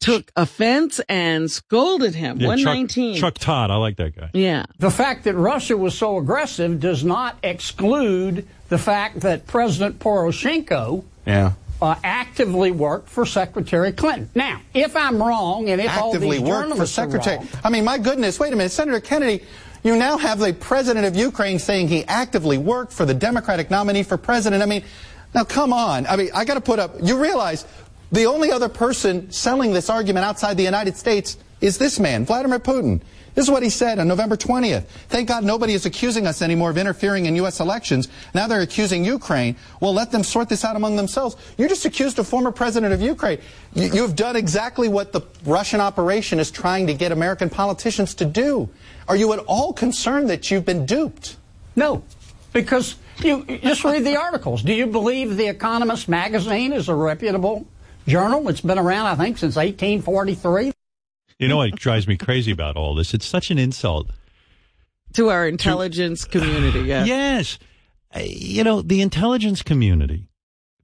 Speaker 6: took offense and scolded him.
Speaker 4: Yeah, Chuck,
Speaker 6: 119.
Speaker 4: Chuck Todd. I like that guy.
Speaker 6: Yeah.
Speaker 2: The fact that Russia was so aggressive does not exclude the fact that President Poroshenko
Speaker 4: Yeah.
Speaker 2: uh, actively worked for Secretary Clinton. Now, if I'm wrong, and if
Speaker 29: actively
Speaker 2: all these
Speaker 29: worked
Speaker 2: journalists
Speaker 29: for
Speaker 2: are
Speaker 29: Secretary.
Speaker 2: wrong,
Speaker 29: I mean, my goodness, wait a minute. Senator Kennedy, you now have the president of Ukraine saying he actively worked for the Democratic nominee for president. I mean, now come on. I mean, I got to put up, you realize the only other person selling this argument outside the United States is this man, Vladimir Putin. This is what he said on November 20th. Thank God nobody is accusing us anymore of interfering in U.S. elections. Now they're accusing Ukraine. Well, let them sort this out among themselves. You just accused a former president of Ukraine. You, you have done exactly what the Russian operation is trying to get American politicians to do. Are you at all concerned that you've been duped?
Speaker 2: No, because you just read the articles. Do you believe The Economist magazine is a reputable journal? It's been around, I think, since 1843.
Speaker 4: You know what drives me crazy about all this? It's such an insult.
Speaker 6: To our intelligence community, yeah.
Speaker 4: Yes. Uh, You know, the intelligence community,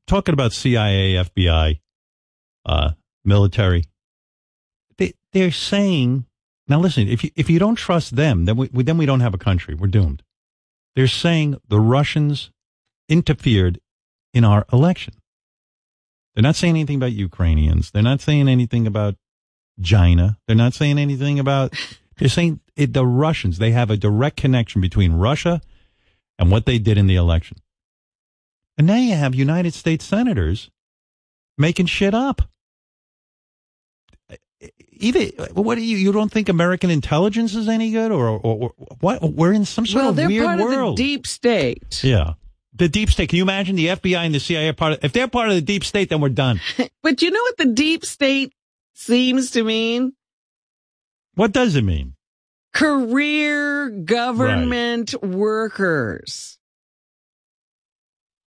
Speaker 4: talking about CIA, FBI, uh, military, they, they're saying Now listen, if you if you don't trust them, then we we- then we don't have a country. We're doomed. They're saying the Russians interfered in our election. They're not saying anything about Ukrainians. They're not saying anything about China. They're not saying anything about. They're saying it, the Russians. They have a direct connection between Russia and what they did in the election. And now you have United States senators making shit up. Uh, Either what do you you don't think American intelligence is any good, or or, or what? We're in some sort
Speaker 6: well,
Speaker 4: of
Speaker 6: they're
Speaker 4: weird
Speaker 6: part of
Speaker 4: world.
Speaker 6: the deep state.
Speaker 4: yeah, the deep state. Can you imagine the FBI and the CIA are part of? If they're part of the deep state, then we're done.
Speaker 6: But you know what the deep state seems to mean?
Speaker 4: What does it mean?
Speaker 6: Career government workers.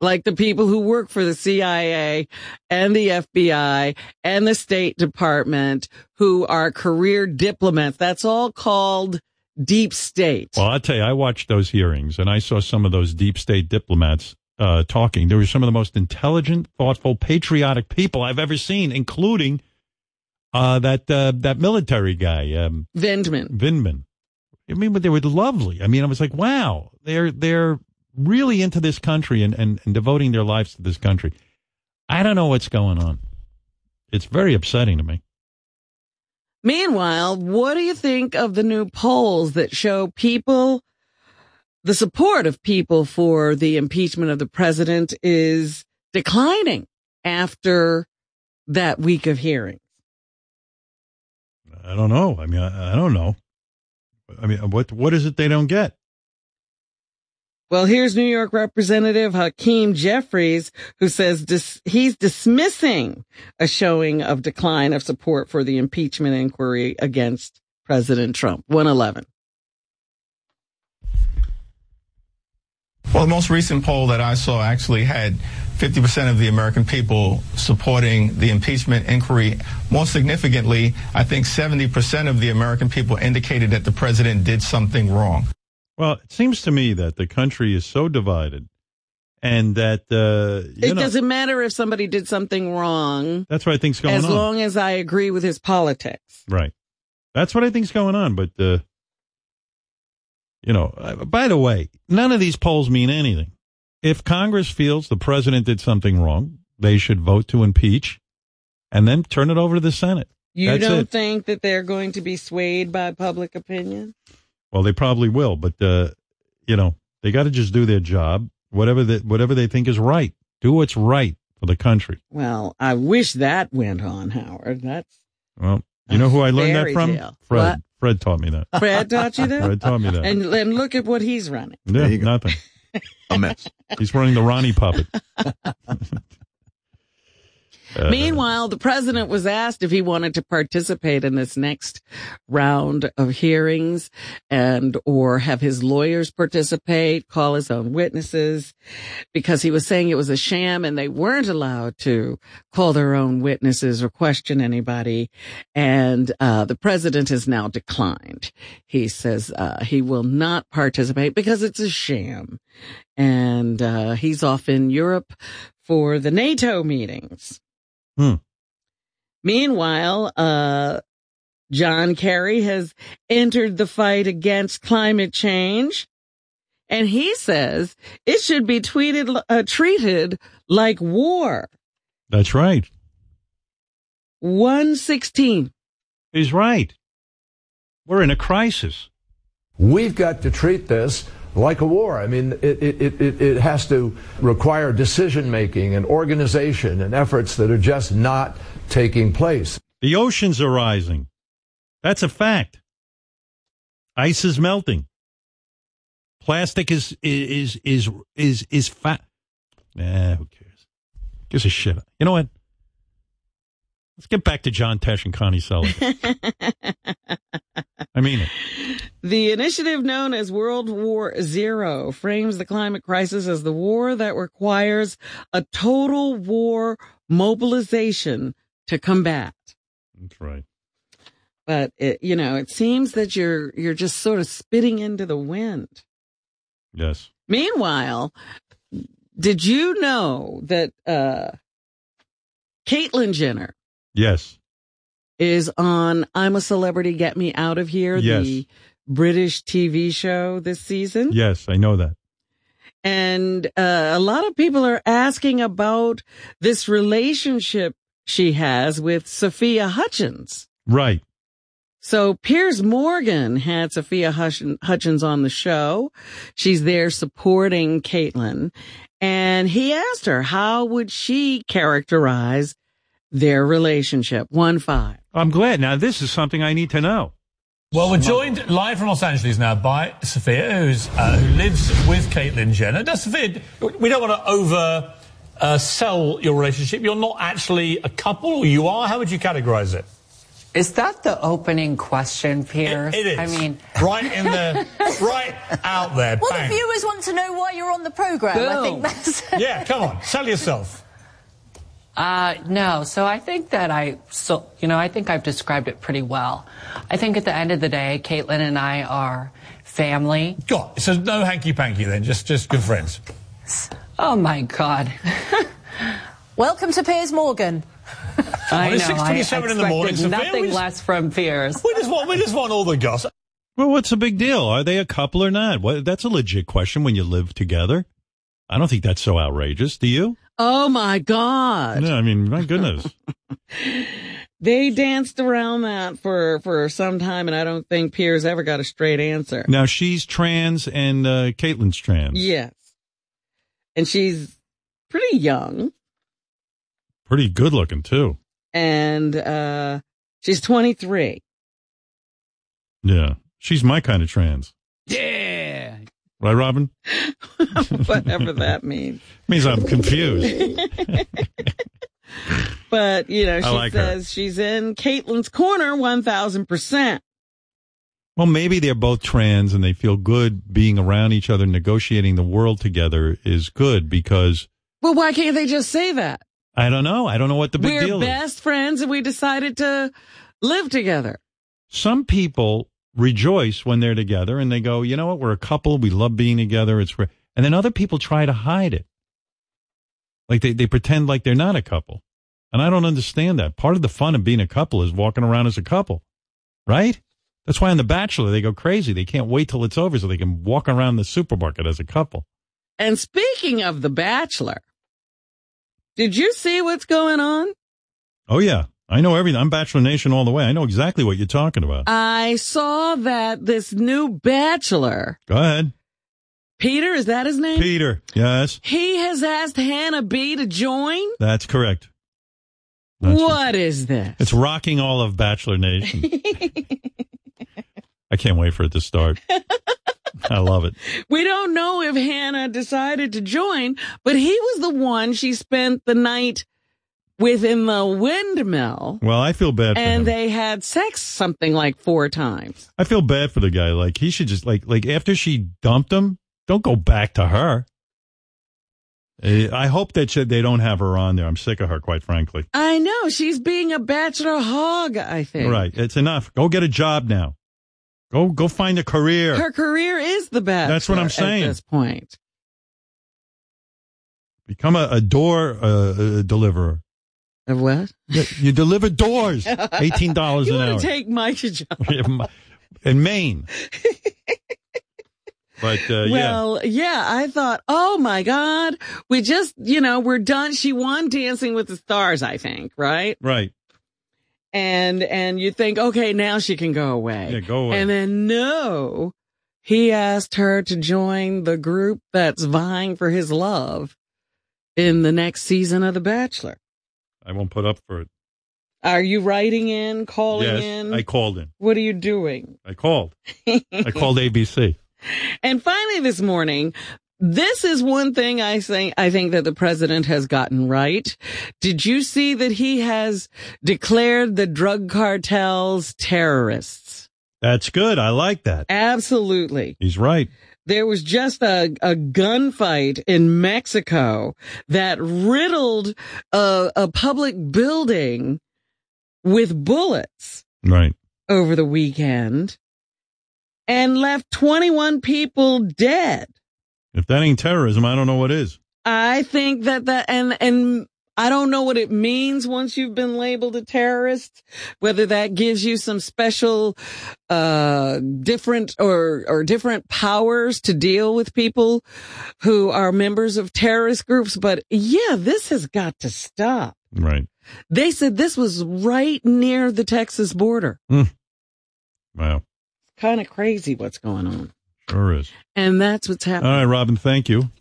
Speaker 6: Like the people who work for the CIA and the FBI and the State Department who are career diplomats. That's all called deep state.
Speaker 4: Well, I'll tell you, I watched those hearings and I saw some of those deep state diplomats uh, talking. They were some of the most intelligent, thoughtful, patriotic people I've ever seen, including uh, that uh, that military guy, um,
Speaker 6: Vindman.
Speaker 4: Vindman. I mean, but they were lovely. I mean, I was like, wow, they're they're really into this country and, and, and devoting their lives to this country. I don't know what's going on. It's very upsetting to me.
Speaker 6: Meanwhile, what do you think of the new polls that show people, the support of people for the impeachment of the president is declining after that week of hearings?
Speaker 4: I don't know. I mean, I, I don't know. I mean, what what is it they don't get?
Speaker 6: Well, here's New York Representative Hakeem Jeffries, who says dis- he's dismissing a showing of decline of support for the impeachment inquiry against President Trump. 111.
Speaker 29: Well, the most recent poll that I saw actually had 50% of the American people supporting the impeachment inquiry. More significantly, I think 70% of the American people indicated that the president did something wrong.
Speaker 4: Well, it seems to me that the country is so divided, and that uh, you
Speaker 6: it
Speaker 4: know,
Speaker 6: doesn't matter if somebody did something wrong.
Speaker 4: that's what I think's going
Speaker 6: as
Speaker 4: on.
Speaker 6: long as I agree with his politics.
Speaker 4: right, that's what I think's going on. But uh, you know, uh, by the way, none of these polls mean anything. If Congress feels the president did something wrong, they should vote to impeach, and then turn it over to the Senate.
Speaker 6: You
Speaker 4: that's
Speaker 6: don't
Speaker 4: it.
Speaker 6: think that they're going to be swayed by public opinion?
Speaker 4: Well, they probably will, but uh, you know, they got to just do their job. Whatever that, whatever they think is right, do what's right for the country.
Speaker 6: Well, I wish that went on, Howard. That's
Speaker 4: Well, you know who I learned that
Speaker 6: fairy
Speaker 4: from?
Speaker 6: tale.
Speaker 4: Fred.
Speaker 6: What?
Speaker 4: Fred taught me that.
Speaker 6: Fred taught you that.
Speaker 4: Fred taught me that.
Speaker 6: And, and look at what he's running.
Speaker 4: yeah, nothing. A mess. He's running the Ronnie puppet. Uh,
Speaker 6: Meanwhile, the president was asked if he wanted to participate in this next round of hearings and or have his lawyers participate, call his own witnesses because he was saying it was a sham and they weren't allowed to call their own witnesses or question anybody. And uh, the president has now declined. He says uh, he will not participate because it's a sham. And uh, he's off in Europe for the NATO meetings.
Speaker 4: Hmm.
Speaker 6: Meanwhile, uh, John Kerry has entered the fight against climate change. And he says it should be tweeted, uh, treated like war.
Speaker 4: That's right.
Speaker 6: 116.
Speaker 4: He's right. We're in a crisis.
Speaker 1: We've got to treat this like a war. I mean, it, it, it- it, it has to require decision making and organization and efforts that are just not taking place.
Speaker 4: The oceans are rising. That's a fact. Ice is melting. Plastic is is is is is fat. Nah, who cares? Gives a shit. You know what? Let's get back to John Tesh and Connie Sullivan. I mean it.
Speaker 6: The initiative known as World War Zero frames the climate crisis as the war that requires a total war mobilization to combat.
Speaker 4: That's right.
Speaker 6: But it, you know, it seems that you're, you're just sort of spitting into the wind.
Speaker 4: Yes.
Speaker 6: Meanwhile, did you know that uh Caitlyn Jenner
Speaker 4: Yes.
Speaker 6: is on I'm a Celebrity, Get Me Out of Here,
Speaker 4: Yes.
Speaker 6: the British TV show this season.
Speaker 4: Yes, I know that.
Speaker 6: And uh, a lot of people are asking about this relationship she has with Sophia Hutchins.
Speaker 4: Right.
Speaker 6: So Piers Morgan had Sophia Hutch- Hutchins on the show. She's there supporting Caitlin. And he asked her, how would she characterize their relationship? One five.
Speaker 4: I'm glad. Now, this is something I need to know.
Speaker 24: Well, we're joined live from Los Angeles now by Sophia, who's, uh, who lives with Caitlin Jenner. Now, Sophia, we don't want to over uh, sell your relationship. You're not actually a couple, or you are. How would you categorize it?
Speaker 1: Is that the opening question, Pierce?
Speaker 24: it is.
Speaker 1: I mean,
Speaker 24: Right in the, right out there.
Speaker 10: Well,
Speaker 24: bang.
Speaker 10: the viewers want to know why you're on the program. I think
Speaker 1: Boom.
Speaker 10: that's.
Speaker 24: yeah, come on, sell yourself.
Speaker 1: uh, no. So I think that I, so, you know, I think I've described it pretty well. I think at the end of the day, Caitlin and I are family.
Speaker 24: God, so no hanky panky then, just just good friends.
Speaker 1: Oh my God.
Speaker 10: Welcome to Piers Morgan.
Speaker 1: I know.
Speaker 24: it's
Speaker 1: I
Speaker 24: 6:27 in the morning,
Speaker 1: expected
Speaker 24: Sophia.
Speaker 1: Nothing
Speaker 24: We just-
Speaker 1: less from Pierce.
Speaker 24: We just want we just want all the gossip.
Speaker 4: Well, what's the big deal? Are they a couple or not? What, that's a legit question when you live together. I don't think that's so outrageous. Do you?
Speaker 6: Oh my God.
Speaker 4: No, I mean, my goodness.
Speaker 6: They danced around that for, for some time. And I don't think Piers ever got a straight answer.
Speaker 4: now, she's trans and uh, Caitlin's trans.
Speaker 6: Yes. And she's pretty young
Speaker 4: Pretty good looking, too.
Speaker 6: and, uh, she's 23.
Speaker 4: Yeah. She's my kind of trans.
Speaker 6: Yeah.
Speaker 4: Right, Robin?
Speaker 6: Whatever that means.
Speaker 4: Means I'm confused.
Speaker 6: but you know,
Speaker 4: I
Speaker 6: she
Speaker 4: like her.
Speaker 6: says she's in Caitlin's corner one thousand percent.
Speaker 4: Well, maybe they're both trans and they feel good being around each other, negotiating the world together is good because
Speaker 6: But why can't they just say that?
Speaker 4: I don't know. I don't know what the big
Speaker 6: We're
Speaker 4: deal is.
Speaker 6: best friends and we decided to live together.
Speaker 4: Some people rejoice when they're together and they go, you know what? We're a couple. We love being together. It's re-. and then other people try to hide it. Like they, they pretend like they're not a couple. And I don't understand that. Part of the fun of being a couple is walking around as a couple, right? That's why on The Bachelor, they go crazy. They can't wait till it's over so they can walk around the supermarket as a couple.
Speaker 6: And speaking of The Bachelor, did you see what's going on?
Speaker 4: Oh yeah, I know everything. I'm Bachelor Nation all the way. I know exactly what you're talking about.
Speaker 6: I saw that this new Bachelor,
Speaker 4: Go ahead,
Speaker 6: Peter, is that his name?
Speaker 4: Peter. Yes,
Speaker 6: He has asked Hannah B to join.
Speaker 4: that's correct.
Speaker 6: What
Speaker 4: That's
Speaker 6: is
Speaker 4: right.
Speaker 6: this?
Speaker 4: It's rocking all of Bachelor Nation. I can't wait for it to start. I love it.
Speaker 6: We don't know if Hannah decided to join, but he was the one she spent the night with in the windmill.
Speaker 4: Well, I feel bad for him.
Speaker 6: And they had sex something like four times.
Speaker 4: I feel bad for the guy. Like he should just like like after she dumped him, don't go back to her. Eh, I hope that she, they don't have her on there. I'm sick of her, quite frankly.
Speaker 6: I know she's being a bachelor hog, I think.
Speaker 4: Right, it's enough. Go get a job now. Go go find a career.
Speaker 6: Her career is the bachelor.
Speaker 4: That's what I'm saying.
Speaker 6: At this point.
Speaker 4: Become a, a door uh, uh, deliverer.
Speaker 6: Of what?
Speaker 4: You, you deliver doors. Eighteen dollars
Speaker 6: You
Speaker 4: an
Speaker 6: wanna
Speaker 4: hour
Speaker 6: take Mike's job.
Speaker 4: in Maine. but uh, yeah,
Speaker 6: well, yeah, I thought, oh my God, we just, you know, we're done. She won Dancing with the Stars, I think, right?
Speaker 4: right.
Speaker 6: and and you think, okay, now she can go away.
Speaker 4: Yeah, go away.
Speaker 6: And then no, he asked her to join the group that's vying for his love in the next season of The Bachelor.
Speaker 4: I won't put up for it.
Speaker 6: Are you writing in, calling
Speaker 4: yes,
Speaker 6: in?
Speaker 4: I called in.
Speaker 6: what are you doing?
Speaker 4: I called. I called ABC.
Speaker 6: And finally, this morning, this is one thing I think I think that the president has gotten right. Did you see that he has declared the drug cartels terrorists?
Speaker 4: That's good. I like that.
Speaker 6: Absolutely.
Speaker 4: He's right.
Speaker 6: There was just a, a gunfight in Mexico that riddled a, a public building with bullets
Speaker 4: Right.
Speaker 6: over the weekend and left 21 people dead.
Speaker 4: If that ain't terrorism, I don't know what is.
Speaker 6: I think that that and and I don't know what it means once you've been labeled a terrorist, whether that gives you some special, uh, different or, or different powers to deal with people who are members of terrorist groups. But yeah, this has got to stop.
Speaker 4: Right.
Speaker 6: They said this was right near the Texas border.
Speaker 4: Mm. Wow.
Speaker 6: Kind of crazy what's going on.
Speaker 4: Sure is.
Speaker 6: And that's what's
Speaker 4: All
Speaker 6: happening.
Speaker 4: right, Robin, thank you.